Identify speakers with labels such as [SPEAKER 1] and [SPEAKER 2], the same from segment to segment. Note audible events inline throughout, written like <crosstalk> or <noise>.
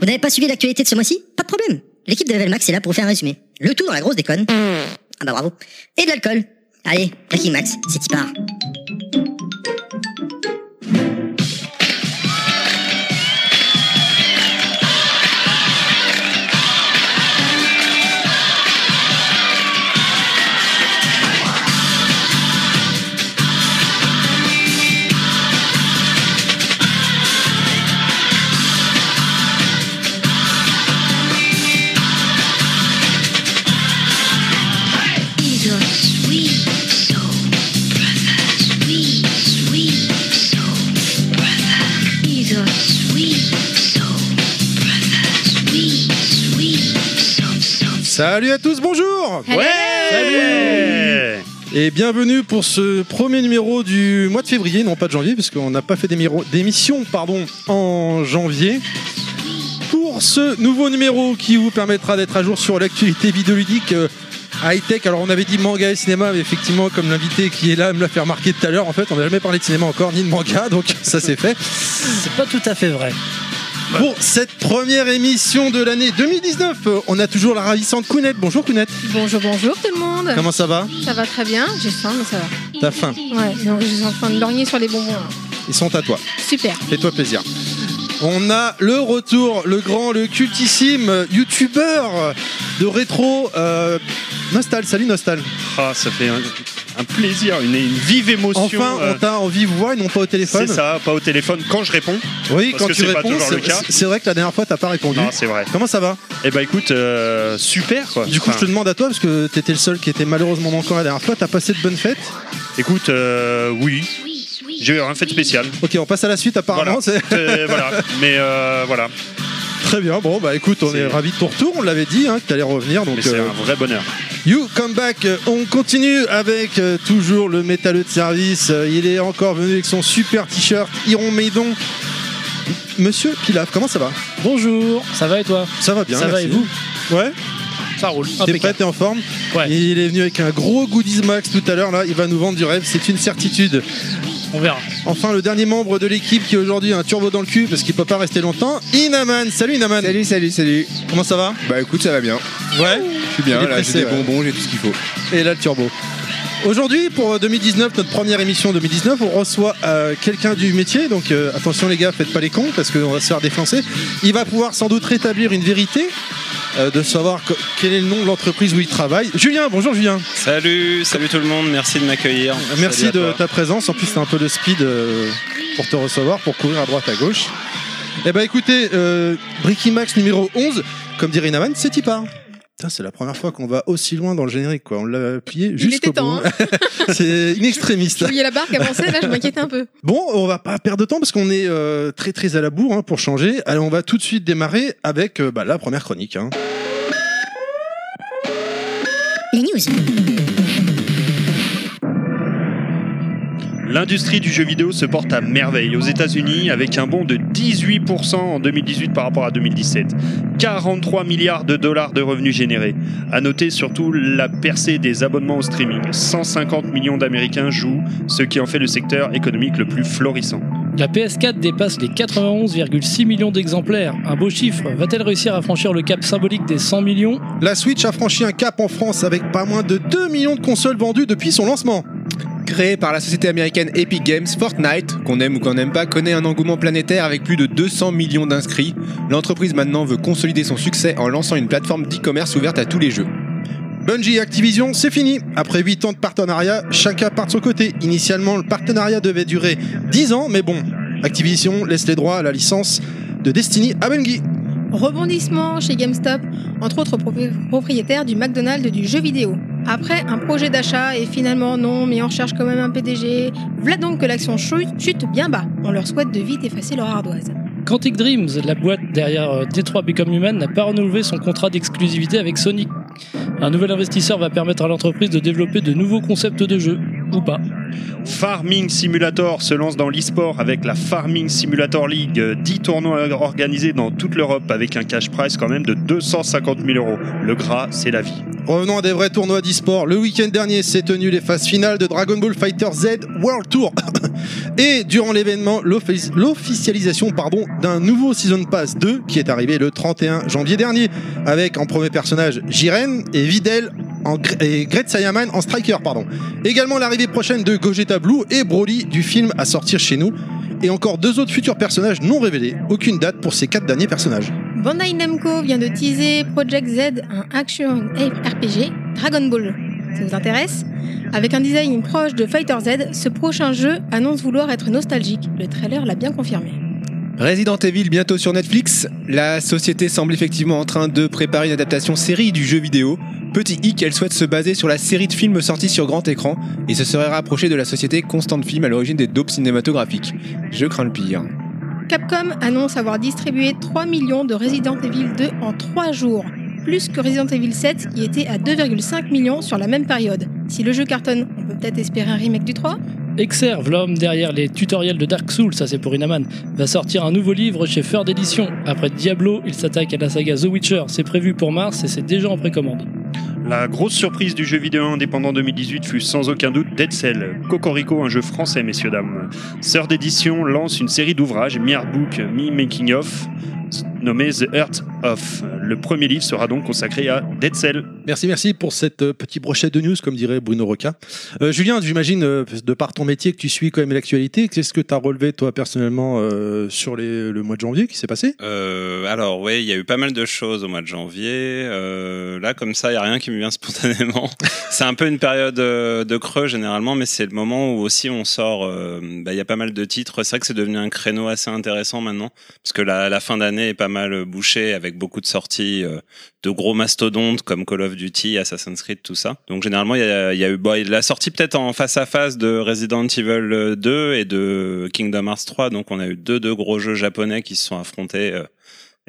[SPEAKER 1] Vous n'avez pas suivi l'actualité de ce mois-ci Pas de problème. L'équipe de Level Max est là pour vous faire un résumé. Le tout dans la grosse déconne. Ah bah bravo. Et de l'alcool. Allez, Packing Max, c'est y part.
[SPEAKER 2] Your sweet soul, brother. Sweet, sweet soul, brother. He's a sweet soul, brother. Sweet, sweet soul, soul.
[SPEAKER 3] Salut à tous, bonjour
[SPEAKER 4] Ouais
[SPEAKER 3] Et bienvenue pour ce premier numéro du mois de février, non pas de janvier, parce qu'on n'a pas fait d'émiro- d'émission pardon, en janvier. Pour ce nouveau numéro qui vous permettra d'être à jour sur l'actualité vidéoludique euh, high-tech. Alors on avait dit manga et cinéma, mais effectivement comme l'invité qui est là me l'a fait remarquer tout à l'heure, en fait on n'a jamais parlé de cinéma encore, ni de manga, donc <laughs> ça c'est fait.
[SPEAKER 5] C'est pas tout à fait vrai.
[SPEAKER 3] Pour cette première émission de l'année 2019, euh, on a toujours la ravissante Kounette. Bonjour Kounette,
[SPEAKER 4] Bonjour, bonjour tout le monde.
[SPEAKER 3] comment ça va
[SPEAKER 4] Ça va très bien, j'ai faim, mais ça va.
[SPEAKER 3] T'as faim
[SPEAKER 4] Ouais, donc je suis en train de lorgner sur les bonbons. là.
[SPEAKER 3] Ils sont à toi.
[SPEAKER 4] Super.
[SPEAKER 3] Fais-toi plaisir. On a le retour, le grand, le cultissime euh, youtubeur de rétro euh, Nostal. Salut Nostal.
[SPEAKER 6] Ah, ça fait un, un plaisir, une, une vive émotion.
[SPEAKER 3] Enfin,
[SPEAKER 6] euh,
[SPEAKER 3] on t'a en vive voix et non pas au téléphone.
[SPEAKER 6] c'est ça, pas au téléphone quand je réponds.
[SPEAKER 3] Oui,
[SPEAKER 6] Parce
[SPEAKER 3] quand
[SPEAKER 6] que
[SPEAKER 3] tu
[SPEAKER 6] c'est pas
[SPEAKER 3] réponds,
[SPEAKER 6] toujours le
[SPEAKER 3] c'est-
[SPEAKER 6] cas.
[SPEAKER 3] c'est- c'est vrai que la dernière fois t'as pas répondu.
[SPEAKER 6] Non, c'est vrai.
[SPEAKER 3] Comment ça va
[SPEAKER 6] Eh ben écoute, euh, super quoi.
[SPEAKER 3] Du coup, je te
[SPEAKER 6] Enfin,
[SPEAKER 3] demande à toi parce que t'étais le seul qui était malheureusement manquant la dernière fois. T'as passé de bonnes fêtes
[SPEAKER 6] écoute, euh, oui,
[SPEAKER 2] Sweet, sweet.
[SPEAKER 6] j'ai eu un fait spécial.
[SPEAKER 3] Ok, on passe à la suite
[SPEAKER 6] Voilà.
[SPEAKER 3] apparemment. c'est-
[SPEAKER 6] Euh, voilà. Mais euh, voilà,
[SPEAKER 3] <laughs> Très bien. Bon, bah écoute, on est,
[SPEAKER 6] C'est-
[SPEAKER 3] ravis de ton retour. On l'avait dit hein, que t'allais revenir. Donc,
[SPEAKER 6] mais c'est
[SPEAKER 3] euh,
[SPEAKER 6] un vrai bonheur.
[SPEAKER 3] You come back, Euh, on continue avec euh, toujours le métalleux de service. Euh, Il est encore venu avec son super t-shirt Iron Maidon. Monsieur Pilaf, comment ça va
[SPEAKER 5] Bonjour, ça va et toi
[SPEAKER 3] Ça va bien.
[SPEAKER 5] Ça va
[SPEAKER 3] merci.
[SPEAKER 5] et vous
[SPEAKER 3] Ouais,
[SPEAKER 5] Ça roule.
[SPEAKER 3] t'es prêt,
[SPEAKER 5] Impeccable.
[SPEAKER 3] t'es en forme
[SPEAKER 5] Ouais.
[SPEAKER 3] Il est venu avec un gros goodies max tout à l'heure là, il va nous vendre du rêve, c'est une certitude.
[SPEAKER 5] On verra.
[SPEAKER 3] Enfin le dernier membre de l'équipe qui est aujourd'hui a un turbo dans le cul parce qu'il peut pas rester longtemps, Inaman. Salut Inaman
[SPEAKER 7] Salut, salut, salut.
[SPEAKER 3] Comment ça va
[SPEAKER 7] Bah écoute, ça va bien.
[SPEAKER 3] Ouais.
[SPEAKER 7] Je suis
[SPEAKER 3] Il
[SPEAKER 7] bien,
[SPEAKER 3] est
[SPEAKER 7] là, j'ai
[SPEAKER 3] pressé,
[SPEAKER 7] des
[SPEAKER 3] ouais.
[SPEAKER 7] bonbons, j'ai tout ce qu'il faut.
[SPEAKER 3] et là le turbo. Aujourd'hui, pour euh, 2019, notre première émission 2019, on reçoit euh, quelqu'un du métier. Donc euh, attention les gars, faites pas les cons parce qu'on va se faire défoncer. Il va pouvoir sans doute rétablir une vérité, euh, de savoir co- quel est le nom de l'entreprise où il travaille. Julien, bonjour Julien.
[SPEAKER 8] Salut, salut tout le monde, merci de m'accueillir.
[SPEAKER 3] Euh, Merci
[SPEAKER 8] Salut à
[SPEAKER 3] de
[SPEAKER 8] toi.
[SPEAKER 3] ta présence. En plus, t'as un peu de speed euh, pour te recevoir, pour courir à droite, à gauche. Eh ben écoutez, euh, Bricky Max numéro 11, comme dirait Inaman, c'est y part. Putain, C'est la première fois qu'on va aussi loin dans le générique, quoi. On l'a appuyé jusqu'au
[SPEAKER 4] était
[SPEAKER 3] bout.
[SPEAKER 4] temps, hein.
[SPEAKER 3] <laughs> c'est une extrémiste.
[SPEAKER 4] Je voyais la barque avancer, là je m'inquiétais un peu.
[SPEAKER 3] Bon, on va pas perdre de temps parce qu'on est euh, très très à la bourre hein, pour changer. Alors on va tout de suite démarrer avec euh, bah, la première chronique. hein.
[SPEAKER 1] Les news.
[SPEAKER 6] L'industrie du jeu vidéo se porte à merveille aux États-Unis avec un bond de 18% en 2018 par rapport à 2017. 43 milliards de dollars de revenus générés. À noter surtout la percée des abonnements au streaming. 150 millions d'Américains jouent, ce qui en fait le secteur économique le plus florissant.
[SPEAKER 5] La PS4 dépasse les 91,6 millions d'exemplaires. Un beau chiffre. Va-t-elle réussir à franchir le cap symbolique des 100 millions
[SPEAKER 3] La Switch a franchi un cap en France avec pas moins de 2 millions de consoles vendues depuis son lancement.
[SPEAKER 7] Créé par la société américaine Epic Games, Fortnite, qu'on aime ou qu'on n'aime pas, connaît un engouement planétaire avec plus de 200 millions d'inscrits. L'entreprise maintenant veut consolider son succès en lançant une plateforme d'e-commerce ouverte à tous les jeux.
[SPEAKER 3] Bungie et Activision, c'est fini. Après 8 ans de partenariat, chacun part de son côté. Initialement, le partenariat devait durer 10 ans, mais bon, Activision laisse les droits à la licence de Destiny à Bungie.
[SPEAKER 4] Rebondissement chez GameStop, entre autres propri- propriétaires du McDonald's et du jeu vidéo. Après un projet d'achat et finalement non, mais on recherche quand même un PDG. Voilà donc que l'action chute, chute bien bas. On leur souhaite de vite effacer leur ardoise.
[SPEAKER 5] Quantic Dreams, la boîte derrière euh, Detroit Become Human, n'a pas renouvelé son contrat d'exclusivité avec Sony. Un nouvel investisseur va permettre à l'entreprise de développer de nouveaux concepts de jeux. Ou pas.
[SPEAKER 6] Farming Simulator se lance dans l'e-sport avec la Farming Simulator League, euh, 10 tournois organisés dans toute l'Europe avec un cash prize quand même de 250 000 euros. Le gras, c'est la vie.
[SPEAKER 3] Revenons à des vrais tournois d'e-sport. Le week-end dernier s'est tenu les phases finales de Dragon Ball Fighter Z World Tour. <coughs> Et durant l'événement, l'offic- l'officialisation pardon, d'un nouveau Season Pass 2 qui est arrivé le 31 janvier dernier avec en premier personnage Jiren et Videl en gr- et Great Saiyaman en striker. pardon. Également l'arrivée prochaine de Gogeta Blue et Broly du film à sortir chez nous. Et encore deux autres futurs personnages non révélés. Aucune date pour ces quatre derniers personnages.
[SPEAKER 4] Bandai Namco vient de teaser Project Z, un action RPG Dragon Ball. Ça vous intéresse Avec un design proche de Fighter Z, ce prochain jeu annonce vouloir être nostalgique. Le trailer l'a bien confirmé.
[SPEAKER 7] Resident Evil bientôt sur Netflix. La société semble effectivement en train de préparer une adaptation série du jeu vidéo. Petit hic, elle souhaite se baser sur la série de films sortis sur grand écran et se serait rapprochée de la société Constant Film à l'origine des dopes cinématographiques. Je crains le pire.
[SPEAKER 4] Capcom annonce avoir distribué 3 millions de Resident Evil 2 en 3 jours, plus que Resident Evil 7 qui était à 2,5 millions sur la même période. Si le jeu cartonne, on peut peut-être espérer un remake du 3
[SPEAKER 5] Exerve, l'homme derrière les tutoriels de Dark Souls, ça c'est pour Inaman, va sortir un nouveau livre chez Third Edition. Après Diablo, il s'attaque à la saga The Witcher. C'est prévu pour mars et c'est déjà en précommande.
[SPEAKER 6] La grosse surprise du jeu vidéo indépendant 2018 fut sans aucun doute Dead Cell. Cocorico, un jeu français, messieurs dames. Sœur d'édition lance une série d'ouvrages, mi artbook, mi making of, nommé The Earth of. Le premier livre sera donc consacré à Dead Cell.
[SPEAKER 3] Merci, merci pour cette euh, petite brochette de news, comme dirait Bruno Roca. Euh, Julien, j'imagine, euh, de par ton métier, que tu suis quand même l'actualité. Qu'est-ce que tu as relevé, toi, personnellement, euh, sur les- le mois de janvier qui s'est passé
[SPEAKER 8] Euh, alors oui, il y a eu pas mal de choses au mois de janvier. Euh, là, comme ça, il y a rien qui me vient <laughs> spontanément. c'est un peu une période euh, de creux généralement, mais c'est le moment où aussi on sort. euh, bah, Il y a pas mal de titres. C'est vrai que c'est devenu un créneau assez intéressant maintenant, parce que la, la fin d'année est pas mal euh, bouchée avec beaucoup de sorties euh, de gros mastodontes comme Call of Duty, Assassin's Creed, tout ça. Donc généralement, il y a, il y a eu bah, la sortie peut-être en face à face de Resident Evil 2 et de Kingdom Hearts 3. Donc on a eu deux deux gros jeux japonais qui se sont affrontés. euh,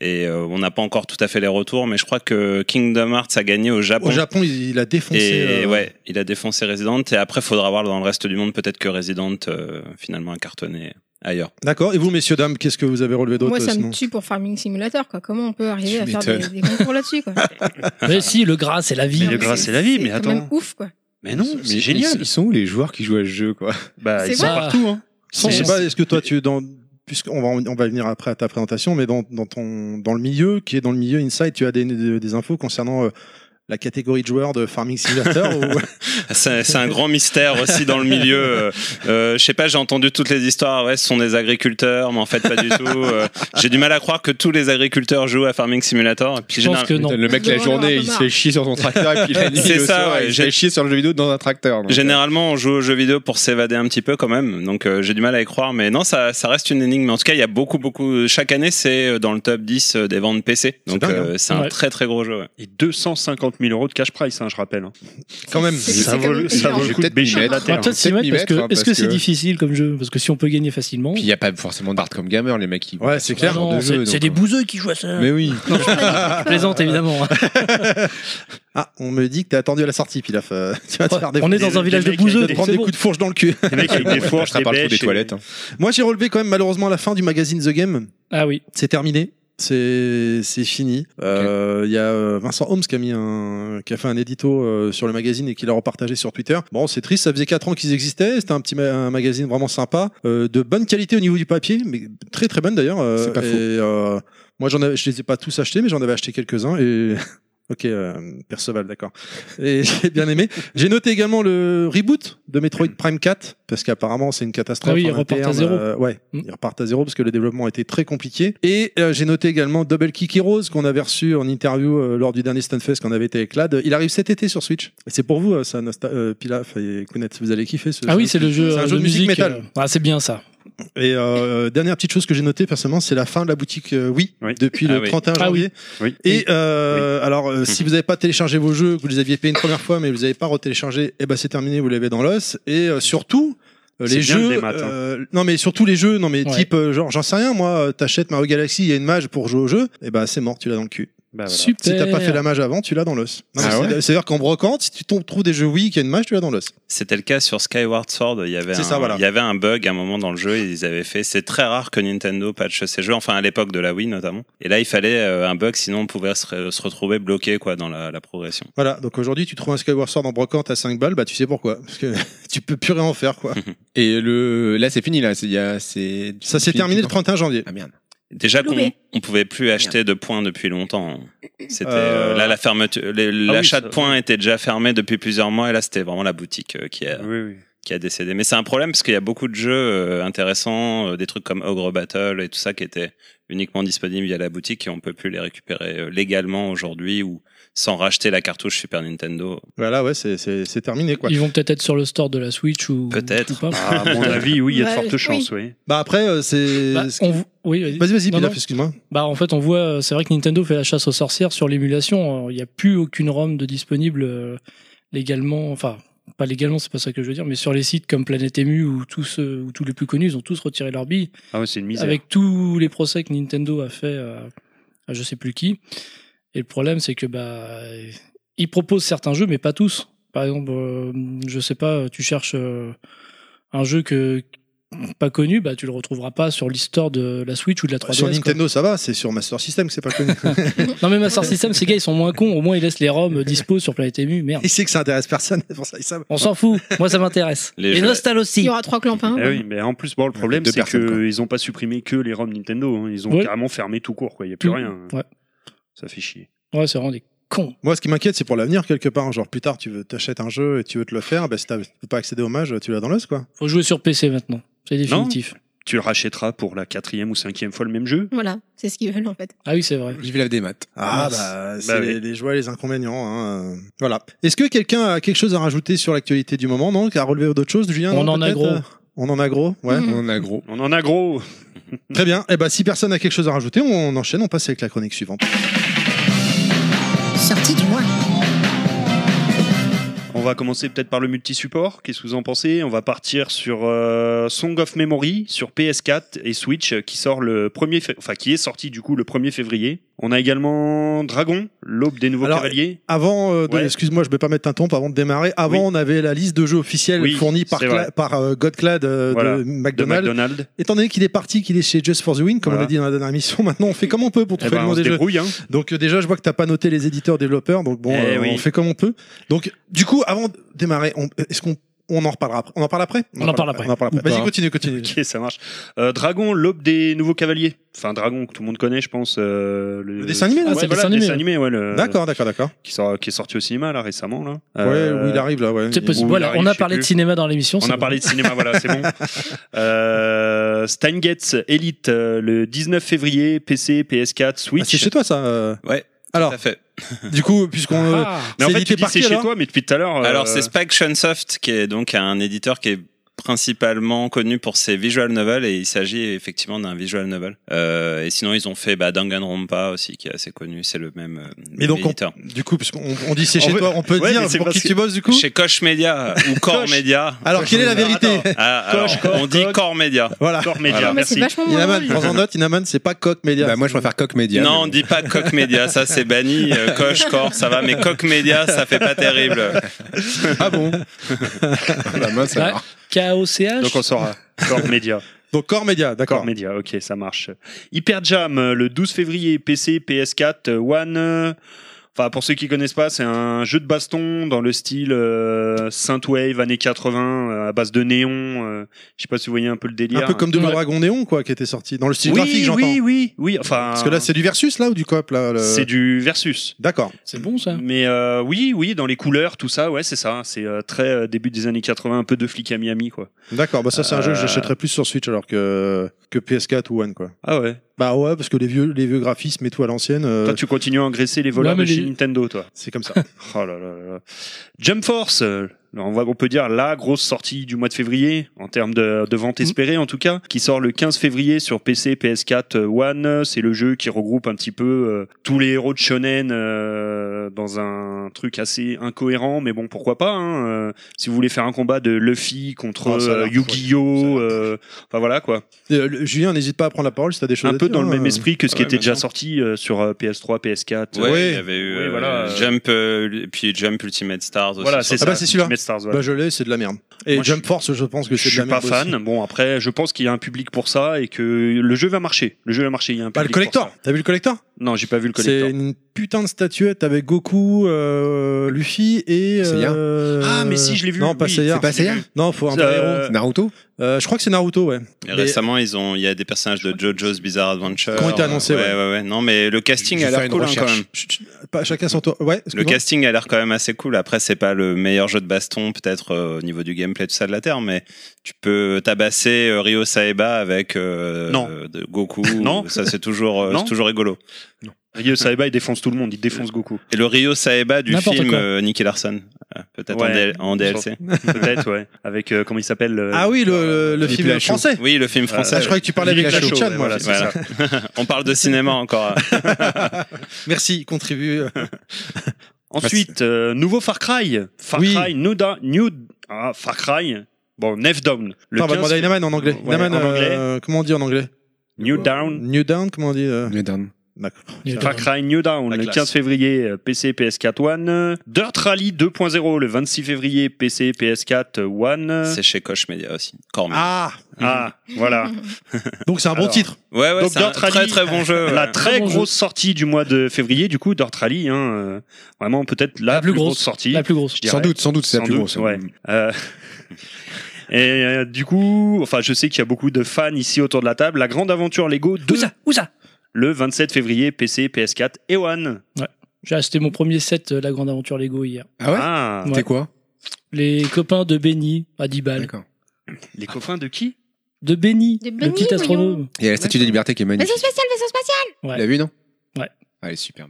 [SPEAKER 8] et euh, on n'a pas encore tout à fait les retours, mais je crois que Kingdom Hearts a gagné au Japon.
[SPEAKER 3] Au Japon, il, il a défoncé.
[SPEAKER 8] et
[SPEAKER 3] euh,
[SPEAKER 8] ouais, il a défoncé Resident. Et après, faudra voir dans le reste du monde peut-être que Resident euh, finalement a cartonné ailleurs.
[SPEAKER 3] D'accord. Et vous, messieurs, dames, qu'est-ce que vous avez relevé d'autre
[SPEAKER 4] Moi,
[SPEAKER 3] euh,
[SPEAKER 4] ça
[SPEAKER 3] sinon
[SPEAKER 4] me tue pour Farming Simulator. Quoi. Comment on peut arriver
[SPEAKER 7] Tu
[SPEAKER 4] à faire des, des
[SPEAKER 7] m'étonnes.
[SPEAKER 4] concours là-dessus
[SPEAKER 6] <laughs>
[SPEAKER 4] quoi.
[SPEAKER 5] Mais si, le gras, c'est la vie.
[SPEAKER 6] Mais le gras, c'est la vie, mais
[SPEAKER 4] quand
[SPEAKER 6] attends.
[SPEAKER 4] même ouf, quoi.
[SPEAKER 6] Mais non, mais
[SPEAKER 7] Ils-
[SPEAKER 6] génial.
[SPEAKER 7] Ils sont où les joueurs qui jouent à ce jeu quoi
[SPEAKER 6] <laughs> Bah,
[SPEAKER 4] C'est
[SPEAKER 6] ils sont
[SPEAKER 5] vrai
[SPEAKER 6] partout. Hein.
[SPEAKER 3] Je sais pas, est-ce que toi, tu dans puisqu'on va on va venir après à ta présentation, mais dans, dans ton dans le milieu qui est dans le milieu inside, tu as des, des, des infos concernant euh, la catégorie de joueurs de
[SPEAKER 8] <laughs>
[SPEAKER 3] Farming Simulator ou-
[SPEAKER 8] C'est c'est un grand mystère aussi dans le milieu. Euh, euh, je sais pas, j'ai entendu toutes les histoires. Ouais, ce sont des agriculteurs, mais en fait pas du tout. Euh, j'ai du mal à croire que tous les agriculteurs jouent à Farming Simulator. Et puis,
[SPEAKER 5] Je pense
[SPEAKER 8] général-
[SPEAKER 5] que non.
[SPEAKER 7] Le mec
[SPEAKER 4] Ils
[SPEAKER 7] la
[SPEAKER 4] doivent en
[SPEAKER 7] journée,
[SPEAKER 4] avoir un peu
[SPEAKER 7] il se
[SPEAKER 4] marre.
[SPEAKER 7] fait chier sur son
[SPEAKER 6] <laughs>
[SPEAKER 7] tracteur et puis la nuit
[SPEAKER 8] C'est
[SPEAKER 7] le
[SPEAKER 8] ça,
[SPEAKER 7] soir,
[SPEAKER 8] ouais,
[SPEAKER 7] il se
[SPEAKER 8] j'ai-
[SPEAKER 7] fait chier sur le jeu vidéo dans un tracteur. donc,
[SPEAKER 8] Généralement, on joue aux jeux vidéo pour s'évader un petit peu quand même. Donc, euh, j'ai du mal à y croire. Mais non, ça, ça reste une énigme. En tout cas, il y a beaucoup, beaucoup. Chaque année, c'est euh, dans le top 10 des ventes PC.
[SPEAKER 3] C'est
[SPEAKER 8] Donc,
[SPEAKER 3] dingue,
[SPEAKER 7] hein.
[SPEAKER 8] euh, c'est un
[SPEAKER 5] Ouais.
[SPEAKER 8] très, très gros jeu. ouais.
[SPEAKER 6] Et 250 000 euros de cash prize, hein, je rappelle. hein.
[SPEAKER 3] quand même
[SPEAKER 4] C'est-
[SPEAKER 6] Ça
[SPEAKER 4] c'est
[SPEAKER 6] vaut,
[SPEAKER 4] quand même
[SPEAKER 6] le- ça
[SPEAKER 4] énorme.
[SPEAKER 6] vaut le
[SPEAKER 7] J'ai
[SPEAKER 6] coup de
[SPEAKER 7] peut-être mis
[SPEAKER 6] bécher
[SPEAKER 7] la
[SPEAKER 6] la
[SPEAKER 5] On va
[SPEAKER 6] terre.
[SPEAKER 5] peut-être s'y
[SPEAKER 7] peut-être
[SPEAKER 5] mettre
[SPEAKER 7] m'y
[SPEAKER 5] parce que
[SPEAKER 7] mettre, hein,
[SPEAKER 5] est-ce que
[SPEAKER 7] parce
[SPEAKER 5] c'est
[SPEAKER 7] que-
[SPEAKER 5] difficile comme jeu Parce que si on peut gagner facilement.
[SPEAKER 7] Puis euh. il y a pas forcément d'art comme gamer, les mecs qui.
[SPEAKER 3] Ouais, c'est
[SPEAKER 5] Ah
[SPEAKER 3] clair.
[SPEAKER 7] genre de
[SPEAKER 5] non,
[SPEAKER 7] jeu,
[SPEAKER 5] C'est c'est
[SPEAKER 7] donc,
[SPEAKER 5] des
[SPEAKER 6] <laughs>
[SPEAKER 7] euh.
[SPEAKER 5] bouseux qui jouent à ça. <laughs>
[SPEAKER 7] Mais oui.
[SPEAKER 5] Je plaisante évidemment.
[SPEAKER 3] Ah, on me dit que t'as attendu à la sortie, Pilaf. Euh, <laughs> tu vas te faire des...
[SPEAKER 5] on est
[SPEAKER 6] des-
[SPEAKER 5] dans un
[SPEAKER 6] des
[SPEAKER 5] village de
[SPEAKER 6] mecs avec
[SPEAKER 5] bouseux.
[SPEAKER 3] te prendre des coups de fourche dans le cul.
[SPEAKER 6] Les mecs
[SPEAKER 3] <laughs>
[SPEAKER 6] avec des fourches,
[SPEAKER 7] ça
[SPEAKER 6] des
[SPEAKER 7] parle trop
[SPEAKER 6] bêches.
[SPEAKER 7] des
[SPEAKER 6] et-
[SPEAKER 7] toilettes. hein.
[SPEAKER 3] Moi, j'ai relevé quand même malheureusement la fin du magazine The Game.
[SPEAKER 5] Ah oui.
[SPEAKER 3] C'est terminé. C'est c'est fini. Euh, Il y a euh, Vincent Holmes qui a mis un qui a fait un édito euh, sur le magazine et qui l'a repartagé sur Twitter. Bon, c'est triste. Ça faisait quatre ans qu'ils existaient. C'était un petit ma- un magazine vraiment sympa, euh, de bonne qualité au niveau du papier, mais très très bonne d'ailleurs. euh,
[SPEAKER 7] C'est pas faux.
[SPEAKER 3] et, euh, moi, j'en avais, je les ai pas tous achetés, mais j'en avais acheté quelques uns et <laughs> Ok, euh, Perceval, d'accord. Et <laughs> j'ai bien aimé. J'ai noté également le reboot de Metroid
[SPEAKER 7] Hmm.
[SPEAKER 3] Prime 4 parce qu'apparemment c'est une catastrophe.
[SPEAKER 5] Ah oui, ils
[SPEAKER 3] en
[SPEAKER 5] repartent à
[SPEAKER 3] interne,
[SPEAKER 5] zéro.
[SPEAKER 3] euh, ouais,
[SPEAKER 5] Mm.
[SPEAKER 3] ils repartent à zéro parce que le développement était très compliqué. Et euh, j'ai noté également Double Kick Heroes qu'on avait reçu en interview euh, lors du dernier Stunfest qu'on avait été avec Lad. Il arrive cet été sur Switch. Et c'est pour vous, euh, ça, Nasta- euh, Pilaf et Kounet, vous allez kiffer ce
[SPEAKER 5] Ah oui,
[SPEAKER 3] jeu.
[SPEAKER 5] c'est le jeu,
[SPEAKER 3] C'est un
[SPEAKER 5] euh,
[SPEAKER 3] jeu de musique métal.
[SPEAKER 5] euh, Ah, c'est bien ça.
[SPEAKER 3] Et euh, dernière petite chose que j'ai notée personnellement, c'est la fin de la boutique euh, Wii
[SPEAKER 6] Oui.
[SPEAKER 3] depuis
[SPEAKER 8] Ah
[SPEAKER 3] le
[SPEAKER 8] oui.
[SPEAKER 3] 31
[SPEAKER 5] Ah
[SPEAKER 3] janvier.
[SPEAKER 6] Oui. Mm.
[SPEAKER 3] Et euh, alors, euh, si vous n'avez pas téléchargé vos jeux, que vous les aviez payés une première fois, mais vous n'avez pas retéléchargé, eh ben c'est terminé, vous l'avez dans l'os. Et euh, surtout. euh,
[SPEAKER 6] C'est
[SPEAKER 3] Les
[SPEAKER 6] bien le
[SPEAKER 3] jeux,
[SPEAKER 6] démat, hein.
[SPEAKER 3] euh, non mais surtout les jeux, non mais
[SPEAKER 5] Ouais.
[SPEAKER 3] type euh, genre j'en sais rien moi, euh, t'achètes Mario Galaxy, il y a une mage pour jouer au jeu, et eh ben c'est mort, tu l'as dans le cul.
[SPEAKER 6] Bah, voilà.
[SPEAKER 5] Super.
[SPEAKER 3] Si t'as pas fait la mage avant, tu l'as dans l'os. Non, mais
[SPEAKER 7] Ah
[SPEAKER 3] c'est-
[SPEAKER 7] ouais
[SPEAKER 3] C'est-à-dire qu'en brocante, si tu tombes- trouves des jeux Wii qui a une mage, tu l'as dans l'os.
[SPEAKER 8] C'était le cas sur Skyward Sword. Il y avait,
[SPEAKER 3] C'est
[SPEAKER 8] un,
[SPEAKER 3] ça, voilà.
[SPEAKER 8] il y avait un bug à un moment dans le jeu. Ils avaient fait. C'est très rare que Nintendo patche ses jeux. Enfin, à l'époque de la Wii notamment. Et là, il fallait euh, un bug, sinon on pouvait se, re- se retrouver bloqué quoi dans la, la progression.
[SPEAKER 3] Voilà, donc aujourd'hui, tu trouves un Skyward Sword en brocante à 5 balles, bah tu sais pourquoi. Parce que <laughs> tu peux plus rien en
[SPEAKER 6] <laughs>
[SPEAKER 3] faire, quoi.
[SPEAKER 7] Et le... là, c'est fini, là. c'est- il y a- c'est-
[SPEAKER 3] Ça s'est
[SPEAKER 7] Puis-
[SPEAKER 3] terminé le 31 janvier.
[SPEAKER 7] Ah merde.
[SPEAKER 8] Déjà qu'on
[SPEAKER 4] Loupé.
[SPEAKER 8] on pouvait plus acheter de points depuis longtemps. C'était
[SPEAKER 3] Euh,
[SPEAKER 8] euh, là la fermeture, les-
[SPEAKER 6] Ah oui,
[SPEAKER 8] l'achat
[SPEAKER 6] ça-
[SPEAKER 8] de points était déjà fermé depuis plusieurs mois. Et là, c'était vraiment la boutique euh, qui a
[SPEAKER 6] Oui, oui.
[SPEAKER 8] qui a décédé. Mais c'est un problème parce qu'il y a beaucoup de jeux euh, intéressants, euh, des trucs comme Ogre Battle et tout ça qui étaient uniquement disponibles via la boutique et on peut plus les récupérer euh, légalement aujourd'hui ou sans racheter la cartouche Super Nintendo.
[SPEAKER 3] Voilà, ouais, c'est- c'est c'est terminé, quoi.
[SPEAKER 5] Ils vont peut-être être sur le store de la Switch
[SPEAKER 6] <laughs>
[SPEAKER 5] ou
[SPEAKER 8] Peut-être.
[SPEAKER 5] ou pas.
[SPEAKER 6] Ah, à mon avis, oui, il y a de
[SPEAKER 4] Ouais,
[SPEAKER 6] fortes
[SPEAKER 4] oui.
[SPEAKER 6] chances, oui.
[SPEAKER 3] Bah après, euh, c'est.
[SPEAKER 5] Bah,
[SPEAKER 3] ce qui-
[SPEAKER 5] on v- oui, vas-y.
[SPEAKER 3] Vas-y, vas-y,
[SPEAKER 5] Non,
[SPEAKER 3] Pilaf,
[SPEAKER 5] non.
[SPEAKER 3] excuse-moi.
[SPEAKER 5] Bah en fait on voit, euh, c'est vrai que Nintendo fait la chasse aux sorcières sur l'émulation. Euh, Il n'y a plus aucune ROM de disponible euh, légalement, enfin pas légalement, c'est pas ça que je veux dire, mais sur les sites comme Planète Emu ou tous euh, ou tous les plus connus, ils ont tous retiré leur bille
[SPEAKER 6] Ah, ouais, c'est une misère.
[SPEAKER 5] avec tous les procès que Nintendo a fait euh, à je sais plus qui. Et le problème c'est que bah ils proposent certains jeux mais pas tous. Par exemple, euh, je sais pas, tu cherches euh, un jeu que pas connu, bah tu le retrouveras pas sur l'histoire de la Switch ou de la 3DS.
[SPEAKER 3] Sur
[SPEAKER 5] quoi.
[SPEAKER 3] Nintendo, ça va, c'est sur Master System que c'est pas connu.
[SPEAKER 5] <laughs>
[SPEAKER 3] <laughs>
[SPEAKER 5] Non mais Master System, ces gars ils sont moins cons, au moins ils laissent les
[SPEAKER 3] <laughs>
[SPEAKER 5] ROM dispo sur Planète Ému, merde.
[SPEAKER 3] Il sait que ça intéresse personne, c'est pour ça, ils savent.
[SPEAKER 5] On s'en fout, moi ça m'intéresse.
[SPEAKER 8] Les
[SPEAKER 5] Et
[SPEAKER 8] jeux-
[SPEAKER 5] Nostal
[SPEAKER 4] Il y
[SPEAKER 5] aussi.
[SPEAKER 4] aura trois clampins.
[SPEAKER 6] Eh oui, mais en plus, bon, le problème,
[SPEAKER 7] deux
[SPEAKER 6] c'est
[SPEAKER 7] personnes, quoi.
[SPEAKER 6] qu'ils n'ont pas supprimé que les ROM Nintendo. hein. Ils ont
[SPEAKER 5] Ouais.
[SPEAKER 6] carrément fermé tout court, quoi. Il n'y a plus
[SPEAKER 5] Tout.
[SPEAKER 6] rien. hein.
[SPEAKER 5] Ouais.
[SPEAKER 6] Ça fait chier.
[SPEAKER 5] Ouais, c'est vraiment des cons.
[SPEAKER 3] Moi, ce qui m'inquiète, c'est pour l'avenir, quelque part. Genre, plus tard, tu veux t'achètes un jeu et tu veux te le faire, bah, si t'as- tu peux pas accéder au mage, tu l'as dans l'os, quoi.
[SPEAKER 5] Faut jouer sur PC maintenant, c'est définitif.
[SPEAKER 6] Tu le rachèteras pour la quatrième ou cinquième fois le même jeu
[SPEAKER 4] Voilà, c'est ce qu'ils veulent en fait.
[SPEAKER 5] Ah oui, c'est vrai.
[SPEAKER 7] Vive la démat.
[SPEAKER 3] Ah,
[SPEAKER 5] Mince.
[SPEAKER 3] bah, c'est
[SPEAKER 6] Bah
[SPEAKER 3] les,
[SPEAKER 6] oui.
[SPEAKER 3] les joies et les inconvénients. hein, euh. Voilà. Est-ce que quelqu'un a quelque chose à rajouter sur l'actualité du moment, non À relever d'autres choses, Julien
[SPEAKER 5] On
[SPEAKER 3] non,
[SPEAKER 5] en a
[SPEAKER 3] peut-être
[SPEAKER 5] gros. Mm-hmm.
[SPEAKER 3] Euh, On en a gros, ouais.
[SPEAKER 4] Mhm.
[SPEAKER 7] On a gros.
[SPEAKER 6] On en a gros
[SPEAKER 3] Très bien. Eh ben, si personne a quelque chose à rajouter, on enchaîne, on passe avec la chronique suivante.
[SPEAKER 1] Sortie du mois.
[SPEAKER 6] On va commencer peut-être par le multi-support. Qu'est-ce que vous en pensez On va partir sur euh, Song of Memory sur PS4 et Switch euh, qui sort le premier fév- enfin qui est sorti du coup le 1er février. On a également Dragon, l'aube des nouveaux
[SPEAKER 3] Alors,
[SPEAKER 6] cavaliers.
[SPEAKER 3] Avant, euh, de-
[SPEAKER 6] Ouais.
[SPEAKER 3] excuse-moi, je vais pas mettre un ton avant de démarrer. Avant,
[SPEAKER 6] Oui.
[SPEAKER 3] on avait la liste de jeux officiels
[SPEAKER 6] Oui,
[SPEAKER 3] fournis par,
[SPEAKER 6] c'est vrai.
[SPEAKER 3] Cla- par euh, Godclad euh,
[SPEAKER 6] Voilà,
[SPEAKER 3] de
[SPEAKER 6] De
[SPEAKER 3] McDonald's.
[SPEAKER 6] McDonald's.
[SPEAKER 3] Étant donné qu'il est parti, qu'il est chez Just for the Win, comme on
[SPEAKER 6] Voilà.
[SPEAKER 3] l'a dit dans la dernière émission, maintenant on fait comme on peut pour
[SPEAKER 6] Eh
[SPEAKER 3] trouver
[SPEAKER 6] ben,
[SPEAKER 3] le nom
[SPEAKER 6] on se
[SPEAKER 3] des jeux.
[SPEAKER 6] débrouille, hein.
[SPEAKER 3] Donc euh, déjà, je vois que t'as pas noté les éditeurs développeurs, donc bon,
[SPEAKER 6] Eh
[SPEAKER 3] euh,
[SPEAKER 6] oui.
[SPEAKER 3] on fait comme on peut. Donc du coup, avant de démarrer, on- euh, est-ce qu'on on en reparlera après On en parle après
[SPEAKER 5] On en parle après.
[SPEAKER 3] On en parle
[SPEAKER 7] Ou
[SPEAKER 3] après. Vas-y,
[SPEAKER 7] pas.
[SPEAKER 3] continue, continue.
[SPEAKER 6] Hein. <laughs> Ok, ça marche. Euh, Dragon, l'aube des nouveaux cavaliers. Enfin, Dragon que tout le monde connaît, je pense. euh, le...
[SPEAKER 3] Le dessin animé, là
[SPEAKER 5] Ah,
[SPEAKER 6] Ouais,
[SPEAKER 5] c'est le
[SPEAKER 6] voilà,
[SPEAKER 5] dessin
[SPEAKER 6] le
[SPEAKER 5] animé.
[SPEAKER 6] dessin animé, ouais, le-
[SPEAKER 3] D'accord, d'accord, d'accord.
[SPEAKER 6] Qui, sort- qui est sorti au cinéma là récemment là.
[SPEAKER 3] Ouais,
[SPEAKER 6] Euh,
[SPEAKER 3] où il arrive là, ouais.
[SPEAKER 5] C'est possible.
[SPEAKER 6] Ou
[SPEAKER 5] Voilà,
[SPEAKER 6] Larry,
[SPEAKER 5] on a
[SPEAKER 6] je sais
[SPEAKER 5] parlé de
[SPEAKER 6] plus.
[SPEAKER 5] cinéma dans l'émission.
[SPEAKER 6] On
[SPEAKER 5] c'est
[SPEAKER 6] a
[SPEAKER 5] bon.
[SPEAKER 6] parlé de cinéma, voilà, c'est
[SPEAKER 5] <laughs>
[SPEAKER 6] bon. Euh, Steingate Elite, euh, le 19 février, PC, PS4,
[SPEAKER 3] Ah, c'est
[SPEAKER 6] Switch.
[SPEAKER 3] chez toi ça. euh.
[SPEAKER 8] Ouais.
[SPEAKER 3] Alors,
[SPEAKER 8] Tout à fait.
[SPEAKER 6] <laughs>
[SPEAKER 3] du coup, puisqu'on euh,
[SPEAKER 5] Ah,
[SPEAKER 6] Mais en
[SPEAKER 3] c'est
[SPEAKER 6] fait,
[SPEAKER 3] édité
[SPEAKER 6] tu dis
[SPEAKER 3] par hein
[SPEAKER 6] c'est
[SPEAKER 3] qui,
[SPEAKER 6] chez
[SPEAKER 3] alors
[SPEAKER 6] toi, mais depuis tout à l'heure. euh,
[SPEAKER 8] Alors c'est Spike Chunsoft qui est donc un éditeur qui est principalement connu pour ses visual novels et il s'agit effectivement d'un visual novel. Euh, et sinon ils ont fait bah, Danganronpa aussi qui est assez connu, c'est le même, euh,
[SPEAKER 3] Mais
[SPEAKER 8] même
[SPEAKER 3] donc, on-
[SPEAKER 8] éditeur.
[SPEAKER 3] du coup, puisqu'on on dit c'est
[SPEAKER 6] En
[SPEAKER 3] chez
[SPEAKER 6] vrai-
[SPEAKER 3] toi, on peut
[SPEAKER 6] Ouais,
[SPEAKER 3] dire
[SPEAKER 6] mais c'est
[SPEAKER 3] pour
[SPEAKER 6] parce
[SPEAKER 3] qui
[SPEAKER 6] que-
[SPEAKER 3] tu bosses du coup.
[SPEAKER 8] Chez Koch Media ou Core
[SPEAKER 6] Koch.
[SPEAKER 8] Media.
[SPEAKER 3] Alors, quelle est la vérité
[SPEAKER 8] Ah, alors,
[SPEAKER 6] Koch, Koch,
[SPEAKER 8] on dit
[SPEAKER 6] Koch.
[SPEAKER 8] Core Media.
[SPEAKER 3] Voilà.
[SPEAKER 6] Thor Media,
[SPEAKER 8] Voilà.
[SPEAKER 4] Ah, mais c'est
[SPEAKER 6] merci.
[SPEAKER 4] vachement moins
[SPEAKER 3] Inaman,
[SPEAKER 4] drôle.
[SPEAKER 3] prends en note, Inaman, c'est pas Coq Média.
[SPEAKER 7] Bah, moi, je préfère Coq Média.
[SPEAKER 8] Non, on
[SPEAKER 7] mais
[SPEAKER 8] dit pas Coq Média, ça c'est banni. Euh, Coche, Core, ça va, mais Coq Média, ça fait pas terrible.
[SPEAKER 3] <laughs>
[SPEAKER 8] <laughs>
[SPEAKER 3] Ah bon
[SPEAKER 7] bon.
[SPEAKER 8] Bah,
[SPEAKER 7] la main, ça
[SPEAKER 5] Ouais.
[SPEAKER 7] va.
[SPEAKER 5] KOCH
[SPEAKER 6] Donc on saura. Thor Media.
[SPEAKER 3] <laughs> Donc Core Média, d'accord.
[SPEAKER 6] Thor Media, ok, ça marche. Hyper Jam, euh, le 12 février, PC, PS4, euh, One. euh, Enfin, pour ceux qui connaissent pas, c'est un jeu de baston dans le style euh, Synthwave années 80 euh, à base de néon. euh, Je sais pas si vous voyez un peu le délire.
[SPEAKER 3] Un peu comme de
[SPEAKER 5] Ouais.
[SPEAKER 3] Dragon Néon, quoi, qui était sorti. Dans le style
[SPEAKER 6] oui,
[SPEAKER 3] graphique, j'entends.
[SPEAKER 6] Oui, oui, oui. Enfin,
[SPEAKER 3] Parce que là, c'est du versus, là, ou du coop, là le-
[SPEAKER 6] c'est du versus.
[SPEAKER 3] D'accord.
[SPEAKER 5] C'est bon ça.
[SPEAKER 6] Mais euh, oui, oui, dans les couleurs, tout ça, ouais, c'est ça. C'est euh, très euh, début des années 80, un peu de flic à Miami, quoi.
[SPEAKER 3] D'accord. Bah, ça, c'est un
[SPEAKER 6] Euh,
[SPEAKER 3] jeu que j'achèterais plus sur Switch, alors que, que PS4 ou One, quoi.
[SPEAKER 6] Ah ouais.
[SPEAKER 3] Bah ouais, parce que les vieux, les vieux graphismes et tout à l'ancienne, euh,
[SPEAKER 6] Toi, tu continues à engraisser les voleurs
[SPEAKER 5] Ouais, mais
[SPEAKER 6] de chez
[SPEAKER 5] les-
[SPEAKER 6] Nintendo, toi.
[SPEAKER 3] c'est comme ça.
[SPEAKER 6] Oh là là là là. Jump Force, euh, Alors, on, va, on peut dire la grosse sortie du mois de février, en termes de, de vente espérée en tout cas, qui sort le 15 février sur PC, PS4, euh, One. C'est le jeu qui regroupe un petit peu euh, tous les héros de Shonen euh, dans un truc assez incohérent, mais bon, pourquoi pas. hein, euh, si vous voulez faire un combat de Luffy contre
[SPEAKER 7] Oh, ça a
[SPEAKER 6] euh,
[SPEAKER 7] l'air fou,
[SPEAKER 6] Yu-Gi-Oh!
[SPEAKER 7] ouais. Ça a l'air
[SPEAKER 6] euh, Enfin voilà quoi.
[SPEAKER 3] Euh, le- Julien, n'hésite pas à prendre la parole si t'as des choses
[SPEAKER 6] Un
[SPEAKER 3] à
[SPEAKER 6] peu
[SPEAKER 3] dire,
[SPEAKER 6] dans le
[SPEAKER 3] hein.
[SPEAKER 6] même esprit que ce qui
[SPEAKER 8] ouais,
[SPEAKER 6] était
[SPEAKER 8] bien
[SPEAKER 6] déjà
[SPEAKER 8] sûr.
[SPEAKER 6] sorti euh, sur euh, PS3, PS4.
[SPEAKER 8] Ouais,
[SPEAKER 6] euh,
[SPEAKER 3] Ouais.
[SPEAKER 8] il y avait eu
[SPEAKER 6] Oui,
[SPEAKER 8] euh,
[SPEAKER 6] voilà.
[SPEAKER 8] Jump, euh, puis Jump Ultimate Stars aussi.
[SPEAKER 6] Voilà, c'est
[SPEAKER 3] Ah
[SPEAKER 6] ça.
[SPEAKER 3] bah, c'est celui-là.
[SPEAKER 6] Ultimate Stars, voilà.
[SPEAKER 3] Bah, je l'ai, c'est de la merde. Et
[SPEAKER 6] Moi, je-
[SPEAKER 3] Jump Force, je pense que
[SPEAKER 6] je
[SPEAKER 3] c'est de
[SPEAKER 6] suis
[SPEAKER 3] la
[SPEAKER 6] pas
[SPEAKER 3] merde.
[SPEAKER 6] fan.
[SPEAKER 3] aussi.
[SPEAKER 6] Bon, après, je pense qu'il y a un public pour ça et que le jeu va marcher. Le jeu va marcher. Il y a un
[SPEAKER 3] Pas Bah, le
[SPEAKER 6] public pour
[SPEAKER 3] collector.
[SPEAKER 6] ça.
[SPEAKER 3] T'as vu le collector
[SPEAKER 6] Non, j'ai pas vu le
[SPEAKER 3] C'est
[SPEAKER 6] collector.
[SPEAKER 3] une putain de statuette avec Goku, euh, Luffy et.
[SPEAKER 7] Seiya
[SPEAKER 3] euh,
[SPEAKER 6] Ah, mais si, je l'ai vu.
[SPEAKER 3] Non, pas
[SPEAKER 6] oui.
[SPEAKER 3] Seiya.
[SPEAKER 7] C'est pas
[SPEAKER 6] Je l'ai
[SPEAKER 7] Seiya
[SPEAKER 6] vu.
[SPEAKER 3] Non, faut un
[SPEAKER 6] Euh,
[SPEAKER 3] vrai héros.
[SPEAKER 6] euh,
[SPEAKER 7] Naruto
[SPEAKER 3] Euh, je crois que c'est Naruto, ouais.
[SPEAKER 8] Et récemment, ils ont, il y a des personnages de JoJo's Bizarre Adventure.
[SPEAKER 3] Qui ont été annoncés,
[SPEAKER 8] ouais.
[SPEAKER 3] ouais.
[SPEAKER 8] ouais, ouais. Non, mais le casting
[SPEAKER 7] Je vais
[SPEAKER 8] a
[SPEAKER 7] faire
[SPEAKER 8] l'air
[SPEAKER 7] une
[SPEAKER 8] cool hein, quand
[SPEAKER 7] recherche.
[SPEAKER 8] même.
[SPEAKER 3] Chut, chut, pas- chacun son tour. Ouais,
[SPEAKER 8] Le
[SPEAKER 3] excuse-moi.
[SPEAKER 8] casting a l'air quand même assez cool. Après, c'est pas le meilleur jeu de baston, peut-être euh, au niveau du gameplay, tout ça de la Terre, mais tu peux tabasser euh, Ryo Saeba avec euh,
[SPEAKER 6] Non.
[SPEAKER 8] euh, de Goku.
[SPEAKER 6] <laughs> Non.
[SPEAKER 8] Ça, c'est toujours, euh,
[SPEAKER 6] Non.
[SPEAKER 8] c'est toujours rigolo.
[SPEAKER 6] Ryo Saeba, il défonce tout le monde. Il
[SPEAKER 3] Euh.
[SPEAKER 6] défonce Goku.
[SPEAKER 8] Et le Ryo Saeba du
[SPEAKER 5] N'importe
[SPEAKER 8] film
[SPEAKER 5] quoi.
[SPEAKER 8] euh, Nicky Larson. Ah, peut-être en
[SPEAKER 6] Ouais.
[SPEAKER 8] DL- en, DLC.
[SPEAKER 6] Peut-être, ouais.
[SPEAKER 3] <laughs>
[SPEAKER 6] Avec, euh, comment il s'appelle euh,
[SPEAKER 3] Ah oui, le, le, le
[SPEAKER 7] Philippe
[SPEAKER 3] film
[SPEAKER 7] Lachaud.
[SPEAKER 3] français.
[SPEAKER 8] Oui, le film français.
[SPEAKER 3] Ah, je croyais que tu parlais
[SPEAKER 6] Philippe
[SPEAKER 3] avec Jackie
[SPEAKER 6] Lachaud,
[SPEAKER 3] Chan,
[SPEAKER 6] ouais,
[SPEAKER 3] moi.
[SPEAKER 6] voilà,
[SPEAKER 3] c'est
[SPEAKER 6] c'est
[SPEAKER 3] ça.
[SPEAKER 8] Voilà. <laughs> On parle de cinéma encore. euh,
[SPEAKER 3] Merci, contribue.
[SPEAKER 6] <laughs> Ensuite, euh, nouveau Far Cry. Far
[SPEAKER 3] Oui.
[SPEAKER 6] Cry, New, Da- New- ah, Far Cry. Bon, Nef Down. Le
[SPEAKER 3] Attends, on
[SPEAKER 6] 15
[SPEAKER 3] va demander à Inaman en anglais.
[SPEAKER 6] Ouais,
[SPEAKER 3] Inaman,
[SPEAKER 6] en anglais.
[SPEAKER 3] euh, comment on dit en anglais
[SPEAKER 6] New Down.
[SPEAKER 3] New Down, comment on dit euh,
[SPEAKER 7] Moderne.
[SPEAKER 3] D'accord.
[SPEAKER 6] Far Cry New Down,
[SPEAKER 3] La
[SPEAKER 6] le
[SPEAKER 3] classe.
[SPEAKER 6] 15 février, euh, PC, PS4, One. Euh, Dirt Rally 2.0, le 26 février, PC, PS4, One.
[SPEAKER 8] C'est chez Koch Media aussi. Cormier.
[SPEAKER 3] Ah,
[SPEAKER 6] Ah, <laughs> voilà.
[SPEAKER 3] donc c'est un bon
[SPEAKER 6] Alors.
[SPEAKER 3] titre.
[SPEAKER 8] ouais, ouais,
[SPEAKER 6] donc
[SPEAKER 8] c'est un
[SPEAKER 6] Dirt Rally,
[SPEAKER 8] très très bon jeu.
[SPEAKER 6] La
[SPEAKER 8] ouais.
[SPEAKER 6] très
[SPEAKER 5] bon jeu.
[SPEAKER 6] grosse sortie du mois de février, du coup, Dirt Rally, hein, euh, vraiment peut-être la, plus grosse, sortie.
[SPEAKER 5] La plus grosse.
[SPEAKER 6] je dirais.
[SPEAKER 7] Sans doute, sans doute, c'est la
[SPEAKER 6] Sans
[SPEAKER 7] plus
[SPEAKER 6] doute,
[SPEAKER 7] grosse.
[SPEAKER 6] ouais. Euh, <laughs> Et euh, du coup, enfin, je sais qu'il y a beaucoup de fans ici autour de la table. La grande aventure Lego 2,
[SPEAKER 5] Où ça Où ça
[SPEAKER 6] le 27 février, PC, PS4 et One.
[SPEAKER 5] J'ai acheté mon premier set euh, La Grande Aventure Lego hier.
[SPEAKER 7] Ah ouais
[SPEAKER 6] Ah,
[SPEAKER 5] Ouais.
[SPEAKER 7] T'es quoi
[SPEAKER 5] Les copains de Benny à 10 balles.
[SPEAKER 7] D'accord.
[SPEAKER 6] les copains de qui
[SPEAKER 5] De Benny,
[SPEAKER 4] De
[SPEAKER 5] le
[SPEAKER 4] Benny,
[SPEAKER 5] petit astronome.
[SPEAKER 7] Il y a la statue des libertés qui est magnifique.
[SPEAKER 4] Vaisseau spatial, vaisseau spatial <laughs>
[SPEAKER 7] Tu l'as vu, non
[SPEAKER 5] Ouais.
[SPEAKER 7] Ah, Elle est superbe.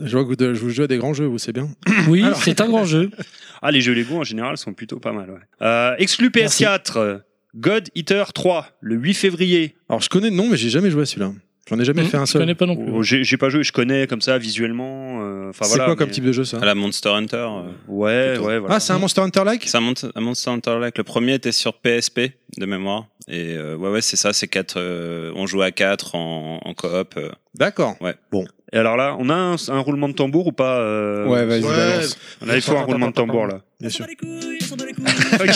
[SPEAKER 3] Je vois que vous deux- je vous joue à des grands jeux, vous c'est bien.
[SPEAKER 5] <coughs> Oui,
[SPEAKER 3] Alors-
[SPEAKER 5] c'est un grand jeu.
[SPEAKER 6] Ah, les jeux Lego en général sont plutôt pas mal. Ouais. Euh, exclu
[SPEAKER 5] Merci.
[SPEAKER 6] PS4, euh, God Eater 3, le 8 février.
[SPEAKER 3] Alors je connais le nom, mais j'ai jamais joué à celui-là. J'en ai jamais
[SPEAKER 5] Mmh,
[SPEAKER 3] fait un
[SPEAKER 5] je
[SPEAKER 3] seul.
[SPEAKER 5] connais pas non plus.
[SPEAKER 6] Oh, J'ai j'ai pas joué, je connais comme ça visuellement. euh, Enfin
[SPEAKER 3] C'est
[SPEAKER 6] voilà.
[SPEAKER 3] quoi comme
[SPEAKER 6] mais-
[SPEAKER 3] type de jeu ça
[SPEAKER 8] À la Monster Hunter. euh.
[SPEAKER 6] Ouais,
[SPEAKER 8] plutôt.
[SPEAKER 6] ouais, voilà.
[SPEAKER 3] Ah, c'est un Monster Hunter like
[SPEAKER 8] C'est un Monst- un Monster Hunter Like. Le premier était sur PSP de mémoire. Et euh, ouais, ouais, c'est ça. C'est quatre. euh, on joue à quatre en, en coop. euh.
[SPEAKER 3] D'accord.
[SPEAKER 6] Et alors là, on a un, un roulement de tambour ou pas euh,
[SPEAKER 7] Ouais, vas-y,
[SPEAKER 3] Ouais.
[SPEAKER 7] balance.
[SPEAKER 6] Là, il faut un roulement de tambour
[SPEAKER 3] <laughs>
[SPEAKER 6] là.
[SPEAKER 3] Bien sûr.
[SPEAKER 6] Ok,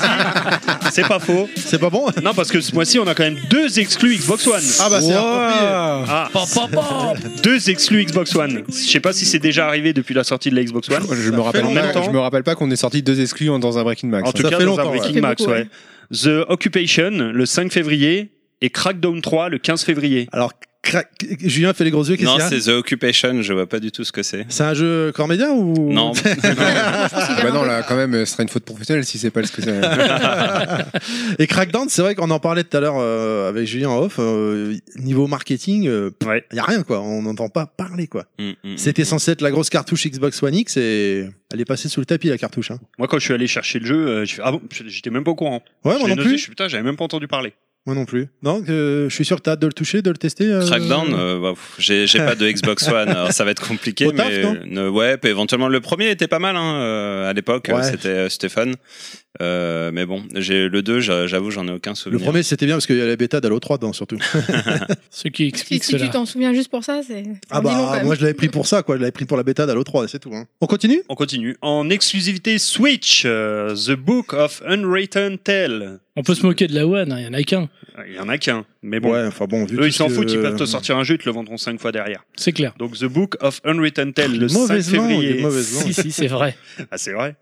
[SPEAKER 6] merci. c'est pas faux.
[SPEAKER 3] C'est pas bon
[SPEAKER 6] Non, parce que ce mois-ci, on a quand même deux exclus Xbox One.
[SPEAKER 3] Ah bah c'est approprié.
[SPEAKER 6] Ah,
[SPEAKER 7] Ouah.
[SPEAKER 6] deux exclus Xbox One. Je sais pas si c'est déjà arrivé depuis la sortie de la Xbox One.
[SPEAKER 7] Je me, rappelle
[SPEAKER 3] fait
[SPEAKER 7] pas,
[SPEAKER 3] longtemps.
[SPEAKER 7] je me rappelle pas qu'on est sorti deux exclus en- dans un Breaking Max.
[SPEAKER 6] En
[SPEAKER 7] hein.
[SPEAKER 6] tout
[SPEAKER 3] Ça
[SPEAKER 6] cas,
[SPEAKER 3] fait
[SPEAKER 6] dans un
[SPEAKER 3] longtemps, ouais.
[SPEAKER 6] Breaking
[SPEAKER 4] Ça fait
[SPEAKER 6] Max,
[SPEAKER 4] beaucoup,
[SPEAKER 6] ouais. The Occupation, le 5 février, et Crackdown 3, le 15 février.
[SPEAKER 3] Alors crac- Julien fait les gros yeux, qu'est-ce
[SPEAKER 8] Non,
[SPEAKER 3] qu'il y a
[SPEAKER 8] c'est The Occupation. Je vois pas du tout ce que c'est.
[SPEAKER 3] C'est un jeu Cormedia ou <laughs>
[SPEAKER 8] Non.
[SPEAKER 7] Ah bah non, là, quand même, euh, ce serait une faute professionnelle si c'est pas ce que c'est.
[SPEAKER 3] <laughs> Et Crackdown, c'est vrai qu'on en parlait tout à l'heure euh, avec Julien en off. euh, niveau marketing, euh, pff,
[SPEAKER 6] Ouais.
[SPEAKER 3] y a rien quoi. On n'entend pas parler quoi.
[SPEAKER 8] Mm, mm.
[SPEAKER 3] C'était censé être la grosse cartouche Xbox One X et elle est passée sous le tapis la cartouche. hein.
[SPEAKER 6] Moi, quand je suis allé chercher le jeu, euh, j'ai fait, ah bon, j'étais même pas au courant.
[SPEAKER 3] Ouais,
[SPEAKER 6] Je
[SPEAKER 3] moi
[SPEAKER 6] l'ai
[SPEAKER 3] non
[SPEAKER 6] noté, je
[SPEAKER 3] plus.
[SPEAKER 6] suis, putain, j'avais même pas entendu parler.
[SPEAKER 3] Moi non plus. Donc, je suis sûr que t'as hâte de le toucher, de le tester. euh,
[SPEAKER 8] Crackdown, euh, bah, pff, j'ai j'ai pas de
[SPEAKER 3] <laughs>
[SPEAKER 8] Xbox One, alors ça va être compliqué,
[SPEAKER 3] Au taf,
[SPEAKER 8] mais euh,
[SPEAKER 3] non
[SPEAKER 8] ne- ouais, puis éventuellement le premier était pas mal hein, euh, à l'époque,
[SPEAKER 3] Ouais.
[SPEAKER 8] c'était euh, Stéphane, euh, mais bon, j'ai le 2, j'a- j'avoue, j'en ai aucun
[SPEAKER 3] Le
[SPEAKER 8] souvenir.
[SPEAKER 3] premier, c'était bien parce qu'il y a la bêta d'Halo 3 dedans surtout.
[SPEAKER 5] <laughs> Ce qui
[SPEAKER 4] Si,
[SPEAKER 5] explique
[SPEAKER 4] si tu
[SPEAKER 5] cela.
[SPEAKER 4] t'en souviens juste pour ça, c'est. <laughs>
[SPEAKER 3] Ah bah, moi je l'avais pris pour ça, quoi. Je l'avais pris pour la bêta d'Halo 3, c'est tout. hein. On continue
[SPEAKER 6] On continue. En exclusivité Switch, euh, The Book of Unwritten Tale.
[SPEAKER 5] On peut se moquer de la One, hein, il y en a qu'un.
[SPEAKER 6] Il y en a qu'un, mais bon.
[SPEAKER 3] Ouais, enfin bon, vu
[SPEAKER 6] Eux,
[SPEAKER 3] tout
[SPEAKER 6] ils
[SPEAKER 3] ce
[SPEAKER 6] s'en
[SPEAKER 3] que- euh,
[SPEAKER 6] foutent, ils peuvent te sortir un jeu, ils te le vendront 5 fois derrière.
[SPEAKER 5] C'est clair.
[SPEAKER 6] Donc, The Book of Unwritten Tale, le 5
[SPEAKER 3] Mauvaise langue,
[SPEAKER 6] février.
[SPEAKER 3] mauvaise
[SPEAKER 5] Si,
[SPEAKER 3] langue.
[SPEAKER 5] si, c'est vrai.
[SPEAKER 6] <laughs> Ah, c'est vrai.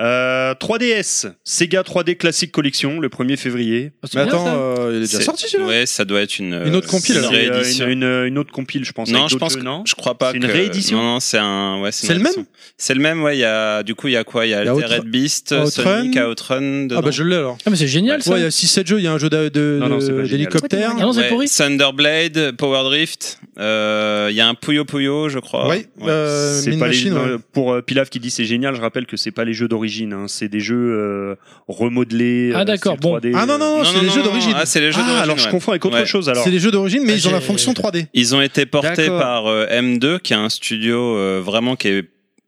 [SPEAKER 6] Euh, 3DS, Sega 3D Classic Collection, le 1er février.
[SPEAKER 5] Ah, c'est
[SPEAKER 3] Mais
[SPEAKER 5] bien,
[SPEAKER 3] attends,
[SPEAKER 5] ça.
[SPEAKER 3] euh, il est déjà
[SPEAKER 8] C'est-
[SPEAKER 3] sorti celui-là
[SPEAKER 8] Ouais, ça doit être une, euh,
[SPEAKER 3] Une autre compile,
[SPEAKER 8] c'est
[SPEAKER 6] C'est,
[SPEAKER 8] une
[SPEAKER 3] alors.
[SPEAKER 6] euh,
[SPEAKER 8] réédition.
[SPEAKER 6] une, une autre compile, je pense.
[SPEAKER 8] Non,
[SPEAKER 6] avec
[SPEAKER 8] je
[SPEAKER 6] d'autres
[SPEAKER 8] pense
[SPEAKER 6] jeux,
[SPEAKER 8] que
[SPEAKER 6] non
[SPEAKER 8] je crois pas
[SPEAKER 6] C'est une
[SPEAKER 8] que-
[SPEAKER 6] réédition
[SPEAKER 8] Non, non, c'est un ouais,
[SPEAKER 3] C'est
[SPEAKER 8] une
[SPEAKER 3] le même
[SPEAKER 8] réédition. C'est le même, ouais, il y a du coup, il y a quoi Il y a
[SPEAKER 3] Il y a
[SPEAKER 8] Altered
[SPEAKER 3] Outrun-
[SPEAKER 8] Beast,
[SPEAKER 3] Outrun.
[SPEAKER 8] Sonic Outrun dedans.
[SPEAKER 3] Ah bah je l'ai alors.
[SPEAKER 5] Ah, mais c'est génial ça.
[SPEAKER 3] Ouais, il y a 6-7 jeux, il y a un jeu de- de-
[SPEAKER 6] Non, non, c'est pas
[SPEAKER 3] de-
[SPEAKER 6] génial.
[SPEAKER 3] d'hélicoptère.
[SPEAKER 5] Ah non, c'est
[SPEAKER 8] Ouais,
[SPEAKER 5] pourri.
[SPEAKER 8] Thunderblade, Power Drift, Euh, Il y a un Puyo Puyo, je crois.
[SPEAKER 3] Oui, euh,
[SPEAKER 6] c'est
[SPEAKER 3] Mean
[SPEAKER 6] pas les-
[SPEAKER 3] Machine, ouais.
[SPEAKER 6] euh, pour euh, Pilaf qui dit c'est génial. Je rappelle que c'est pas les jeux d'origine, hein, c'est des jeux euh, remodelés.
[SPEAKER 5] Ah,
[SPEAKER 6] euh,
[SPEAKER 5] d'accord,
[SPEAKER 6] c'est
[SPEAKER 5] bon.
[SPEAKER 6] 3D,
[SPEAKER 3] Ah non, non, non, c'est les jeux d'origine.
[SPEAKER 8] Ah, c'est les jeux
[SPEAKER 6] Ah,
[SPEAKER 8] d'origine.
[SPEAKER 6] alors je
[SPEAKER 8] ouais.
[SPEAKER 6] confonds avec autre
[SPEAKER 8] Ouais.
[SPEAKER 6] chose. Alors
[SPEAKER 3] C'est les jeux d'origine, mais ils ont la
[SPEAKER 5] j'ai-
[SPEAKER 3] fonction 3D.
[SPEAKER 8] Ils ont été portés
[SPEAKER 3] D'accord.
[SPEAKER 8] par euh, M2, qui est un studio euh, vraiment qui est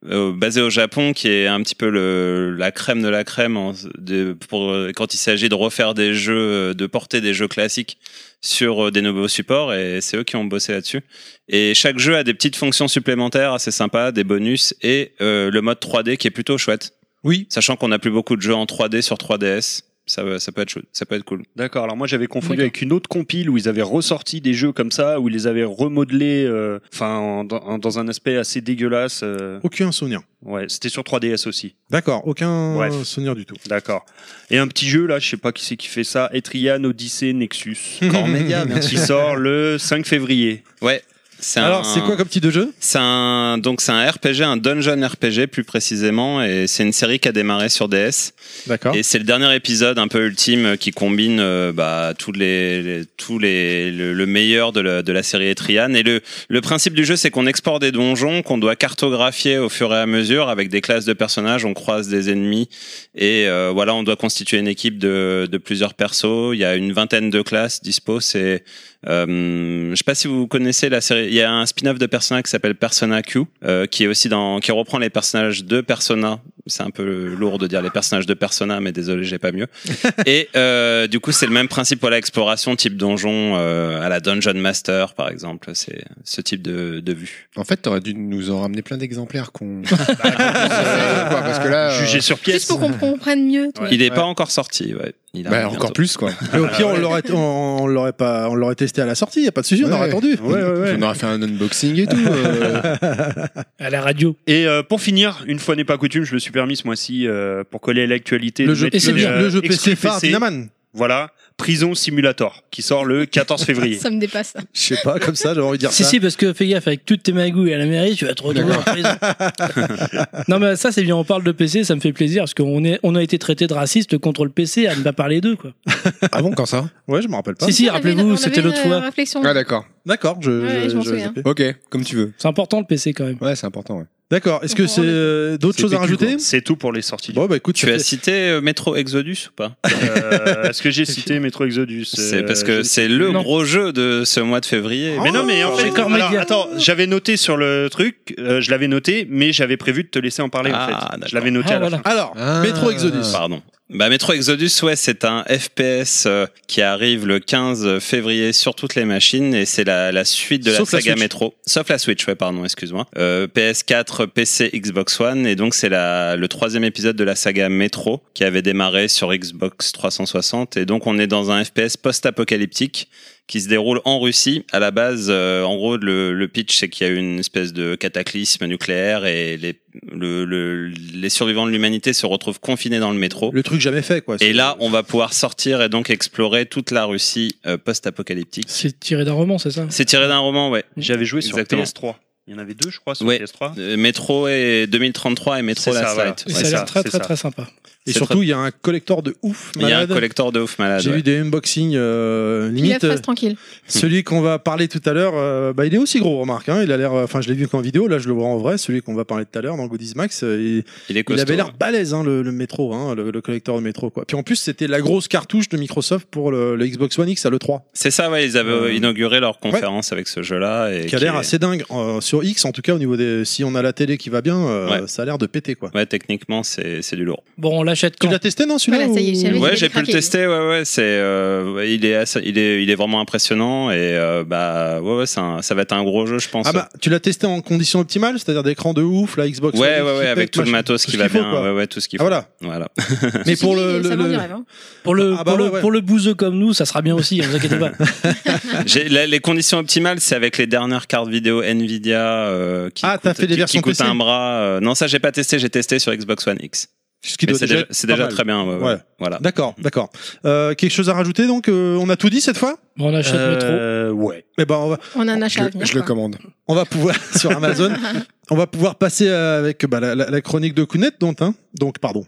[SPEAKER 8] euh, basé au Japon, qui est un petit peu le, la crème de la crème en- de- pour, euh, quand il s'agit de refaire des jeux, euh, de porter des jeux classiques sur euh, des nouveaux supports, et c'est eux qui ont bossé là-dessus. Et chaque jeu a des petites fonctions supplémentaires assez sympas, des bonus, et euh, le mode 3D qui est plutôt chouette.
[SPEAKER 3] Oui.
[SPEAKER 8] Sachant qu'on n'a plus beaucoup de jeux en 3D sur 3DS, ça, ça peut être chouette, ça peut être cool.
[SPEAKER 6] D'accord, alors moi j'avais confondu
[SPEAKER 5] D'accord.
[SPEAKER 6] avec une autre compile où ils avaient ressorti des jeux comme ça, où ils les avaient remodelés, euh, enfin en- en- dans un aspect assez dégueulasse. euh,
[SPEAKER 3] Aucun souvenir.
[SPEAKER 6] ouais, c'était sur 3DS aussi.
[SPEAKER 3] D'accord, aucun
[SPEAKER 6] Bref.
[SPEAKER 3] souvenir du tout.
[SPEAKER 6] D'accord. Et un petit jeu là, je sais pas qui c'est qui fait ça, Etrian Odyssey <laughs> Nexus,
[SPEAKER 8] Cormedia, bien
[SPEAKER 6] qui sort le 5 février.
[SPEAKER 8] Ouais. c'est un-
[SPEAKER 3] Alors, c'est quoi comme type de jeu
[SPEAKER 8] C'est un, donc c'est un RPG, un dungeon RPG plus précisément, et c'est une série qui a démarré sur DS.
[SPEAKER 3] D'accord.
[SPEAKER 8] Et c'est le dernier épisode un peu ultime euh, qui combine euh, bah, tous les, les- tous les le, le meilleur de la, de la série Etrian. Et le, le principe du jeu, c'est qu'on exporte des donjons qu'on doit cartographier au fur et à mesure avec des classes de personnages. On croise des ennemis et euh, voilà, on doit constituer une équipe de, de plusieurs persos. Il y a une vingtaine de classes dispo. C'est euh, je sais pas si vous connaissez la série. Il y a un spin-off de Persona qui s'appelle Persona Q, euh, qui est aussi dans, qui reprend les personnages de Persona. C'est un peu lourd de dire les personnages de Persona, mais désolé, j'ai
[SPEAKER 6] <laughs>
[SPEAKER 8] pas mieux. Et euh, du coup, c'est le même principe pour l'exploration type donjon euh, à la Dungeon Master, par exemple. C'est ce type de, de vue.
[SPEAKER 7] En fait, t'aurais dû nous en ramener plein d'exemplaires
[SPEAKER 5] <laughs>
[SPEAKER 7] qu'on. Euh, quoi, parce que là. euh,
[SPEAKER 6] Ah, Jugé sur
[SPEAKER 4] Juste
[SPEAKER 6] pièce.
[SPEAKER 4] pour qu'on comprenne mieux. toi.
[SPEAKER 8] Il n'est
[SPEAKER 7] Ouais.
[SPEAKER 8] pas encore sorti. Ouais. Il
[SPEAKER 7] bah,
[SPEAKER 8] arrive
[SPEAKER 7] encore
[SPEAKER 8] bientôt.
[SPEAKER 7] plus quoi.
[SPEAKER 8] Ah,
[SPEAKER 3] Mais au pire, on l'aurait, on, on l'aurait pas, on l'aurait testé à la sortie. Y a pas de sujet, on
[SPEAKER 7] Ouais.
[SPEAKER 3] aurait attendu.
[SPEAKER 6] Ouais, ouais, ouais.
[SPEAKER 7] On aurait fait un unboxing et
[SPEAKER 6] <laughs>
[SPEAKER 7] tout. euh.
[SPEAKER 5] À la radio.
[SPEAKER 6] Et euh, pour finir, une fois n'est pas coutume, je me suis permis ce mois-ci euh, pour coller à l'actualité.
[SPEAKER 3] Le
[SPEAKER 6] de
[SPEAKER 3] jeu,
[SPEAKER 6] mettre
[SPEAKER 5] c'est
[SPEAKER 6] une,
[SPEAKER 5] bien,
[SPEAKER 6] euh,
[SPEAKER 3] le jeu PC
[SPEAKER 6] exclu
[SPEAKER 3] phare Dynaman.
[SPEAKER 6] Voilà, Prison Simulator, qui sort le 14 février.
[SPEAKER 4] <laughs> Ça me dépasse.
[SPEAKER 3] Je sais pas, comme ça, j'aurais envie de dire
[SPEAKER 5] Si,
[SPEAKER 3] ça.
[SPEAKER 5] si, parce que fais gaffe, avec toutes tes magouilles à la mairie, tu vas trop dans la prison.
[SPEAKER 7] <laughs>
[SPEAKER 5] non, mais ça, c'est bien, on parle de PC, ça me fait plaisir, parce qu'on est, on a été traité de raciste contre le PC à ne pas parler d'eux, quoi.
[SPEAKER 7] Ah bon, quand ça
[SPEAKER 3] Ouais, je me rappelle pas.
[SPEAKER 5] Si, si,
[SPEAKER 4] On avait une- on
[SPEAKER 5] rappelez-vous,
[SPEAKER 4] avait
[SPEAKER 5] c'était l'autre
[SPEAKER 4] une, euh,
[SPEAKER 5] fois.
[SPEAKER 4] réflexion.
[SPEAKER 7] Ah d'accord.
[SPEAKER 3] D'accord, je.
[SPEAKER 4] Ouais, je m'en
[SPEAKER 3] je-
[SPEAKER 4] souviens.
[SPEAKER 3] zappé.
[SPEAKER 7] Ok, comme tu veux.
[SPEAKER 5] C'est important le PC quand même.
[SPEAKER 7] Ouais, c'est important. Ouais.
[SPEAKER 3] <laughs> D'accord. Est-ce que c'est euh, d'autres
[SPEAKER 7] C'est
[SPEAKER 3] choses à
[SPEAKER 7] PQ,
[SPEAKER 3] rajouter
[SPEAKER 6] hein. C'est tout pour les sorties.
[SPEAKER 3] Bon, bah écoute,
[SPEAKER 8] Tu
[SPEAKER 3] ça
[SPEAKER 8] as
[SPEAKER 3] fait-
[SPEAKER 8] cité euh, Metro Exodus ou pas
[SPEAKER 6] Euh, Est-ce
[SPEAKER 3] <laughs>
[SPEAKER 6] que j'ai cité Metro Exodus
[SPEAKER 8] C'est
[SPEAKER 6] Euh,
[SPEAKER 8] parce
[SPEAKER 6] je
[SPEAKER 8] que
[SPEAKER 6] ne
[SPEAKER 8] c'est le
[SPEAKER 5] Non.
[SPEAKER 8] gros jeu de ce mois de février.
[SPEAKER 6] Mais non, mais en
[SPEAKER 5] Oh,
[SPEAKER 6] fait,
[SPEAKER 5] Record
[SPEAKER 6] alors,
[SPEAKER 5] Media.
[SPEAKER 6] attends, j'avais noté sur le truc, euh, je l'avais noté, mais j'avais prévu de te laisser en parler
[SPEAKER 8] Ah,
[SPEAKER 6] en fait.
[SPEAKER 8] d'accord.
[SPEAKER 6] Je l'avais noté
[SPEAKER 5] Ah,
[SPEAKER 6] à la
[SPEAKER 5] voilà.
[SPEAKER 6] fin.
[SPEAKER 3] Alors,
[SPEAKER 7] Ah.
[SPEAKER 3] Metro Exodus.
[SPEAKER 8] Pardon. Bah, Metro Exodus, ouais, c'est un FPS euh, qui arrive le 15 février sur toutes les machines et c'est la, la suite de
[SPEAKER 3] Sauf la
[SPEAKER 8] la saga
[SPEAKER 3] Switch.
[SPEAKER 8] Metro. Sauf la Switch, ouais, pardon, excuse-moi. Euh, PS4, PC, Xbox One et donc c'est la, le troisième épisode de la saga Metro qui avait démarré sur Xbox 360 et donc on est dans un FPS post-apocalyptique qui se déroule en Russie. À la base, euh, en gros, le, le pitch, c'est qu'il y a eu une espèce de cataclysme nucléaire et les, le- le- les survivants de l'humanité se retrouvent confinés dans le métro.
[SPEAKER 3] Le truc jamais fait, quoi.
[SPEAKER 8] Et là, on va pouvoir sortir et donc explorer toute la Russie euh, post-apocalyptique.
[SPEAKER 5] C'est tiré d'un roman, c'est ça
[SPEAKER 8] C'est tiré d'un roman, ouais.
[SPEAKER 6] J'avais joué sur
[SPEAKER 8] Exactement.
[SPEAKER 6] PS3. Il y en avait deux, je crois, sur
[SPEAKER 8] Ouais.
[SPEAKER 6] PS3.
[SPEAKER 8] Euh, métro et 2033 et Métro
[SPEAKER 6] C'est ça,
[SPEAKER 8] Last
[SPEAKER 6] voilà.
[SPEAKER 8] Light.
[SPEAKER 5] Et
[SPEAKER 6] Ouais,
[SPEAKER 5] ça a l'air
[SPEAKER 6] ça,
[SPEAKER 5] très
[SPEAKER 6] c'est
[SPEAKER 5] très
[SPEAKER 6] ça.
[SPEAKER 5] très sympa.
[SPEAKER 8] Ah,
[SPEAKER 3] Et
[SPEAKER 8] c'est
[SPEAKER 3] surtout, il y a un collector de ouf
[SPEAKER 8] Il y a un
[SPEAKER 3] malade.
[SPEAKER 8] collector de ouf malade.
[SPEAKER 3] J'ai
[SPEAKER 8] ouais.
[SPEAKER 3] vu des unboxings euh,
[SPEAKER 4] Il a
[SPEAKER 3] limite.
[SPEAKER 4] phrase tranquille.
[SPEAKER 3] Celui qu'on va parler tout à l'heure, euh, bah, il est aussi gros, remarque. hein. il a l'air, euh, enfin, je l'ai vu qu'en vidéo, là, je le vois en vrai. Celui qu'on va parler tout à l'heure dans Goodies Max, euh, il,
[SPEAKER 8] Il est
[SPEAKER 3] il
[SPEAKER 8] costaud.
[SPEAKER 3] avait l'air balèze, hein, le, le métro, hein, le, le collecteur de métro, quoi. Puis en plus, c'était la grosse cartouche de Microsoft pour le, le Xbox One X à l'E3,
[SPEAKER 8] C'est ça, ouais. Ils avaient euh,
[SPEAKER 3] Euh,
[SPEAKER 8] inauguré leur conférence avec ce jeu-là. et
[SPEAKER 3] qui a l'air
[SPEAKER 8] est-
[SPEAKER 3] assez dingue. Euh, sur X, en tout cas, au niveau des, si on a la télé qui va bien, euh,
[SPEAKER 8] Ouais.
[SPEAKER 3] ça a l'air de péter, quoi.
[SPEAKER 8] Ouais, techniquement, c'est c'est du lourd.
[SPEAKER 5] Bon, on l'achète
[SPEAKER 3] Tu
[SPEAKER 5] quand
[SPEAKER 3] l'as testé, non, celui-là
[SPEAKER 4] Voilà, ça y est,
[SPEAKER 3] ou-
[SPEAKER 4] j'avais-
[SPEAKER 8] Ouais,
[SPEAKER 4] il
[SPEAKER 8] j'ai
[SPEAKER 4] est
[SPEAKER 8] pu le
[SPEAKER 4] craqué.
[SPEAKER 8] tester. Ouais, ouais, c'est, euh, ouais, il est, assez- il est, il est vraiment impressionnant et euh, bah, ouais, ouais, c'est un- ça va être un gros jeu, je pense.
[SPEAKER 3] Ah bah, tu l'as testé en condition optimale, c'est-à-dire d'écran de ouf, la Xbox.
[SPEAKER 8] ouais,
[SPEAKER 3] One
[SPEAKER 8] ouais,
[SPEAKER 3] X
[SPEAKER 8] ouais,
[SPEAKER 3] qui
[SPEAKER 8] avec
[SPEAKER 3] pète,
[SPEAKER 8] tout le
[SPEAKER 3] machin,
[SPEAKER 8] matos
[SPEAKER 3] tout
[SPEAKER 8] qui
[SPEAKER 3] ce
[SPEAKER 8] va
[SPEAKER 3] qu'il faut,
[SPEAKER 8] bien.
[SPEAKER 3] quoi.
[SPEAKER 8] Ouais, ouais, tout ce qu'il
[SPEAKER 3] Ah,
[SPEAKER 8] faut.
[SPEAKER 3] voilà.
[SPEAKER 8] Voilà.
[SPEAKER 3] <laughs>
[SPEAKER 4] <laughs>
[SPEAKER 3] Mais pour
[SPEAKER 4] Ceci
[SPEAKER 3] le,
[SPEAKER 4] dit, ça
[SPEAKER 3] le-
[SPEAKER 4] vend du
[SPEAKER 3] le-
[SPEAKER 4] rêve, hein.
[SPEAKER 5] Pour le,
[SPEAKER 3] Ah bah
[SPEAKER 5] pour,
[SPEAKER 3] ouais,
[SPEAKER 5] le,
[SPEAKER 3] ouais.
[SPEAKER 5] pour le bouseux comme nous, ça sera bien aussi, hein, vous
[SPEAKER 4] <laughs>
[SPEAKER 5] inquiétez pas.
[SPEAKER 8] <laughs> J'ai- la- les conditions optimales, c'est avec les dernières cartes vidéo Nvidia euh, qui,
[SPEAKER 3] Ah,
[SPEAKER 8] coûtent-
[SPEAKER 3] t'as fait des
[SPEAKER 8] qui- qui
[SPEAKER 3] versions
[SPEAKER 8] coûtent
[SPEAKER 3] PC.
[SPEAKER 8] un bras. euh, non, ça, j'ai pas testé. J'ai testé sur Xbox One X.
[SPEAKER 3] ce qui
[SPEAKER 8] Mais
[SPEAKER 3] doit
[SPEAKER 8] c'est
[SPEAKER 3] déjà
[SPEAKER 8] déjà,
[SPEAKER 3] être
[SPEAKER 8] c'est
[SPEAKER 3] pas
[SPEAKER 8] déjà
[SPEAKER 3] mal.
[SPEAKER 8] très bien. ouais, ouais,
[SPEAKER 3] Ouais.
[SPEAKER 8] Voilà.
[SPEAKER 3] D'accord, d'accord. Euh, quelque chose à rajouter donc euh, On a tout dit cette fois
[SPEAKER 5] Bon, on achète Metro.
[SPEAKER 6] Euh, ouais.
[SPEAKER 3] Eh ben on va,
[SPEAKER 4] On a un achat à
[SPEAKER 7] Je,
[SPEAKER 4] venir.
[SPEAKER 7] je le
[SPEAKER 4] quoi.
[SPEAKER 7] commande.
[SPEAKER 3] on va pouvoir <laughs> sur Amazon, on va pouvoir passer euh, avec bah, la, la- la chronique de Kounet donc, hein. donc pardon.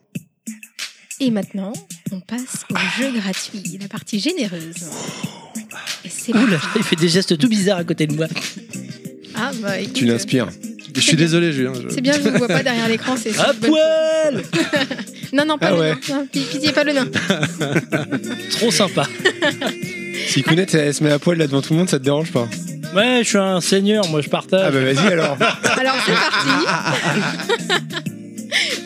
[SPEAKER 4] Et maintenant, on passe au jeu gratuit, la partie généreuse. Et c'est
[SPEAKER 5] Ouh là là, il fait des gestes tout bizarres à côté de moi.
[SPEAKER 4] Ah, bah, écoute,
[SPEAKER 7] Tu l'inspires.
[SPEAKER 3] Je suis désolé, Julien. je-
[SPEAKER 4] euh, C'est bien, je ne vois pas derrière l'écran. C'est
[SPEAKER 5] À
[SPEAKER 4] c'est bonne-
[SPEAKER 5] poil
[SPEAKER 4] <laughs> Non, non, pas
[SPEAKER 7] Ah
[SPEAKER 4] le
[SPEAKER 7] ouais.
[SPEAKER 4] nain. Non, pi- Pitié, pas le nain.
[SPEAKER 7] <laughs>
[SPEAKER 5] Trop sympa.
[SPEAKER 7] Si
[SPEAKER 4] Ah.
[SPEAKER 7] Kounet elle se met à poil là devant tout le monde, ça te dérange pas
[SPEAKER 5] Ouais, je suis un seigneur, moi je
[SPEAKER 7] Ah
[SPEAKER 5] partage.
[SPEAKER 7] bah vas-y alors.
[SPEAKER 4] <laughs> Alors, c'est parti.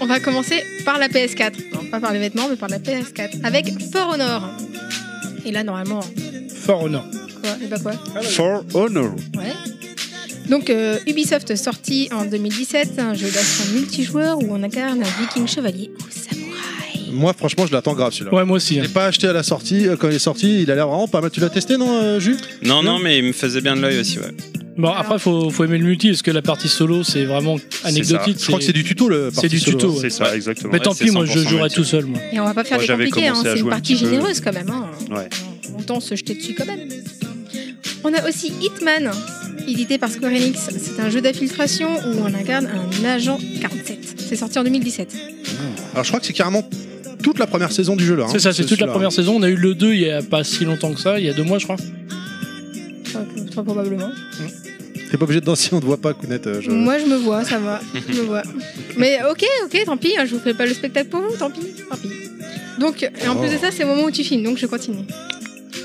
[SPEAKER 4] On va commencer par la PS4. Non, pas par les vêtements, mais par la PS4. Avec For Honor. Et là, normalement,
[SPEAKER 5] Fort honneur.
[SPEAKER 4] quoi Et bah quoi
[SPEAKER 6] For Honor.
[SPEAKER 4] Ouais. Donc euh, Ubisoft sorti en 2017 un jeu d'action multijoueur où on incarne un viking chevalier au samouraï.
[SPEAKER 3] Moi, franchement, je l'attends grave celui-là.
[SPEAKER 5] Ouais, moi aussi.
[SPEAKER 3] Je
[SPEAKER 5] hein.
[SPEAKER 3] l'ai pas acheté à la sortie. euh, Quand il est sorti, il a l'air vraiment pas mal. Tu l'as testé, non, euh, Jules
[SPEAKER 8] Non, non, mais il me faisait bien de l'œil aussi, ouais.
[SPEAKER 5] Bon,
[SPEAKER 4] Alors-
[SPEAKER 5] après, faut, faut aimer le multi, parce que la partie solo, c'est vraiment anecdotique.
[SPEAKER 3] Je crois que c'est du tuto, le
[SPEAKER 5] c'est
[SPEAKER 3] parti
[SPEAKER 5] du
[SPEAKER 3] solo,
[SPEAKER 5] tuto,
[SPEAKER 3] hein.
[SPEAKER 5] ouais.
[SPEAKER 6] C'est ça, exactement.
[SPEAKER 5] Mais tant
[SPEAKER 8] c'est
[SPEAKER 5] pis, moi je
[SPEAKER 8] 100%
[SPEAKER 5] jouerai
[SPEAKER 8] multi.
[SPEAKER 5] tout seul. Moi.
[SPEAKER 4] Et on va pas faire
[SPEAKER 6] Moi,
[SPEAKER 4] les
[SPEAKER 6] j'avais
[SPEAKER 4] compliqués, hein,
[SPEAKER 6] commencé à
[SPEAKER 4] c'est une
[SPEAKER 6] jouer un
[SPEAKER 4] partie
[SPEAKER 6] petit peu.
[SPEAKER 4] généreuse quand même. Hein.
[SPEAKER 6] Ouais.
[SPEAKER 4] Autant se jeter dessus quand même. On a aussi Hitman, édité par Square Enix. C'est un jeu d'infiltration où on incarne un agent 47. C'est sorti en 2017.
[SPEAKER 3] Alors, je crois que c'est carrément toute la première saison du jeu, là. hein.
[SPEAKER 5] C'est ça, c'est toute la
[SPEAKER 3] celui-là.
[SPEAKER 5] première saison. On a eu le 2 il y a pas si longtemps que ça, il y a deux mois, je crois.
[SPEAKER 4] Enfin, Très probablement.
[SPEAKER 3] T'es pas obligé de danser, on te voit pas, Kounet. euh, je-
[SPEAKER 4] Moi, je me vois, ça va. je me vois. Mais ok, ok, tant pis, hein, je vous fais pas le spectacle pour vous, tant pis, tant pis. Donc, et en plus
[SPEAKER 5] Oh.
[SPEAKER 4] de ça, c'est le moment où tu filmes, donc je continue.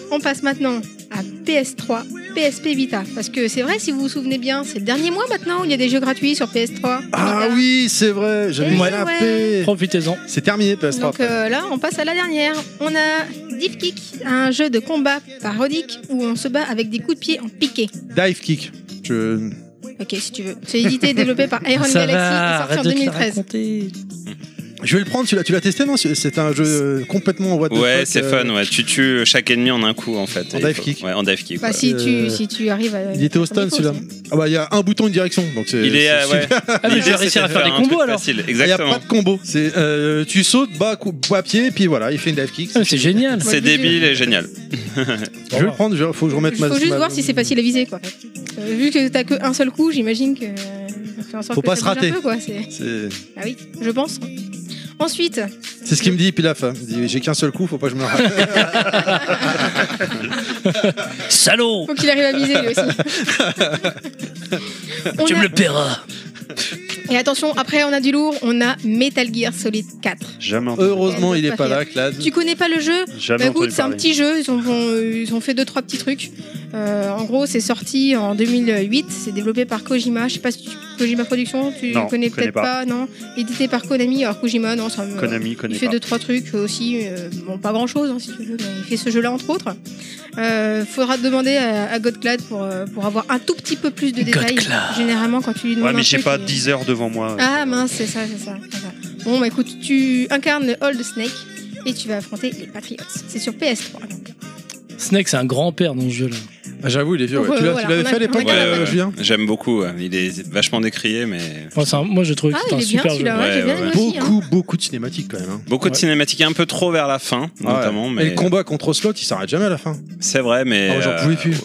[SPEAKER 4] On passe maintenant à PS3, PSP Vita. Parce que c'est vrai, si vous vous souvenez bien, c'est le dernier mois maintenant où il y a des jeux gratuits sur PS3.
[SPEAKER 3] Ah
[SPEAKER 4] Vita.
[SPEAKER 3] oui, c'est vrai, j'avais
[SPEAKER 4] Eh
[SPEAKER 3] la
[SPEAKER 4] ouais.
[SPEAKER 3] zappé.
[SPEAKER 5] Profitez-en.
[SPEAKER 3] C'est terminé, PS3.
[SPEAKER 4] Donc euh, là, on passe à la dernière. On a Dive Kick, un jeu de combat parodique où on se bat avec des coups de pied en piqué.
[SPEAKER 3] Dive Kick. Je...
[SPEAKER 4] Ok, si tu veux. C'est édité <laughs> et développé par Iron
[SPEAKER 5] ça
[SPEAKER 4] Galaxy
[SPEAKER 5] va,
[SPEAKER 4] et sorti en
[SPEAKER 5] arrête de te la
[SPEAKER 4] 2013.
[SPEAKER 5] raconter.
[SPEAKER 3] je vais le prendre, tu l'as, tu l'as testé, non C'est un jeu euh, complètement en what the
[SPEAKER 8] Ouais,
[SPEAKER 3] fuck,
[SPEAKER 8] c'est
[SPEAKER 3] euh,
[SPEAKER 8] fun, ouais. Tu tues chaque ennemi en un coup, en fait.
[SPEAKER 3] En
[SPEAKER 8] Et il
[SPEAKER 3] dive
[SPEAKER 8] faut-
[SPEAKER 3] kick.
[SPEAKER 8] Ouais, en dive kick.
[SPEAKER 4] Bah,
[SPEAKER 8] ouais.
[SPEAKER 4] si,
[SPEAKER 3] Euh,
[SPEAKER 4] tu, si tu arrives à.
[SPEAKER 3] Il était au stun,
[SPEAKER 4] Nico,
[SPEAKER 3] celui-là.
[SPEAKER 4] aussi.
[SPEAKER 3] Ah bah, il y a un bouton, une direction. Donc c'est,
[SPEAKER 8] Il est,
[SPEAKER 3] c'est
[SPEAKER 8] euh, ouais.
[SPEAKER 3] super. Ah,
[SPEAKER 5] Ah, mais je vais
[SPEAKER 8] L'idée,
[SPEAKER 5] réussir à
[SPEAKER 8] c'était
[SPEAKER 5] faire des
[SPEAKER 8] un truc
[SPEAKER 5] combos alors.
[SPEAKER 8] facile,
[SPEAKER 3] Il n'y a pas
[SPEAKER 8] Exactement.
[SPEAKER 3] de combo. C'est, euh, tu sautes, bas, coup, bas pied, puis voilà, il fait une dive kick.
[SPEAKER 5] Ah, mais C'est génial.
[SPEAKER 4] Ouais.
[SPEAKER 8] C'est
[SPEAKER 4] vidéo.
[SPEAKER 8] débile et génial.
[SPEAKER 3] Je vais le prendre, il faut que je remette
[SPEAKER 4] Il
[SPEAKER 3] ma.
[SPEAKER 4] faut juste
[SPEAKER 3] ma-
[SPEAKER 4] voir si c'est facile à viser, quoi. en fait. Euh, Vu que t'as qu'un seul coup, j'imagine que. euh, ça fait en sorte
[SPEAKER 3] Faut
[SPEAKER 4] que
[SPEAKER 3] pas
[SPEAKER 4] ça
[SPEAKER 3] se
[SPEAKER 4] bouge
[SPEAKER 3] rater.
[SPEAKER 4] Un peu, quoi. c'est-
[SPEAKER 3] C'est,
[SPEAKER 4] Ah oui, je pense. Ensuite,
[SPEAKER 3] c'est ce qu'il me dit, puis la fin. Il dit, j'ai qu'un seul coup, faut pas que je me rate.
[SPEAKER 5] Salaud
[SPEAKER 4] faut qu'il arrive à viser lui aussi. On
[SPEAKER 5] Tu
[SPEAKER 4] a-
[SPEAKER 5] me le paieras.
[SPEAKER 4] Et attention, après on a du lourd, on a Metal Gear Solid 4.
[SPEAKER 6] Jamais entendu.
[SPEAKER 3] Heureusement, il est pas là, Clad.
[SPEAKER 4] Tu connais pas le jeu
[SPEAKER 6] Jamais
[SPEAKER 4] Bah
[SPEAKER 6] entendu
[SPEAKER 4] écoute, c'est un
[SPEAKER 6] parler.
[SPEAKER 4] petit jeu, ils ont, ont- ils ont fait deux trois petits trucs. Euh, en gros, c'est sorti en 2008, c'est développé par Kojima, je sais pas si tu- Kojima Productions, tu
[SPEAKER 6] Non,
[SPEAKER 4] connais
[SPEAKER 6] je connais
[SPEAKER 4] peut-être pas. non Édité par Konami, alors Kojima, non, ça me...
[SPEAKER 6] Konami, connaît
[SPEAKER 4] Il fait
[SPEAKER 6] pas.
[SPEAKER 4] deux trois trucs aussi, euh, bon pas grand chose si tu veux, mais il fait ce jeu-là entre autres. Euh, faudra demander à, à Godclad pour, euh, pour avoir un tout petit peu plus de détails. Généralement quand tu lui demandes.
[SPEAKER 6] Ouais, mais
[SPEAKER 4] un
[SPEAKER 6] j'ai
[SPEAKER 4] truc, euh,
[SPEAKER 6] pas
[SPEAKER 4] il-
[SPEAKER 6] 10 heures devant moi.
[SPEAKER 4] Ah mince, c'est ça, c'est ça, c'est ça. Bon bah écoute, tu incarnes le Old Snake et tu vas affronter les Patriots. C'est sur PS3 donc.
[SPEAKER 5] Snake, c'est un grand-père dans ce jeu-là.
[SPEAKER 3] bah, J'avoue, il est vieux.
[SPEAKER 4] Donc,
[SPEAKER 3] ouais.
[SPEAKER 4] euh,
[SPEAKER 3] Tu l'as-
[SPEAKER 4] voilà,
[SPEAKER 3] tu l'avais
[SPEAKER 4] on a-
[SPEAKER 3] fait à l'époque,
[SPEAKER 4] on a-
[SPEAKER 3] euh,
[SPEAKER 8] ouais.
[SPEAKER 3] Julien
[SPEAKER 8] J'aime beaucoup. ouais. Il est vachement décrié, mais.
[SPEAKER 5] Moi, c'est un- moi, j'ai trouvé
[SPEAKER 4] Ah,
[SPEAKER 5] que c'était
[SPEAKER 4] il
[SPEAKER 5] un
[SPEAKER 4] est bien
[SPEAKER 5] super jeu.
[SPEAKER 4] celui-là, ouais,
[SPEAKER 8] Ouais,
[SPEAKER 4] j'ai bien
[SPEAKER 8] ouais,
[SPEAKER 4] aimé
[SPEAKER 8] ouais.
[SPEAKER 4] aussi. hein.
[SPEAKER 3] Beaucoup, beaucoup de cinématiques quand même. hein.
[SPEAKER 8] Beaucoup de
[SPEAKER 5] Ouais.
[SPEAKER 8] cinématiques un peu trop vers la fin, notamment.
[SPEAKER 3] Ouais.
[SPEAKER 8] Mais
[SPEAKER 3] Et le combat contre Slot, il s'arrête jamais à la fin.
[SPEAKER 8] C'est vrai, mais.
[SPEAKER 3] Ah, j'en
[SPEAKER 8] euh,
[SPEAKER 3] pouvais plus.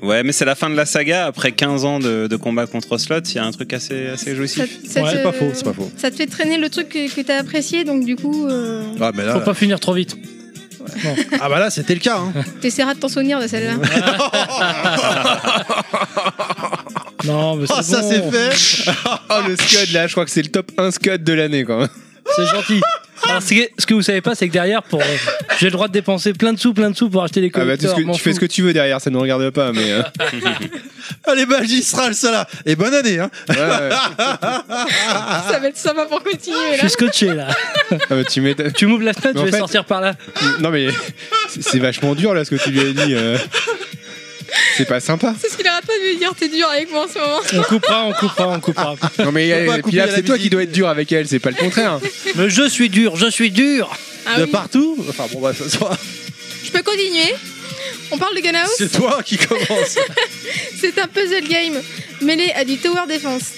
[SPEAKER 8] Ouais, mais c'est la fin de la saga. Après 15 ans de, de combat contre Slot, il y a un truc assez, assez
[SPEAKER 4] Ça-
[SPEAKER 8] jouissif.
[SPEAKER 4] ça
[SPEAKER 5] Ouais,
[SPEAKER 4] te-
[SPEAKER 3] C'est pas faux, c'est pas faux.
[SPEAKER 4] Ça te fait traîner le truc que, que t'as apprécié, donc du coup, euh,
[SPEAKER 3] Ah, mais
[SPEAKER 5] Faut
[SPEAKER 3] là,
[SPEAKER 5] pas finir trop vite.
[SPEAKER 3] ah bah là c'était le cas. hein.
[SPEAKER 4] t'essaieras de t'en souvenir de celle-là.
[SPEAKER 3] hein.
[SPEAKER 4] <laughs>
[SPEAKER 5] Non, mais c'est
[SPEAKER 7] Oh, ça,
[SPEAKER 5] bon.
[SPEAKER 7] c'est fait <laughs> Oh, le Scud, là, je crois que c'est le top 1 Scud de l'année, quoi.
[SPEAKER 5] C'est gentil. Alors, ce que, ce que vous savez pas, c'est que derrière, pour, euh, j'ai le droit de dépenser plein de sous, plein de sous pour acheter des
[SPEAKER 7] Ah bah, tu,
[SPEAKER 5] collecteurs. m'en
[SPEAKER 7] tu fais ce que
[SPEAKER 5] fous.
[SPEAKER 7] tu veux derrière, ça ne regarde pas,
[SPEAKER 5] <laughs>
[SPEAKER 7] mais... euh,
[SPEAKER 3] Ah, les magistrales, ça là. Et bonne année. Hein.
[SPEAKER 7] ouais, ouais. Ah
[SPEAKER 4] <laughs> ça va être sympa pour continuer
[SPEAKER 5] Je
[SPEAKER 4] là.
[SPEAKER 5] suis scotché là.
[SPEAKER 7] bah, tu m'étonnes.
[SPEAKER 5] tu m'ouvres la fenêtre,
[SPEAKER 7] Mais en
[SPEAKER 5] je vais
[SPEAKER 7] fait-
[SPEAKER 5] sortir par là.
[SPEAKER 7] Non, mais c'est- c'est vachement dur, là, ce que tu lui as dit. euh. C'est pas sympa.
[SPEAKER 4] C'est ce qu'il arrête pas de me dire, t'es dur avec moi en ce moment.
[SPEAKER 5] On coupera, on coupera, on coupera.
[SPEAKER 7] Non, mais
[SPEAKER 3] Faut pas
[SPEAKER 7] euh,
[SPEAKER 3] couper
[SPEAKER 7] Pilaf,
[SPEAKER 3] la
[SPEAKER 7] c'est toi
[SPEAKER 3] musique.
[SPEAKER 7] qui dois être dur avec elle, c'est pas le contraire.
[SPEAKER 5] Mais je suis dur, je suis dur.
[SPEAKER 4] Ah
[SPEAKER 3] de
[SPEAKER 4] oui.
[SPEAKER 3] partout. Enfin bon, bah, ça- ça-
[SPEAKER 4] Je peux continuer On parle de Gunhouse
[SPEAKER 3] c'est toi qui commence.
[SPEAKER 4] <laughs> C'est un puzzle game mêlé à du tower defense.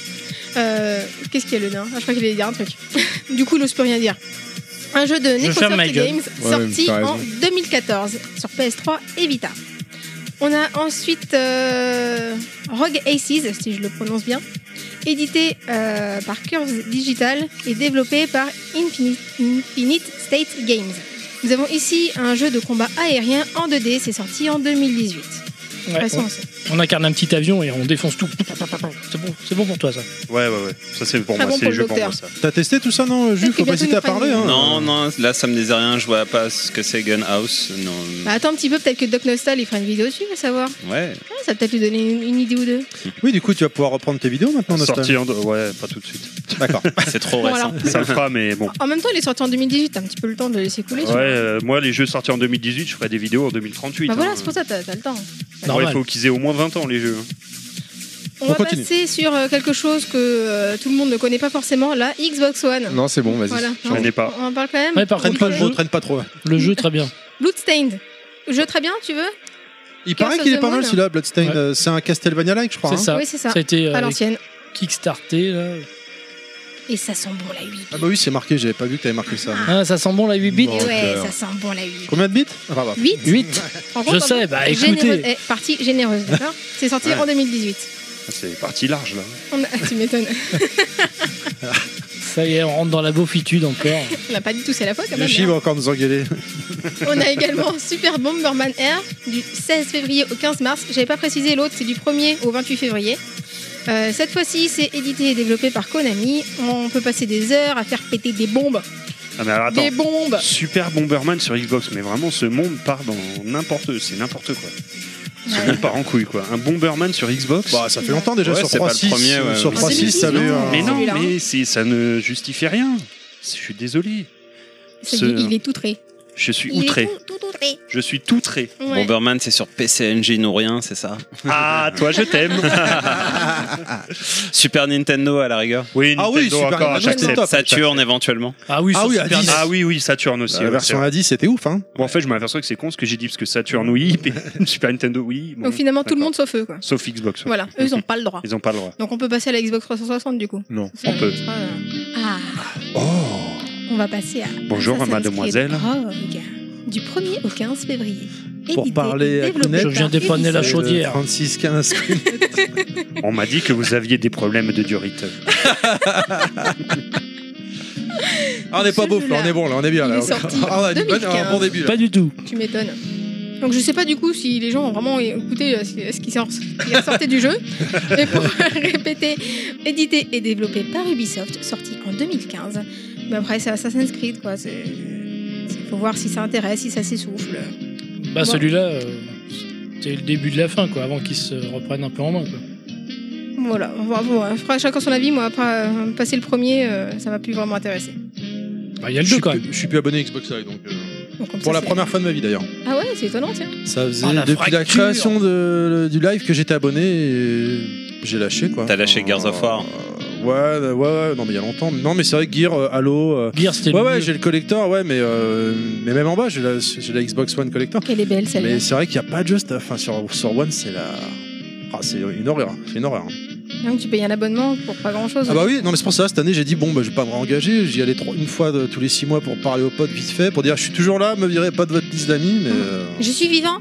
[SPEAKER 4] Euh, Qu'est-ce qu'il y a le nain Ah, Je crois qu'il allait dire un truc. <laughs> du coup, il n'ose plus rien dire. Un jeu de
[SPEAKER 5] ferme ma
[SPEAKER 4] Necrosoft
[SPEAKER 5] gueule.
[SPEAKER 4] Games
[SPEAKER 7] Ouais,
[SPEAKER 4] sorti
[SPEAKER 7] t'as raison.
[SPEAKER 4] en 2014 sur PS3 et Vita. On a ensuite euh, Rogue Aces, si je le prononce bien, édité euh, par Curves Digital et développé par Infinite, Infinite State Games. Nous avons ici un jeu de combat aérien en 2D, c'est sorti en 2018. toute
[SPEAKER 5] Ouais.
[SPEAKER 4] façon. c'est-
[SPEAKER 5] On incarne un petit avion et on défonce tout. C'est bon, c'est bon pour toi ça.
[SPEAKER 6] Ouais, ouais, ouais. Ça, c'est pour
[SPEAKER 4] Très
[SPEAKER 6] moi,
[SPEAKER 4] bon
[SPEAKER 6] c'est
[SPEAKER 4] pour
[SPEAKER 6] les
[SPEAKER 4] le
[SPEAKER 6] jeux pour
[SPEAKER 4] docteur.
[SPEAKER 6] moi, ça.
[SPEAKER 3] T'as testé tout ça, non, Jules
[SPEAKER 4] Peut-être
[SPEAKER 3] Faut
[SPEAKER 4] que
[SPEAKER 3] pas hésiter à
[SPEAKER 4] bientôt, il
[SPEAKER 3] parler.
[SPEAKER 4] fera
[SPEAKER 3] Hein.
[SPEAKER 4] une-
[SPEAKER 8] Non, non, là ça me disait rien, je vois pas ce que c'est Gunhouse. Non.
[SPEAKER 4] Bah, attends un petit peu, peut-être que Doc Nostal il fera une vidéo dessus, on va savoir.
[SPEAKER 8] Ouais.
[SPEAKER 4] Ah, ça va peut-être lui donner une, une idée ou deux.
[SPEAKER 3] Oui, du coup, tu vas pouvoir reprendre tes vidéos maintenant, Nostal.
[SPEAKER 6] Sorti en... Ouais, pas tout de suite. <laughs>
[SPEAKER 3] D'accord.
[SPEAKER 8] C'est trop
[SPEAKER 4] Bon,
[SPEAKER 8] récent.
[SPEAKER 4] alors. Ah,
[SPEAKER 6] Ça le fera, mais bon.
[SPEAKER 4] En même temps, il est sorti en 2018, t'as un petit peu le temps de le laisser couler.
[SPEAKER 6] Ouais,
[SPEAKER 4] tu vois.
[SPEAKER 6] euh, moi, les jeux sortis en 2018, je ferai des vidéos en 2038.
[SPEAKER 4] Bah voilà,
[SPEAKER 6] hein.
[SPEAKER 4] c'est pour ça, t'as t'as le temps.
[SPEAKER 6] Ouais,
[SPEAKER 5] Normal.
[SPEAKER 6] il faut qu'ils aient au moins 20 ans, les jeux. hein.
[SPEAKER 4] On,
[SPEAKER 3] On
[SPEAKER 4] va
[SPEAKER 3] continue.
[SPEAKER 4] passer sur euh, quelque chose que euh, tout le monde ne connaît pas forcément, la Xbox One.
[SPEAKER 7] Non, c'est bon, vas-y.
[SPEAKER 4] Voilà,
[SPEAKER 6] J'en ai pas.
[SPEAKER 4] on en parle quand même.
[SPEAKER 5] Ouais, par
[SPEAKER 4] Donc,
[SPEAKER 5] contre, pas le
[SPEAKER 4] euh,
[SPEAKER 5] jeu.
[SPEAKER 3] traîne pas trop.
[SPEAKER 5] Le jeu très bien.
[SPEAKER 4] Bloodstained. Jeu très bien, tu veux
[SPEAKER 3] Il
[SPEAKER 4] Curse
[SPEAKER 3] paraît
[SPEAKER 4] of
[SPEAKER 3] qu'il est
[SPEAKER 4] the
[SPEAKER 3] pas mal
[SPEAKER 4] Moon.
[SPEAKER 3] celui-là, Bloodstained.
[SPEAKER 5] Ouais.
[SPEAKER 3] Euh, C'est un Castlevania-like, je crois.
[SPEAKER 5] C'est
[SPEAKER 3] hein.
[SPEAKER 5] ça.
[SPEAKER 4] Oui, c'est ça.
[SPEAKER 5] Ça a été euh,
[SPEAKER 4] À l'ancienne.
[SPEAKER 5] kickstarté là.
[SPEAKER 4] Et ça sent bon la 8
[SPEAKER 3] Ah bah oui, c'est marqué, j'avais pas vu que t'avais marqué ça.
[SPEAKER 5] Ah, ça sent bon la 8 bits.
[SPEAKER 3] Bon.
[SPEAKER 4] Et ouais,
[SPEAKER 3] cœur.
[SPEAKER 4] ça sent bon la 8
[SPEAKER 3] Combien de bits Enfin, bah,
[SPEAKER 4] 8
[SPEAKER 5] 8. Je sais, bah écoutez.
[SPEAKER 4] Eh, partie généreuse, d'accord C'est sorti
[SPEAKER 6] Ouais.
[SPEAKER 4] en 2018.
[SPEAKER 6] C'est parti large, là.
[SPEAKER 4] On a- <laughs> tu m'étonnes.
[SPEAKER 5] Ça y est, on rentre dans la beaufitude encore.
[SPEAKER 4] On n'a Bah, pas dit tous à la fois quand même. hein.
[SPEAKER 3] Yoshi va encore nous engueuler.
[SPEAKER 4] On a
[SPEAKER 7] <laughs>
[SPEAKER 4] également Super Bomberman Air du 16 février au 15 mars. J'avais pas précisé l'autre, c'est du 1er au 28 février. Euh, cette fois-ci, c'est édité et développé par Konami. On peut passer des heures à faire péter des bombes.
[SPEAKER 6] Ah, mais alors, attends.
[SPEAKER 4] Des bombes
[SPEAKER 6] Super Bomberman sur Xbox, mais vraiment ce monde part dans n'importe, c'est n'importe quoi. Ce monde part en couille quoi. Un Bomberman sur Xbox.
[SPEAKER 3] Bah, ça fait longtemps déjà
[SPEAKER 8] Ouais,
[SPEAKER 3] sur
[SPEAKER 8] c'est pas le
[SPEAKER 3] 3.6.
[SPEAKER 8] premier, ouais.
[SPEAKER 3] Sur
[SPEAKER 8] En
[SPEAKER 3] 3.6, ça avait eu un-
[SPEAKER 6] mais non,
[SPEAKER 4] celui-là, hein.
[SPEAKER 6] mais c'est- ça ne justifie rien. Je suis désolé.
[SPEAKER 4] Ça y
[SPEAKER 6] Ce-
[SPEAKER 4] est, Il est tout tré.
[SPEAKER 6] Je suis
[SPEAKER 4] Il est
[SPEAKER 6] outré.
[SPEAKER 4] tout, tout outré.
[SPEAKER 6] Je suis outré.
[SPEAKER 4] Ouais.
[SPEAKER 8] Bomberman, c'est sur PC Engine ou rien, c'est ça
[SPEAKER 6] Ah, toi, je t'aime.
[SPEAKER 8] Super Nintendo à la rigueur.
[SPEAKER 6] oui,
[SPEAKER 3] Ah oui,
[SPEAKER 6] Nintendo
[SPEAKER 3] Super
[SPEAKER 6] encore,
[SPEAKER 3] Nintendo,
[SPEAKER 6] j'accepte.
[SPEAKER 3] c'est top.
[SPEAKER 8] Saturn éventuellement.
[SPEAKER 5] Ah oui,
[SPEAKER 3] <laughs> Ah
[SPEAKER 5] sur
[SPEAKER 3] oui, à
[SPEAKER 5] Super
[SPEAKER 3] 10.
[SPEAKER 5] NES.
[SPEAKER 6] Ah oui, oui, Saturn aussi.
[SPEAKER 3] La
[SPEAKER 6] ouais,
[SPEAKER 3] version
[SPEAKER 6] c'est
[SPEAKER 3] à 10, c'était ouf, hein.
[SPEAKER 6] vrai. Bon, en fait, je m'aperçois que c'est con ce que j'ai dit parce que Saturn
[SPEAKER 3] <laughs>
[SPEAKER 6] oui, mais <laughs> Super Nintendo oui. bon,
[SPEAKER 4] Donc finalement, tout le
[SPEAKER 6] d'accord.
[SPEAKER 4] monde sauf eux. Quoi.
[SPEAKER 6] Sauf Xbox. ouais.
[SPEAKER 4] Voilà, eux, ils n'ont pas le droit.
[SPEAKER 6] Ils ont pas le droit.
[SPEAKER 4] Donc on peut passer à la Xbox 360 du coup.
[SPEAKER 7] Non.
[SPEAKER 6] On peut.
[SPEAKER 4] C'est pas, euh, Ah,
[SPEAKER 6] Oh.
[SPEAKER 4] on va passer à.
[SPEAKER 6] Bonjour,
[SPEAKER 4] Assassin's
[SPEAKER 6] mademoiselle.
[SPEAKER 4] Creed Rogue, du 1er au 15 février.
[SPEAKER 3] Pour
[SPEAKER 4] Édité
[SPEAKER 3] parler
[SPEAKER 4] et
[SPEAKER 3] à
[SPEAKER 4] développé
[SPEAKER 3] Kounet.
[SPEAKER 5] Je viens
[SPEAKER 4] par
[SPEAKER 5] dépanner la
[SPEAKER 4] Ubisoft.
[SPEAKER 5] chose. chaudière.
[SPEAKER 3] 36, 15.
[SPEAKER 6] On m'a dit que vous aviez des problèmes de durite.
[SPEAKER 3] <laughs> Ah, on est pas
[SPEAKER 4] Celui-là,
[SPEAKER 3] beau, là, on est bon, là, on est bien.
[SPEAKER 4] il
[SPEAKER 3] là.
[SPEAKER 4] est sorti
[SPEAKER 3] Ah, on a du bon-
[SPEAKER 4] 2015.
[SPEAKER 3] un bon début. là.
[SPEAKER 5] Pas du tout.
[SPEAKER 4] Tu m'étonnes. Donc je sais pas du coup si les gens ont vraiment écouté euh, ce qui- ce qui sort- ce qui sortait du jeu. Mais pour <laughs> répéter, édité et développé par Ubisoft, sorti en 2015. Mais après c'est Assassin's Creed quoi. C'est... c'est- Faut voir si ça intéresse, si ça s'essouffle.
[SPEAKER 5] Bah celui-là, euh, c'était le début de la fin quoi, avant qu'ils se reprennent un peu en main quoi.
[SPEAKER 4] Voilà, on va- on fera chacun son avis. Moi après euh, passer le premier, euh, ça m'a plus vraiment intéressé.
[SPEAKER 5] Bah il y a le
[SPEAKER 3] Je
[SPEAKER 5] jeu
[SPEAKER 3] suis
[SPEAKER 5] quand
[SPEAKER 3] plus-
[SPEAKER 5] même.
[SPEAKER 3] je suis plus abonné à Xbox Live, donc. euh,
[SPEAKER 4] Donc, comme ça,
[SPEAKER 3] Pour la
[SPEAKER 4] c'est-
[SPEAKER 3] première fois de ma vie, d'ailleurs.
[SPEAKER 4] Ah ouais, c'est étonnant tiens.
[SPEAKER 3] Ça faisait
[SPEAKER 5] Ah, la
[SPEAKER 3] depuis la
[SPEAKER 5] fracture.
[SPEAKER 3] création de- du live que j'étais abonné et j'ai lâché quoi.
[SPEAKER 8] T'as lâché Gears of War.
[SPEAKER 3] Euh, ouais, ouais, ouais, non mais il y a longtemps. Non mais c'est vrai que Gear, euh, Halo. euh,
[SPEAKER 5] Gears c'était
[SPEAKER 3] Ouais,
[SPEAKER 5] le
[SPEAKER 3] ouais,
[SPEAKER 5] mieux.
[SPEAKER 3] j'ai le collector, ouais, mais, euh, mais même en bas, j'ai la, j'ai la Xbox One collector.
[SPEAKER 4] Elle est belle celle-là.
[SPEAKER 3] Mais c'est vrai qu'il n'y a pas de juste. Enfin, sur, sur One, c'est la. Ah, c'est une horreur, c'est une horreur. hein.
[SPEAKER 4] Rien que tu payes un abonnement pour pas grand chose.
[SPEAKER 3] Ah bah oui, non mais c'est pour ça, cette année j'ai dit bon bah je vais pas me réengager, j'y allais trois- une fois de- tous les six mois pour parler aux potes vite fait, pour dire je suis toujours là, me virez pas de votre liste d'amis, mais euh,
[SPEAKER 4] Je suis vivant.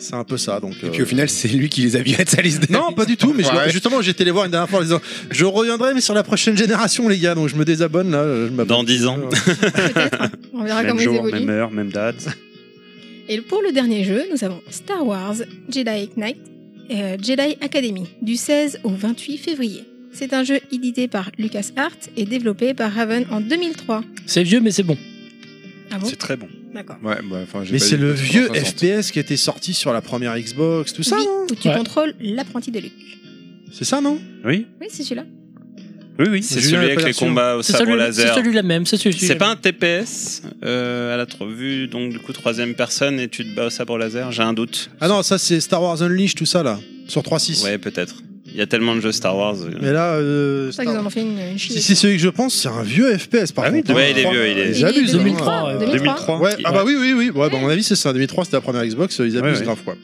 [SPEAKER 3] c'est un peu ça donc.
[SPEAKER 7] Et
[SPEAKER 3] euh,
[SPEAKER 7] puis au final, c'est lui qui les a virés de sa liste.
[SPEAKER 3] Non, pas du tout, mais je-
[SPEAKER 7] Ouais.
[SPEAKER 3] justement, j'étais les voir une dernière fois en disant Je reviendrai, mais sur la prochaine génération, les gars, donc je me désabonne là. Je m'abonne. Euh,
[SPEAKER 8] Dans 10 ans.
[SPEAKER 4] On verra
[SPEAKER 6] Même
[SPEAKER 4] comment ils
[SPEAKER 6] jour,
[SPEAKER 4] évoluent.
[SPEAKER 6] même heure, même date.
[SPEAKER 4] Et pour le dernier jeu, nous avons Star Wars Jedi Knight euh, Jedi Academy du 16 au 28 février. C'est un jeu édité par LucasArts et développé par Raven en 2003.
[SPEAKER 5] C'est vieux mais c'est bon.
[SPEAKER 4] Ah bon
[SPEAKER 6] C'est très bon.
[SPEAKER 4] D'accord.
[SPEAKER 7] Ouais, bah, enfin, j'ai
[SPEAKER 3] Mais
[SPEAKER 7] pas
[SPEAKER 3] c'est
[SPEAKER 7] eu
[SPEAKER 3] le
[SPEAKER 7] de
[SPEAKER 3] vieux
[SPEAKER 7] 360.
[SPEAKER 3] FPS qui était sorti sur la première Xbox, tout ça,
[SPEAKER 4] Oui,
[SPEAKER 3] non
[SPEAKER 4] où tu
[SPEAKER 5] Ouais.
[SPEAKER 4] contrôles l'apprenti de Luke.
[SPEAKER 3] C'est ça, non
[SPEAKER 6] Oui,
[SPEAKER 4] Oui, c'est celui-là.
[SPEAKER 6] oui, oui.
[SPEAKER 8] C'est
[SPEAKER 3] Julien
[SPEAKER 8] celui
[SPEAKER 3] l'a
[SPEAKER 8] avec
[SPEAKER 3] pas
[SPEAKER 8] les
[SPEAKER 3] reçu.
[SPEAKER 8] combats au
[SPEAKER 5] C'est
[SPEAKER 8] sabre
[SPEAKER 5] celui- c'est
[SPEAKER 8] laser.
[SPEAKER 5] celui-là même, c'est celui-là.
[SPEAKER 8] C'est pas un TPS euh, à la tro- vue, donc du coup troisième personne et tu te bats au sabre laser. J'ai un doute.
[SPEAKER 3] Ah non, ça c'est Star Wars Unleashed, tout ça là, sur 3.6.
[SPEAKER 8] Ouais, peut-être. Il y a tellement de jeux Star Wars.
[SPEAKER 3] Mais là, euh,
[SPEAKER 4] C'est pour ça qu'ils en ont fait une, une
[SPEAKER 3] si
[SPEAKER 4] chier.
[SPEAKER 3] c'est celui que je pense, c'est un vieux FPS par
[SPEAKER 6] Ah oui,
[SPEAKER 3] contre.
[SPEAKER 8] ouais, il est vieux, il est-
[SPEAKER 3] Ils abusent, hein.
[SPEAKER 4] 2003,
[SPEAKER 5] 2003,
[SPEAKER 4] 2003.
[SPEAKER 3] Ouais, ah bah oui, oui, oui. Ouais, bah,
[SPEAKER 4] Ouais.
[SPEAKER 3] à mon avis, c'est ça. 2003, c'était la première Xbox, euh, ils abusent
[SPEAKER 6] Ouais, ouais.
[SPEAKER 3] grave, quoi.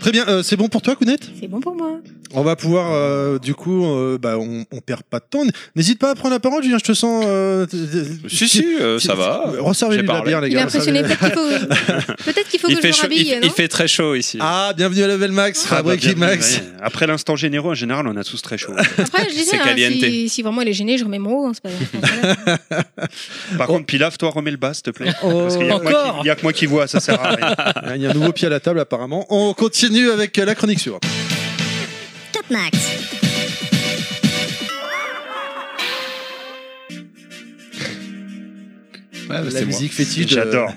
[SPEAKER 3] Très bien, euh, c'est bon pour toi, Kounet
[SPEAKER 4] C'est bon pour moi.
[SPEAKER 7] Ah,
[SPEAKER 3] On va pouvoir, euh, du coup, euh, bah, on, on perd pas de temps. N'hésite pas à prendre la parole, Julien, je te sens. Euh, t- t-
[SPEAKER 8] Si si, euh, ça va.
[SPEAKER 3] Resservez-lui
[SPEAKER 8] J'ai
[SPEAKER 3] de la
[SPEAKER 8] parlé.
[SPEAKER 3] bière, les
[SPEAKER 4] Il est
[SPEAKER 3] gars.
[SPEAKER 4] impressionné.
[SPEAKER 3] resservez-lui.
[SPEAKER 4] Peut-être qu'il faut, peut-être qu'il faut que
[SPEAKER 8] Il
[SPEAKER 4] je
[SPEAKER 8] fait,
[SPEAKER 4] me
[SPEAKER 8] chaud, il,
[SPEAKER 4] rhabille,
[SPEAKER 8] il
[SPEAKER 4] non
[SPEAKER 8] fait très chaau ici.
[SPEAKER 3] Ah, bienvenue à Level Max,
[SPEAKER 6] Ah, bah,
[SPEAKER 3] Fabrique
[SPEAKER 6] bienvenue,
[SPEAKER 3] Max.
[SPEAKER 6] ouais. Après l'instant généreux, en général, on a tous très
[SPEAKER 4] <laughs>
[SPEAKER 6] chaud.
[SPEAKER 4] Après, je disais,
[SPEAKER 8] C'est
[SPEAKER 4] hein,
[SPEAKER 8] caliente.
[SPEAKER 4] si, si vraiment il est gêné, je remets mon haut. hein, c'est pas- enfin, voilà.
[SPEAKER 6] Par
[SPEAKER 3] Oh.
[SPEAKER 6] contre, Pilaf, toi, remets le bas, s'il te plaît. Parce qu'il y a que moi
[SPEAKER 5] Encore
[SPEAKER 6] qui- il y a que moi qui vois, ça sert à rien.
[SPEAKER 3] <laughs> Il y a un nouveau pied à la table, apparemment. On continue continue avec euh, la chronique suivante.
[SPEAKER 1] Top Max.
[SPEAKER 7] bah,
[SPEAKER 3] la
[SPEAKER 7] c'est moi.
[SPEAKER 3] musique fétiche. de-
[SPEAKER 6] J'adore.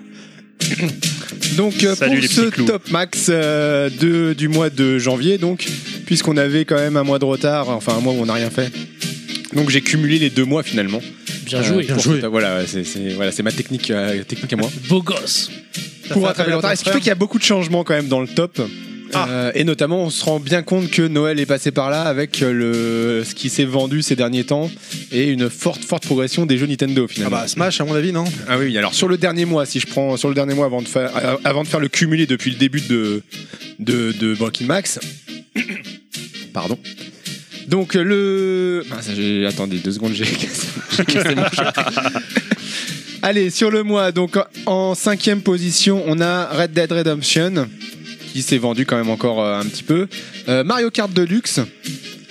[SPEAKER 7] Donc euh,
[SPEAKER 6] Salut les
[SPEAKER 7] pour ce
[SPEAKER 6] petits clous.
[SPEAKER 7] top max euh, de- du mois de janvier, donc puisqu'on avait quand même un mois de retard, enfin un mois où on n'a rien fait. Donc j'ai cumulé les deux mois finalement.
[SPEAKER 5] Bien
[SPEAKER 7] Euh,
[SPEAKER 5] joué.
[SPEAKER 7] pour
[SPEAKER 3] joué.
[SPEAKER 7] que- Voilà, c'est c'est- voilà, c'est ma technique, euh, technique à moi.
[SPEAKER 5] Beau gosse.
[SPEAKER 7] pour
[SPEAKER 3] fait appel à
[SPEAKER 7] rattraper le
[SPEAKER 3] ton
[SPEAKER 7] retard. Et Ce qui fait
[SPEAKER 3] frère.
[SPEAKER 7] qu'il y a beaucoup de changements quand même dans le top.
[SPEAKER 3] Ah.
[SPEAKER 7] Euh, et notamment, on se rend bien compte que Noël est passé par là avec euh, le, ce qui s'est vendu ces derniers temps et une forte, forte progression des jeux Nintendo
[SPEAKER 3] Ah
[SPEAKER 7] finalement.
[SPEAKER 3] bah Smash à mon avis non
[SPEAKER 7] Ah oui, oui, alors sur le dernier mois, si je prends sur le dernier mois avant de faire, euh, avant de faire le cumulé depuis le début de, de, de Banking Max. <coughs> Pardon. Donc euh, le. Mince, j'ai- Attendez deux secondes, j'ai cassé, j'ai cassé mon <laughs> chat. Allez, sur le mois, donc en cinquième position, on a Red Dead Redemption, qui s'est vendu quand même encore euh, un petit peu. Euh, Mario Kart Deluxe,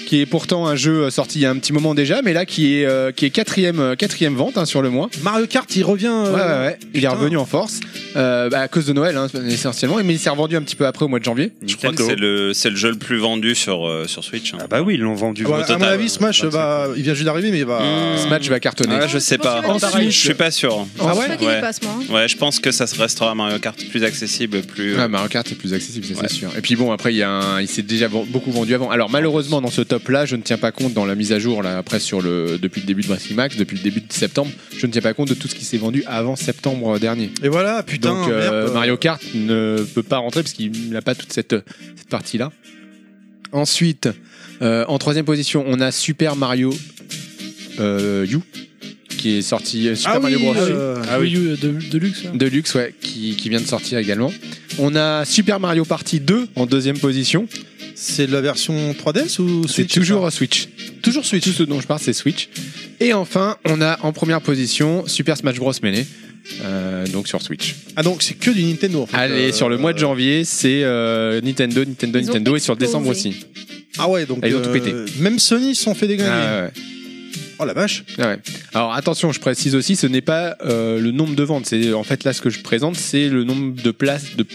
[SPEAKER 7] qui est pourtant un jeu euh, sorti il y a un petit moment déjà, mais là qui est, euh, qui est quatrième, euh, quatrième vente hein, sur le mois.
[SPEAKER 3] Mario Kart il revient euh,
[SPEAKER 7] Ouais, ouais, ouais. Il est
[SPEAKER 3] putain.
[SPEAKER 7] revenu en force euh, bah, à cause de Noël hein, essentiellement, mais il s'est revendu un petit peu après au mois de janvier.
[SPEAKER 8] Je crois que c'est le, c'est le jeu le plus vendu sur, euh, sur Switch. hein.
[SPEAKER 6] Ah bah oui, ils l'ont vendu.
[SPEAKER 3] Ouais,
[SPEAKER 8] au
[SPEAKER 3] à mon
[SPEAKER 8] total,
[SPEAKER 3] avis Smash
[SPEAKER 8] euh,
[SPEAKER 3] va il vient juste d'arriver mais bah, il va
[SPEAKER 8] Mmh.
[SPEAKER 7] Ce match va cartonner.
[SPEAKER 8] Ah, je sais pas.
[SPEAKER 4] Ensuite-
[SPEAKER 8] Je suis pas sûr.
[SPEAKER 7] Ah
[SPEAKER 4] Je
[SPEAKER 7] ouais
[SPEAKER 4] crois qu'il
[SPEAKER 8] Ouais.
[SPEAKER 4] y passe, moi. hein.
[SPEAKER 8] Ouais, je pense que ça restera Mario Kart plus accessible, plus. euh,
[SPEAKER 7] Ouais, Mario Kart est plus accessible, ça,
[SPEAKER 8] Ouais.
[SPEAKER 7] c'est sûr. Et puis bon, après, il, y a un- il s'est déjà ven- beaucoup vendu avant. Alors malheureusement, dans ce top-là, je ne tiens pas compte dans la mise à jour là après sur le depuis le début de Breaking Max, depuis le début de septembre, je ne tiens pas compte de tout ce qui s'est vendu avant septembre euh, dernier.
[SPEAKER 3] et voilà putain
[SPEAKER 7] Donc euh,
[SPEAKER 3] merde.
[SPEAKER 7] Mario Kart ne peut pas rentrer parce qu'il n'a pas toute cette, cette partie-là. Ensuite, euh, en troisième position, on a Super Mario euh, U qui est sorti euh, Super
[SPEAKER 3] ah
[SPEAKER 7] Mario
[SPEAKER 3] oui,
[SPEAKER 7] Bros.
[SPEAKER 3] euh,
[SPEAKER 7] Ah oui.
[SPEAKER 5] Wii U de, de luxe. là.
[SPEAKER 7] Deluxe, ouais, qui, qui vient de sortir également. On a Super Mario Party 2 en deuxième position.
[SPEAKER 3] c'est de la version 3DS ou
[SPEAKER 7] C'est
[SPEAKER 3] Switch
[SPEAKER 7] toujours Switch. Toujours Switch. Tout ce dont je parle, c'est Switch. Et enfin, on a en première position Super Smash Bros. Melee, euh, donc sur Switch.
[SPEAKER 3] ah donc c'est que du Nintendo en fait.
[SPEAKER 7] Allez,
[SPEAKER 3] Euh,
[SPEAKER 7] sur le mois de janvier, c'est euh, Nintendo, Nintendo,
[SPEAKER 4] Ils ont
[SPEAKER 7] Nintendo et sur
[SPEAKER 4] explosé.
[SPEAKER 7] décembre aussi.
[SPEAKER 3] ah ouais donc
[SPEAKER 7] Ah, ils ont tout pété.
[SPEAKER 3] même Sony se sont fait déglinguer
[SPEAKER 7] Ah, ouais,
[SPEAKER 3] oh la vache
[SPEAKER 7] ouais, ouais. Alors attention, je précise aussi, ce n'est pas euh, le nombre de ventes. C'est en fait là ce que je présente, c'est le nombre de places, de,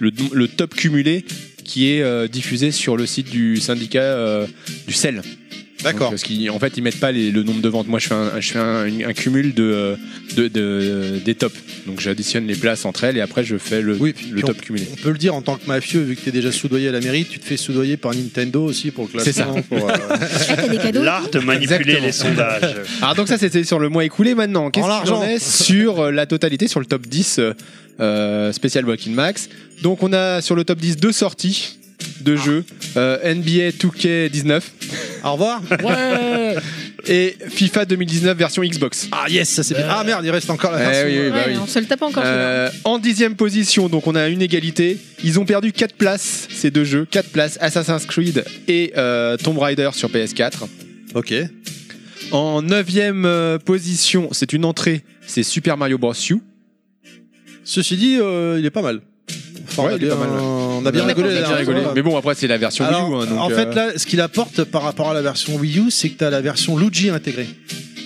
[SPEAKER 7] le, le top cumulé qui est euh, diffusé sur le site du syndicat euh, du sel.
[SPEAKER 3] d'accord
[SPEAKER 7] Parce qu'en fait, ils mettent pas les- le nombre de ventes. Moi, je fais un, je fais un, un cumul de, euh, de, de- des tops. Donc j'additionne les places entre elles et après je fais le,
[SPEAKER 3] Oui, puis
[SPEAKER 7] le
[SPEAKER 3] on-
[SPEAKER 7] top
[SPEAKER 3] <laughs>
[SPEAKER 7] cumulé.
[SPEAKER 3] on peut le dire en tant que mafieux vu que t'es déjà soudoyé à la mairie tu te fais soudoyer par Nintendo aussi pour le
[SPEAKER 7] C'est
[SPEAKER 3] classement pour,
[SPEAKER 7] <laughs>
[SPEAKER 3] euh,
[SPEAKER 4] Ah, t'as des cadeaux
[SPEAKER 6] L'art de manipuler
[SPEAKER 7] Exactement.
[SPEAKER 6] les sondages.
[SPEAKER 7] Alors donc ça c'était sur le mois écoulé maintenant. Qu'est-ce
[SPEAKER 3] En
[SPEAKER 7] qu'il
[SPEAKER 3] l'argent.
[SPEAKER 7] en est sur euh, la totalité, sur le top 10 euh, euh, spécial Walking Max Donc on a sur le top 10 deux sorties de jeux euh, NBA 2K19
[SPEAKER 3] Ah. au revoir
[SPEAKER 5] Ouais.
[SPEAKER 7] et FIFA 2019 version Xbox. Euh.
[SPEAKER 3] ah yes ça c'est bien ah merde il reste encore la
[SPEAKER 7] Eh
[SPEAKER 3] version
[SPEAKER 7] oui, oui,
[SPEAKER 4] Ouais,
[SPEAKER 7] bah oui.
[SPEAKER 4] on se le tape encore. celui-là.
[SPEAKER 7] Euh, en dixième position, donc on a une égalité. Ils ont perdu 4 places, ces deux jeux. 4 places, Assassin's Creed et euh, Tomb Raider sur PS4.
[SPEAKER 3] ok
[SPEAKER 7] En neuvième euh, position, c'est une entrée, c'est Super Mario Bros. U.
[SPEAKER 3] ceci dit euh, il est pas mal Enfin, on
[SPEAKER 7] Ouais,
[SPEAKER 3] a
[SPEAKER 7] il est
[SPEAKER 3] bien-
[SPEAKER 7] pas mal, ouais.
[SPEAKER 3] on a bien
[SPEAKER 7] Euh, On a
[SPEAKER 3] rigolé
[SPEAKER 4] bien
[SPEAKER 3] la dernière
[SPEAKER 4] rigolé.
[SPEAKER 3] fois.
[SPEAKER 7] Mais bon, après, c'est la version
[SPEAKER 3] Alors,
[SPEAKER 7] Wii U. hein, donc,
[SPEAKER 3] en
[SPEAKER 7] euh,
[SPEAKER 3] fait, là, ce qu'il apporte par rapport à la version Wii U, c'est que tu as la version Luigi intégrée.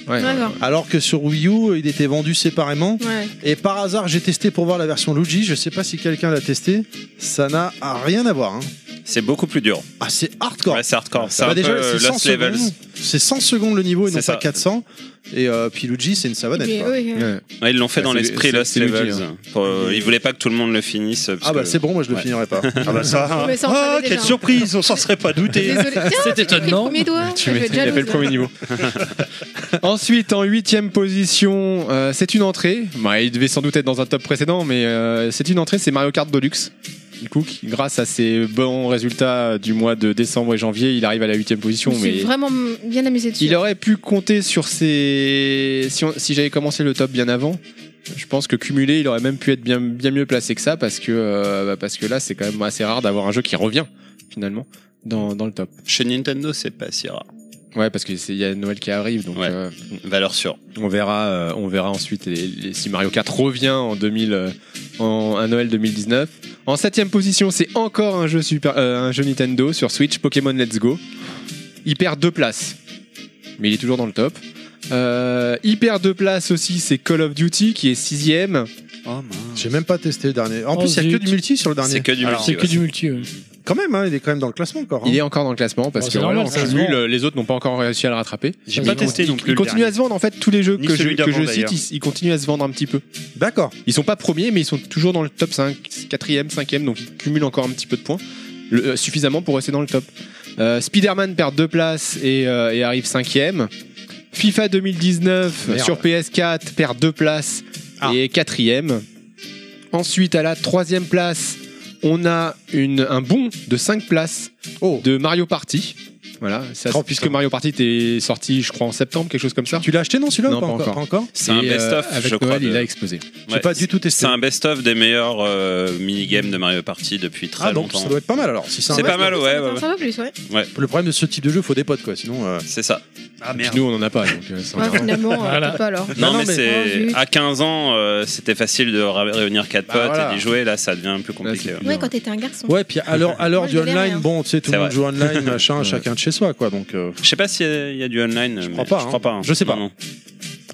[SPEAKER 7] ouais.
[SPEAKER 4] D'accord.
[SPEAKER 3] Alors que sur Wii U, il était vendu séparément.
[SPEAKER 4] Ouais.
[SPEAKER 3] Et par hasard, j'ai testé pour voir la version Luigi. Je sais pas si quelqu'un l'a testé. Ça n'a rien à voir. hein.
[SPEAKER 8] C'est beaucoup plus dur.
[SPEAKER 3] Ah, c'est hardcore.
[SPEAKER 8] Ouais, c'est hardcore. C'est
[SPEAKER 3] Bah
[SPEAKER 8] un
[SPEAKER 3] déjà,
[SPEAKER 8] peu
[SPEAKER 3] c'est
[SPEAKER 8] euh,
[SPEAKER 3] 100
[SPEAKER 8] Lost Levels.
[SPEAKER 3] secondes. C'est 100 secondes le niveau et non
[SPEAKER 8] C'est ça.
[SPEAKER 3] pas 400. Et euh, puis Luigi, c'est une savonnette.
[SPEAKER 4] Mais
[SPEAKER 3] quoi.
[SPEAKER 4] oui, euh,
[SPEAKER 7] Ouais.
[SPEAKER 8] Ouais, ils l'ont fait
[SPEAKER 7] Ouais,
[SPEAKER 8] dans
[SPEAKER 7] c'est-
[SPEAKER 8] l'esprit
[SPEAKER 7] c'est-
[SPEAKER 8] Lost
[SPEAKER 7] c'est
[SPEAKER 8] Levels.
[SPEAKER 7] Luigi,
[SPEAKER 8] Pour, euh, ils voulaient pas que tout le monde le finisse. parce
[SPEAKER 3] Ah bah
[SPEAKER 8] que-
[SPEAKER 3] c'est bon, moi je le
[SPEAKER 8] Ouais. <laughs>
[SPEAKER 3] finirai pas.
[SPEAKER 6] Ah
[SPEAKER 4] <laughs>
[SPEAKER 6] bah ça.
[SPEAKER 4] Mais
[SPEAKER 3] hein.
[SPEAKER 4] ça, on
[SPEAKER 6] Ah,
[SPEAKER 4] savait déjà.
[SPEAKER 6] quelle surprise, on s'en serait
[SPEAKER 4] <laughs>
[SPEAKER 6] pas douté.
[SPEAKER 4] Désolé. Tiens,
[SPEAKER 5] C'est
[SPEAKER 4] j'ai pris le
[SPEAKER 5] étonnant.
[SPEAKER 4] premier doigt,
[SPEAKER 7] Tu
[SPEAKER 4] je vais
[SPEAKER 7] m'étonnes,
[SPEAKER 4] être
[SPEAKER 7] il a fait
[SPEAKER 4] jalouse,
[SPEAKER 7] le
[SPEAKER 4] là.
[SPEAKER 7] premier niveau. <laughs> Ensuite, en huitième position, euh, c'est une entrée. Bah, il devait sans doute être dans un top précédent, mais euh, c'est une entrée, c'est Mario Kart Deluxe. Du coup, qui, grâce à ses bons résultats du mois de décembre et janvier, il arrive à la huitième
[SPEAKER 4] Je
[SPEAKER 7] position.
[SPEAKER 4] me suis
[SPEAKER 7] Mais
[SPEAKER 4] vraiment bien amusé dessus.
[SPEAKER 7] il aurait pu compter sur ses. Si, on- si j'avais commencé le top bien avant, je pense que cumulé, il aurait même pu être bien, bien mieux placé que ça, parce que, euh, bah, parce que là, c'est quand même assez rare d'avoir un jeu qui revient, finalement, dans, dans le top.
[SPEAKER 8] Chez Nintendo, c'est pas si rare.
[SPEAKER 7] Ouais, parce qu'il y a Noël qui arrive, donc
[SPEAKER 8] Ouais.
[SPEAKER 7] euh,
[SPEAKER 8] Valeur sûre.
[SPEAKER 7] on verra, euh, on verra ensuite les- les- si Mario Kart revient en 2000, euh, en à Noël 2019. En septième position, c'est encore un jeu super, euh, un jeu Nintendo sur Switch, Pokémon Let's Go. Il perd deux places, mais il est toujours dans le top. Euh, il perd deux places aussi, c'est Call of Duty qui est sixième,
[SPEAKER 8] Oh mince.
[SPEAKER 3] J'ai même pas testé le dernier. En
[SPEAKER 5] Oh,
[SPEAKER 3] plus, il y a que
[SPEAKER 5] zut.
[SPEAKER 3] du multi sur le
[SPEAKER 8] C'est
[SPEAKER 3] dernier.
[SPEAKER 8] que du
[SPEAKER 6] Alors,
[SPEAKER 8] multi.
[SPEAKER 5] C'est que
[SPEAKER 8] ouais.
[SPEAKER 5] du multi. ouais.
[SPEAKER 3] Quand même, hein, il est quand même dans le classement encore. hein.
[SPEAKER 7] Il est encore dans le classement parce
[SPEAKER 5] Bon,
[SPEAKER 7] que
[SPEAKER 5] c'est
[SPEAKER 7] voilà,
[SPEAKER 5] normal,
[SPEAKER 7] en
[SPEAKER 5] ça se
[SPEAKER 7] cumul,
[SPEAKER 5] vend.
[SPEAKER 7] euh, les autres n'ont pas encore réussi à le rattraper.
[SPEAKER 6] J'ai
[SPEAKER 5] Ça
[SPEAKER 6] pas
[SPEAKER 5] se vend.
[SPEAKER 6] testé non plus.
[SPEAKER 7] Ils
[SPEAKER 6] le
[SPEAKER 7] continuent à
[SPEAKER 6] dernier.
[SPEAKER 7] se vendre en fait tous les jeux
[SPEAKER 6] Ni
[SPEAKER 7] que je,
[SPEAKER 6] celui
[SPEAKER 7] que je
[SPEAKER 6] d'avant,
[SPEAKER 7] cite,
[SPEAKER 6] d'ailleurs.
[SPEAKER 7] ils, ils continuent à se vendre un petit peu.
[SPEAKER 3] D'accord.
[SPEAKER 7] Ils sont pas premiers mais ils sont toujours dans le top 5, 4ème, 5ème donc ils cumulent encore un petit peu de points. Le- euh, suffisamment pour rester dans le top. Euh, Spider-Man perd deux places et, euh, et arrive 5ème. FIFA 2019
[SPEAKER 3] Merde.
[SPEAKER 7] sur PS4 perd deux places
[SPEAKER 3] Ah.
[SPEAKER 7] et est 4ème. Ensuite à la troisième place, on a une, un bond de 5 places
[SPEAKER 3] Oh.
[SPEAKER 7] de Mario Party. Voilà, ça,
[SPEAKER 3] Oh,
[SPEAKER 7] puisque
[SPEAKER 3] putain.
[SPEAKER 7] Mario Party est sorti, je crois, en septembre, quelque chose comme ça.
[SPEAKER 3] Tu l'as acheté non celui-là
[SPEAKER 7] Non,
[SPEAKER 3] ou Ah, pas,
[SPEAKER 7] pas
[SPEAKER 3] encore,
[SPEAKER 7] encore.
[SPEAKER 3] Pas encore
[SPEAKER 8] C'est un
[SPEAKER 7] Et, euh,
[SPEAKER 8] best-of,
[SPEAKER 7] avec
[SPEAKER 8] je crois.
[SPEAKER 7] Noël,
[SPEAKER 8] de-
[SPEAKER 7] il a explosé.
[SPEAKER 3] J'ai
[SPEAKER 8] Ouais,
[SPEAKER 3] pas du tout testé.
[SPEAKER 8] C'est un best-of des meilleurs euh, minigames de Mario Party depuis très
[SPEAKER 3] Ah donc
[SPEAKER 8] longtemps.
[SPEAKER 3] ça doit être pas mal alors. Si c'est un
[SPEAKER 8] C'est
[SPEAKER 3] vrai,
[SPEAKER 8] pas mal, ouais, ouais, ouais.
[SPEAKER 4] Ça va plus, ouais.
[SPEAKER 3] Le problème de ce type de jeu, faut des potes quoi. Sinon, euh,
[SPEAKER 8] C'est ça.
[SPEAKER 6] Ah
[SPEAKER 7] Puis
[SPEAKER 6] merde.
[SPEAKER 7] nous, on en a pas. donc, euh, c'est
[SPEAKER 4] Ouais,
[SPEAKER 7] encore-
[SPEAKER 4] finalement, euh,
[SPEAKER 5] Voilà.
[SPEAKER 4] peut-être pas alors.
[SPEAKER 8] Non,
[SPEAKER 3] non,
[SPEAKER 8] mais,
[SPEAKER 3] mais-
[SPEAKER 8] c'est
[SPEAKER 4] Oh, zut.
[SPEAKER 8] à 15 ans, euh, c'était facile de ra- réunir quatre
[SPEAKER 7] Bah,
[SPEAKER 8] potes
[SPEAKER 7] voilà.
[SPEAKER 8] et d'y jouer. Là, ça devient plus compliqué.
[SPEAKER 7] Là,
[SPEAKER 8] ouais.
[SPEAKER 7] c'est-
[SPEAKER 4] Ouais, quand t'étais un garçon.
[SPEAKER 3] ouais. Puis à l'heure à l'heure
[SPEAKER 4] Moi,
[SPEAKER 3] du
[SPEAKER 4] je galère,
[SPEAKER 3] online,
[SPEAKER 4] hein.
[SPEAKER 3] bon, tu sais, tout
[SPEAKER 8] C'est
[SPEAKER 3] le monde
[SPEAKER 8] vrai.
[SPEAKER 3] joue <laughs> online, machin,
[SPEAKER 7] Ouais.
[SPEAKER 3] chacun de chez soi quoi. Donc, euh,
[SPEAKER 8] Je sais pas s'il y, a- il y a du online. Je
[SPEAKER 3] crois pas,
[SPEAKER 8] Je
[SPEAKER 3] hein.
[SPEAKER 8] crois pas. hein.
[SPEAKER 3] Je sais pas.
[SPEAKER 8] Non, non.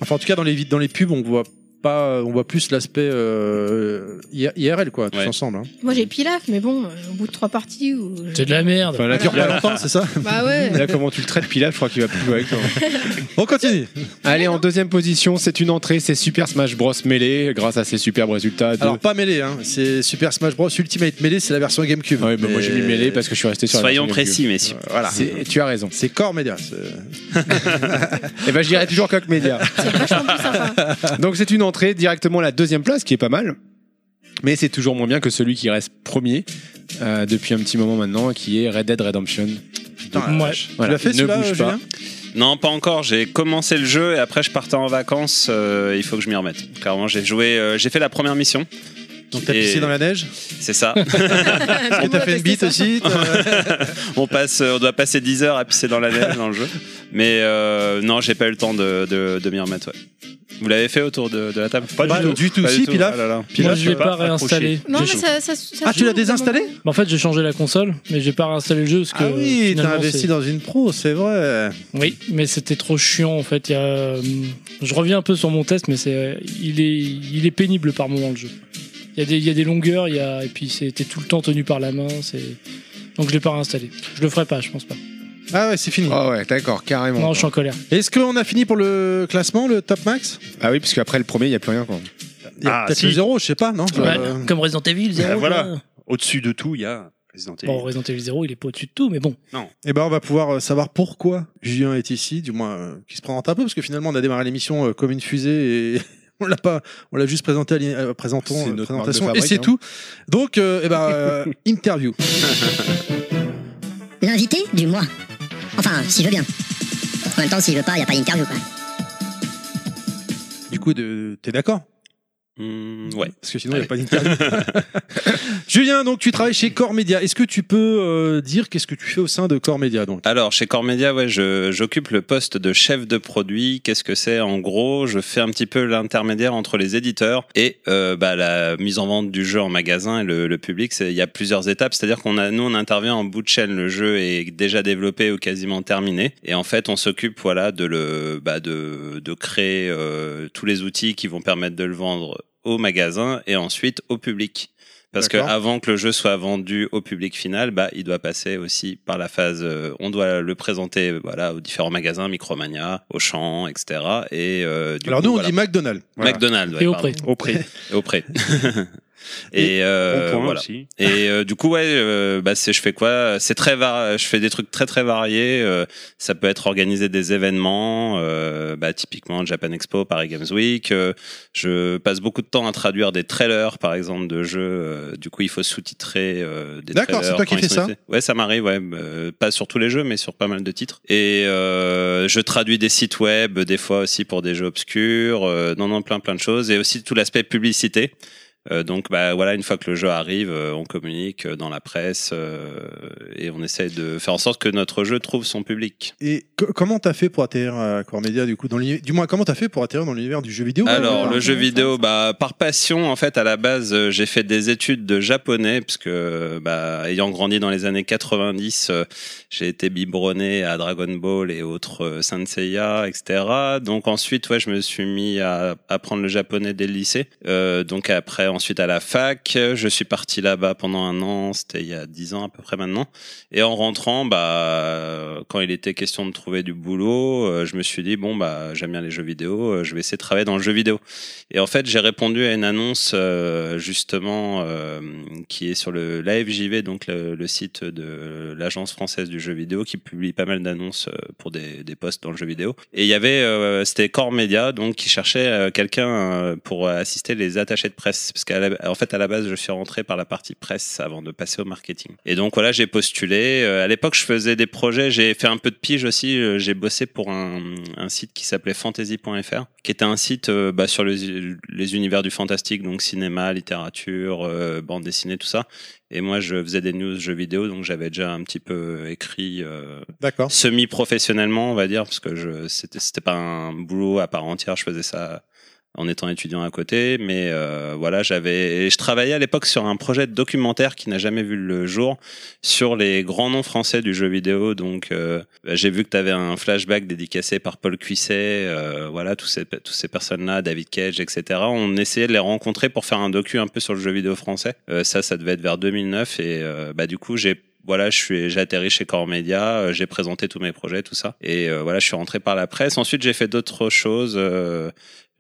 [SPEAKER 3] enfin en tout cas dans les vid- dans les pubs, on voit pas, on voit plus l'aspect euh, I- IRL quoi, tous
[SPEAKER 8] Ouais.
[SPEAKER 3] ensemble. hein.
[SPEAKER 4] Moi, j'ai Pilaf, mais bon, euh, au bout de trois parties où.
[SPEAKER 5] C'est de la merde.
[SPEAKER 7] Enfin, là,
[SPEAKER 3] Ça dure
[SPEAKER 7] tu-
[SPEAKER 3] pas longtemps, c'est ça
[SPEAKER 4] <laughs> Bah ouais.
[SPEAKER 7] <laughs> là, comment tu le traites, Pilaf, je crois qu'il va plus jouer
[SPEAKER 5] <laughs>
[SPEAKER 7] avec toi.
[SPEAKER 3] On continue.
[SPEAKER 7] Allez, en deuxième position, c'est une entrée, c'est Super Smash Bros. Melee, grâce à ses superbes résultats. Ah, de-
[SPEAKER 3] Alors pas mêlé, hein. c'est Super Smash Bros Ultimate Melee, c'est la version GameCube.
[SPEAKER 7] Ouais, bah, moi j'ai mis
[SPEAKER 3] Mais- Euh,
[SPEAKER 7] Melee parce que je suis resté sur la
[SPEAKER 8] Soyons
[SPEAKER 7] version GameCube.
[SPEAKER 8] précis, messieurs.
[SPEAKER 3] Voilà.
[SPEAKER 7] C'est- Tu as raison.
[SPEAKER 3] C'est Core Media. c'est-
[SPEAKER 7] Et ben, je dirais toujours
[SPEAKER 3] <laughs>
[SPEAKER 7] Coq Media.
[SPEAKER 4] C'est vachement plus sympa.
[SPEAKER 7] <laughs> Donc c'est une entrée directement à la deuxième place qui est pas mal. Mais c'est toujours moins bien que celui qui reste premier euh, depuis un petit moment maintenant, qui est Red Dead Redemption.
[SPEAKER 3] Putain,
[SPEAKER 5] Ouais.
[SPEAKER 3] euh, Tu l'as fait
[SPEAKER 7] il ne
[SPEAKER 3] celui-là,
[SPEAKER 7] bouge
[SPEAKER 3] euh, Julien
[SPEAKER 8] Non, pas encore. J'ai commencé le jeu et après, je partais en vacances. euh, il faut que je m'y remette. Clairement, j'ai joué. euh, j'ai fait la première mission.
[SPEAKER 3] Donc t'as
[SPEAKER 8] Et-
[SPEAKER 3] pissé dans la neige
[SPEAKER 8] C'est
[SPEAKER 3] <laughs>
[SPEAKER 8] ça.
[SPEAKER 3] Et t'as fait une bite aussi t'as-
[SPEAKER 8] <laughs> on passe, euh, on doit passer 10 heures à pisser dans la neige dans le jeu. Mais euh, non, j'ai pas eu le temps de, de, de m'y remettre. ouais. Vous l'avez fait autour de, de la table
[SPEAKER 6] Pas du tout.
[SPEAKER 3] du tout.
[SPEAKER 8] Pas du
[SPEAKER 3] Si,
[SPEAKER 8] tout.
[SPEAKER 3] Pilaf.
[SPEAKER 8] Ah là là.
[SPEAKER 5] Moi,
[SPEAKER 3] Pilaf,
[SPEAKER 5] je l'ai
[SPEAKER 3] euh,
[SPEAKER 5] pas
[SPEAKER 6] pas accroché.
[SPEAKER 5] réinstallé.
[SPEAKER 4] Non, mais
[SPEAKER 8] J'ai-
[SPEAKER 4] ça, ça, ça
[SPEAKER 3] Ah, tu l'as
[SPEAKER 4] joue,
[SPEAKER 3] désinstallé
[SPEAKER 4] vraiment.
[SPEAKER 5] Mais en fait, j'ai changé la console, mais j'ai pas réinstallé le jeu parce que.
[SPEAKER 3] Ah oui, t'as
[SPEAKER 5] finalement,
[SPEAKER 3] investi
[SPEAKER 5] c'est-
[SPEAKER 3] dans une pro, c'est vrai.
[SPEAKER 5] Oui, mais c'était trop chiant en fait. Il y a, euh, Je reviens un peu sur mon test, mais c'est euh, il est il est pénible par moment le jeu. Il y a des il y a des longueurs, il y a et puis c'était tout le temps tenu par la main. C'est donc je l'ai pas réinstallé. Je le ferai pas, je pense pas.
[SPEAKER 3] Ah ouais, c'est fini.
[SPEAKER 7] Ah ouais, d'accord, carrément.
[SPEAKER 5] Non, je suis en colère.
[SPEAKER 3] Est-ce qu'on a fini pour le classement, le top max
[SPEAKER 7] Ah oui, parce qu'après le premier, il n'y a plus rien. Quoi.
[SPEAKER 3] Il y a
[SPEAKER 6] Ah,
[SPEAKER 3] peut-être
[SPEAKER 6] si.
[SPEAKER 3] le zéro, je sais pas, non
[SPEAKER 5] Ouais,
[SPEAKER 3] Euh,
[SPEAKER 5] Comme Resident Evil 0.
[SPEAKER 6] Bah, voilà. Au-dessus de tout, il y a Resident Evil.
[SPEAKER 5] Bon, Resident Evil 0, il est pas au-dessus de tout, mais bon. <laughs>
[SPEAKER 3] Eh ben, on va pouvoir euh, savoir pourquoi Julien est ici, du moins euh, qu'il se présente un peu, parce que finalement, on a démarré l'émission euh, comme une fusée et <laughs> on l'a pas, on l'a juste présenté à l'in- euh, présentons,
[SPEAKER 7] C'est
[SPEAKER 3] euh,
[SPEAKER 7] notre marque de
[SPEAKER 3] présentation et
[SPEAKER 7] fabrique,
[SPEAKER 3] c'est
[SPEAKER 7] hein.
[SPEAKER 3] tout. Donc, euh, eh ben,
[SPEAKER 8] <laughs>
[SPEAKER 3] euh, interview.
[SPEAKER 1] L'invité du mois. Enfin, s'il veut bien. En même temps, s'il veut pas, y a pas d'interview, quoi.
[SPEAKER 3] Du coup, de- t'es d'accord
[SPEAKER 8] Hmm, ouais.
[SPEAKER 3] Parce que sinon, il n'y a
[SPEAKER 8] <laughs>
[SPEAKER 3] pas d'interview. Julien, donc tu travailles chez Core Media. Est-ce que tu peux euh, dire qu'est-ce que tu fais au sein de Core Media donc
[SPEAKER 8] Alors, chez Core Media, ouais, je- j'occupe le poste de chef de produit. Qu'est-ce que c'est En gros, je fais un petit peu l'intermédiaire entre les éditeurs et euh, bah, la mise en vente du jeu en magasin et le, le public. C'est- Il y a plusieurs étapes, c'est-à-dire qu'on a, nous, on intervient en bout de chaîne. Le jeu est déjà développé ou quasiment terminé, et en fait, on s'occupe, voilà, de le, bah, de, de créer euh, tous les outils qui vont permettre de le vendre au magasin et ensuite au public. Parce que
[SPEAKER 3] D'accord.
[SPEAKER 8] avant que le jeu soit vendu au public final, bah, il doit passer aussi par la phase. euh, on doit le présenter, voilà, aux différents magasins, Micromania, Auchan, etc. Et euh, du
[SPEAKER 3] Alors
[SPEAKER 8] coup,
[SPEAKER 3] nous, on
[SPEAKER 8] voilà.
[SPEAKER 3] dit McDonald's.
[SPEAKER 6] Voilà.
[SPEAKER 8] McDonald's. ouais,
[SPEAKER 5] Et au
[SPEAKER 8] pardon.
[SPEAKER 5] prix.
[SPEAKER 6] Au pré.
[SPEAKER 3] <laughs>
[SPEAKER 8] Et
[SPEAKER 6] <laughs>
[SPEAKER 8] Auprès. et euh,
[SPEAKER 6] Bon point
[SPEAKER 8] voilà.
[SPEAKER 6] aussi.
[SPEAKER 8] Et euh, du coup, ouais, euh, bah, c'est je fais quoi C'est très var... je fais des trucs très très variés. euh, ça peut être organiser des événements, euh, bah, typiquement Japan Expo, Paris Games Week. euh, je passe beaucoup de temps à traduire des trailers, par exemple, de jeux. euh, du coup, il faut sous-titrer euh, des
[SPEAKER 3] D'accord,
[SPEAKER 8] trailers
[SPEAKER 3] c'est toi qui
[SPEAKER 8] quand ils
[SPEAKER 3] fais
[SPEAKER 8] sont
[SPEAKER 3] ça
[SPEAKER 8] faits. Ouais, ça m'arrive. Ouais, euh, pas sur tous les jeux, mais sur pas mal de titres. Et euh, je traduis des sites web, des fois aussi pour des jeux obscurs. euh, non, non, plein plein de choses. Et aussi tout l'aspect publicité. Euh, donc bah voilà, une fois que le jeu arrive, euh, on communique euh, dans la presse euh, et on essaie de faire en sorte que notre jeu trouve son public.
[SPEAKER 3] Et co- comment t'as fait pour atterrir à Core Media du coup dans l'uni- Du moins, comment t'as fait pour atterrir dans l'univers du jeu vidéo bah,
[SPEAKER 8] Alors
[SPEAKER 3] par
[SPEAKER 8] le
[SPEAKER 3] exemple
[SPEAKER 8] jeu vidéo, bah par passion en fait à la base, euh, j'ai fait des études de japonais parce que bah ayant grandi dans les années 90, euh, j'ai été biberonné à Dragon Ball et autres euh, Saint Seiya, etc. Donc ensuite, ouais, je me suis mis à apprendre le japonais dès le lycée. Euh, donc après, en, ensuite à la fac. Je suis parti là-bas pendant un an, c'était il y a dix ans à peu près maintenant. Et en rentrant, bah, quand il était question de trouver du boulot, euh, je me suis dit bon bah j'aime bien les jeux vidéo, euh, je vais essayer de travailler dans le jeu vidéo. Et en fait, j'ai répondu à une annonce euh, justement euh, qui est sur le l'AFJV, donc le, le site
[SPEAKER 6] Euh,
[SPEAKER 8] de l'agence française du jeu vidéo, qui publie pas mal d'annonces euh, pour des, des postes dans le jeu vidéo. Et il y avait, euh, c'était Core Media, donc qui cherchait euh, quelqu'un euh, pour assister les attachés de presse, parce qu'en fait à la base je suis rentré par la partie presse avant de passer au marketing. Et donc voilà, j'ai postulé. Euh, À l'époque, je faisais des projets, j'ai fait un peu de pige aussi. Euh, J'ai bossé pour un, un site qui s'appelait fantasy.fr, qui était un site euh, bah, sur les, les univers du fantastique, donc cinéma, littérature, euh, bande dessinée, tout ça. Et moi, je faisais des news jeux vidéo, donc j'avais déjà un petit peu écrit euh,
[SPEAKER 3] D'accord.
[SPEAKER 8] semi-professionnellement, on va dire, parce que je c'était c'était pas un boulot à part entière. Je faisais ça en étant étudiant à côté, mais euh, voilà, j'avais et je travaillais à l'époque sur un projet de documentaire qui n'a jamais vu le jour sur les grands noms français du jeu vidéo. Donc euh, bah, j'ai vu que tu avais un flashback dédicacé par Paul Cuisset, euh, voilà, tous ces tous ces personnes-là, David Cage, etc. On essayait de les rencontrer pour faire un docu un peu sur le jeu vidéo français. Euh, ça, ça devait être vers 2009 et euh, bah du coup j'ai voilà, je suis, j'ai atterri chez Core Media, euh, j'ai présenté tous mes projets, tout ça. Et euh, voilà, je suis rentré par la presse. Ensuite, j'ai fait d'autres choses. euh,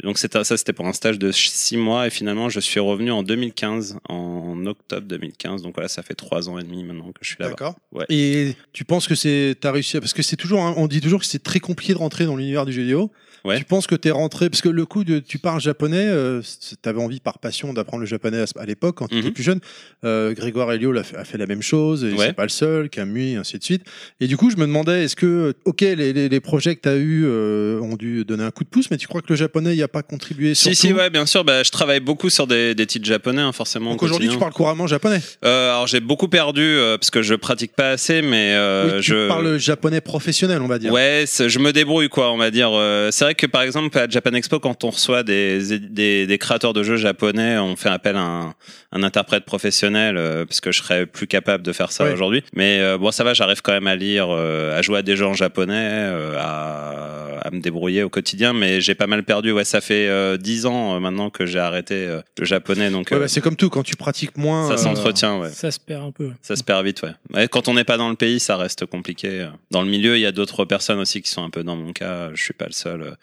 [SPEAKER 8] donc c'était ça, c'était pour un stage de ch- six mois. Et finalement, je suis revenu en 2015, en octobre 2015. Donc voilà, ça fait trois ans et demi maintenant que je suis là-bas.
[SPEAKER 3] D'accord.
[SPEAKER 8] Ouais.
[SPEAKER 3] Et tu penses que c'est t'as réussi à- parce que c'est toujours hein, on dit toujours que c'est très compliqué de rentrer dans l'univers du jeu vidéo.
[SPEAKER 8] Ouais.
[SPEAKER 3] Tu penses que t'es rentré parce que le coup de tu parles japonais, euh, c'est- t'avais envie par passion d'apprendre le japonais à, ce- à l'époque quand tu étais
[SPEAKER 8] Mhm.
[SPEAKER 3] plus jeune. Euh, Grégoire Elio l'a fait- a, fait, la même chose et
[SPEAKER 8] Ouais.
[SPEAKER 3] c'est pas le seul, Camus et ainsi de suite. Et du coup je me demandais est-ce que ok les, les, les projets que t'as eu euh, ont dû donner un coup de pouce, mais tu crois que le japonais y a pas contribué
[SPEAKER 8] Si,
[SPEAKER 3] surtout
[SPEAKER 8] si, ouais, bien sûr. Bah, je travaille beaucoup sur des, des titres japonais, hein, forcément.
[SPEAKER 3] Donc
[SPEAKER 8] au
[SPEAKER 3] aujourd'hui tu
[SPEAKER 8] quotidien.
[SPEAKER 3] parles couramment japonais.
[SPEAKER 8] Euh, alors j'ai beaucoup perdu euh, parce que je pratique pas assez, mais euh,
[SPEAKER 3] Oui, tu
[SPEAKER 8] je
[SPEAKER 3] parles japonais professionnel on va dire.
[SPEAKER 8] Ouais, c'est- je me débrouille quoi, on va dire. Euh, C'est vrai que par exemple à Japan Expo, quand on reçoit des, des, des créateurs de jeux japonais, on fait appel à un, un interprète professionnel euh, parce que je serais plus capable de faire ça
[SPEAKER 3] Ouais.
[SPEAKER 8] aujourd'hui. Mais euh, bon, ça va, j'arrive quand même à lire, euh, à jouer à des jeux en japonais, euh, à, à me débrouiller au quotidien. Mais j'ai pas mal perdu. Ouais, ça fait euh, 10 ans euh, maintenant que j'ai arrêté euh, le japonais, donc
[SPEAKER 3] Ouais,
[SPEAKER 8] euh,
[SPEAKER 3] bah, c'est comme tout quand tu pratiques moins.
[SPEAKER 8] ça
[SPEAKER 3] euh,
[SPEAKER 8] s'entretient. Ouais.
[SPEAKER 5] Ça se perd un peu.
[SPEAKER 8] Ça se perd vite, ouais. Ouais, Quand on n'est pas dans le pays, ça reste compliqué. Dans le milieu, il y a d'autres personnes aussi qui sont un peu dans mon cas. Je suis pas le seul.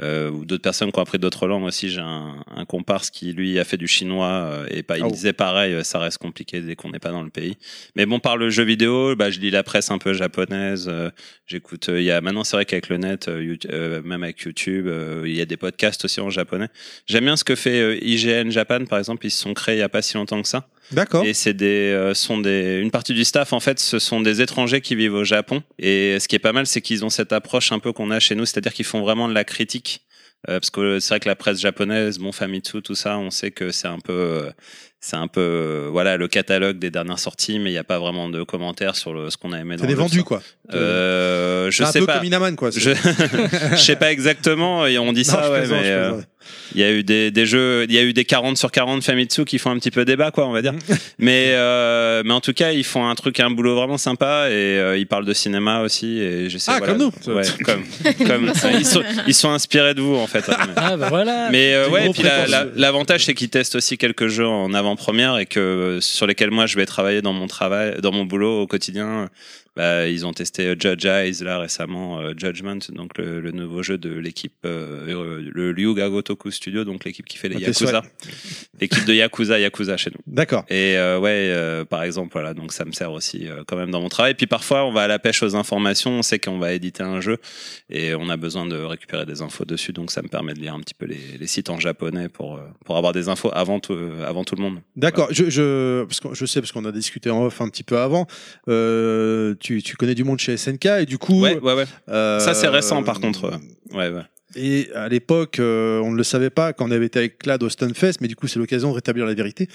[SPEAKER 8] Euh, ou d'autres personnes qui ont appris d'autres langues aussi. J'ai un, un comparse qui, lui, a fait du chinois euh, et pas, il
[SPEAKER 3] Ah
[SPEAKER 8] me
[SPEAKER 3] ouais.
[SPEAKER 8] disait pareil, euh, ça reste compliqué dès qu'on n'est pas dans le pays. Mais bon, par le jeu vidéo, bah, je lis la presse un peu japonaise. euh, J'écoute. euh, Il y a maintenant, c'est vrai qu'avec le net, euh, Yout- euh, même avec YouTube, euh, il y a des podcasts aussi en japonais. J'aime bien ce que fait euh, IGN Japan, par exemple. Ils se sont créés il y a pas si longtemps que ça.
[SPEAKER 3] D'accord.
[SPEAKER 8] Et c'est des, euh, sont des, une partie du staff en fait, ce sont des étrangers qui vivent au Japon. Et ce qui est pas mal, c'est qu'ils ont cette approche un peu qu'on a chez nous, c'est-à-dire qu'ils font vraiment de la critique. Euh, parce que c'est vrai que la presse japonaise, bon Famitsu, tout ça, on sait que c'est un peu, euh, c'est un peu, euh, voilà, le catalogue des dernières sorties, mais il n'y a pas vraiment de commentaires sur le, ce qu'on a aimé. dans
[SPEAKER 3] C'est des
[SPEAKER 8] le jeu,
[SPEAKER 3] vendus
[SPEAKER 8] tout
[SPEAKER 3] quoi.
[SPEAKER 8] ça. Euh, je
[SPEAKER 3] C'est un
[SPEAKER 8] sais
[SPEAKER 3] peu
[SPEAKER 8] pas.
[SPEAKER 3] comme Inaman quoi. c'est-
[SPEAKER 8] Je, <laughs> je sais pas exactement. Et on dit
[SPEAKER 3] Non,
[SPEAKER 8] ça,
[SPEAKER 3] je
[SPEAKER 8] ouais,
[SPEAKER 3] plaisante,
[SPEAKER 8] mais,
[SPEAKER 3] je
[SPEAKER 8] euh,
[SPEAKER 3] plaisante.
[SPEAKER 8] il y a eu des, des jeux, il y a eu des 40 sur 40 Famitsu qui font un petit peu débat, quoi, on va
[SPEAKER 3] Mm. <laughs>
[SPEAKER 8] dire. mais, euh, mais en tout cas, ils font un truc, un boulot vraiment sympa et euh, ils parlent de cinéma aussi. Et je sais,
[SPEAKER 3] Ah,
[SPEAKER 8] voilà.
[SPEAKER 3] comme nous.
[SPEAKER 8] Ouais, comme,
[SPEAKER 5] <laughs>
[SPEAKER 8] comme, ouais, ils, sont, ils sont inspirés de vous, en fait. hein, mais-
[SPEAKER 5] Ah bah voilà.
[SPEAKER 8] Mais euh,
[SPEAKER 3] Des
[SPEAKER 8] ouais,
[SPEAKER 3] gros
[SPEAKER 8] et puis la- la-
[SPEAKER 3] prétentieux.
[SPEAKER 8] l'avantage c'est qu'ils testent aussi quelques jeux en avant-première et que euh, sur lesquels moi je vais travailler dans mon travail, dans mon boulot au quotidien. Bah, ils ont testé euh, Judge Eyes là récemment, euh, Judgment, donc le, le nouveau jeu de l'équipe, euh, euh, le Ryuga Gotoku Studio, donc l'équipe qui fait les
[SPEAKER 3] Ah, t'es
[SPEAKER 8] Yakuza, l'équipe de Yakuza, Yakuza chez nous.
[SPEAKER 3] D'accord.
[SPEAKER 8] Et euh, ouais, euh, par exemple, voilà, donc ça me sert aussi euh, quand même dans mon travail. Puis parfois, on va à la pêche aux informations, on sait qu'on va éditer un jeu et on a besoin de récupérer des infos dessus, donc ça me permet de lire un petit peu les, les sites en japonais pour, euh, pour avoir des infos avant tout, euh, avant tout le monde.
[SPEAKER 3] D'accord. Je, je, parce que je sais, parce qu'on a discuté en off un petit peu avant, euh, tu, tu connais du monde chez SNK et du coup.
[SPEAKER 8] Ouais, ouais, ouais.
[SPEAKER 3] euh,
[SPEAKER 8] Ça, c'est récent, par contre. Ouais, ouais.
[SPEAKER 3] Et à l'époque, euh, on ne le savait pas quand on avait été avec Clad au Stunfest, mais du coup, c'est l'occasion de rétablir la vérité.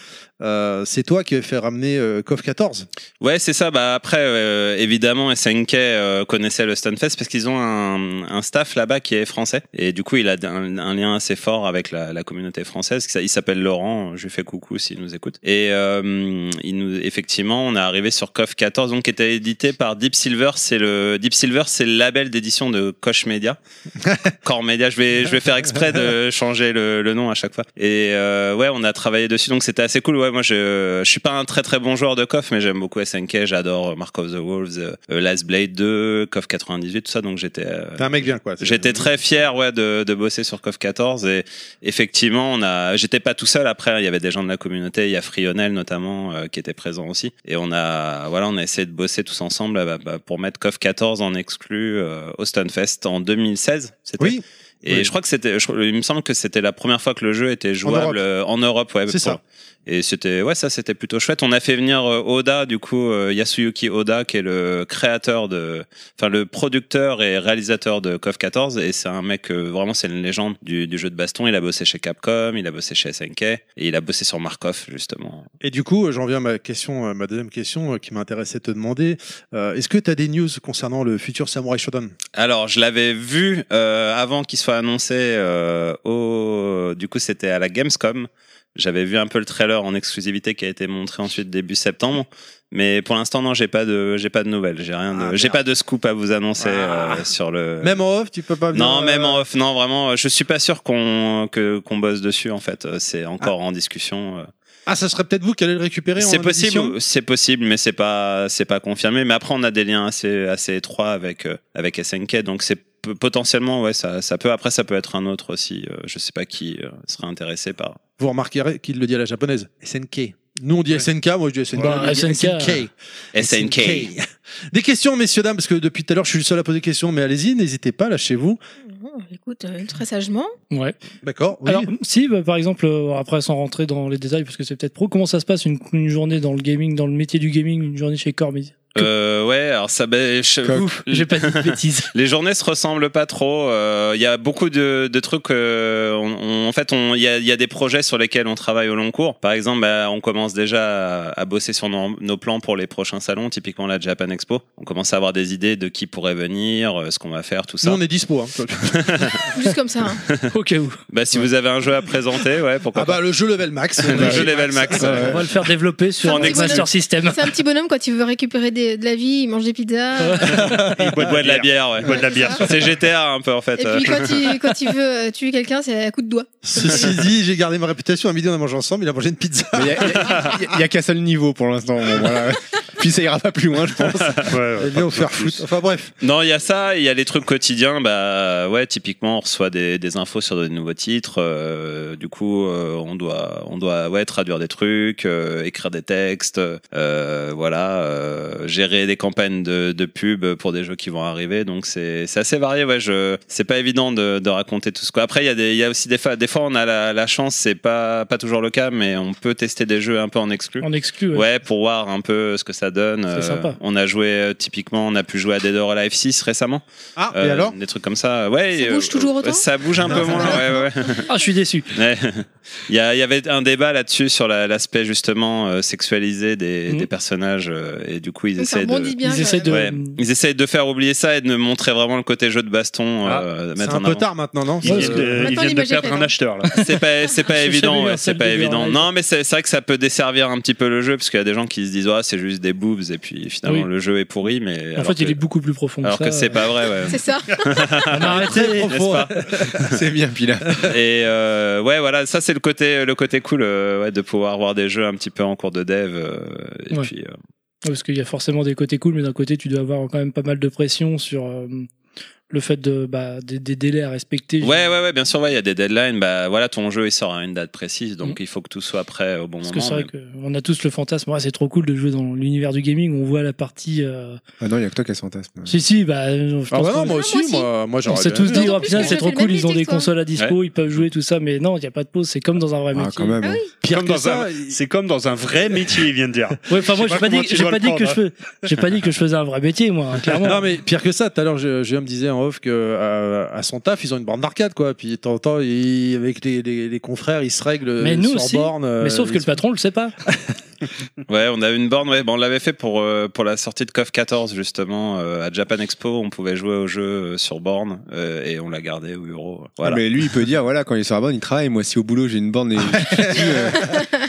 [SPEAKER 3] Euh, c'est toi qui avais fait ramener euh, KOF 14.
[SPEAKER 8] Ouais, c'est ça. Bah après, euh, évidemment, SNK euh, connaissait le Stunfest parce qu'ils ont un, un staff là-bas qui est français et du coup, il a un, un lien assez fort avec la, la communauté française. Il s'appelle Laurent. Je lui fais coucou s'il nous écoute. Et euh, il nous, effectivement, on est arrivé sur KOF 14, donc qui était édité par Deep Silver. C'est le Deep Silver, c'est le label d'édition de Koch Media, Core Media. Je vais, je vais faire exprès de changer le, le nom à chaque fois. Et euh, ouais, on a travaillé dessus, donc c'était assez cool. Ouais, moi, je, je suis pas un très très bon joueur de KOF, mais j'aime beaucoup SNK. J'adore euh, Mark of the Wolves, euh, euh, Last Blade 2, KOF 98, tout ça. Donc j'étais, euh,
[SPEAKER 3] T'es un mec bien, quoi. C'est-
[SPEAKER 8] j'étais très fier, ouais, de, de bosser sur KOF 14. Et effectivement, on a, j'étais pas tout seul. Après, hein. il y avait des gens de la communauté. Il y a Frionel notamment euh, qui était présent aussi. Et on a, voilà, on a essayé de bosser tous ensemble euh, bah, bah, pour mettre KOF 14 en exclu euh, au Stunfest en 2016. C'était
[SPEAKER 3] Oui,
[SPEAKER 8] et
[SPEAKER 3] Oui.
[SPEAKER 8] je crois que c'était, je- il me semble que c'était la première fois que le jeu était jouable
[SPEAKER 3] Europe.
[SPEAKER 8] euh, en Europe, ouais.
[SPEAKER 3] C'est
[SPEAKER 8] pour-
[SPEAKER 3] ça.
[SPEAKER 8] Et c'était, ouais, ça c'était plutôt chouette. On a fait venir euh, Oda, du coup, euh, Yasuyuki Oda, qui est le créateur de, enfin le producteur et réalisateur de KOF 14. Et c'est un mec euh, vraiment, c'est une légende du, du jeu de baston. Il a bossé chez Capcom, il a bossé chez SNK et il a bossé sur Markov justement.
[SPEAKER 3] Et du coup, euh, j'en viens à ma question, euh, ma deuxième question euh, qui m'intéressait de te demander. Euh, Est-ce que tu as des news concernant le futur Samurai Shodown
[SPEAKER 8] Alors, je l'avais vu euh, avant qu'il soit annoncé euh, au. Du coup, c'était à la Gamescom. J'avais vu un peu le trailer en exclusivité qui a été montré ensuite début septembre. Mais pour l'instant, non, j'ai pas de, j'ai pas de nouvelles. J'ai rien, de-
[SPEAKER 3] Ah,
[SPEAKER 8] j'ai pas de scoop à vous annoncer
[SPEAKER 6] Ah.
[SPEAKER 8] euh, sur le.
[SPEAKER 3] Même en off, tu peux pas. venir,
[SPEAKER 8] non,
[SPEAKER 3] euh,
[SPEAKER 8] même en off. Non, vraiment, euh, je suis pas sûr qu'on que qu'on bosse dessus. En fait, Euh, c'est encore en discussion. euh.
[SPEAKER 3] Ah, ça serait peut-être vous qui allez le récupérer.
[SPEAKER 8] C'est
[SPEAKER 3] en
[SPEAKER 8] possible, euh,
[SPEAKER 3] édition
[SPEAKER 8] c'est possible, mais c'est pas c'est pas confirmé. Mais après, on a des liens assez assez étroits avec euh, avec SNK, donc c'est p- potentiellement ouais ça ça peut après ça peut être un autre aussi. euh, je sais pas qui euh, sera intéressé par.
[SPEAKER 3] Vous remarquerez qu'il le dit à la japonaise. SNK. Nous on dit SNK, moi je dis SNK.
[SPEAKER 5] Bah,
[SPEAKER 3] lui, il dit
[SPEAKER 5] SNK.
[SPEAKER 8] SNK.
[SPEAKER 3] <laughs> Des questions, messieurs dames, parce que depuis tout à l'heure, je suis le seul à poser des questions, mais allez-y, n'hésitez pas, lâchez-vous.
[SPEAKER 4] Bon, Écoute, euh, très sagement.
[SPEAKER 5] Ouais.
[SPEAKER 3] D'accord. Oui.
[SPEAKER 5] Alors, si, bah, par exemple, euh, après sans rentrer dans les détails, parce que c'est peut-être pro, comment ça se passe une, une journée dans le gaming, dans le métier du gaming, une journée chez Corby
[SPEAKER 8] Euh, ouais, alors ça ben, je-
[SPEAKER 5] Ouf, <laughs> j'ai pas dit de bêtises.
[SPEAKER 8] <laughs> Les journées se ressemblent pas trop. euh, Il y a beaucoup de, de trucs. euh, on- on- en fait, on- il y a, il y a des projets sur lesquels on travaille au long cours. Par exemple, bah, on commence déjà à, à bosser sur nos, nos plans pour les prochains salons, typiquement la Japan Expo. On commence à avoir des idées de qui pourrait venir, euh, ce qu'on va faire, tout ça.
[SPEAKER 3] Nous on est dispo. hein.
[SPEAKER 4] Juste comme ça. hein.
[SPEAKER 5] <laughs> Au cas où.
[SPEAKER 8] Bah, si vous avez un jeu à présenter, ouais, pourquoi
[SPEAKER 3] Ah bah le jeu level max.
[SPEAKER 8] pas. <laughs> Le jeu level max.
[SPEAKER 3] Ouais,
[SPEAKER 5] On
[SPEAKER 3] ouais.
[SPEAKER 5] va le faire développer sur
[SPEAKER 4] Sans
[SPEAKER 5] un Master
[SPEAKER 4] déconner.
[SPEAKER 5] System.
[SPEAKER 4] C'est un petit bonhomme quand il veut récupérer des- de la vie, il mange des pizzas.
[SPEAKER 5] <laughs>
[SPEAKER 4] euh,
[SPEAKER 6] Il boit
[SPEAKER 8] Il boit de la bière, ouais.
[SPEAKER 6] Il boit de la bière.
[SPEAKER 8] C'est GTA un peu en fait.
[SPEAKER 4] Et puis quand il, quand il veut euh, tuer quelqu'un, c'est à coup de doigt.
[SPEAKER 3] <laughs> Ceci dit, j'ai gardé ma réputation. À midi, on a mangé ensemble. Il a mangé une pizza.
[SPEAKER 7] Il n'y a, y a- y a- y a qu'un seul niveau pour l'instant. bon,
[SPEAKER 3] <laughs>
[SPEAKER 7] voilà. Puis ça ira pas plus loin, je pense.
[SPEAKER 6] Ouais, ouais.
[SPEAKER 3] Et bien, on faire foutre. Enfin bref.
[SPEAKER 8] Non, il y a ça, et il y a les trucs quotidiens. Bah ouais, typiquement, on reçoit des, des infos sur des nouveaux titres. euh, du coup, euh, on doit, on doit ouais traduire des trucs, euh, écrire des textes, euh, voilà, euh, gérer des campagnes de, de pub pour des jeux qui vont arriver. Donc c'est c'est assez varié. Ouais, je c'est pas évident de, de raconter tout ce quoi. Après, il y a des, il y a aussi des fois, des fois, on a la, la chance, c'est pas pas toujours le cas, mais on peut tester des jeux un peu en exclu.
[SPEAKER 5] On exclut. ouais.
[SPEAKER 8] Ouais, pour voir un peu ce que ça donne.
[SPEAKER 5] C'est sympa.
[SPEAKER 8] On a joué euh, typiquement, on a pu jouer à Dead or Alive 6 récemment.
[SPEAKER 3] Ah,
[SPEAKER 8] Euh,
[SPEAKER 3] et alors
[SPEAKER 8] Des trucs comme ça. Ouais.
[SPEAKER 4] Ça
[SPEAKER 8] et,
[SPEAKER 4] bouge toujours autant
[SPEAKER 8] Ça bouge un peu
[SPEAKER 4] ça
[SPEAKER 8] moins. Ouais, ouais. <laughs>
[SPEAKER 5] Ah, je suis déçu.
[SPEAKER 8] Ouais. Il y, a- il y avait un débat là-dessus sur la- l'aspect justement euh, sexualisé des,
[SPEAKER 5] Mhm.
[SPEAKER 8] des personnages euh, et du coup ils
[SPEAKER 4] Donc Mm. ça
[SPEAKER 8] essaient de.
[SPEAKER 4] rebondit bien.
[SPEAKER 5] Ils
[SPEAKER 4] quand
[SPEAKER 5] essayent
[SPEAKER 4] même.
[SPEAKER 5] de-
[SPEAKER 8] Ouais. Ils essayent de faire oublier ça et de montrer vraiment le côté jeu de baston.
[SPEAKER 3] Ah,
[SPEAKER 8] euh,
[SPEAKER 3] C'est
[SPEAKER 8] mettre
[SPEAKER 3] un
[SPEAKER 8] en
[SPEAKER 3] peu
[SPEAKER 8] avant.
[SPEAKER 3] tard maintenant, non
[SPEAKER 6] Ils viennent de,
[SPEAKER 4] Maintenant,
[SPEAKER 6] ils viennent de
[SPEAKER 4] l'image est
[SPEAKER 6] perdre
[SPEAKER 4] faite,
[SPEAKER 6] un
[SPEAKER 4] hein.
[SPEAKER 6] acheteur là.
[SPEAKER 8] c'est pas c'est pas
[SPEAKER 5] Je
[SPEAKER 8] évident
[SPEAKER 5] salue
[SPEAKER 8] ouais,
[SPEAKER 5] un
[SPEAKER 8] c'est
[SPEAKER 5] salut
[SPEAKER 8] pas
[SPEAKER 5] de
[SPEAKER 8] évident
[SPEAKER 5] Bernard.
[SPEAKER 8] non mais c'est c'est vrai que ça peut desservir un petit peu le jeu parce qu'il y a des gens qui se disent ah c'est juste des boobs et puis finalement
[SPEAKER 5] Oui.
[SPEAKER 8] le jeu est pourri mais
[SPEAKER 5] En
[SPEAKER 8] alors
[SPEAKER 5] fait,
[SPEAKER 8] que,
[SPEAKER 5] il est beaucoup plus profond
[SPEAKER 8] alors
[SPEAKER 5] que
[SPEAKER 8] que
[SPEAKER 5] ça.
[SPEAKER 8] c'est pas vrai ouais.
[SPEAKER 4] C'est
[SPEAKER 8] <laughs>
[SPEAKER 4] ça.
[SPEAKER 5] On a arrêté.
[SPEAKER 8] N'est-ce pas
[SPEAKER 6] <laughs>
[SPEAKER 7] C'est bien, puis là.
[SPEAKER 8] et euh, ouais voilà ça c'est le côté le côté cool euh, ouais, de pouvoir voir des jeux un petit peu en cours de dev euh, et
[SPEAKER 5] Ouais.
[SPEAKER 8] puis euh,
[SPEAKER 5] Ouais, Parce qu'il y a forcément des côtés cool, mais d'un côté, tu dois avoir quand même pas mal de pression sur euh, le fait de, bah, des, des délais à respecter.
[SPEAKER 8] ouais ouais ouais bien sûr ouais il y a des deadlines bah voilà ton jeu il sort à une date précise donc
[SPEAKER 5] Mhm.
[SPEAKER 8] il faut que tout soit prêt au bon
[SPEAKER 5] Parce que c'est
[SPEAKER 8] moment
[SPEAKER 5] vrai qu'on a tous le fantasme, ouais, c'est trop cool de jouer dans l'univers du gaming, on voit la partie... euh,
[SPEAKER 7] Ah non, il n'y a que toi qui as son fantasme.
[SPEAKER 5] Si, si, bah, je
[SPEAKER 3] Ah
[SPEAKER 5] pense
[SPEAKER 3] bah non,
[SPEAKER 5] qu'on-
[SPEAKER 3] moi
[SPEAKER 4] Ah,
[SPEAKER 3] aussi,
[SPEAKER 4] moi aussi.
[SPEAKER 3] moi, moi
[SPEAKER 5] on
[SPEAKER 3] j'aurais
[SPEAKER 5] s'est
[SPEAKER 3] bien
[SPEAKER 5] tous
[SPEAKER 3] aimé.
[SPEAKER 5] dit,
[SPEAKER 4] D'autant
[SPEAKER 5] oh,
[SPEAKER 4] plus
[SPEAKER 5] putain,
[SPEAKER 4] que
[SPEAKER 5] c'est
[SPEAKER 4] je
[SPEAKER 5] trop
[SPEAKER 4] fais le
[SPEAKER 5] cool,
[SPEAKER 4] même
[SPEAKER 5] ils ont
[SPEAKER 4] métier
[SPEAKER 5] des
[SPEAKER 4] que toi.
[SPEAKER 5] consoles à dispo, ils peuvent jouer tout ça, mais non, il n'y a pas de pause, c'est comme dans un vrai
[SPEAKER 7] Ah,
[SPEAKER 5] métier.
[SPEAKER 7] quand même.
[SPEAKER 4] Ah oui.
[SPEAKER 3] Pire
[SPEAKER 6] Comme
[SPEAKER 3] que
[SPEAKER 6] dans
[SPEAKER 3] ça,
[SPEAKER 6] un- C'est comme dans un vrai métier, il vient de dire.
[SPEAKER 5] <laughs> Ouais, enfin, moi,
[SPEAKER 6] Je sais pas
[SPEAKER 5] j'ai pas, dit,
[SPEAKER 6] comment tu
[SPEAKER 5] j'ai
[SPEAKER 6] vas
[SPEAKER 5] pas
[SPEAKER 6] le
[SPEAKER 5] dit que je
[SPEAKER 6] prendre,
[SPEAKER 5] fais, j'ai pas dit que je faisais un vrai métier, moi, hein, clairement.
[SPEAKER 3] <laughs> Non mais pire que ça. Tout à l'heure, je- Julien me disait en off que euh, à son taf, ils ont une borne d'arcade quoi. Puis de temps en temps, ils- avec les, les- les confrères, ils se règlent
[SPEAKER 5] Mais
[SPEAKER 3] euh,
[SPEAKER 5] nous
[SPEAKER 3] sur
[SPEAKER 5] aussi.
[SPEAKER 3] borne. euh,
[SPEAKER 5] mais sauf que
[SPEAKER 3] ils
[SPEAKER 5] le
[SPEAKER 3] se-
[SPEAKER 5] patron le sait pas.
[SPEAKER 8] Ouais, on a une borne. Ouais, bon, on l'avait fait pour euh, pour la sortie de KOF 14 justement euh, à Japan Expo. On pouvait jouer au jeu euh, sur borne euh, et on l'a gardé au bureau. Voilà.
[SPEAKER 3] <laughs>
[SPEAKER 7] Mais lui, il peut dire, voilà, quand il est sur la borne, il travaille. Moi, si au boulot, j'ai une borne et. Euh,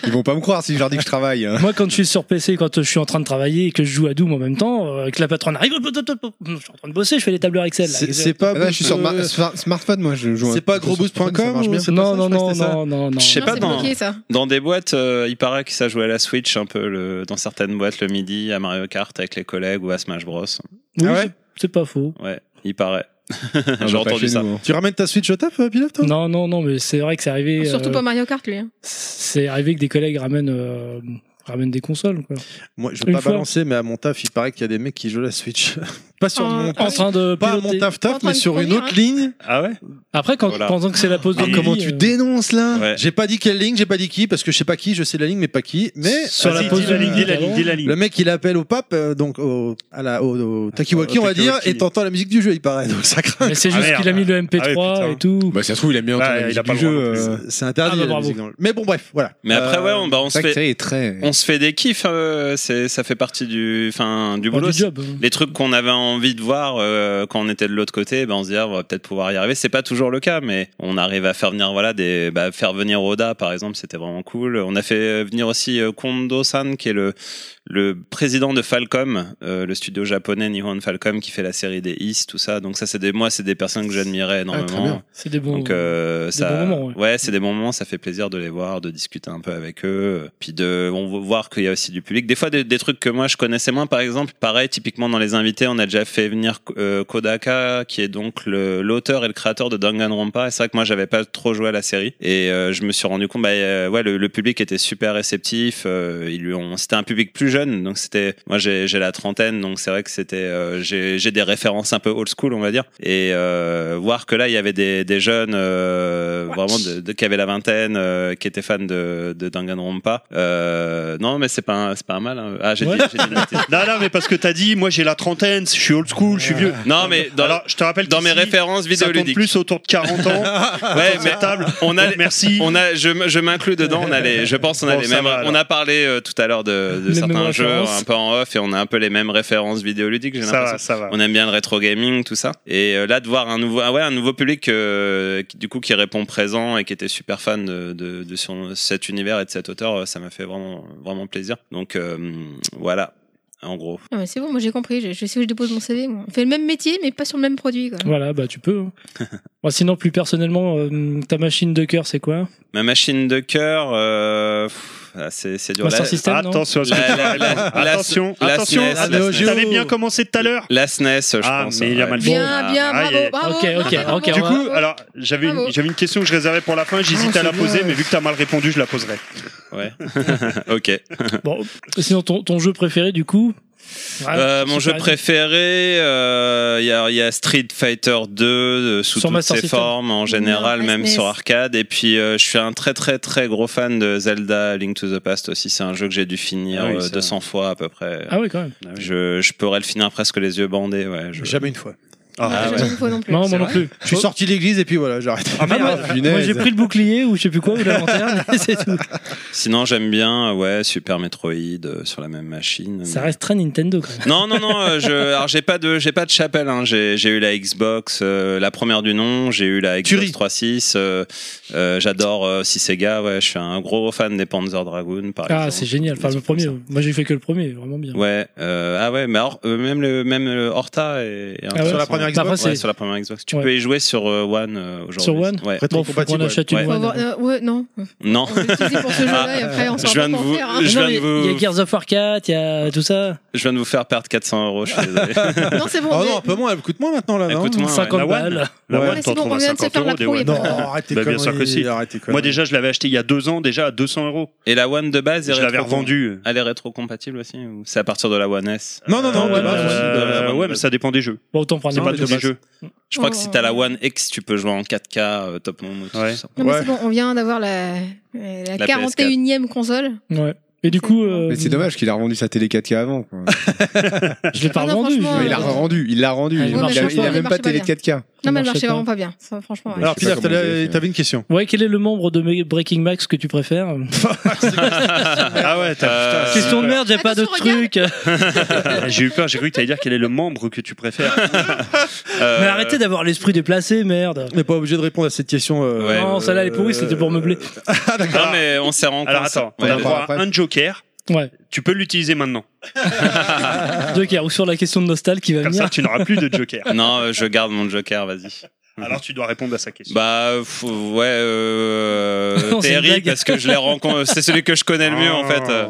[SPEAKER 7] Ils vont pas me croire si je leur dis que je travaille. hein.
[SPEAKER 5] Moi, quand je suis sur PC, quand je suis en train de travailler et que je joue à Doom en même temps, euh, que la patronne arrive, hop, hop, hop, hop, je suis en train de bosser, je fais les tableurs Excel. là.
[SPEAKER 3] C'est c'est pas.
[SPEAKER 7] Ah, là, je suis sur ma-
[SPEAKER 3] euh,
[SPEAKER 7] sma- smartphone, moi. Je joue
[SPEAKER 3] C'est pas grosboost.com,
[SPEAKER 7] ça marche
[SPEAKER 3] ou-
[SPEAKER 7] bien.
[SPEAKER 3] c'est pas
[SPEAKER 5] non,
[SPEAKER 3] ça,
[SPEAKER 5] non,
[SPEAKER 3] je crois
[SPEAKER 5] non,
[SPEAKER 3] que c'était ça.
[SPEAKER 5] non, non, non.
[SPEAKER 8] Je sais
[SPEAKER 4] Non,
[SPEAKER 8] pas,
[SPEAKER 4] c'est
[SPEAKER 8] dans,
[SPEAKER 4] bloqué, ça.
[SPEAKER 8] dans des boîtes, euh, il paraît que ça jouait à la Switch un peu, le, dans certaines boîtes le midi, à Mario Kart avec les collègues ou à Smash Bros.
[SPEAKER 5] Oui,
[SPEAKER 3] Ah ouais
[SPEAKER 5] c'est- c'est pas faux.
[SPEAKER 8] Ouais, il paraît. <laughs>
[SPEAKER 7] Ah,
[SPEAKER 8] J'ai
[SPEAKER 7] bah, pas
[SPEAKER 8] entendu
[SPEAKER 7] chez
[SPEAKER 8] ça.
[SPEAKER 7] nous, hein.
[SPEAKER 3] Tu ramènes ta Switch au taf, euh, Pilaf, toi
[SPEAKER 5] Non, non, non, mais c'est vrai que c'est arrivé.
[SPEAKER 4] Surtout
[SPEAKER 5] euh,
[SPEAKER 4] pas Mario Kart, lui. hein.
[SPEAKER 5] C'est arrivé que des collègues ramènent, euh, ramènent des consoles. Quoi.
[SPEAKER 3] Moi, je veux
[SPEAKER 5] Une
[SPEAKER 3] pas
[SPEAKER 5] fois.
[SPEAKER 3] balancer, mais à mon taf, il paraît qu'il y a des mecs qui jouent à la Switch. <laughs> pas sur
[SPEAKER 4] Ah,
[SPEAKER 3] mon
[SPEAKER 5] En train de
[SPEAKER 3] pas à mon
[SPEAKER 5] piloter.
[SPEAKER 3] taf
[SPEAKER 4] Pas en
[SPEAKER 3] taf,
[SPEAKER 4] train
[SPEAKER 3] mais
[SPEAKER 4] de
[SPEAKER 3] sur une
[SPEAKER 4] conduire,
[SPEAKER 3] autre
[SPEAKER 4] hein.
[SPEAKER 3] ligne.
[SPEAKER 8] Ah ouais
[SPEAKER 5] Après, quand,
[SPEAKER 8] Voilà.
[SPEAKER 5] pendant que c'est la pause de
[SPEAKER 8] Ah,
[SPEAKER 3] Ah,
[SPEAKER 8] Oui.
[SPEAKER 3] comment
[SPEAKER 5] euh,
[SPEAKER 3] tu dénonces là
[SPEAKER 8] Ouais.
[SPEAKER 3] J'ai pas dit quelle ligne, j'ai pas dit qui, parce que je sais pas qui, je sais la ligne, mais pas qui. Mais
[SPEAKER 5] Sur la
[SPEAKER 6] Vas-y,
[SPEAKER 5] pause
[SPEAKER 6] dis la
[SPEAKER 5] de
[SPEAKER 6] ligne, dis la ligne, dis la ligne.
[SPEAKER 3] le mec il appelle au pape, euh, donc au, à la, au, au Takiwaki,
[SPEAKER 6] Au
[SPEAKER 3] on va dire,
[SPEAKER 6] Takiwaki.
[SPEAKER 3] et t'entends la musique du jeu, il paraît, donc ça craint.
[SPEAKER 5] Ah, Mais c'est
[SPEAKER 6] Ah,
[SPEAKER 5] juste
[SPEAKER 6] merde.
[SPEAKER 5] qu'il a mis le MP3
[SPEAKER 6] Ah ouais, putain.
[SPEAKER 5] et tout.
[SPEAKER 7] Bah, ça se trouve, il a mis en
[SPEAKER 6] Bah,
[SPEAKER 7] train
[SPEAKER 6] il a
[SPEAKER 7] de
[SPEAKER 6] pas
[SPEAKER 7] du
[SPEAKER 6] le droit non
[SPEAKER 7] jeu.
[SPEAKER 6] plus.
[SPEAKER 7] euh,
[SPEAKER 3] C'est interdit
[SPEAKER 5] Ah, bah,
[SPEAKER 3] la
[SPEAKER 5] bravo.
[SPEAKER 3] musique dans le- Mais bon, bref, voilà.
[SPEAKER 8] Mais après,
[SPEAKER 3] Euh,
[SPEAKER 8] ouais, on, bah, on, se
[SPEAKER 7] C'est vrai que
[SPEAKER 8] fait,
[SPEAKER 7] c'est très.
[SPEAKER 8] on se fait des kiffs, euh, c'est- ça fait partie du, enfin, du
[SPEAKER 5] Enfin,
[SPEAKER 8] boulot.
[SPEAKER 5] du job. hein.
[SPEAKER 8] les trucs qu'on avait envie de voir euh, quand on était de l'autre côté, ben on se dit ah, on va peut-être pouvoir y arriver. C'est pas toujours le cas, mais on arrive à faire venir voilà des bah, faire venir Oda par exemple, c'était vraiment cool. On a fait venir aussi euh, Kondo-san qui est le le président de Falcom, euh, le studio japonais Nihon Falcom qui fait la série des Is tout ça. Donc ça c'est des moi c'est des personnes que j'admirais
[SPEAKER 7] Ah,
[SPEAKER 3] très
[SPEAKER 8] énormément.
[SPEAKER 3] bien.
[SPEAKER 5] Ah, C'est des bons.
[SPEAKER 8] Donc euh, ça,
[SPEAKER 5] bons moments, ouais.
[SPEAKER 8] c'est des bons moments. Ça fait plaisir de les voir, de discuter un peu avec eux, euh, puis de on va voir qu'il y a aussi du public. Des fois, des, des trucs que moi je connaissais moins, par exemple, pareil, typiquement dans les invités, on a déjà fait venir euh, Kodaka, qui est donc le- l'auteur et le créateur de Danganronpa. Et c'est vrai que moi j'avais pas trop joué à la série, et euh, je me suis rendu compte, bah euh, ouais, le, le public était super réceptif. euh, ils lui ont, c'était un public plus jeune, donc c'était, moi j'ai j'ai la trentaine, donc c'est vrai que c'était, euh, j'ai j'ai des références un peu old school, on va dire, et euh, voir que là il y avait des, des jeunes euh, vraiment de, de- qui avaient la vingtaine, euh, qui étaient fans de, de Danganronpa. Euh, non, mais c'est pas un- c'est pas un mal. hein. Ah, j'ai
[SPEAKER 5] Ouais.
[SPEAKER 8] dit, j'ai dit une bêtise.
[SPEAKER 6] Non, non, mais parce que t'as dit, moi j'ai la trentaine, je suis old school, je suis vieux.
[SPEAKER 8] Non, mais dans,
[SPEAKER 6] Alors, je te rappelle
[SPEAKER 8] dans mes
[SPEAKER 6] qu'ici,
[SPEAKER 8] références
[SPEAKER 6] ça tourne
[SPEAKER 8] vidéoludiques.
[SPEAKER 6] plus autour de
[SPEAKER 8] <laughs>
[SPEAKER 6] 40 ans.
[SPEAKER 8] Ouais, mais
[SPEAKER 6] table.
[SPEAKER 8] on a les-
[SPEAKER 6] Merci.
[SPEAKER 8] On a, je, m- je m'inclus dedans. On a les, je pense, on a
[SPEAKER 6] Bon,
[SPEAKER 8] les
[SPEAKER 6] ça
[SPEAKER 8] mêmes.
[SPEAKER 6] va, alors.
[SPEAKER 8] on a parlé euh, tout à l'heure de, de
[SPEAKER 5] Les
[SPEAKER 8] certains
[SPEAKER 5] mêmes
[SPEAKER 8] jeux
[SPEAKER 5] références.
[SPEAKER 8] un peu en off et on a un peu les mêmes références vidéoludiques. J'ai
[SPEAKER 6] Ça
[SPEAKER 8] l'impression.
[SPEAKER 6] va, ça va.
[SPEAKER 8] On aime bien le rétro gaming, tout ça. Et euh, là, de voir un nouveau, ah ouais, un nouveau public euh, qui, du coup qui répond présent et qui était super fan de, de, de son, cet univers et de cet auteur, euh, ça m'a fait vraiment, vraiment plaisir. Donc euh, voilà, en gros.
[SPEAKER 4] Ah, mais c'est bon, moi j'ai compris. Je, je sais où je dépose mon CV. Moi. On fait le même métier, mais pas sur le même produit. Quoi.
[SPEAKER 5] Voilà, bah tu peux. hein. Bon, sinon, plus personnellement, euh, ta machine de cœur, c'est quoi
[SPEAKER 8] Ma machine de cœur, euh, pff, ah, c'est, c'est dur.
[SPEAKER 5] Master
[SPEAKER 8] La-
[SPEAKER 5] System, non
[SPEAKER 6] Attention, à ce que
[SPEAKER 8] La-
[SPEAKER 6] tu
[SPEAKER 8] la-
[SPEAKER 6] dis. <laughs>
[SPEAKER 8] la- la- E
[SPEAKER 6] attention,
[SPEAKER 8] la
[SPEAKER 6] attention.
[SPEAKER 8] SNES, la
[SPEAKER 6] attention.
[SPEAKER 3] SNES.
[SPEAKER 6] T'avais bien commencé tout à l'heure.
[SPEAKER 8] La SNES, je
[SPEAKER 6] Ah,
[SPEAKER 8] pense. hein.
[SPEAKER 6] mais il a mal
[SPEAKER 8] fait.
[SPEAKER 6] fait.
[SPEAKER 4] Bien,
[SPEAKER 6] Ah,
[SPEAKER 4] bien,
[SPEAKER 6] ah,
[SPEAKER 4] bravo,
[SPEAKER 6] il y a-
[SPEAKER 4] bravo.
[SPEAKER 5] Ok, ok,
[SPEAKER 4] bravo,
[SPEAKER 5] ok,
[SPEAKER 6] Du
[SPEAKER 5] on
[SPEAKER 4] bravo.
[SPEAKER 6] coup, alors j'avais
[SPEAKER 4] Bravo.
[SPEAKER 6] une, j'avais une question que je réservais pour la fin, j'hésite
[SPEAKER 3] Ah,
[SPEAKER 6] à la
[SPEAKER 3] c'est bien,
[SPEAKER 6] poser,
[SPEAKER 3] ouais.
[SPEAKER 6] mais vu que t'as mal répondu, je la poserai. <laughs>
[SPEAKER 8] Ouais. <laughs> ok.
[SPEAKER 5] Bon, sinon, ton, ton jeu préféré, du coup Ah,
[SPEAKER 8] Euh, mon jeu
[SPEAKER 5] Super Nintendo.
[SPEAKER 8] préféré, euh, il y, a- il y a Street Fighter 2 euh, sous
[SPEAKER 5] Sur
[SPEAKER 8] toutes
[SPEAKER 5] Master
[SPEAKER 8] ses
[SPEAKER 5] System.
[SPEAKER 8] formes, en général,
[SPEAKER 4] Non,
[SPEAKER 8] même
[SPEAKER 4] SNES.
[SPEAKER 8] sur arcade. Et puis, euh, je suis un très très très gros fan de Zelda Link to the Past aussi. C'est un jeu que j'ai dû finir
[SPEAKER 6] Ah oui,
[SPEAKER 8] euh,
[SPEAKER 6] ça.
[SPEAKER 8] 200 fois à peu près.
[SPEAKER 3] euh,
[SPEAKER 5] Ah oui, quand même.
[SPEAKER 8] Je, je pourrais le finir presque les yeux bandés. Ouais, je-
[SPEAKER 3] Jamais une fois.
[SPEAKER 6] Ah,
[SPEAKER 4] Ah,
[SPEAKER 8] ouais.
[SPEAKER 4] j'ai une fois non plus.
[SPEAKER 5] Non,
[SPEAKER 8] C'est
[SPEAKER 5] moi non
[SPEAKER 8] vrai
[SPEAKER 5] plus. Oh.
[SPEAKER 3] Je suis sorti de l'église et puis voilà, j'arrête.
[SPEAKER 6] Ah, merde.
[SPEAKER 5] Moi, j'ai pris le bouclier ou je sais plus quoi, ou la <laughs> lanterne, et c'est tout.
[SPEAKER 8] Sinon, j'aime bien euh, ouais, Super Metroid euh, sur la même machine.
[SPEAKER 5] Ça
[SPEAKER 8] Mais-
[SPEAKER 5] reste très Nintendo, quand même.
[SPEAKER 8] Non, non, non. euh, je, alors j'ai pas de, j'ai pas de chapelle. Hein. J'ai, j'ai eu la Xbox, euh, la première du nom. J'ai eu la
[SPEAKER 3] Tu ris.
[SPEAKER 8] Xbox 36. euh, euh, j'adore euh, aussi Sega. Ouais, je suis un gros fan des Panzer Dragoon, par exemple.
[SPEAKER 5] Ah, c'est génial. Enfin,
[SPEAKER 8] Des
[SPEAKER 5] le
[SPEAKER 8] trucs comme
[SPEAKER 5] premier.
[SPEAKER 8] ça.
[SPEAKER 5] Moi, j'ai fait que le premier, vraiment bien.
[SPEAKER 8] Ouais. euh, ah ouais, mais or- euh, même le, même le Horta et,
[SPEAKER 5] Ah ouais. Sur
[SPEAKER 3] la première
[SPEAKER 5] Bah, après,
[SPEAKER 8] Ouais,
[SPEAKER 5] c'est-
[SPEAKER 8] sur la première Xbox. Tu
[SPEAKER 5] Ouais.
[SPEAKER 8] peux y jouer sur euh, One euh, aujourd'hui.
[SPEAKER 5] Sur One
[SPEAKER 8] Ouais.
[SPEAKER 5] Bon, faut qu'on
[SPEAKER 3] Rétrocompatible,
[SPEAKER 5] achète une
[SPEAKER 8] ouais.
[SPEAKER 4] Faut
[SPEAKER 5] One.
[SPEAKER 4] avoir- euh, ouais, non.
[SPEAKER 8] Non. Ah,
[SPEAKER 4] On va l'utiliser pour ce jeu-là et après on
[SPEAKER 8] Je
[SPEAKER 4] s'en va
[SPEAKER 8] viens de
[SPEAKER 4] pas en
[SPEAKER 8] vous,
[SPEAKER 4] faire. hein.
[SPEAKER 8] Ah, je
[SPEAKER 5] Non,
[SPEAKER 8] viens
[SPEAKER 5] mais
[SPEAKER 8] de
[SPEAKER 5] Il y a
[SPEAKER 8] vous,
[SPEAKER 5] Gears of War 4, il y a tout ça.
[SPEAKER 8] je viens de vous faire perdre 400 euros.
[SPEAKER 5] <laughs>
[SPEAKER 8] Je suis désolé.
[SPEAKER 4] Non, c'est bon.
[SPEAKER 3] Oh
[SPEAKER 4] on est-
[SPEAKER 3] non, un peu moins, elle coûte moins maintenant là. non
[SPEAKER 8] Écoute-moi, ouais.
[SPEAKER 5] 50
[SPEAKER 6] la One.
[SPEAKER 5] balles.
[SPEAKER 6] La
[SPEAKER 3] Ouais.
[SPEAKER 6] One,
[SPEAKER 4] Mais
[SPEAKER 6] t'en
[SPEAKER 4] c'est bon,
[SPEAKER 6] trouves
[SPEAKER 4] on
[SPEAKER 6] à
[SPEAKER 4] vient de se
[SPEAKER 6] 50
[SPEAKER 4] faire la
[SPEAKER 6] euros des
[SPEAKER 4] pro, il y a
[SPEAKER 6] One.
[SPEAKER 4] pas
[SPEAKER 3] Non,
[SPEAKER 4] de problème.
[SPEAKER 3] arrêtez
[SPEAKER 6] Bah, bien
[SPEAKER 3] conneries,
[SPEAKER 6] sûr que si.
[SPEAKER 3] arrêtez conneries.
[SPEAKER 6] Moi déjà, je l'avais acheté il y a deux ans déjà à 200 euros.
[SPEAKER 8] Et la One de base, est
[SPEAKER 6] Je l'avais
[SPEAKER 8] rétro- <laughs>
[SPEAKER 6] revendu.
[SPEAKER 8] Elle est rétro-compatible aussi ou c'est à partir de la One S
[SPEAKER 3] Non, non, non,
[SPEAKER 5] Euh,
[SPEAKER 3] ouais, bah,
[SPEAKER 5] euh,
[SPEAKER 6] Euh,
[SPEAKER 8] ouais,
[SPEAKER 6] Ouais,
[SPEAKER 8] mais
[SPEAKER 6] mais ça dépend des jeux.
[SPEAKER 5] Bon, autant prendre
[SPEAKER 6] C'est
[SPEAKER 5] un
[SPEAKER 6] pas
[SPEAKER 5] jeu
[SPEAKER 6] tous
[SPEAKER 5] de
[SPEAKER 6] les
[SPEAKER 5] base.
[SPEAKER 6] jeux.
[SPEAKER 8] Je crois que
[SPEAKER 4] Oh.
[SPEAKER 8] si t'as la One X, tu peux jouer en 4K, euh, top monde, tout
[SPEAKER 6] Ouais.
[SPEAKER 8] ça.
[SPEAKER 4] Non, mais
[SPEAKER 3] Ouais.
[SPEAKER 4] c'est bon, on vient d'avoir la, euh, la
[SPEAKER 8] La
[SPEAKER 4] 41e console.
[SPEAKER 5] Ouais. Et du coup, euh,
[SPEAKER 7] Mais c'est dommage qu'il a revendu sa télé 4K avant. quoi.
[SPEAKER 5] je l'ai pas
[SPEAKER 4] Ah non,
[SPEAKER 5] revendu.
[SPEAKER 4] franchement,
[SPEAKER 5] <laughs> je-
[SPEAKER 7] il l'a
[SPEAKER 4] euh,
[SPEAKER 7] revendu, il l'a rendu.
[SPEAKER 5] Ouais,
[SPEAKER 7] Ah, il
[SPEAKER 5] il
[SPEAKER 7] a,
[SPEAKER 5] marchait
[SPEAKER 7] il a
[SPEAKER 5] pas,
[SPEAKER 7] même
[SPEAKER 4] il
[SPEAKER 7] pas
[SPEAKER 4] marchait
[SPEAKER 7] télé
[SPEAKER 4] pas
[SPEAKER 7] 4K.
[SPEAKER 4] Non, mais elle marchait
[SPEAKER 5] pas.
[SPEAKER 4] vraiment pas bien. Ça, franchement, ouais.
[SPEAKER 3] Alors,
[SPEAKER 7] je sais
[SPEAKER 3] Pierre,
[SPEAKER 7] pas comment on
[SPEAKER 3] t'allais-
[SPEAKER 7] dirait,
[SPEAKER 3] t'avais une question.
[SPEAKER 5] Ouais, quel est le membre de mes Breaking Max que tu préfères
[SPEAKER 6] Ah ouais,
[SPEAKER 8] Euh,
[SPEAKER 6] t'as- putain,
[SPEAKER 5] Question de merde, j'ai pas de
[SPEAKER 4] Attention, regarde.
[SPEAKER 6] <laughs>
[SPEAKER 5] truc.
[SPEAKER 6] J'ai eu peur, j'ai cru que t'allais dire quel est le membre que tu préfères.
[SPEAKER 8] Euh,
[SPEAKER 5] Mais arrêtez d'avoir l'esprit déplacé, merde.
[SPEAKER 3] On n'est pas obligé de répondre à cette question. euh,
[SPEAKER 8] Ouais.
[SPEAKER 5] non, celle-là elle est pourrie, c'était pour meubler.
[SPEAKER 8] Non, mais on s'est rencontrés.
[SPEAKER 6] Alors attends, on
[SPEAKER 8] Ouais,
[SPEAKER 6] a
[SPEAKER 8] ouais.
[SPEAKER 6] droit à
[SPEAKER 7] après.
[SPEAKER 6] un joker.
[SPEAKER 3] Euh, <laughs>
[SPEAKER 5] Ouais,
[SPEAKER 6] Tu peux
[SPEAKER 8] <laughs>
[SPEAKER 6] l'utiliser maintenant.
[SPEAKER 5] Joker, ou sur la question de Nostal qui va
[SPEAKER 6] Comme
[SPEAKER 5] venir.
[SPEAKER 6] ça, tu n'auras plus de joker.
[SPEAKER 8] Non, euh, je garde mon joker, vas-y.
[SPEAKER 6] Alors tu dois répondre à sa question.
[SPEAKER 8] Bah, faut-
[SPEAKER 5] <laughs>
[SPEAKER 8] ouais, euh,
[SPEAKER 5] Non, c'est une
[SPEAKER 8] Terry,
[SPEAKER 5] blague.
[SPEAKER 8] parce que je l'ai rencontré, c'est celui que je connais le mieux en fait.
[SPEAKER 6] Ah.
[SPEAKER 8] Euh,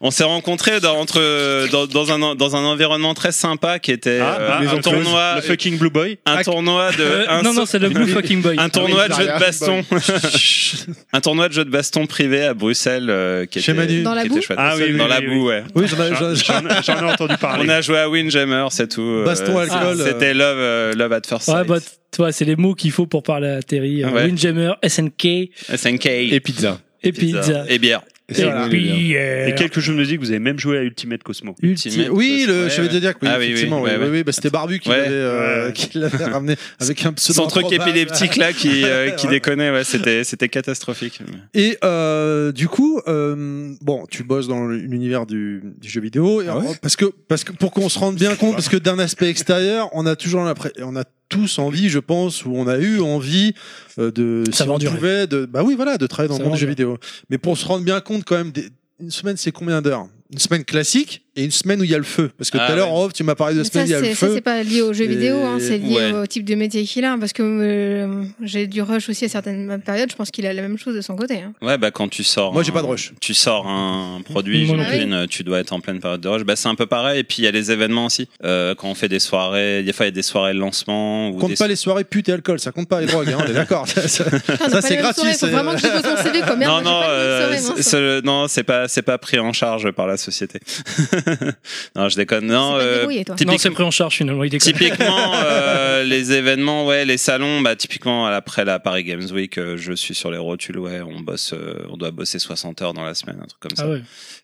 [SPEAKER 8] On s'est rencontrés dans, entre, dans, dans un, en- dans un environnement très sympa qui était
[SPEAKER 6] Ah,
[SPEAKER 8] euh,
[SPEAKER 6] ah,
[SPEAKER 8] un,
[SPEAKER 6] le
[SPEAKER 8] tournoi,
[SPEAKER 6] le fucking blue boy. Ah
[SPEAKER 8] un tournoi de.
[SPEAKER 5] Euh,
[SPEAKER 8] un
[SPEAKER 5] non,
[SPEAKER 8] so- <laughs>
[SPEAKER 5] non, c'est le Blue Fucking Boy. Ah
[SPEAKER 8] un tournoi de jeu de
[SPEAKER 7] Zarya,
[SPEAKER 8] baston, <laughs> un tournoi de jeu de baston privé à Bruxelles euh, qui
[SPEAKER 3] Chez
[SPEAKER 8] était,
[SPEAKER 3] Manu.
[SPEAKER 4] Dans la
[SPEAKER 8] qui
[SPEAKER 4] boue
[SPEAKER 8] était chouette.
[SPEAKER 6] Ah oui, oui,
[SPEAKER 8] dans
[SPEAKER 6] oui,
[SPEAKER 8] la
[SPEAKER 6] oui,
[SPEAKER 8] boue, ouais.
[SPEAKER 3] Oui, j'en ai- j'en-
[SPEAKER 6] J'en
[SPEAKER 3] j'en-
[SPEAKER 6] j'en ai entendu
[SPEAKER 8] <laughs>
[SPEAKER 6] parler.
[SPEAKER 8] On a joué à Windjammer, c'est tout. euh,
[SPEAKER 3] Baston, alcool,
[SPEAKER 8] c'est- C'était Love, euh, Love at First
[SPEAKER 5] <laughs> Ouais,
[SPEAKER 8] Sight.
[SPEAKER 5] bah, t- toi, c'est les mots qu'il faut pour parler à Terry. Euh,
[SPEAKER 8] Ouais.
[SPEAKER 5] Windjammer,
[SPEAKER 8] <laughs>
[SPEAKER 5] <laughs> SNK et,
[SPEAKER 8] SNK.
[SPEAKER 7] Et pizza.
[SPEAKER 5] pizza.
[SPEAKER 8] Et bière.
[SPEAKER 5] Et,
[SPEAKER 7] voilà.
[SPEAKER 5] bière.
[SPEAKER 6] Et quelques jeux de musique, vous avez même joué à Ultimate Cosmo.
[SPEAKER 5] Ultimate.
[SPEAKER 3] Oui, le
[SPEAKER 8] Ouais,
[SPEAKER 3] chevalier
[SPEAKER 8] ouais.
[SPEAKER 3] Zodiac, oui,
[SPEAKER 8] Ah oui, oui,
[SPEAKER 3] effectivement. Oui,
[SPEAKER 8] ouais,
[SPEAKER 3] oui,
[SPEAKER 8] ouais.
[SPEAKER 3] oui, bah, c'était Barbu qui
[SPEAKER 8] Ouais.
[SPEAKER 3] l'avait euh,
[SPEAKER 6] Ouais.
[SPEAKER 3] qui l'avait ramené avec un pseudo.
[SPEAKER 8] Son truc
[SPEAKER 3] improbable.
[SPEAKER 8] épileptique là qui,
[SPEAKER 3] <laughs>
[SPEAKER 8] euh, qui déconnait, ouais, c'était, c'était catastrophique.
[SPEAKER 3] Et euh, du coup, euh, bon, tu bosses dans l'univers du, du jeu vidéo, et
[SPEAKER 7] Ah ouais
[SPEAKER 3] alors, parce que parce que pour qu'on se rende bien compte, parce que d'un aspect extérieur, on a toujours l'impré- on a tous envie, je pense, ou on a eu envie euh, de
[SPEAKER 5] Ça
[SPEAKER 3] si
[SPEAKER 5] va
[SPEAKER 3] on
[SPEAKER 5] endurer.
[SPEAKER 3] pouvait, de bah oui, voilà, de travailler dans
[SPEAKER 5] Ça
[SPEAKER 3] le monde
[SPEAKER 5] va
[SPEAKER 3] du jeu vidéo. Mais pour se rendre bien compte, quand même, des- une semaine, c'est combien d'heures Une semaine classique et une semaine où il y a le feu. Parce que
[SPEAKER 8] Ah
[SPEAKER 3] tout à l'heure,
[SPEAKER 8] ouais.
[SPEAKER 3] en off, tu m'as parlé de
[SPEAKER 4] Mais
[SPEAKER 3] semaine
[SPEAKER 4] ça,
[SPEAKER 3] où il y a
[SPEAKER 4] c'est-
[SPEAKER 3] le
[SPEAKER 4] ça, c'est
[SPEAKER 3] feu.
[SPEAKER 4] pas lié aux jeux
[SPEAKER 3] Et-
[SPEAKER 4] vidéo, hein, c'est lié
[SPEAKER 8] ouais.
[SPEAKER 4] au type de métier qu'il a. Parce que euh, j'ai du rush aussi à certaines périodes, je pense qu'il a la même chose de son côté. hein.
[SPEAKER 8] Ouais, bah quand tu sors.
[SPEAKER 3] Moi, j'ai
[SPEAKER 8] un-
[SPEAKER 3] pas de rush.
[SPEAKER 8] Tu sors un produit,
[SPEAKER 5] Moi non
[SPEAKER 8] j'imagine, euh, tu dois être en pleine période de rush. Bah c'est un peu pareil. Et puis il y a les événements aussi. Euh, quand on fait des soirées, des fois il y a des soirées de lancement. Ou des...
[SPEAKER 3] Compte pas les soirées putes et alcool, ça compte pas les drogues, hein, on est d'accord. <laughs> Ça, ça-
[SPEAKER 4] Putain, Ah, on a
[SPEAKER 3] Ça,
[SPEAKER 4] pas
[SPEAKER 3] c'est
[SPEAKER 4] les mêmes
[SPEAKER 3] gratuit,
[SPEAKER 4] soirées, Faut
[SPEAKER 3] c'est-
[SPEAKER 4] vraiment que je pose mon CV, quoi. Merde,
[SPEAKER 8] non,
[SPEAKER 4] j'ai
[SPEAKER 8] non,
[SPEAKER 4] pas les mêmes
[SPEAKER 8] euh,
[SPEAKER 4] soirées,
[SPEAKER 8] c'est-
[SPEAKER 4] mince.
[SPEAKER 8] c'est- non, c'est pas, c'est pas pris en charge par la société. <laughs> non, je déconne. Non,
[SPEAKER 4] C'est pas
[SPEAKER 8] euh,
[SPEAKER 4] débrouillé, toi.
[SPEAKER 5] Non,
[SPEAKER 8] typiquement-
[SPEAKER 5] c'est pris en charge finalement. Il déconne.
[SPEAKER 8] Typiquement, euh, les événements, ouais, les salons, bah typiquement après la Paris Games Week, euh, je suis sur les rotules, ouais, on bosse, euh, on doit bosser 60 heures dans la semaine, un truc comme ça.
[SPEAKER 5] Ah ouais.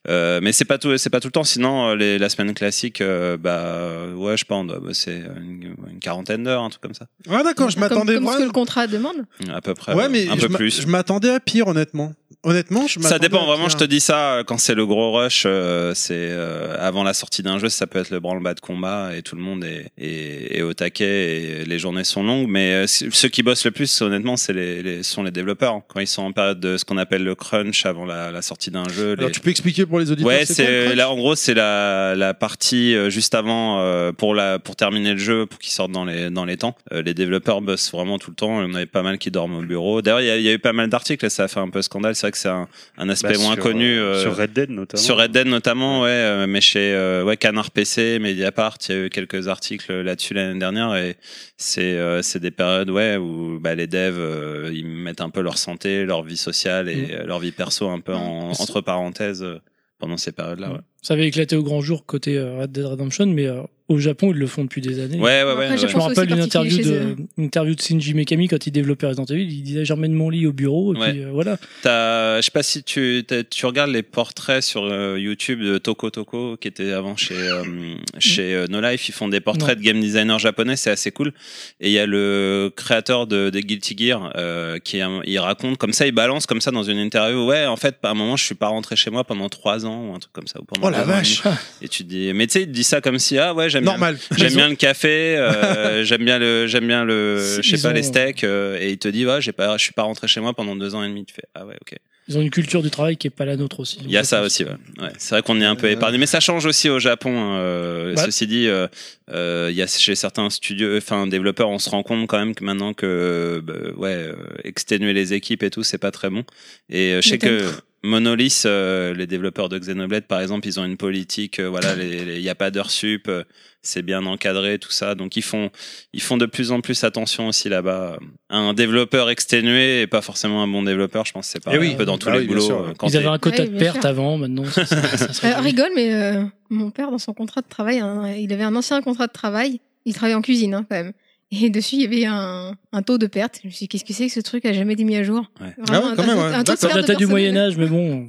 [SPEAKER 8] Euh, mais c'est pas tout, c'est pas tout le temps. Sinon, euh, les, la semaine classique, euh, bah ouais, je sais pas, on doit bosser une, une quarantaine d'heures, un truc comme ça,
[SPEAKER 3] Ouais, d'accord, je
[SPEAKER 4] Comme-
[SPEAKER 3] m'attendais
[SPEAKER 4] Comme ce que
[SPEAKER 3] vraiment-
[SPEAKER 4] le contrat demande.
[SPEAKER 8] à peu près.
[SPEAKER 3] ouais,
[SPEAKER 8] euh,
[SPEAKER 3] mais
[SPEAKER 8] un
[SPEAKER 3] je
[SPEAKER 8] peu
[SPEAKER 3] m'a-
[SPEAKER 8] plus.
[SPEAKER 3] je m'attendais à pire, honnêtement. Honnêtement, je
[SPEAKER 8] Ça
[SPEAKER 3] m'attendais
[SPEAKER 8] dépend
[SPEAKER 3] à
[SPEAKER 8] vraiment, je
[SPEAKER 3] pire.
[SPEAKER 8] te dis ça, euh, quand c'est le gros rush, euh, c'est euh, avant la sortie d'un jeu, ça peut être le branle-bas de combat et tout le monde est, est- est au taquet et les journées sont longues, mais euh, c- ceux qui bossent le plus, honnêtement, c'est les, les- sont les développeurs. hein. Quand ils sont en période de ce qu'on appelle le crunch avant la, la sortie d'un jeu, les-
[SPEAKER 3] Alors, tu peux expliquer pour les auditeurs
[SPEAKER 8] Ouais,
[SPEAKER 3] c'est quoi, le
[SPEAKER 8] c'est
[SPEAKER 3] crunch
[SPEAKER 8] là en gros c'est la, la partie euh, juste avant euh, pour la pour terminer le jeu pour qu'il sorte dans les dans les temps. Euh, les développeurs bossent vraiment tout le temps. Il y en avait pas mal qui dorment au bureau. D'ailleurs il y a- il y, a eu pas mal d'articles. et Ça a fait un peu scandale. C'est vrai que c'est un, un aspect
[SPEAKER 6] Bah,
[SPEAKER 8] moins
[SPEAKER 6] sur,
[SPEAKER 8] connu.
[SPEAKER 6] euh,
[SPEAKER 8] euh,
[SPEAKER 6] Sur Red Dead notamment.
[SPEAKER 8] sur Red Dead notamment, ouais, euh, mais chez euh, ouais, Canard PC, Mediapart, il y a eu quelques articles là-dessus l'année dernière et c'est euh, c'est des périodes ouais où bah, les devs euh, ils mettent un peu leur santé, leur vie sociale et
[SPEAKER 5] Mm.
[SPEAKER 8] euh, leur vie perso un peu en- entre parenthèses euh, pendant ces périodes-là. Ouais.
[SPEAKER 5] Ça avait éclaté au grand jour côté euh, Red Dead Redemption, mais euh, au Japon, ils le font depuis des années.
[SPEAKER 8] Ouais, ouais, ouais.
[SPEAKER 4] Après, j'ai
[SPEAKER 8] ouais.
[SPEAKER 5] Je me
[SPEAKER 4] pense
[SPEAKER 5] rappelle
[SPEAKER 4] aussi
[SPEAKER 5] d'une interview
[SPEAKER 4] particulier chez
[SPEAKER 5] de, une interview de Shinji Mikami quand il développait Resident Evil. Il disait J'emmène mon lit au bureau, et
[SPEAKER 8] Ouais.
[SPEAKER 5] puis euh, voilà.
[SPEAKER 8] T'as- Je sais pas si tu, t'as- tu regardes les portraits sur euh, YouTube de Toko Toko, qui était avant chez, euh,
[SPEAKER 3] Mm.
[SPEAKER 8] chez euh, No Life. Ils font des portraits de game designers japonais, c'est assez cool. Et il y a le créateur de, de Guilty Gear euh, qui est un- il raconte comme ça, il balance comme ça dans une interview. Ouais, en fait, à un moment, je suis pas rentré chez moi pendant trois ans ou un truc comme ça. Ou pendant
[SPEAKER 3] Oh la
[SPEAKER 8] deux ans et
[SPEAKER 3] vache
[SPEAKER 8] demi. Et tu te dis, mais tu sais, il te dit ça comme si, ah ouais, j'aime bien
[SPEAKER 3] Normal.
[SPEAKER 8] J'aime bien le café,
[SPEAKER 3] <laughs>
[SPEAKER 8] euh, j'aime bien le, j'aime bien le,
[SPEAKER 5] Si,
[SPEAKER 8] je sais
[SPEAKER 5] ils
[SPEAKER 8] pas
[SPEAKER 5] ont-
[SPEAKER 8] les steaks, euh, et il te dit, ouais, j'ai pas, je suis pas rentré chez moi pendant deux ans et demi. Tu fais, ah ouais, ok.
[SPEAKER 5] Ils ont une culture du travail qui est pas la nôtre aussi.
[SPEAKER 8] Il y a
[SPEAKER 5] Je
[SPEAKER 8] ça
[SPEAKER 5] pense.
[SPEAKER 8] aussi. Ouais. Ouais, c'est vrai qu'on est un peu
[SPEAKER 3] Euh,
[SPEAKER 8] épargné, mais ça change aussi au Japon. euh,
[SPEAKER 5] Ouais.
[SPEAKER 8] Ceci dit, euh, euh, il y a chez certains studios, enfin développeurs, on se rend compte quand même que maintenant que, bah, ouais, euh, exténuer les équipes et tout, c'est pas très bon. Et euh, je sais que. Monolith, euh, les développeurs de Xenoblade, par exemple, ils ont une politique, euh, voilà, il n'y a pas d'heures sup, euh, c'est bien encadré, tout ça. Donc ils font, ils font de plus en plus attention aussi là-bas. Un développeur exténué et pas forcément un bon développeur, je pense que c'est pas
[SPEAKER 3] Eh oui.
[SPEAKER 8] un peu dans tous
[SPEAKER 3] Bah
[SPEAKER 8] les
[SPEAKER 3] oui, bien
[SPEAKER 8] boulots.
[SPEAKER 3] sûr.
[SPEAKER 8] euh, quand
[SPEAKER 5] Ils
[SPEAKER 8] t'es-
[SPEAKER 5] avaient un quota
[SPEAKER 4] Ouais,
[SPEAKER 5] de
[SPEAKER 4] bien
[SPEAKER 5] pertes
[SPEAKER 4] sûr.
[SPEAKER 5] avant, maintenant. ça- ça-
[SPEAKER 4] <laughs>
[SPEAKER 5] ça serait-
[SPEAKER 4] Euh, rigole, mais euh, mon père, dans son contrat de travail, hein, il avait un ancien contrat de travail. Il travaillait en cuisine, hein, quand même. Et dessus, il y avait un, un taux de perte. Je me suis dit, qu'est-ce que c'est que ce truc a jamais été mis à jour
[SPEAKER 8] Ouais.
[SPEAKER 4] Vraiment,
[SPEAKER 3] Ah ouais, quand même, ouais.
[SPEAKER 4] taux de
[SPEAKER 5] Ça
[SPEAKER 4] perte de
[SPEAKER 5] date
[SPEAKER 4] personnel.
[SPEAKER 5] du Moyen-Âge, mais bon.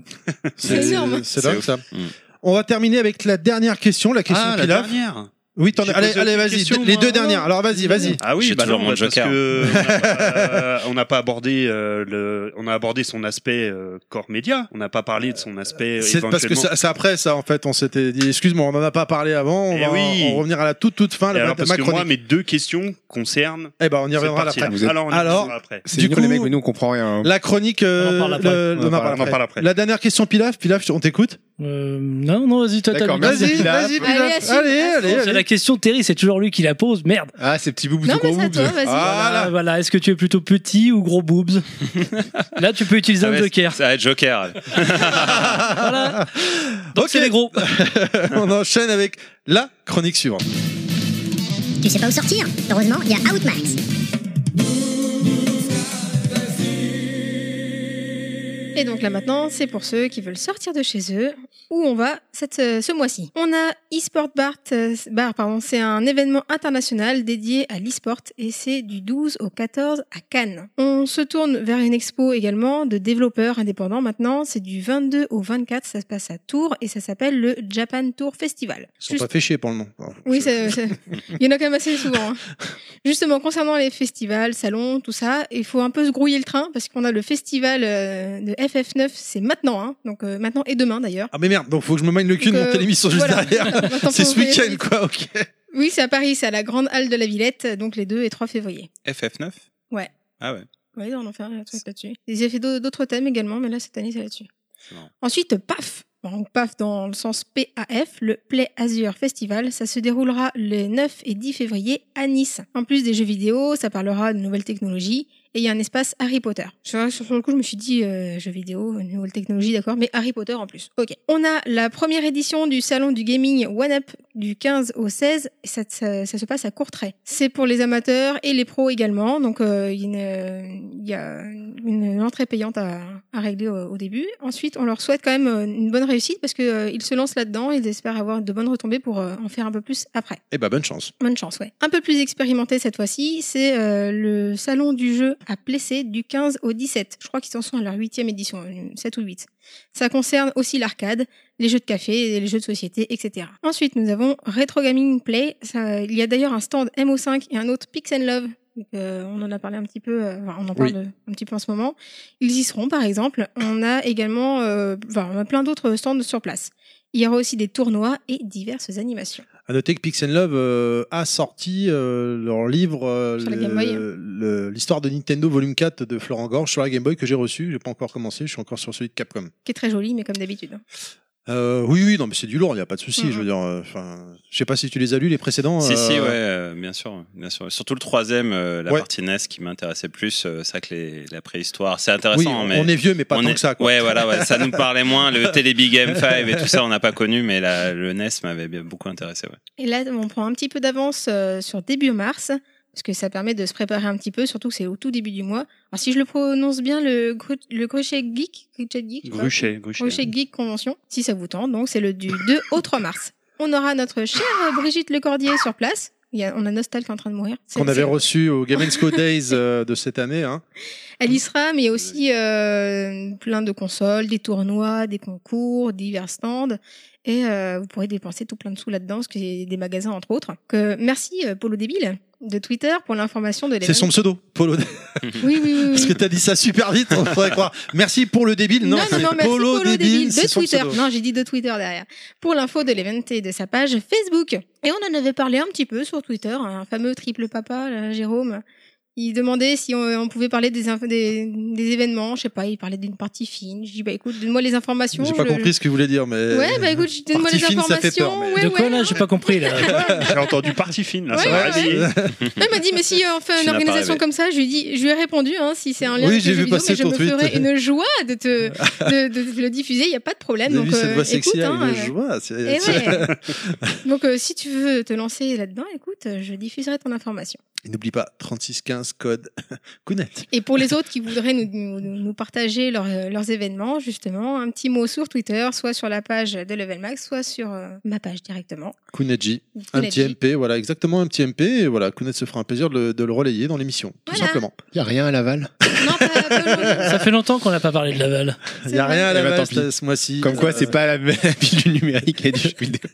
[SPEAKER 4] C'est énorme.
[SPEAKER 3] <laughs> C'est
[SPEAKER 8] C'est
[SPEAKER 3] dingue
[SPEAKER 8] ouf.
[SPEAKER 3] ça.
[SPEAKER 8] Mm.
[SPEAKER 3] On va terminer avec la dernière question, la question
[SPEAKER 8] Ah, la
[SPEAKER 3] Pilaf.
[SPEAKER 8] dernière
[SPEAKER 3] Oui, t'en
[SPEAKER 6] J'ai
[SPEAKER 3] as- allez,
[SPEAKER 6] posé
[SPEAKER 3] allez,
[SPEAKER 6] aucune
[SPEAKER 3] vas-y,
[SPEAKER 6] question,
[SPEAKER 3] les
[SPEAKER 6] moi,
[SPEAKER 3] deux
[SPEAKER 6] non
[SPEAKER 3] dernières. Alors vas-y, vas-y.
[SPEAKER 6] Ah oui,
[SPEAKER 8] J'ai
[SPEAKER 6] bah
[SPEAKER 8] toujours
[SPEAKER 6] non,
[SPEAKER 8] mon
[SPEAKER 6] bah parce
[SPEAKER 8] joker.
[SPEAKER 6] que on n'a
[SPEAKER 8] <laughs>
[SPEAKER 6] pas- on n'a pas abordé euh, le, on a abordé son aspect euh, corps média. On n'a pas parlé de son aspect.
[SPEAKER 3] C'est
[SPEAKER 6] éventuellement.
[SPEAKER 3] parce que ça- c'est après ça en fait, on s'était dit excuse-moi, on en a pas parlé avant, on
[SPEAKER 6] Eh
[SPEAKER 3] va en-
[SPEAKER 6] oui.
[SPEAKER 3] en revenir à la toute toute fin,
[SPEAKER 6] Et
[SPEAKER 3] la
[SPEAKER 6] alors,
[SPEAKER 3] ma
[SPEAKER 6] parce que moi,
[SPEAKER 3] chronique.
[SPEAKER 6] mes deux questions concernent.
[SPEAKER 3] Eh ben on y
[SPEAKER 6] cette
[SPEAKER 3] reviendra
[SPEAKER 6] partie-là.
[SPEAKER 3] après.
[SPEAKER 7] Vous êtes-
[SPEAKER 6] Alors, on y
[SPEAKER 3] Alors-
[SPEAKER 6] reviendra après.
[SPEAKER 7] C'est
[SPEAKER 3] Du
[SPEAKER 7] nul, les
[SPEAKER 3] coup-
[SPEAKER 7] mecs, mais nous on comprend rien.
[SPEAKER 3] La chronique euh,
[SPEAKER 5] On en parle après.
[SPEAKER 3] le-
[SPEAKER 7] On en parle-
[SPEAKER 6] on en parle après.
[SPEAKER 3] La dernière question Pilaf, Pilaf, on t'écoute
[SPEAKER 5] Euh, non, non, vas-y, toi, t'as
[SPEAKER 7] D'accord,
[SPEAKER 5] le-
[SPEAKER 7] merci,
[SPEAKER 3] Vas-y,
[SPEAKER 7] Pilaf.
[SPEAKER 3] vas-y
[SPEAKER 4] Allez,
[SPEAKER 3] Pilaf.
[SPEAKER 4] assume,
[SPEAKER 3] Allez,
[SPEAKER 4] assume.
[SPEAKER 3] allez,
[SPEAKER 5] C'est la
[SPEAKER 3] allez.
[SPEAKER 5] question, Terry, c'est toujours lui qui la pose. Merde.
[SPEAKER 7] Ah, ces petits boubous de
[SPEAKER 4] Non, mais
[SPEAKER 7] gros
[SPEAKER 4] c'est à toi,
[SPEAKER 7] boobs.
[SPEAKER 4] vas-y.
[SPEAKER 5] Ah,
[SPEAKER 3] Voilà.
[SPEAKER 5] voilà, est-ce que tu es plutôt petit ou gros
[SPEAKER 3] <laughs>
[SPEAKER 5] boobs Là, tu peux utiliser
[SPEAKER 8] Ah
[SPEAKER 5] un
[SPEAKER 8] ouais,
[SPEAKER 5] joker.
[SPEAKER 8] Ça va être Joker.
[SPEAKER 3] <laughs>
[SPEAKER 5] Voilà. Donc, c'est les gros.
[SPEAKER 3] On enchaîne avec la chronique suivante.
[SPEAKER 1] Tu sais pas où sortir Heureusement, il y a Outmax.
[SPEAKER 4] Et donc là maintenant, c'est pour ceux qui veulent sortir de chez eux, où on va cette, euh, ce mois-ci. On a eSport Bar, euh, Bar pardon, c'est un événement international dédié à l'eSport et c'est du 12 au 14 à Cannes. On se tourne vers une expo également de développeurs indépendants maintenant, c'est du 22 au 24, ça se passe à Tours et ça s'appelle le Japan Tour Festival.
[SPEAKER 3] Ils sont pas fait chier pour le nom. Alors,
[SPEAKER 4] Oui,
[SPEAKER 3] je-
[SPEAKER 4] ça- ça- il y en a quand même assez souvent. hein. Justement, concernant les festivals, salons, tout ça, il faut un peu se grouiller le train parce qu'on a le festival euh, de FF9, c'est maintenant, hein. donc euh, maintenant et demain d'ailleurs.
[SPEAKER 3] Ah mais merde, donc faut que je me magne le cul de
[SPEAKER 4] Donc,
[SPEAKER 3] mon
[SPEAKER 4] euh,
[SPEAKER 3] télémission juste
[SPEAKER 4] voilà. <laughs>
[SPEAKER 3] derrière.
[SPEAKER 4] Maintenant,
[SPEAKER 3] C'est
[SPEAKER 4] faut
[SPEAKER 3] ce week-end
[SPEAKER 4] réagir.
[SPEAKER 3] quoi, ok.
[SPEAKER 4] Oui, c'est à Paris, c'est à la Grande Halle de la Villette, donc les 2 et 3 février.
[SPEAKER 8] FF9
[SPEAKER 4] Ouais.
[SPEAKER 8] Ah ouais.
[SPEAKER 4] Oui, on en fait un truc là-dessus. Ils avaient fait d'au- d'autres thèmes également, mais là, cette année, c'est là-dessus.
[SPEAKER 8] C'est marrant.
[SPEAKER 4] Ensuite, PAF. Donc, PAF dans le sens PAF, le Play Azure Festival. Ça se déroulera les 9 et 10 février à Nice. En plus des jeux vidéo, ça parlera de nouvelles technologies. Et il y a un espace Harry Potter. C'est vrai que Sur, sur le coup, je me suis dit, euh, jeux vidéo, nouvelles technologies, d'accord, mais Harry Potter en plus. Ok. On a la première édition du salon du gaming One Up du 15 au 16. Et ça, ça- ça se passe à Courtrai. C'est pour les amateurs et les pros également. Donc, euh, il y a une, euh, il y a une, une entrée payante à, à régler au, au début. Ensuite, on leur souhaite quand même euh, une bonne réussite parce que euh, ils se lancent là-dedans. Ils espèrent avoir de bonnes retombées pour euh, en faire un peu plus après.
[SPEAKER 3] Eh bah bonne chance.
[SPEAKER 4] Bonne chance, ouais. Un peu plus expérimenté cette fois-ci, c'est euh, le salon du jeu à Plessé du 15 au 17. Je crois qu'ils en sont à leur huitième édition, euh, 7 ou 8. Ça concerne aussi l'arcade, les jeux de café, les jeux de société, etc. Ensuite, nous avons Retro Gaming Play. Ça, il y a d'ailleurs un stand MO5 et un autre Pix and Love. Donc, euh, on en a parlé un petit peu, euh, enfin, on en parle un petit peu en ce moment. Ils y seront, par exemple. On a également, euh, enfin, on a plein d'autres stands sur place. Il y aura aussi des tournois et diverses animations.
[SPEAKER 3] À noter que Pix and Love euh, a sorti euh, leur livre euh,
[SPEAKER 4] Sur la
[SPEAKER 3] le-
[SPEAKER 4] Game Boy.
[SPEAKER 3] le- l'histoire de Nintendo volume 4 de Florent Gorge sur la Game Boy que j'ai reçu, j'ai pas encore commencé, je suis encore sur celui de Capcom.
[SPEAKER 4] Qui est très joli, mais comme d'habitude.
[SPEAKER 3] Euh, oui oui, non mais c'est du lourd, il y a pas de souci,
[SPEAKER 4] Mhm.
[SPEAKER 3] je veux dire euh, enfin, je sais pas si tu les as lus les précédents.
[SPEAKER 8] Si,
[SPEAKER 3] euh,
[SPEAKER 8] si, ouais, euh, bien sûr, bien sûr. Surtout le troisième, euh, la
[SPEAKER 3] Ouais.
[SPEAKER 8] partie NES qui m'intéressait plus, euh, ça que les, la préhistoire. C'est
[SPEAKER 3] Oui,
[SPEAKER 8] intéressant,
[SPEAKER 3] on
[SPEAKER 8] mais.
[SPEAKER 3] on est vieux mais pas
[SPEAKER 8] on
[SPEAKER 3] tant
[SPEAKER 8] est-
[SPEAKER 3] que ça quoi.
[SPEAKER 8] Ouais, voilà, ouais, ça nous parlait moins. Le
[SPEAKER 3] <laughs>
[SPEAKER 8] Télébi Game 5 et tout ça, on n'a pas connu, mais la, le NES m'avait bien- beaucoup intéressé. Ouais.
[SPEAKER 4] Et là, on prend un petit peu d'avance euh, sur début mars, parce que ça permet de se préparer un petit peu, surtout que c'est au tout début du mois. Alors, si je le prononce bien, le, gru- le Gruchet Geek, Gruchet Geek, je crois.
[SPEAKER 6] Gruchet, Gruchet.
[SPEAKER 4] Gruchet Geek Convention, si ça vous tente, donc c'est le du 2 au 3 mars. On aura notre chère euh, Brigitte Lecordier sur place. Il y a- on a Nostal qui est en train de mourir. C'est-
[SPEAKER 3] Qu'on avait
[SPEAKER 4] c'est-
[SPEAKER 3] reçu au Game Co Days euh, de cette année hein.
[SPEAKER 4] Elle y sera, mais il y a aussi euh, plein de consoles, des tournois, des concours, divers stands. Et euh, vous pourrez dépenser tout plein de sous là-dedans, parce qu'il y a des magasins, entre autres. Que, merci, euh, Polo Débile, de Twitter, pour l'information de
[SPEAKER 3] C'est
[SPEAKER 4] l'événement.
[SPEAKER 3] son pseudo, Polo.
[SPEAKER 5] Mhm.
[SPEAKER 4] Oui, oui, oui.
[SPEAKER 3] Parce
[SPEAKER 4] oui.
[SPEAKER 3] que t'as dit ça super vite, on pourrait croire. Merci pour le débile. Non, c'est
[SPEAKER 4] merci,
[SPEAKER 3] Polo, débile, c'est
[SPEAKER 4] de
[SPEAKER 3] son
[SPEAKER 4] Twitter.
[SPEAKER 3] pseudo.
[SPEAKER 4] Non, j'ai dit de Twitter derrière. Pour l'info de l'événement et de sa page Facebook. Et on en avait parlé un petit peu sur Twitter, hein, un fameux triple papa, là, Jérôme. Il demandait si on, on pouvait parler des, inf- des, des événements, je sais pas, il parlait d'une partie fine. Je dis, bah écoute, donne-moi les informations.
[SPEAKER 3] J'ai pas
[SPEAKER 4] je-
[SPEAKER 3] compris ce que vous voulez dire, mais.
[SPEAKER 4] Ouais, bah écoute, je- donne-moi
[SPEAKER 3] Partie
[SPEAKER 4] les
[SPEAKER 3] fine, ça fait
[SPEAKER 4] informations.
[SPEAKER 3] peur, mais-
[SPEAKER 4] ouais,
[SPEAKER 5] de quoi,
[SPEAKER 4] ouais,
[SPEAKER 5] là
[SPEAKER 4] ouais.
[SPEAKER 5] J'ai pas
[SPEAKER 4] <laughs>
[SPEAKER 5] compris, là.
[SPEAKER 6] J'ai entendu partie fine, là,
[SPEAKER 4] Ouais,
[SPEAKER 6] ça
[SPEAKER 4] ouais,
[SPEAKER 6] m'a
[SPEAKER 4] ouais.
[SPEAKER 6] réveillé.
[SPEAKER 4] <laughs> Elle m'a dit, mais si euh, on fait
[SPEAKER 8] Tu
[SPEAKER 4] une
[SPEAKER 8] n'as pas
[SPEAKER 4] organisation
[SPEAKER 8] rêvé.
[SPEAKER 4] comme ça, je lui, ai dit, je lui ai répondu, hein, si c'est un lien
[SPEAKER 3] Oui,
[SPEAKER 4] avec
[SPEAKER 3] j'ai
[SPEAKER 4] le jeu
[SPEAKER 3] vu
[SPEAKER 4] vidéo,
[SPEAKER 3] passer
[SPEAKER 4] mais je
[SPEAKER 3] ton
[SPEAKER 4] me
[SPEAKER 3] tweet.
[SPEAKER 4] ferai une joie de
[SPEAKER 3] <laughs>
[SPEAKER 4] te de, de te le diffuser, il n'y a pas de problème.
[SPEAKER 3] Vous avez
[SPEAKER 4] Donc,
[SPEAKER 3] vu cette
[SPEAKER 4] euh,
[SPEAKER 3] voix
[SPEAKER 4] écoute,
[SPEAKER 3] sexy
[SPEAKER 4] hein,
[SPEAKER 3] avec
[SPEAKER 4] euh,
[SPEAKER 3] le joie, c'est-
[SPEAKER 4] eh
[SPEAKER 3] c'est-
[SPEAKER 4] ouais. Donc euh, si tu veux te lancer là-dedans, écoute, euh, je diffuserai ton information.
[SPEAKER 3] Et <laughs> N'oublie pas, 3615 code <laughs> Kounet.
[SPEAKER 4] Et pour les autres qui voudraient nous, nous, nous partager leurs, euh, leurs événements, justement, un petit mot sur Twitter, soit sur la page de Level Max, soit sur euh, ma page directement.
[SPEAKER 3] Kouneji.
[SPEAKER 4] Vous
[SPEAKER 3] Un
[SPEAKER 4] connaissez.
[SPEAKER 3] petit MP, voilà, exactement un petit MP. Et voilà, Kounet se fera un plaisir de le, de le relayer dans l'émission, tout
[SPEAKER 4] Voilà.
[SPEAKER 3] simplement.
[SPEAKER 7] Y a rien à Laval.
[SPEAKER 4] Non, pas, pas aujourd'hui.
[SPEAKER 5] Ça fait longtemps qu'on n'a pas parlé de Laval.
[SPEAKER 4] C'est
[SPEAKER 3] Il n'y a
[SPEAKER 4] vrai.
[SPEAKER 3] rien à la
[SPEAKER 7] Eh ben,
[SPEAKER 3] base
[SPEAKER 7] tant pis.
[SPEAKER 3] ce mois-ci.
[SPEAKER 7] <laughs> Comme quoi, c'est pas la ville du numérique et du jeu vidéo.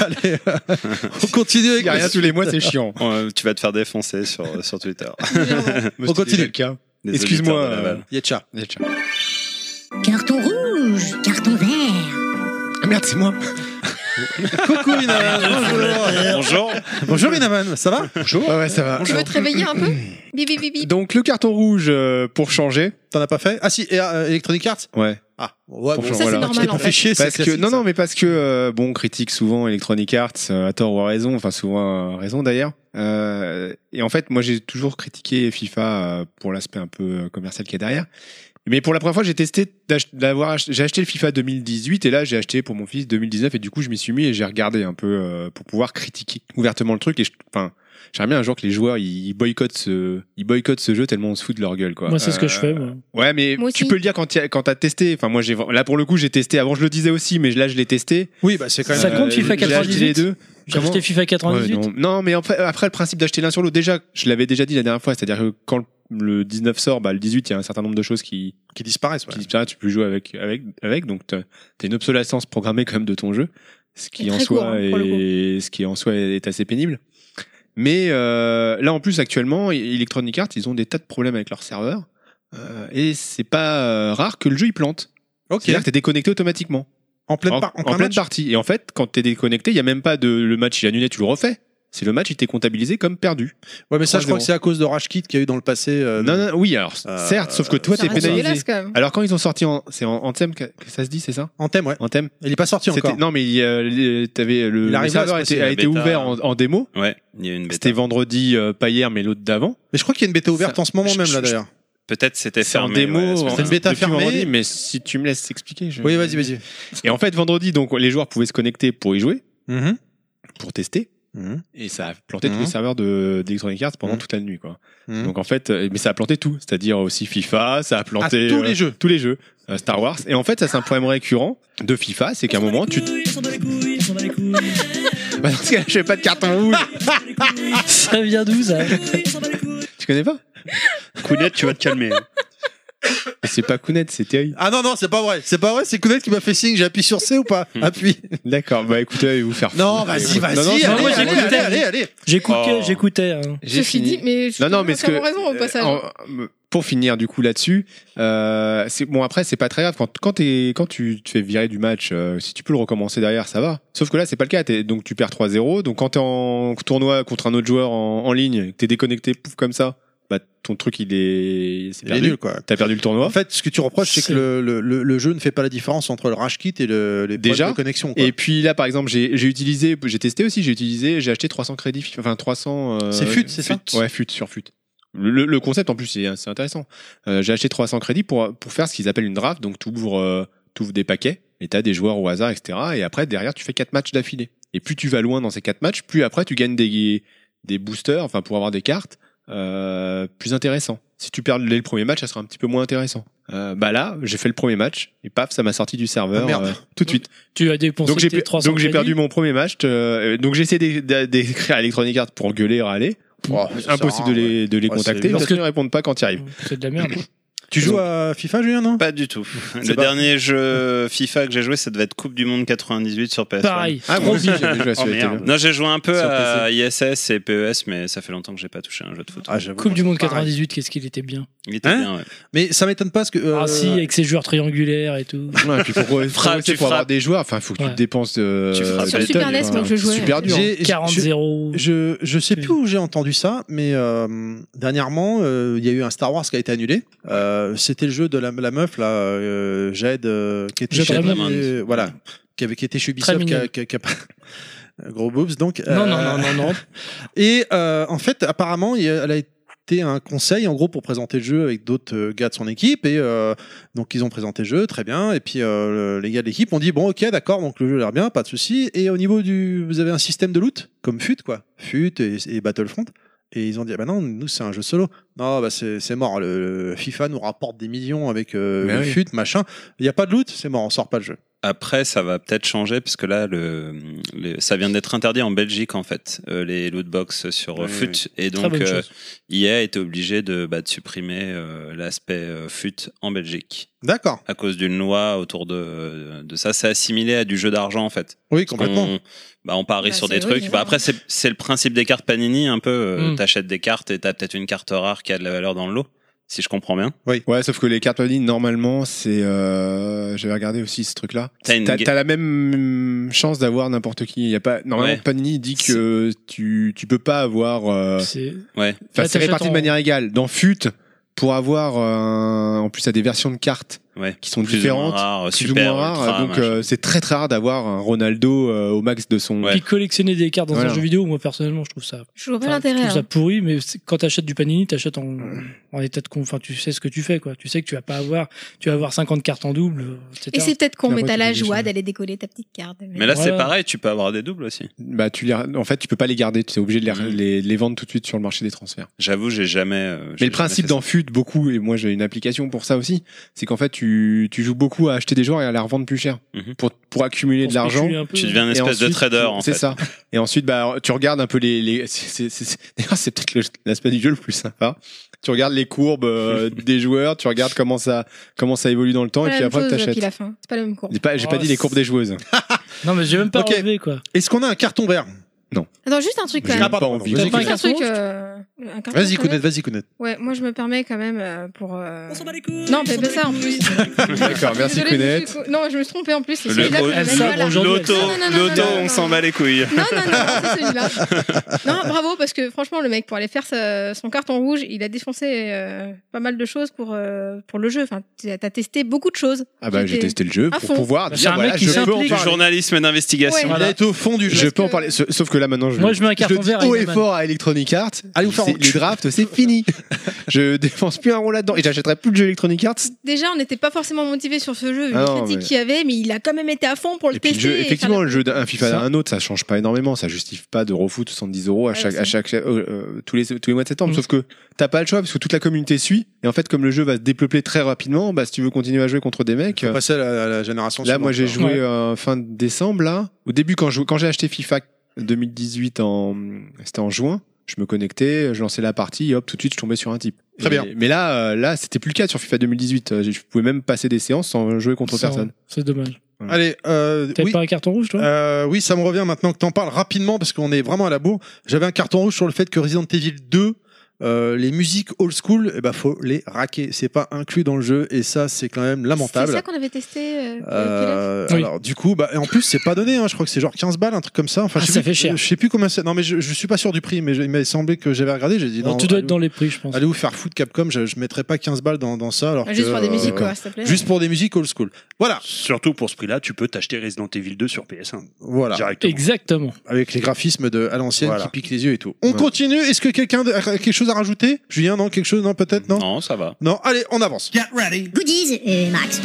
[SPEAKER 3] Allez, euh, <laughs> on continue avec
[SPEAKER 7] Il y a rien tous les mois,
[SPEAKER 8] <laughs>
[SPEAKER 7] c'est chiant.
[SPEAKER 8] Euh, tu vas te faire défoncer sur, sur Twitter.
[SPEAKER 3] <laughs> On continue.
[SPEAKER 7] C'était déjà le cas.
[SPEAKER 8] Des
[SPEAKER 7] Excuse-moi.
[SPEAKER 8] auditeurs de Laval.
[SPEAKER 7] euh, Yetcha. Yetcha.
[SPEAKER 1] Carton rouge, carton vert.
[SPEAKER 7] Ah merde, c'est moi.
[SPEAKER 3] <laughs> Coucou Inaman, bonjour.
[SPEAKER 8] Bonjour.
[SPEAKER 3] Bonjour Inaman, ça va
[SPEAKER 7] Bonjour. Ouais, ouais, ça va.
[SPEAKER 4] Tu veux te réveiller un peu
[SPEAKER 7] <coughs>
[SPEAKER 4] Bip, bip, bip, bip.
[SPEAKER 7] Donc le carton rouge euh, pour changer.
[SPEAKER 3] T'en as pas fait Ah si, et, euh, Electronic Arts
[SPEAKER 7] Ouais.
[SPEAKER 3] Ah, ouais, bon,
[SPEAKER 7] Pour changer,
[SPEAKER 4] Ça, c'est
[SPEAKER 7] voilà. Bah,
[SPEAKER 3] Tu t'es
[SPEAKER 4] normal,
[SPEAKER 3] pas
[SPEAKER 4] en
[SPEAKER 3] fait
[SPEAKER 4] fait.
[SPEAKER 3] chier, c'est
[SPEAKER 7] Parce que
[SPEAKER 3] classique,
[SPEAKER 7] non
[SPEAKER 3] ça.
[SPEAKER 7] non mais parce que euh, bon on critique souvent Electronic Arts euh, à tort ou à raison enfin souvent à raison d'ailleurs Euh, et en fait moi j'ai toujours critiqué FIFA euh, pour l'aspect un peu euh, commercial qui est derrière mais pour la première fois j'ai testé d'ach- d'avoir ach- j'ai acheté le FIFA 2018 et là j'ai acheté pour mon fils 2019 et du coup je m'y suis mis et j'ai regardé un peu euh, pour pouvoir critiquer ouvertement le truc et je- enfin j'aimerais bien un jour que les joueurs ils boycottent ce ils boycottent ce jeu tellement on se fout de leur gueule quoi
[SPEAKER 5] Moi, c'est ce que je
[SPEAKER 7] Euh,
[SPEAKER 5] fais. moi.
[SPEAKER 7] Ouais, mais
[SPEAKER 4] Moi
[SPEAKER 7] tu
[SPEAKER 4] aussi.
[SPEAKER 7] peux le dire quand t'y as- quand t'as testé. Enfin, moi, j'ai là pour le coup, j'ai testé. Avant, je le disais aussi, mais là, je l'ai testé.
[SPEAKER 3] Oui, bah c'est quand même.
[SPEAKER 5] Ça compte, FIFA
[SPEAKER 7] j'ai
[SPEAKER 5] 98?
[SPEAKER 7] acheté les deux.
[SPEAKER 5] J'ai
[SPEAKER 7] comment
[SPEAKER 5] acheté FIFA 98.
[SPEAKER 7] Ouais, non. Non, mais en fait, après, le principe d'acheter l'un sur l'autre, déjà, je l'avais déjà dit la dernière fois, c'est-à-dire que quand le 19 sort, bah, le 18, il y a un certain nombre de choses qui,
[SPEAKER 3] Qui disparaissent, ouais.
[SPEAKER 7] qui disparaissent, tu peux jouer avec, avec, avec, donc t'as t'as une obsolescence programmée quand même de ton jeu, ce
[SPEAKER 4] Et
[SPEAKER 7] qui en
[SPEAKER 4] très
[SPEAKER 7] soi
[SPEAKER 4] court, hein, pour le
[SPEAKER 7] est, ce qui en soi est assez pénible. Mais euh, là, en plus, actuellement, Electronic Arts, ils ont des tas de problèmes avec leur serveur, euh, et c'est pas euh, rare que le jeu il plante.
[SPEAKER 3] Ok.
[SPEAKER 7] C'est-à-dire que t'es déconnecté automatiquement
[SPEAKER 3] En pleine, par-
[SPEAKER 7] en,
[SPEAKER 3] en plein
[SPEAKER 7] pleine
[SPEAKER 3] match
[SPEAKER 7] partie. Et en fait, quand t'es déconnecté, il y a même pas de le match il est annulé, tu le refais. C'est le match, il t'est comptabilisé comme perdu.
[SPEAKER 3] Ouais, mais ça, je crois
[SPEAKER 7] 3-0.
[SPEAKER 3] que c'est à cause de Rage Kit qu'il y a eu dans le passé. euh,
[SPEAKER 7] non, non, oui, alors
[SPEAKER 3] Euh,
[SPEAKER 7] certes, sauf que toi
[SPEAKER 4] Ça
[SPEAKER 7] t'es
[SPEAKER 4] reste dégueulasse,
[SPEAKER 7] pénalisé.
[SPEAKER 4] quand même.
[SPEAKER 7] Alors quand ils ont sorti en c'est en, en thème que, que ça se dit, c'est ça
[SPEAKER 3] En thème, ouais.
[SPEAKER 7] En thème.
[SPEAKER 3] Il est pas sorti
[SPEAKER 7] C'était-
[SPEAKER 3] encore.
[SPEAKER 7] Non, mais il y a- les- t'avais le,
[SPEAKER 3] Il
[SPEAKER 7] le
[SPEAKER 3] arrive là,
[SPEAKER 7] serveur
[SPEAKER 3] c'est
[SPEAKER 7] était-
[SPEAKER 3] possible,
[SPEAKER 7] a
[SPEAKER 8] la
[SPEAKER 7] été
[SPEAKER 8] bêta.
[SPEAKER 7] ouvert en, en démo.
[SPEAKER 8] Ouais, il y a une bêta.
[SPEAKER 7] C'était vendredi, euh, pas hier, mais l'autre d'avant.
[SPEAKER 3] Mais je crois qu'il y a une bêta ouverte
[SPEAKER 7] Ça-
[SPEAKER 3] en ce moment
[SPEAKER 7] je-
[SPEAKER 3] même,
[SPEAKER 7] je-
[SPEAKER 3] là,
[SPEAKER 7] je-
[SPEAKER 3] d'ailleurs.
[SPEAKER 8] Peut-être c'était
[SPEAKER 7] C'est en
[SPEAKER 8] fermé.
[SPEAKER 7] démo,
[SPEAKER 8] ouais,
[SPEAKER 7] en-
[SPEAKER 8] c'est
[SPEAKER 3] une bêta
[SPEAKER 7] depuis
[SPEAKER 3] fermée.
[SPEAKER 7] vendredi, mais si tu me laisses expliquer. je-
[SPEAKER 3] Oui, vas-y, vas-y.
[SPEAKER 7] <laughs> Et en fait, vendredi, donc les joueurs pouvaient se connecter pour y jouer,
[SPEAKER 3] Mhm.
[SPEAKER 7] pour tester.
[SPEAKER 3] Mhm.
[SPEAKER 7] Et ça a planté
[SPEAKER 3] Mhm.
[SPEAKER 7] tous les serveurs de- d'Electronic Arts pendant
[SPEAKER 3] Mhm.
[SPEAKER 7] toute la nuit, quoi.
[SPEAKER 3] Mhm.
[SPEAKER 7] Donc en fait, euh, mais ça a planté tout, c'est-à-dire aussi FIFA, ça a
[SPEAKER 3] Ah,
[SPEAKER 7] planté
[SPEAKER 3] tous
[SPEAKER 7] euh,
[SPEAKER 3] les jeux.
[SPEAKER 7] tous les jeux, euh, Star Wars. Et en fait, ça c'est un problème récurrent de FIFA, c'est qu'à un moment tu. te- <laughs> Bah, dans ce cas-là, je fais pas de carton rouge.
[SPEAKER 5] <laughs> Ça vient d'où ça
[SPEAKER 7] tu connais pas
[SPEAKER 6] Counette, tu vas te calmer.
[SPEAKER 7] C'est pas Kounet, c'est Terry.
[SPEAKER 3] Ah non, non, c'est pas vrai. C'est pas vrai, c'est Kounet qui m'a fait signe. J'appuie sur C ou pas Appuie.
[SPEAKER 7] Mhm. <laughs> D'accord, bah écoutez, je vais vous faire.
[SPEAKER 3] Non,
[SPEAKER 7] foutre.
[SPEAKER 3] vas-y, vas-y.
[SPEAKER 7] Non, non,
[SPEAKER 3] allez,
[SPEAKER 7] c'est-
[SPEAKER 5] moi,
[SPEAKER 3] allez,
[SPEAKER 5] j'écoutais.
[SPEAKER 3] allez, allez, allez.
[SPEAKER 5] J'écoutais,
[SPEAKER 8] Oh.
[SPEAKER 5] j'écoutais. hein.
[SPEAKER 7] j'ai
[SPEAKER 4] Ceci dit,
[SPEAKER 7] fini.
[SPEAKER 4] mais je
[SPEAKER 7] Non, non, mais ce que.
[SPEAKER 4] raison au passage.
[SPEAKER 7] euh, en- pour finir du coup là-dessus, euh, c'est bon après c'est pas très grave quand quand, t'es- quand tu te fais virer du match, euh, si tu peux le recommencer derrière ça va. Sauf que là c'est pas le cas, T'es- donc tu perds 3-0, donc quand t'es en tournoi contre un autre joueur en, en ligne, et que t'es déconnecté pouf comme ça, bah ton truc il est c'est
[SPEAKER 3] Il est
[SPEAKER 7] perdu.
[SPEAKER 3] nul, quoi.
[SPEAKER 7] T'as perdu le tournoi.
[SPEAKER 3] En fait, ce que tu reproches, c'est que
[SPEAKER 5] C'est-
[SPEAKER 3] le, le- le- le jeu ne fait pas la différence entre le Rage Kit et le, les
[SPEAKER 7] Déjà.
[SPEAKER 3] problèmes de connexion. quoi.
[SPEAKER 7] et puis là par exemple j'ai j'ai utilisé j'ai testé aussi j'ai utilisé j'ai acheté 300 crédits FIFA, enfin 300 euh,
[SPEAKER 3] C'est FUT, c'est ça
[SPEAKER 7] ouais FUT sur FUT le, le concept en plus c'est c'est intéressant Euh, j'ai acheté 300 crédits pour pour faire ce qu'ils appellent une draft donc tu ouvres des paquets et t'as des joueurs au hasard etc et après derrière tu fais quatre matchs d'affilée et plus tu vas loin dans ces quatre matchs plus après tu gagnes des des boosters enfin pour avoir des cartes euh, plus intéressants si tu perds dès le premier match ça sera un petit peu moins intéressant Euh, bah là j'ai fait le premier match et paf ça m'a sorti du serveur
[SPEAKER 3] Ah, merde.
[SPEAKER 7] euh, tout de suite
[SPEAKER 5] Tu as dépensé
[SPEAKER 7] donc j'ai
[SPEAKER 5] tes
[SPEAKER 7] pe-
[SPEAKER 5] 300
[SPEAKER 7] donc j'ai
[SPEAKER 5] crédits.
[SPEAKER 7] perdu mon premier match. euh, donc j'ai essayé d'é- d'é- d'écrire à Electronic Arts pour gueuler, râler.
[SPEAKER 3] Oh, ça sert
[SPEAKER 7] Impossible
[SPEAKER 3] à
[SPEAKER 7] de
[SPEAKER 3] rien,
[SPEAKER 7] les, de les
[SPEAKER 3] Ouais, c'est
[SPEAKER 7] contacter
[SPEAKER 3] évident.
[SPEAKER 7] parce qu'ils ne répondent pas quand ils arrivent.
[SPEAKER 5] C'est de la merde.
[SPEAKER 3] Tu joues à FIFA, Julien, non
[SPEAKER 8] Pas du tout. Le
[SPEAKER 3] C'est pas-
[SPEAKER 8] dernier jeu FIFA que j'ai joué, ça devait être Coupe du Monde 98 sur PS.
[SPEAKER 5] Pareil.
[SPEAKER 7] Ah
[SPEAKER 5] Trop
[SPEAKER 7] bon,
[SPEAKER 5] obligé.
[SPEAKER 8] <laughs>
[SPEAKER 7] j'avais joué à
[SPEAKER 6] Oh,
[SPEAKER 7] celui-là,
[SPEAKER 6] merde.
[SPEAKER 7] t'es bien.
[SPEAKER 8] Non, j'ai joué un peu
[SPEAKER 7] Sur
[SPEAKER 8] à ISS et PES, mais ça fait longtemps que j'ai pas touché un jeu de foot.
[SPEAKER 3] Ah, j'avoue.
[SPEAKER 5] Coupe du Monde
[SPEAKER 3] Pareil.
[SPEAKER 5] 98, qu'est-ce qu'il était bien.
[SPEAKER 8] Il était
[SPEAKER 3] Hein
[SPEAKER 8] bien, ouais.
[SPEAKER 3] Mais ça m'étonne pas parce que. euh,
[SPEAKER 5] Ah si, avec ses joueurs triangulaires et tout.
[SPEAKER 7] Ouais,
[SPEAKER 5] <laughs>
[SPEAKER 7] et <laughs> puis pour, pour
[SPEAKER 8] Frappe,
[SPEAKER 7] rester,
[SPEAKER 8] tu
[SPEAKER 7] pour avoir
[SPEAKER 8] frappes.
[SPEAKER 7] des joueurs, enfin, faut que tu
[SPEAKER 5] Ouais.
[SPEAKER 7] te dépenses. euh,
[SPEAKER 8] Tu frappes.
[SPEAKER 7] des
[SPEAKER 4] Sur
[SPEAKER 8] bah,
[SPEAKER 4] Super
[SPEAKER 8] t'as-
[SPEAKER 4] NES, moi, que je jouais.
[SPEAKER 7] super dur. hein.
[SPEAKER 3] j'ai- j'ai-
[SPEAKER 5] 40-0.
[SPEAKER 3] Je, je sais
[SPEAKER 5] Oui.
[SPEAKER 3] plus où j'ai entendu ça, mais euh, dernièrement, euh, il y a eu un Star Wars qui a été annulé. Euh, C'était le jeu de la, la meuf, là, euh, Jade, euh, qui était
[SPEAKER 5] Jade
[SPEAKER 3] chez-
[SPEAKER 5] Raymond.
[SPEAKER 3] euh, Voilà, qui, avait, qui était chez Ubisoft,
[SPEAKER 5] Très
[SPEAKER 3] qui a-
[SPEAKER 5] mignonne.
[SPEAKER 3] qui a- qui a pas- Euh, Gros boobs, donc.
[SPEAKER 5] Non, non,
[SPEAKER 3] euh,
[SPEAKER 5] non, non, non.
[SPEAKER 3] <laughs> Et euh, en fait, apparemment, il y a- elle a été un conseil en gros pour présenter le jeu avec d'autres euh, gars de son équipe et euh, donc ils ont présenté le jeu très bien et puis euh, le- les gars de l'équipe ont dit bon ok d'accord donc le jeu a l'air bien pas de souci et au niveau du vous avez un système de loot comme fut quoi fut et, et battlefront et ils ont dit ah bah non nous c'est un jeu solo non bah c'est c'est mort le, le FIFA nous rapporte des millions avec euh,
[SPEAKER 7] Mais
[SPEAKER 3] le
[SPEAKER 7] oui.
[SPEAKER 3] fut machin il n'y a pas de loot c'est mort on sort pas le jeu
[SPEAKER 8] Après, ça va peut-être changer parce que là, le, le- ça vient d'être interdit en Belgique en fait, euh, les lootbox sur euh,
[SPEAKER 6] Oui,
[SPEAKER 8] FUT, et
[SPEAKER 5] Très
[SPEAKER 8] donc
[SPEAKER 5] bonne
[SPEAKER 8] euh,
[SPEAKER 5] chose.
[SPEAKER 8] IA était obligé de, bah, de supprimer euh, l'aspect euh, FUT en Belgique
[SPEAKER 3] D'accord.
[SPEAKER 8] à cause d'une loi autour de, de ça. C'est assimilé à du jeu d'argent en fait.
[SPEAKER 3] Oui, complètement.
[SPEAKER 8] On, bah, on parie
[SPEAKER 4] Bah,
[SPEAKER 8] sur
[SPEAKER 4] c'est
[SPEAKER 8] des
[SPEAKER 4] vrai,
[SPEAKER 8] trucs.
[SPEAKER 4] mais
[SPEAKER 8] Bah,
[SPEAKER 4] ouais.
[SPEAKER 8] après, c'est c'est le principe des cartes Panini un peu. euh,
[SPEAKER 5] Mm.
[SPEAKER 8] T'achètes des cartes et t'as peut-être une carte rare qui a de la valeur dans le lot, si je comprends bien.
[SPEAKER 7] Ouais, sauf que les cartes Panini, normalement, c'est. Euh... J'avais regardé aussi ce truc-là.
[SPEAKER 8] T'as une
[SPEAKER 7] T'as
[SPEAKER 8] ga-
[SPEAKER 7] t'as la même hum, chance d'avoir n'importe qui. Y a pas... Normalement,
[SPEAKER 8] Ouais.
[SPEAKER 7] Panini dit que tu, tu peux pas avoir. euh,
[SPEAKER 5] C'est
[SPEAKER 8] Ouais.
[SPEAKER 7] Enfin,
[SPEAKER 5] Là,
[SPEAKER 7] c'est
[SPEAKER 5] t'achètes
[SPEAKER 7] réparti de
[SPEAKER 5] en-
[SPEAKER 7] manière égale. Dans FUT, pour avoir. euh, En plus, à des versions de cartes
[SPEAKER 8] Ouais.
[SPEAKER 7] qui sont
[SPEAKER 8] Plus ou moins
[SPEAKER 7] différentes.
[SPEAKER 8] rares,
[SPEAKER 7] plus
[SPEAKER 8] super,
[SPEAKER 7] ou moins rares.
[SPEAKER 8] ultra,
[SPEAKER 7] donc, euh, c'est très très rare d'avoir un Ronaldo euh, au max de son.
[SPEAKER 8] Ouais.
[SPEAKER 5] Puis collectionner des cartes dans
[SPEAKER 7] Voilà.
[SPEAKER 5] un jeu vidéo, moi personnellement, je trouve ça.
[SPEAKER 4] Je vois pas
[SPEAKER 5] enfin, je
[SPEAKER 4] l'intérêt.
[SPEAKER 5] trouve ça
[SPEAKER 4] hein.
[SPEAKER 5] pourri, mais c'est- quand t'achètes du panini, t'achètes en, en état de con. Enfin, tu sais ce que tu fais, quoi. Tu sais que tu vas pas avoir, tu vas avoir 50 cartes en double, euh, etc.
[SPEAKER 4] Et c'est peut-être con,
[SPEAKER 7] Tiens,
[SPEAKER 4] mais
[SPEAKER 7] moi,
[SPEAKER 4] t'as
[SPEAKER 7] tu
[SPEAKER 4] la
[SPEAKER 7] dis des
[SPEAKER 4] joie
[SPEAKER 7] choses.
[SPEAKER 4] d'aller décoller ta petite carte.
[SPEAKER 8] Mais là, c'est
[SPEAKER 5] Ouais.
[SPEAKER 8] pareil, tu peux avoir des doubles aussi.
[SPEAKER 7] Bah, tu les... En fait, tu peux pas les garder. Tu es obligé de les,
[SPEAKER 8] Mhm.
[SPEAKER 7] les, les vendre tout de suite sur le marché des transferts.
[SPEAKER 8] J'avoue, j'ai jamais. euh, j'ai
[SPEAKER 7] Mais le
[SPEAKER 8] jamais
[SPEAKER 7] principe
[SPEAKER 8] fait ça.
[SPEAKER 7] d'en FUT beaucoup, et moi j'ai une application pour ça aussi, c'est qu'en fait tu, tu joues beaucoup à acheter des joueurs et à les revendre plus cher
[SPEAKER 8] Mhm.
[SPEAKER 7] pour, pour accumuler de l'argent.
[SPEAKER 5] On se spécule un peu. hein.
[SPEAKER 8] Tu deviens une
[SPEAKER 7] Et
[SPEAKER 8] espèce de
[SPEAKER 7] ensuite,
[SPEAKER 8] trader
[SPEAKER 7] tu-
[SPEAKER 8] en fait.
[SPEAKER 7] C'est ça. Et ensuite, bah, tu regardes un peu les. les c'est- c'est- c'est- <laughs> D'ailleurs, c'est peut-être le- l'aspect du jeu le plus sympa. Tu regardes les
[SPEAKER 8] <laughs>
[SPEAKER 7] courbes euh, des joueurs, tu regardes comment ça, comment ça évolue dans le temps,
[SPEAKER 4] C'est
[SPEAKER 7] et
[SPEAKER 4] pas
[SPEAKER 7] puis
[SPEAKER 4] la même
[SPEAKER 7] après,
[SPEAKER 4] chose,
[SPEAKER 7] t'achètes.
[SPEAKER 4] puis la fin. C'est pas le même cours.
[SPEAKER 7] J'ai pas, j'ai pas
[SPEAKER 5] Oh,
[SPEAKER 7] dit les courbes des joueuses.
[SPEAKER 5] Non, mais j'ai même pas
[SPEAKER 3] Ok.
[SPEAKER 5] relevé, quoi.
[SPEAKER 3] Est-ce qu'on a un carton vert
[SPEAKER 4] Attends, juste un truc quand
[SPEAKER 7] J'ai
[SPEAKER 3] Ah,
[SPEAKER 4] même.
[SPEAKER 7] pas
[SPEAKER 3] pardon,
[SPEAKER 7] envie.
[SPEAKER 5] T'as
[SPEAKER 3] vas-y,
[SPEAKER 5] pas un
[SPEAKER 4] Juste un
[SPEAKER 5] carton
[SPEAKER 3] Kounet.
[SPEAKER 4] truc.
[SPEAKER 5] rouge
[SPEAKER 4] euh, un carton
[SPEAKER 3] Vas-y,
[SPEAKER 4] quand même.
[SPEAKER 3] Kounet, vas-y, Kounet.
[SPEAKER 4] Ouais, moi je me permets quand même euh, pour. euh, Non, mais pas ça en plus.
[SPEAKER 7] <laughs> D'accord, merci
[SPEAKER 4] Désolée,
[SPEAKER 7] Kounet.
[SPEAKER 4] monsieur Cou- Non, je me suis trompée en plus. C'est
[SPEAKER 8] Le-
[SPEAKER 4] celui-là que
[SPEAKER 8] Elle
[SPEAKER 4] j'avais
[SPEAKER 5] sort
[SPEAKER 4] pas là.
[SPEAKER 5] aujourd'hui.
[SPEAKER 8] L'auto,
[SPEAKER 4] Non, non, non, non,
[SPEAKER 8] l'auto,
[SPEAKER 4] non,
[SPEAKER 8] on
[SPEAKER 4] non.
[SPEAKER 8] s'en bat les couilles.
[SPEAKER 4] Non, non,
[SPEAKER 8] <laughs>
[SPEAKER 4] non, non, c'est celui-là. Non, bravo, parce que franchement, le mec, pour aller faire sa- son carton rouge, il a défoncé euh, pas mal de choses pour, euh, pour le jeu. Enfin, t'as t'as testé beaucoup de choses.
[SPEAKER 7] Ah bah, j'ai
[SPEAKER 4] J'étais-
[SPEAKER 7] testé le jeu
[SPEAKER 4] à
[SPEAKER 7] pour
[SPEAKER 4] fond.
[SPEAKER 7] pouvoir
[SPEAKER 5] Bah,
[SPEAKER 7] dire
[SPEAKER 5] c'est un
[SPEAKER 7] voilà,
[SPEAKER 5] mec qui
[SPEAKER 7] je peux en
[SPEAKER 5] s'implique.
[SPEAKER 8] Du
[SPEAKER 7] parler.
[SPEAKER 8] journalisme d'investigation.
[SPEAKER 4] Ouais.
[SPEAKER 3] On est au fond du
[SPEAKER 7] Je
[SPEAKER 3] jeu.
[SPEAKER 7] peux en
[SPEAKER 4] que-
[SPEAKER 7] parler, sa- sauf que là maintenant je,
[SPEAKER 5] Moi, je mets un
[SPEAKER 7] le
[SPEAKER 5] carton
[SPEAKER 7] dis
[SPEAKER 5] vert,
[SPEAKER 7] haut et
[SPEAKER 5] Edelman.
[SPEAKER 7] fort à Electronic Arts.
[SPEAKER 3] Allez vous faire
[SPEAKER 7] C'est-
[SPEAKER 3] foutre.
[SPEAKER 7] le draft,
[SPEAKER 5] <laughs>
[SPEAKER 7] c'est fini. je dépense plus un rond là-dedans et j'achèterai plus de jeux Electronic Arts.
[SPEAKER 4] Déjà, on n'était pas forcément motivé sur ce jeu, vu
[SPEAKER 7] Ah
[SPEAKER 4] les
[SPEAKER 7] non,
[SPEAKER 4] critiques
[SPEAKER 7] mais-
[SPEAKER 4] qu'il y avait, mais il a quand même été à fond pour le
[SPEAKER 7] Et puis
[SPEAKER 4] tester.
[SPEAKER 7] le jeu,
[SPEAKER 4] et
[SPEAKER 7] effectivement,
[SPEAKER 4] faire
[SPEAKER 7] le
[SPEAKER 4] la-
[SPEAKER 7] jeu d'un FIFA
[SPEAKER 5] Ça.
[SPEAKER 7] à un autre, ça change pas énormément, ça justifie pas de refoot 70 euros à
[SPEAKER 4] Ouais,
[SPEAKER 7] chaque,
[SPEAKER 4] c'est
[SPEAKER 7] à chaque euh, euh, tous les tous les mois de septembre.
[SPEAKER 5] Mm.
[SPEAKER 7] Sauf que t'as pas le choix parce que toute la communauté suit. Et en fait, comme le jeu va se dépeupler très rapidement, bah si tu veux continuer à jouer contre des mecs, euh,
[SPEAKER 3] Faut passer à la, à la génération
[SPEAKER 7] Là,
[SPEAKER 3] suivante,
[SPEAKER 7] moi, j'ai
[SPEAKER 3] quoi.
[SPEAKER 7] joué
[SPEAKER 5] Ouais.
[SPEAKER 7] euh, fin décembre. Là, au début, quand je- quand j'ai acheté FIFA 2018 en, c'était en juin. Je me connectais, je lançais la partie, et hop, tout de suite, je tombais sur un type.
[SPEAKER 3] Très
[SPEAKER 7] Et-
[SPEAKER 3] bien.
[SPEAKER 7] Mais là, euh, là, c'était plus le cas sur FIFA 2018. Euh, Je pouvais même passer des séances sans jouer contre
[SPEAKER 5] Ça,
[SPEAKER 7] personne.
[SPEAKER 5] C'est dommage.
[SPEAKER 3] Allez, euh,
[SPEAKER 5] T'avais
[SPEAKER 3] oui.
[SPEAKER 5] pas un carton rouge, toi
[SPEAKER 3] Euh, oui, ça me revient maintenant que t'en parles rapidement parce qu'on est vraiment à la bourre. J'avais un carton rouge sur le fait que Resident Evil 2, euh, les musiques old school, eh ben faut les raquer. C'est pas inclus dans le jeu et ça c'est quand même
[SPEAKER 4] C'est ça
[SPEAKER 3] lamentable.
[SPEAKER 4] qu'on avait testé. euh, Pilaf
[SPEAKER 3] Euh,
[SPEAKER 5] Oui.
[SPEAKER 3] Alors du coup, bah, et en plus c'est pas donné. hein. je crois que c'est genre 15 balles, un truc comme ça. Enfin,
[SPEAKER 5] Ah,
[SPEAKER 3] je sais
[SPEAKER 5] ça
[SPEAKER 3] plus-
[SPEAKER 5] fait cher.
[SPEAKER 3] Je sais plus combien c'est. Non, mais je, je suis pas sûr du prix, mais je- il m'a semblé que j'avais regardé. J'ai dit non.
[SPEAKER 5] Tu dois être
[SPEAKER 3] allez-
[SPEAKER 5] dans les prix, je pense.
[SPEAKER 3] Allez vous faire foutre Capcom. Je, je mettrai pas 15 balles dans, dans ça. Alors
[SPEAKER 4] Juste
[SPEAKER 3] que,
[SPEAKER 4] pour des
[SPEAKER 3] euh,
[SPEAKER 4] musiques, quoi, s'il te plaît.
[SPEAKER 3] Juste pour des musiques old school. Voilà,
[SPEAKER 6] Surtout pour ce prix-là, tu peux t'acheter Resident Evil 2 sur PS1
[SPEAKER 3] voilà.
[SPEAKER 6] directement.
[SPEAKER 5] Exactement.
[SPEAKER 3] avec les graphismes de à l'ancienne
[SPEAKER 6] Voilà.
[SPEAKER 3] qui piquent les yeux et tout. On
[SPEAKER 7] Ouais.
[SPEAKER 3] continue. Est-ce que quelqu'un a quelque chose à rajouter Julien, non Quelque chose Non, peut-être non, non.
[SPEAKER 8] Non, ça va.
[SPEAKER 3] allez, on avance.
[SPEAKER 1] Goodies et Max.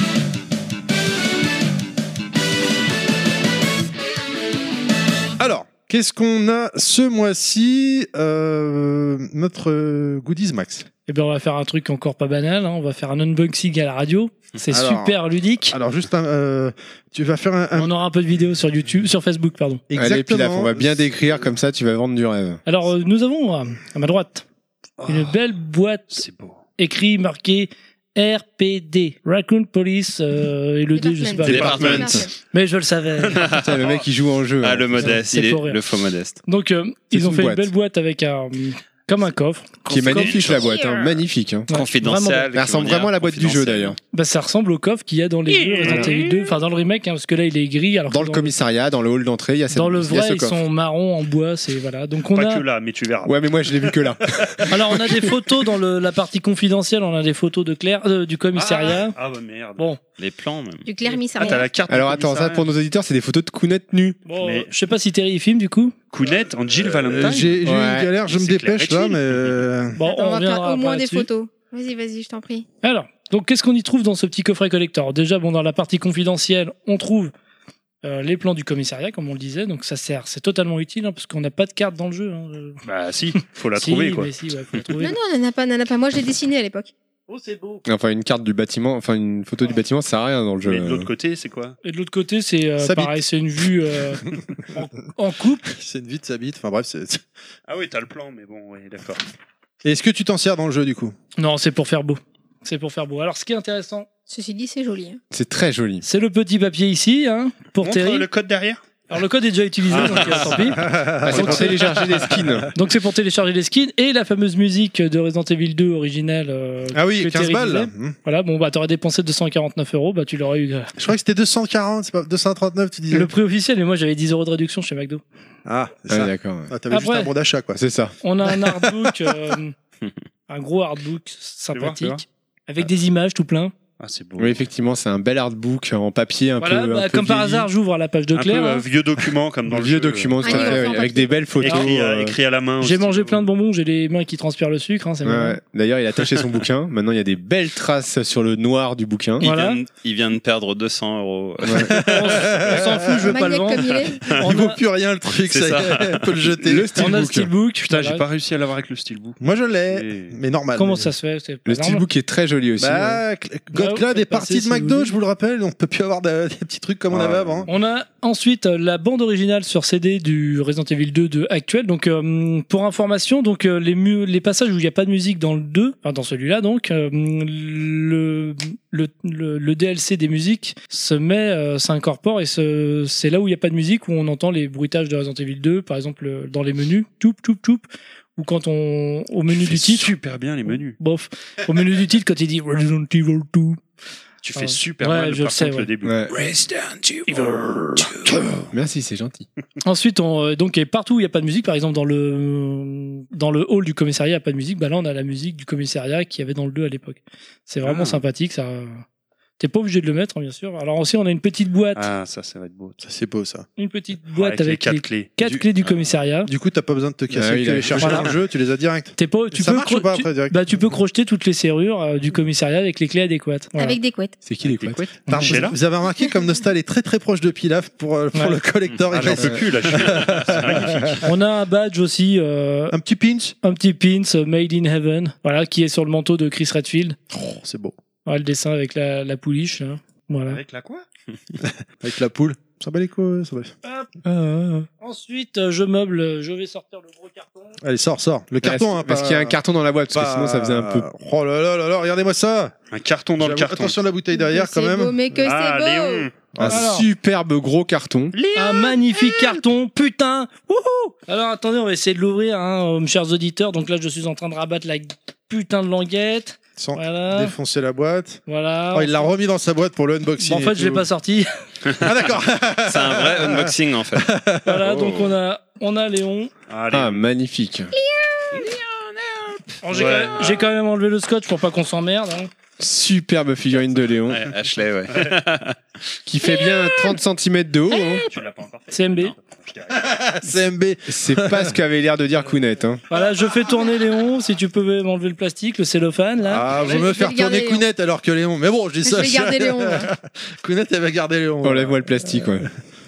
[SPEAKER 3] Alors, qu'est-ce qu'on a ce mois-ci Euh, Notre euh, goodies max.
[SPEAKER 5] Eh bien, on va faire un truc encore pas banal. hein. On va faire un unboxing à la radio. C'est
[SPEAKER 3] Alors-
[SPEAKER 5] super ludique.
[SPEAKER 3] Alors juste, un, euh, tu vas faire un, un-
[SPEAKER 5] On aura un peu de vidéos sur YouTube, sur Facebook, pardon.
[SPEAKER 7] Allez, Pilaf, on va bien décrire,
[SPEAKER 3] comme
[SPEAKER 7] comme ça, tu vas vendre
[SPEAKER 6] <laughs>
[SPEAKER 7] du rêve.
[SPEAKER 5] Alors, euh, nous avons euh, à ma droite une
[SPEAKER 6] Ah,
[SPEAKER 5] belle boîte
[SPEAKER 6] C'est beau.
[SPEAKER 5] écrit marquée RPD, Raccoon Police euh, et le D, je sais pas.
[SPEAKER 8] Department. Department.
[SPEAKER 5] Mais je le savais.
[SPEAKER 7] <laughs> Putain, le mec, il joue en jeu.
[SPEAKER 8] Ah,
[SPEAKER 7] hein.
[SPEAKER 8] le modeste,
[SPEAKER 5] c'est
[SPEAKER 8] il est
[SPEAKER 5] pour rire.
[SPEAKER 8] le faux modeste.
[SPEAKER 5] Donc, euh,
[SPEAKER 7] C'est
[SPEAKER 5] ils ont
[SPEAKER 7] une
[SPEAKER 5] fait
[SPEAKER 7] boîte.
[SPEAKER 5] une belle boîte avec un. Comme un coffre.
[SPEAKER 7] Qui est
[SPEAKER 5] Comme-
[SPEAKER 7] magnifique, la boîte. hein, Magnifique. hein.
[SPEAKER 5] Ouais, vraiment
[SPEAKER 8] Confidentiel.
[SPEAKER 7] Elle ressemble vraiment à la boîte du jeu, d'ailleurs.
[SPEAKER 5] Bah, ça ressemble au coffre qu'il y a dans les jeux Resident Evil 2, enfin dans le remake, hein, parce que là il est gris. Alors que
[SPEAKER 7] Dans le commissariat, dans le hall d'entrée, il y a cette
[SPEAKER 5] dans le
[SPEAKER 7] il y a
[SPEAKER 5] vrai,
[SPEAKER 7] ce
[SPEAKER 5] ils
[SPEAKER 7] coffre.
[SPEAKER 5] sont marrons en bois. C'est voilà. Donc on
[SPEAKER 6] Pas
[SPEAKER 5] a.
[SPEAKER 6] que là, mais tu verras.
[SPEAKER 7] Ouais, mais moi, je l'ai vu que là.
[SPEAKER 5] Alors on a des photos dans le- la partie confidentielle. On a des photos de Claire, euh, du commissariat.
[SPEAKER 6] Ah, ah bah merde.
[SPEAKER 5] Bon,
[SPEAKER 8] Les plans, même.
[SPEAKER 4] Du Claire
[SPEAKER 6] Ah, t'as la carte.
[SPEAKER 7] Alors attends, ça pour nos auditeurs, c'est des photos de Kounet nu.
[SPEAKER 5] bon
[SPEAKER 6] Mais-
[SPEAKER 5] euh, je sais pas si Terry y filme du coup.
[SPEAKER 6] Counette, Angel
[SPEAKER 3] Euh,
[SPEAKER 6] Valentine.
[SPEAKER 3] J'ai j'ai eu une
[SPEAKER 7] Ouais.
[SPEAKER 3] galère, je me
[SPEAKER 6] C'est clair
[SPEAKER 3] dépêche
[SPEAKER 6] et
[SPEAKER 3] là,
[SPEAKER 6] chill.
[SPEAKER 3] mais euh,
[SPEAKER 5] Bon,
[SPEAKER 4] on va faire
[SPEAKER 5] reviendra
[SPEAKER 4] au moins
[SPEAKER 5] pas
[SPEAKER 4] des
[SPEAKER 5] là-dessus.
[SPEAKER 4] photos. Vas-y, vas-y, je t'en prie.
[SPEAKER 5] Alors, donc qu'est-ce qu'on y trouve dans ce petit coffret collector Déjà, bon, dans la partie confidentielle, on trouve euh, les plans du commissariat, comme on le disait. Donc ça sert, c'est totalement utile hein, parce qu'on n'a pas de carte dans le jeu. hein.
[SPEAKER 6] Bah si, faut la
[SPEAKER 3] <laughs>
[SPEAKER 5] Si,
[SPEAKER 6] trouver quoi.
[SPEAKER 5] mais si, ouais, faut la trouver.
[SPEAKER 4] Non, non, on en a pas, on en a pas. Moi, j'ai dessiné à l'époque.
[SPEAKER 5] Oh, c'est beau.
[SPEAKER 7] Enfin, une carte du bâtiment, enfin, une photo du bâtiment, ça sert à rien dans le jeu.
[SPEAKER 6] Mais de l'autre côté, c'est quoi
[SPEAKER 5] Et de l'autre côté, c'est euh,
[SPEAKER 3] Sa bite.
[SPEAKER 5] pareil, c'est une vue
[SPEAKER 3] <laughs>
[SPEAKER 5] euh, en, en coupe.
[SPEAKER 3] C'est une vie de sa bite. Enfin bref, c'est.
[SPEAKER 6] Ah oui, t'as le plan, mais bon, oui, d'accord.
[SPEAKER 3] Et Est-ce que tu t'en sers dans le jeu du coup
[SPEAKER 5] Non, c'est pour faire beau. C'est pour faire beau. Alors, ce qui est intéressant,
[SPEAKER 4] Ceci dit, c'est joli. hein.
[SPEAKER 7] C'est très joli.
[SPEAKER 5] c'est le petit papier ici, hein, pour
[SPEAKER 6] Montre
[SPEAKER 5] Terry.
[SPEAKER 6] le code derrière
[SPEAKER 5] Alors, le code est déjà utilisé,
[SPEAKER 3] <laughs>
[SPEAKER 5] donc euh, tant pis.
[SPEAKER 7] Ah, c'est pour télécharger des skins.
[SPEAKER 5] <laughs> Donc c'est pour télécharger les skins et la fameuse musique de Resident Evil 2 originale. euh,
[SPEAKER 3] Ah oui,
[SPEAKER 5] que
[SPEAKER 3] 15
[SPEAKER 5] Terry
[SPEAKER 3] balles
[SPEAKER 5] disait.
[SPEAKER 3] là. Hmm.
[SPEAKER 5] Voilà, bon bah t'aurais dépensé 249 euros, bah tu l'aurais eu. euh,
[SPEAKER 3] Je crois que c'était 240, c'est pas 239, tu disais.
[SPEAKER 5] Le prix officiel, mais moi j'avais 10 euros de réduction chez McDo.
[SPEAKER 3] Ah, c'est
[SPEAKER 7] Ah,
[SPEAKER 3] ça.
[SPEAKER 7] d'accord. ouais.
[SPEAKER 3] Ah, T'avais juste
[SPEAKER 5] Après-
[SPEAKER 3] un bon d'achat quoi.
[SPEAKER 7] C'est ça.
[SPEAKER 5] On
[SPEAKER 3] <laughs>
[SPEAKER 5] a un artbook, euh, un gros artbook
[SPEAKER 6] voir, fais voir.
[SPEAKER 5] sympathique, avec des images tout plein.
[SPEAKER 6] Ah, c'est beau.
[SPEAKER 7] Oui, effectivement, c'est un bel artbook en papier un
[SPEAKER 5] Voilà,
[SPEAKER 7] peu. un
[SPEAKER 5] bah,
[SPEAKER 7] peu
[SPEAKER 5] comme par
[SPEAKER 7] vieilli.
[SPEAKER 5] hasard, j'ouvre la page de
[SPEAKER 6] Un peu
[SPEAKER 5] Claire.
[SPEAKER 6] euh,
[SPEAKER 5] hein.
[SPEAKER 6] vieux document comme dans
[SPEAKER 7] Dans
[SPEAKER 6] le
[SPEAKER 7] le <laughs> vieux
[SPEAKER 6] jeu, euh,
[SPEAKER 7] document, tout à
[SPEAKER 4] Ah,
[SPEAKER 7] fait,
[SPEAKER 4] oui,
[SPEAKER 7] oui,
[SPEAKER 4] enfin,
[SPEAKER 7] avec des belles photos.
[SPEAKER 6] Écrit, à-
[SPEAKER 7] euh,
[SPEAKER 6] écrit à la
[SPEAKER 3] Ah,
[SPEAKER 6] main.
[SPEAKER 5] J'ai mangé plein de bonbons, j'ai les mains qui transpirent le sucre, hein, c'est
[SPEAKER 7] ouais,
[SPEAKER 5] marrant.
[SPEAKER 7] ouais. D'ailleurs, il a taché son bouquin. Maintenant, il y a des belles traces sur le noir du bouquin.
[SPEAKER 8] Il,
[SPEAKER 5] Voilà.
[SPEAKER 8] vient, de- il vient de perdre 200 euros. <laughs>
[SPEAKER 5] On s- on s'en fout, je veux pas le
[SPEAKER 4] Maniaque
[SPEAKER 5] vendre.
[SPEAKER 4] comme il est.
[SPEAKER 6] <laughs>
[SPEAKER 5] On
[SPEAKER 3] Il vaut
[SPEAKER 5] a-
[SPEAKER 3] plus rien le truc,
[SPEAKER 8] C'est
[SPEAKER 3] ça. y est, on
[SPEAKER 8] <laughs>
[SPEAKER 3] peut le jeter. Le
[SPEAKER 5] On a le steelbook.
[SPEAKER 6] Putain,
[SPEAKER 5] voilà.
[SPEAKER 6] j'ai pas réussi à l'avoir avec le steelbook.
[SPEAKER 3] Moi je l'ai,
[SPEAKER 6] Et-
[SPEAKER 3] mais normal.
[SPEAKER 5] Comment ça se fait C'est pas
[SPEAKER 7] Le
[SPEAKER 5] normal.
[SPEAKER 7] steelbook est très joli aussi. hein.
[SPEAKER 3] Bah,
[SPEAKER 7] ouais.
[SPEAKER 3] Cl-
[SPEAKER 5] Bah,
[SPEAKER 3] God
[SPEAKER 5] vous
[SPEAKER 3] Cloud est
[SPEAKER 5] faites
[SPEAKER 3] parti
[SPEAKER 5] passer,
[SPEAKER 3] de
[SPEAKER 5] si vous
[SPEAKER 3] McDo,
[SPEAKER 5] voulez.
[SPEAKER 3] je vous le rappelle, on peut plus avoir de- des petits trucs comme on
[SPEAKER 6] Ah.
[SPEAKER 3] avait avant. hein.
[SPEAKER 5] On a ensuite euh, la bande originale sur CD du Resident Evil 2 de actuel. Donc euh, pour information, donc euh, les mu- les passages où il n'y a pas de musique dans le 2, enfin dans celui-là donc euh, le, le le le DLC des musiques se met euh, s'incorpore et se- c'est là où il n'y a pas de musique où on entend les bruitages de Resident Evil 2 par exemple euh, dans les menus toup toup toup ou quand on au menu
[SPEAKER 6] Tu fais
[SPEAKER 5] du titre
[SPEAKER 6] super bien les menus.
[SPEAKER 5] bof au menu du titre quand il dit Resident Evil 2
[SPEAKER 6] Tu
[SPEAKER 5] Ah.
[SPEAKER 6] fais super
[SPEAKER 5] Ouais,
[SPEAKER 6] mal
[SPEAKER 5] je
[SPEAKER 6] par
[SPEAKER 5] sais,
[SPEAKER 6] contre,
[SPEAKER 5] ouais.
[SPEAKER 6] le début.
[SPEAKER 7] Ouais.
[SPEAKER 6] Evil.
[SPEAKER 7] Merci, c'est gentil.
[SPEAKER 5] Ensuite, on, euh, donc et partout où il n'y a pas de musique, par exemple dans le dans le hall du commissariat, il n'y a pas de musique. Bah là, on a la musique du commissariat qu'il y avait dans le 2 à l'époque. C'est vraiment
[SPEAKER 6] Ah.
[SPEAKER 5] sympathique. Ça, t'es pas obligé de le mettre, hein, bien sûr. Alors aussi, on a une petite boîte,
[SPEAKER 6] Ah, ça, ça va être beau.
[SPEAKER 3] Ça, C'est beau ça.
[SPEAKER 5] une petite boîte
[SPEAKER 6] les
[SPEAKER 5] avec,
[SPEAKER 6] quatre
[SPEAKER 5] les
[SPEAKER 6] clés.
[SPEAKER 5] quatre
[SPEAKER 6] Du- Ah. Bah
[SPEAKER 5] clés du commissariat.
[SPEAKER 3] Du coup, t'as pas besoin de te casser
[SPEAKER 7] Ah oui,
[SPEAKER 3] le cul
[SPEAKER 7] là,
[SPEAKER 3] et chercher
[SPEAKER 5] voilà.
[SPEAKER 3] dans le jeu, tu les as direct.
[SPEAKER 5] T'es pas, tu
[SPEAKER 3] ça
[SPEAKER 5] peux
[SPEAKER 3] marche ou
[SPEAKER 5] cro-
[SPEAKER 3] pas
[SPEAKER 5] tu-
[SPEAKER 3] après direct
[SPEAKER 5] bah tu peux crocheter toutes les serrures euh, du commissariat avec les clés adéquates. Voilà.
[SPEAKER 4] Avec des couettes.
[SPEAKER 7] C'est qui les
[SPEAKER 6] Avec les
[SPEAKER 7] couettes
[SPEAKER 3] Putain,
[SPEAKER 6] Chez là
[SPEAKER 3] vous, vous avez remarqué comme Nostal est très très proche de Pilaf pour, euh, pour
[SPEAKER 5] Ouais.
[SPEAKER 3] le collector
[SPEAKER 6] Ah,
[SPEAKER 3] et
[SPEAKER 6] j'en
[SPEAKER 3] reste
[SPEAKER 6] peux plus là. je suis-
[SPEAKER 3] <laughs>
[SPEAKER 6] C'est magnifique.
[SPEAKER 5] On a un badge aussi, euh,
[SPEAKER 3] un petit pinch.
[SPEAKER 5] un petit pins euh, made in heaven, voilà, qui est sur le manteau de Chris Redfield.
[SPEAKER 3] Oh, c'est beau.
[SPEAKER 5] Voilà, le dessin avec la, la pouliche. hein. Voilà.
[SPEAKER 6] Avec la quoi
[SPEAKER 3] Avec la poule. Ça bat les couilles. ça bat-
[SPEAKER 7] Ah,
[SPEAKER 5] Ensuite, euh, je meuble, euh, je vais sortir le gros carton.
[SPEAKER 3] Allez, sors, sors. Le carton, hein,
[SPEAKER 7] Parce
[SPEAKER 3] pas-
[SPEAKER 7] qu'il y a un carton dans la boîte, parce que
[SPEAKER 3] pas-
[SPEAKER 7] sinon ça faisait un peu.
[SPEAKER 3] Oh là là là là, regardez-moi ça.
[SPEAKER 6] Un carton dans le
[SPEAKER 3] J'avoue,
[SPEAKER 6] carton.
[SPEAKER 3] Attention à la bouteille derrière
[SPEAKER 4] Que
[SPEAKER 3] quand
[SPEAKER 4] C'est beau,
[SPEAKER 3] même.
[SPEAKER 4] mais que
[SPEAKER 6] Ah,
[SPEAKER 4] c'est beau.
[SPEAKER 6] Léon
[SPEAKER 7] Un
[SPEAKER 5] Alors.
[SPEAKER 7] superbe gros carton.
[SPEAKER 5] Un magnifique <laughs> carton, putain Wouhou Alors attendez, on va essayer de l'ouvrir, hein, euh, chers auditeurs. Donc là, je suis en train de rabattre la putain de languette.
[SPEAKER 3] Sans
[SPEAKER 4] Hein
[SPEAKER 5] Voilà,
[SPEAKER 3] défoncer la boîte.
[SPEAKER 5] voilà.
[SPEAKER 4] Ah,
[SPEAKER 3] Oh, il l'a remis dans sa boîte pour le unboxing.
[SPEAKER 5] Bon, en
[SPEAKER 3] et
[SPEAKER 5] fait, je l'ai
[SPEAKER 3] tout.
[SPEAKER 5] pas sorti.
[SPEAKER 3] <laughs> Ah d'accord.
[SPEAKER 8] C'est un vrai unboxing en
[SPEAKER 7] <laughs>
[SPEAKER 8] fait.
[SPEAKER 5] voilà,
[SPEAKER 6] Oh.
[SPEAKER 5] donc on a, on a Léon.
[SPEAKER 6] Allez.
[SPEAKER 7] Ah, magnifique.
[SPEAKER 5] Alors, Oh, J'ai
[SPEAKER 6] Ouais.
[SPEAKER 5] quand, même- j'ai quand même enlevé le scotch pour pas qu'on s'emmerde. hein.
[SPEAKER 7] Superbe figurine de Léon,
[SPEAKER 8] Ouais, Ashley,
[SPEAKER 7] <laughs>
[SPEAKER 8] ouais.
[SPEAKER 5] <laughs>
[SPEAKER 7] qui fait bien 30 cm de haut. hein.
[SPEAKER 6] Tu l'as pas encore fait.
[SPEAKER 5] CMB.
[SPEAKER 6] Non.
[SPEAKER 3] CMB.
[SPEAKER 7] <laughs> C'est pas ce qu'avait l'air de dire Kounet. Hein.
[SPEAKER 5] Voilà, je fais tourner Léon. Si tu peux m'enlever le plastique, le cellophane, là.
[SPEAKER 3] Ah, vous
[SPEAKER 4] je
[SPEAKER 3] me
[SPEAKER 4] vais
[SPEAKER 3] faire
[SPEAKER 4] le
[SPEAKER 3] tourner
[SPEAKER 4] garder,
[SPEAKER 3] Kounet alors que Léon. Mais bon, <laughs> je dis
[SPEAKER 4] Je
[SPEAKER 3] ça.
[SPEAKER 4] vais garder Léon. là.
[SPEAKER 3] Kounet, elle va garder Léon.
[SPEAKER 7] Enlève-moi le plastique, ouais.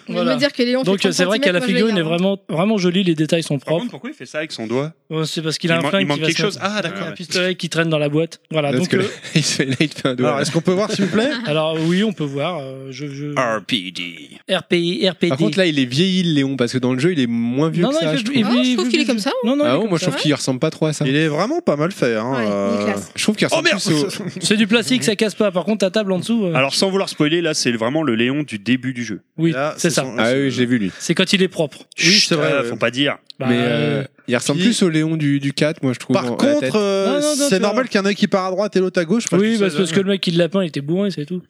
[SPEAKER 4] Je vais
[SPEAKER 5] Voilà.
[SPEAKER 4] me dire que Léon fait
[SPEAKER 5] donc
[SPEAKER 4] 30
[SPEAKER 5] euh, Oh, c'est vrai qu'à la
[SPEAKER 4] centimètres,
[SPEAKER 5] figurine
[SPEAKER 4] moi, je
[SPEAKER 5] est
[SPEAKER 4] vais
[SPEAKER 5] vraiment, vraiment jolie. Les détails sont
[SPEAKER 6] Par
[SPEAKER 5] propres.
[SPEAKER 6] contre, pourquoi il fait ça avec son doigt
[SPEAKER 5] Ouais, C'est parce qu'il a
[SPEAKER 6] Il
[SPEAKER 5] un
[SPEAKER 6] man-
[SPEAKER 5] flingue
[SPEAKER 6] il manque
[SPEAKER 5] qui va
[SPEAKER 6] quelque
[SPEAKER 5] se
[SPEAKER 6] chose.
[SPEAKER 5] mettre-
[SPEAKER 6] Ah d'accord. <laughs>
[SPEAKER 5] un pistolet qui traîne dans la boîte. Voilà.
[SPEAKER 7] Parce
[SPEAKER 5] Donc,
[SPEAKER 7] que
[SPEAKER 5] euh,
[SPEAKER 7] là, il se fait, là, il te fait un doigt.
[SPEAKER 3] Alors, est-ce qu'on peut voir, s'il vous
[SPEAKER 4] <laughs>
[SPEAKER 3] plaît
[SPEAKER 5] alors oui, on peut voir. euh, je, je...
[SPEAKER 8] RPD.
[SPEAKER 5] RPI, RPD.
[SPEAKER 7] Par contre, là, il est vieilli, le Léon, parce que dans le jeu, il est moins vieux
[SPEAKER 5] non,
[SPEAKER 7] que
[SPEAKER 5] non,
[SPEAKER 7] ça.
[SPEAKER 5] il
[SPEAKER 7] je
[SPEAKER 5] fait-
[SPEAKER 7] trouve.
[SPEAKER 5] il
[SPEAKER 4] Ah, je trouve qu'il est comme ça,
[SPEAKER 5] Non, non, il est
[SPEAKER 7] Ah
[SPEAKER 5] comme
[SPEAKER 7] bon, moi, je
[SPEAKER 5] ça.
[SPEAKER 7] trouve qu'il ressemble pas trop à ça.
[SPEAKER 3] Il est vraiment pas mal fait. Hein,
[SPEAKER 4] Ouais, il est
[SPEAKER 3] euh,
[SPEAKER 4] classe.
[SPEAKER 7] Je trouve qu'il
[SPEAKER 6] Oh,
[SPEAKER 7] ressemble
[SPEAKER 6] merde
[SPEAKER 7] plus au-
[SPEAKER 5] C'est du plastique, ça casse pas. Par contre, ta table en dessous. euh,
[SPEAKER 6] Alors sans vouloir spoiler, là c'est vraiment le Léon du début du jeu.
[SPEAKER 5] oui,
[SPEAKER 3] là,
[SPEAKER 5] c'est
[SPEAKER 3] c'est
[SPEAKER 5] ça.
[SPEAKER 3] son-
[SPEAKER 7] Ah oui, je l'ai vu, lui.
[SPEAKER 5] C'est quand il est propre.
[SPEAKER 3] Oui, c'est vrai,
[SPEAKER 6] Ah,
[SPEAKER 3] ouais.
[SPEAKER 6] Faut pas dire.
[SPEAKER 5] Bah,
[SPEAKER 7] Mais euh, il ressemble
[SPEAKER 3] puis-
[SPEAKER 7] plus au Léon du, du 4, moi, je trouve.
[SPEAKER 3] Par
[SPEAKER 7] en- à la tête.
[SPEAKER 3] contre, euh,
[SPEAKER 5] Non, non, non,
[SPEAKER 3] c'est
[SPEAKER 5] tu
[SPEAKER 3] normal
[SPEAKER 5] vois.
[SPEAKER 3] qu'il y en ait qui part à droite et l'autre à gauche. parce
[SPEAKER 5] oui,
[SPEAKER 3] que
[SPEAKER 5] bah,
[SPEAKER 3] ça-
[SPEAKER 5] c'est parce que le mec qui l'a peint, il était bourrin, c'est tout.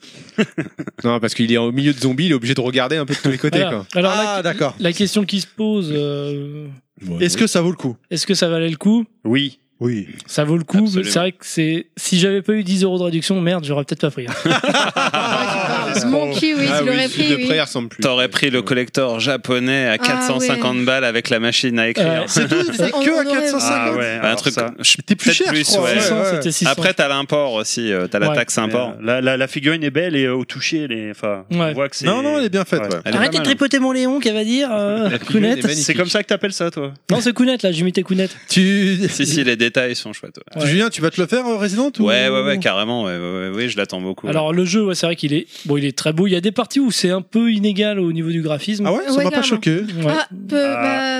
[SPEAKER 7] Non, parce qu'il est au milieu de zombies, il est obligé de regarder un peu de tous les côtés,
[SPEAKER 5] Voilà.
[SPEAKER 7] quoi.
[SPEAKER 5] Alors
[SPEAKER 3] Ah,
[SPEAKER 5] la,
[SPEAKER 3] d'accord.
[SPEAKER 5] la question qui se pose, euh,
[SPEAKER 3] Est-ce que ça vaut le coup
[SPEAKER 5] est-ce que ça valait le coup
[SPEAKER 6] Oui.
[SPEAKER 3] Oui.
[SPEAKER 5] Ça vaut le coup.
[SPEAKER 8] Absolument.
[SPEAKER 5] C'est vrai que c'est. Si j'avais pas eu 10 euros de réduction, merde, j'aurais peut-être pas pris. hein.
[SPEAKER 7] <laughs>
[SPEAKER 4] garder Léon. Mon kiwi,
[SPEAKER 7] Ah
[SPEAKER 4] je l'aurais
[SPEAKER 7] oui,
[SPEAKER 4] pris,
[SPEAKER 7] de
[SPEAKER 4] oui.
[SPEAKER 7] près, il ressemble plus.
[SPEAKER 8] T'aurais pris le collector japonais à
[SPEAKER 4] Ah,
[SPEAKER 8] 450 balles avec la machine à écrire.
[SPEAKER 5] Ouais.
[SPEAKER 3] Euh, C'est tout,
[SPEAKER 4] <laughs>
[SPEAKER 3] c'est
[SPEAKER 4] Ça, on-
[SPEAKER 3] que à
[SPEAKER 4] on aurait-
[SPEAKER 3] 450.
[SPEAKER 6] Ah ouais.
[SPEAKER 8] Un
[SPEAKER 6] alors
[SPEAKER 8] truc.
[SPEAKER 6] ça.
[SPEAKER 8] je-
[SPEAKER 3] T'es plus
[SPEAKER 8] peut-être
[SPEAKER 3] cher,
[SPEAKER 8] plus,
[SPEAKER 3] je crois.
[SPEAKER 8] ouais.
[SPEAKER 5] 600,
[SPEAKER 3] ouais.
[SPEAKER 5] c'était 600.
[SPEAKER 8] Après, t'as l'import aussi, euh, t'as la
[SPEAKER 5] Ouais.
[SPEAKER 8] taxe
[SPEAKER 6] Mais,
[SPEAKER 8] import.
[SPEAKER 6] euh, La, la, la figurine est belle et euh, au toucher, elle est. Enfin,
[SPEAKER 5] Ouais.
[SPEAKER 6] on voit que c'est.
[SPEAKER 3] Non, non, elle est bien faite.
[SPEAKER 6] Ouais.
[SPEAKER 3] ouais.
[SPEAKER 8] Elle est
[SPEAKER 6] hein.
[SPEAKER 8] pas mal,
[SPEAKER 5] tripoter mon Léon, qu'elle va dire euh,
[SPEAKER 7] hein. La figurine est
[SPEAKER 5] Kounet
[SPEAKER 7] magnifique.
[SPEAKER 6] C'est comme ça que t'appelles ça, toi
[SPEAKER 5] Non, c'est Kounet, là, j'imitais Kounet.
[SPEAKER 3] Tu.
[SPEAKER 8] hein. Si, si, les détails sont chouettes. ouais.
[SPEAKER 5] Ouais.
[SPEAKER 3] Julien, tu vas te le faire, euh, Resident ou-
[SPEAKER 8] Ouais, ouais, ouais, carrément. Ouais, ouais, ouais, ouais, je l'attends beaucoup.
[SPEAKER 5] Alors le jeu, ouais, c'est vrai qu'il est bon, il est très beau. Il y a des parties où c'est un peu inégal au niveau du graphisme.
[SPEAKER 3] Ah ouais, ça
[SPEAKER 4] Ouais,
[SPEAKER 3] m'a pas
[SPEAKER 4] carrément.
[SPEAKER 3] choqué.
[SPEAKER 5] Ouais.
[SPEAKER 4] Ah, peu-
[SPEAKER 6] Ah.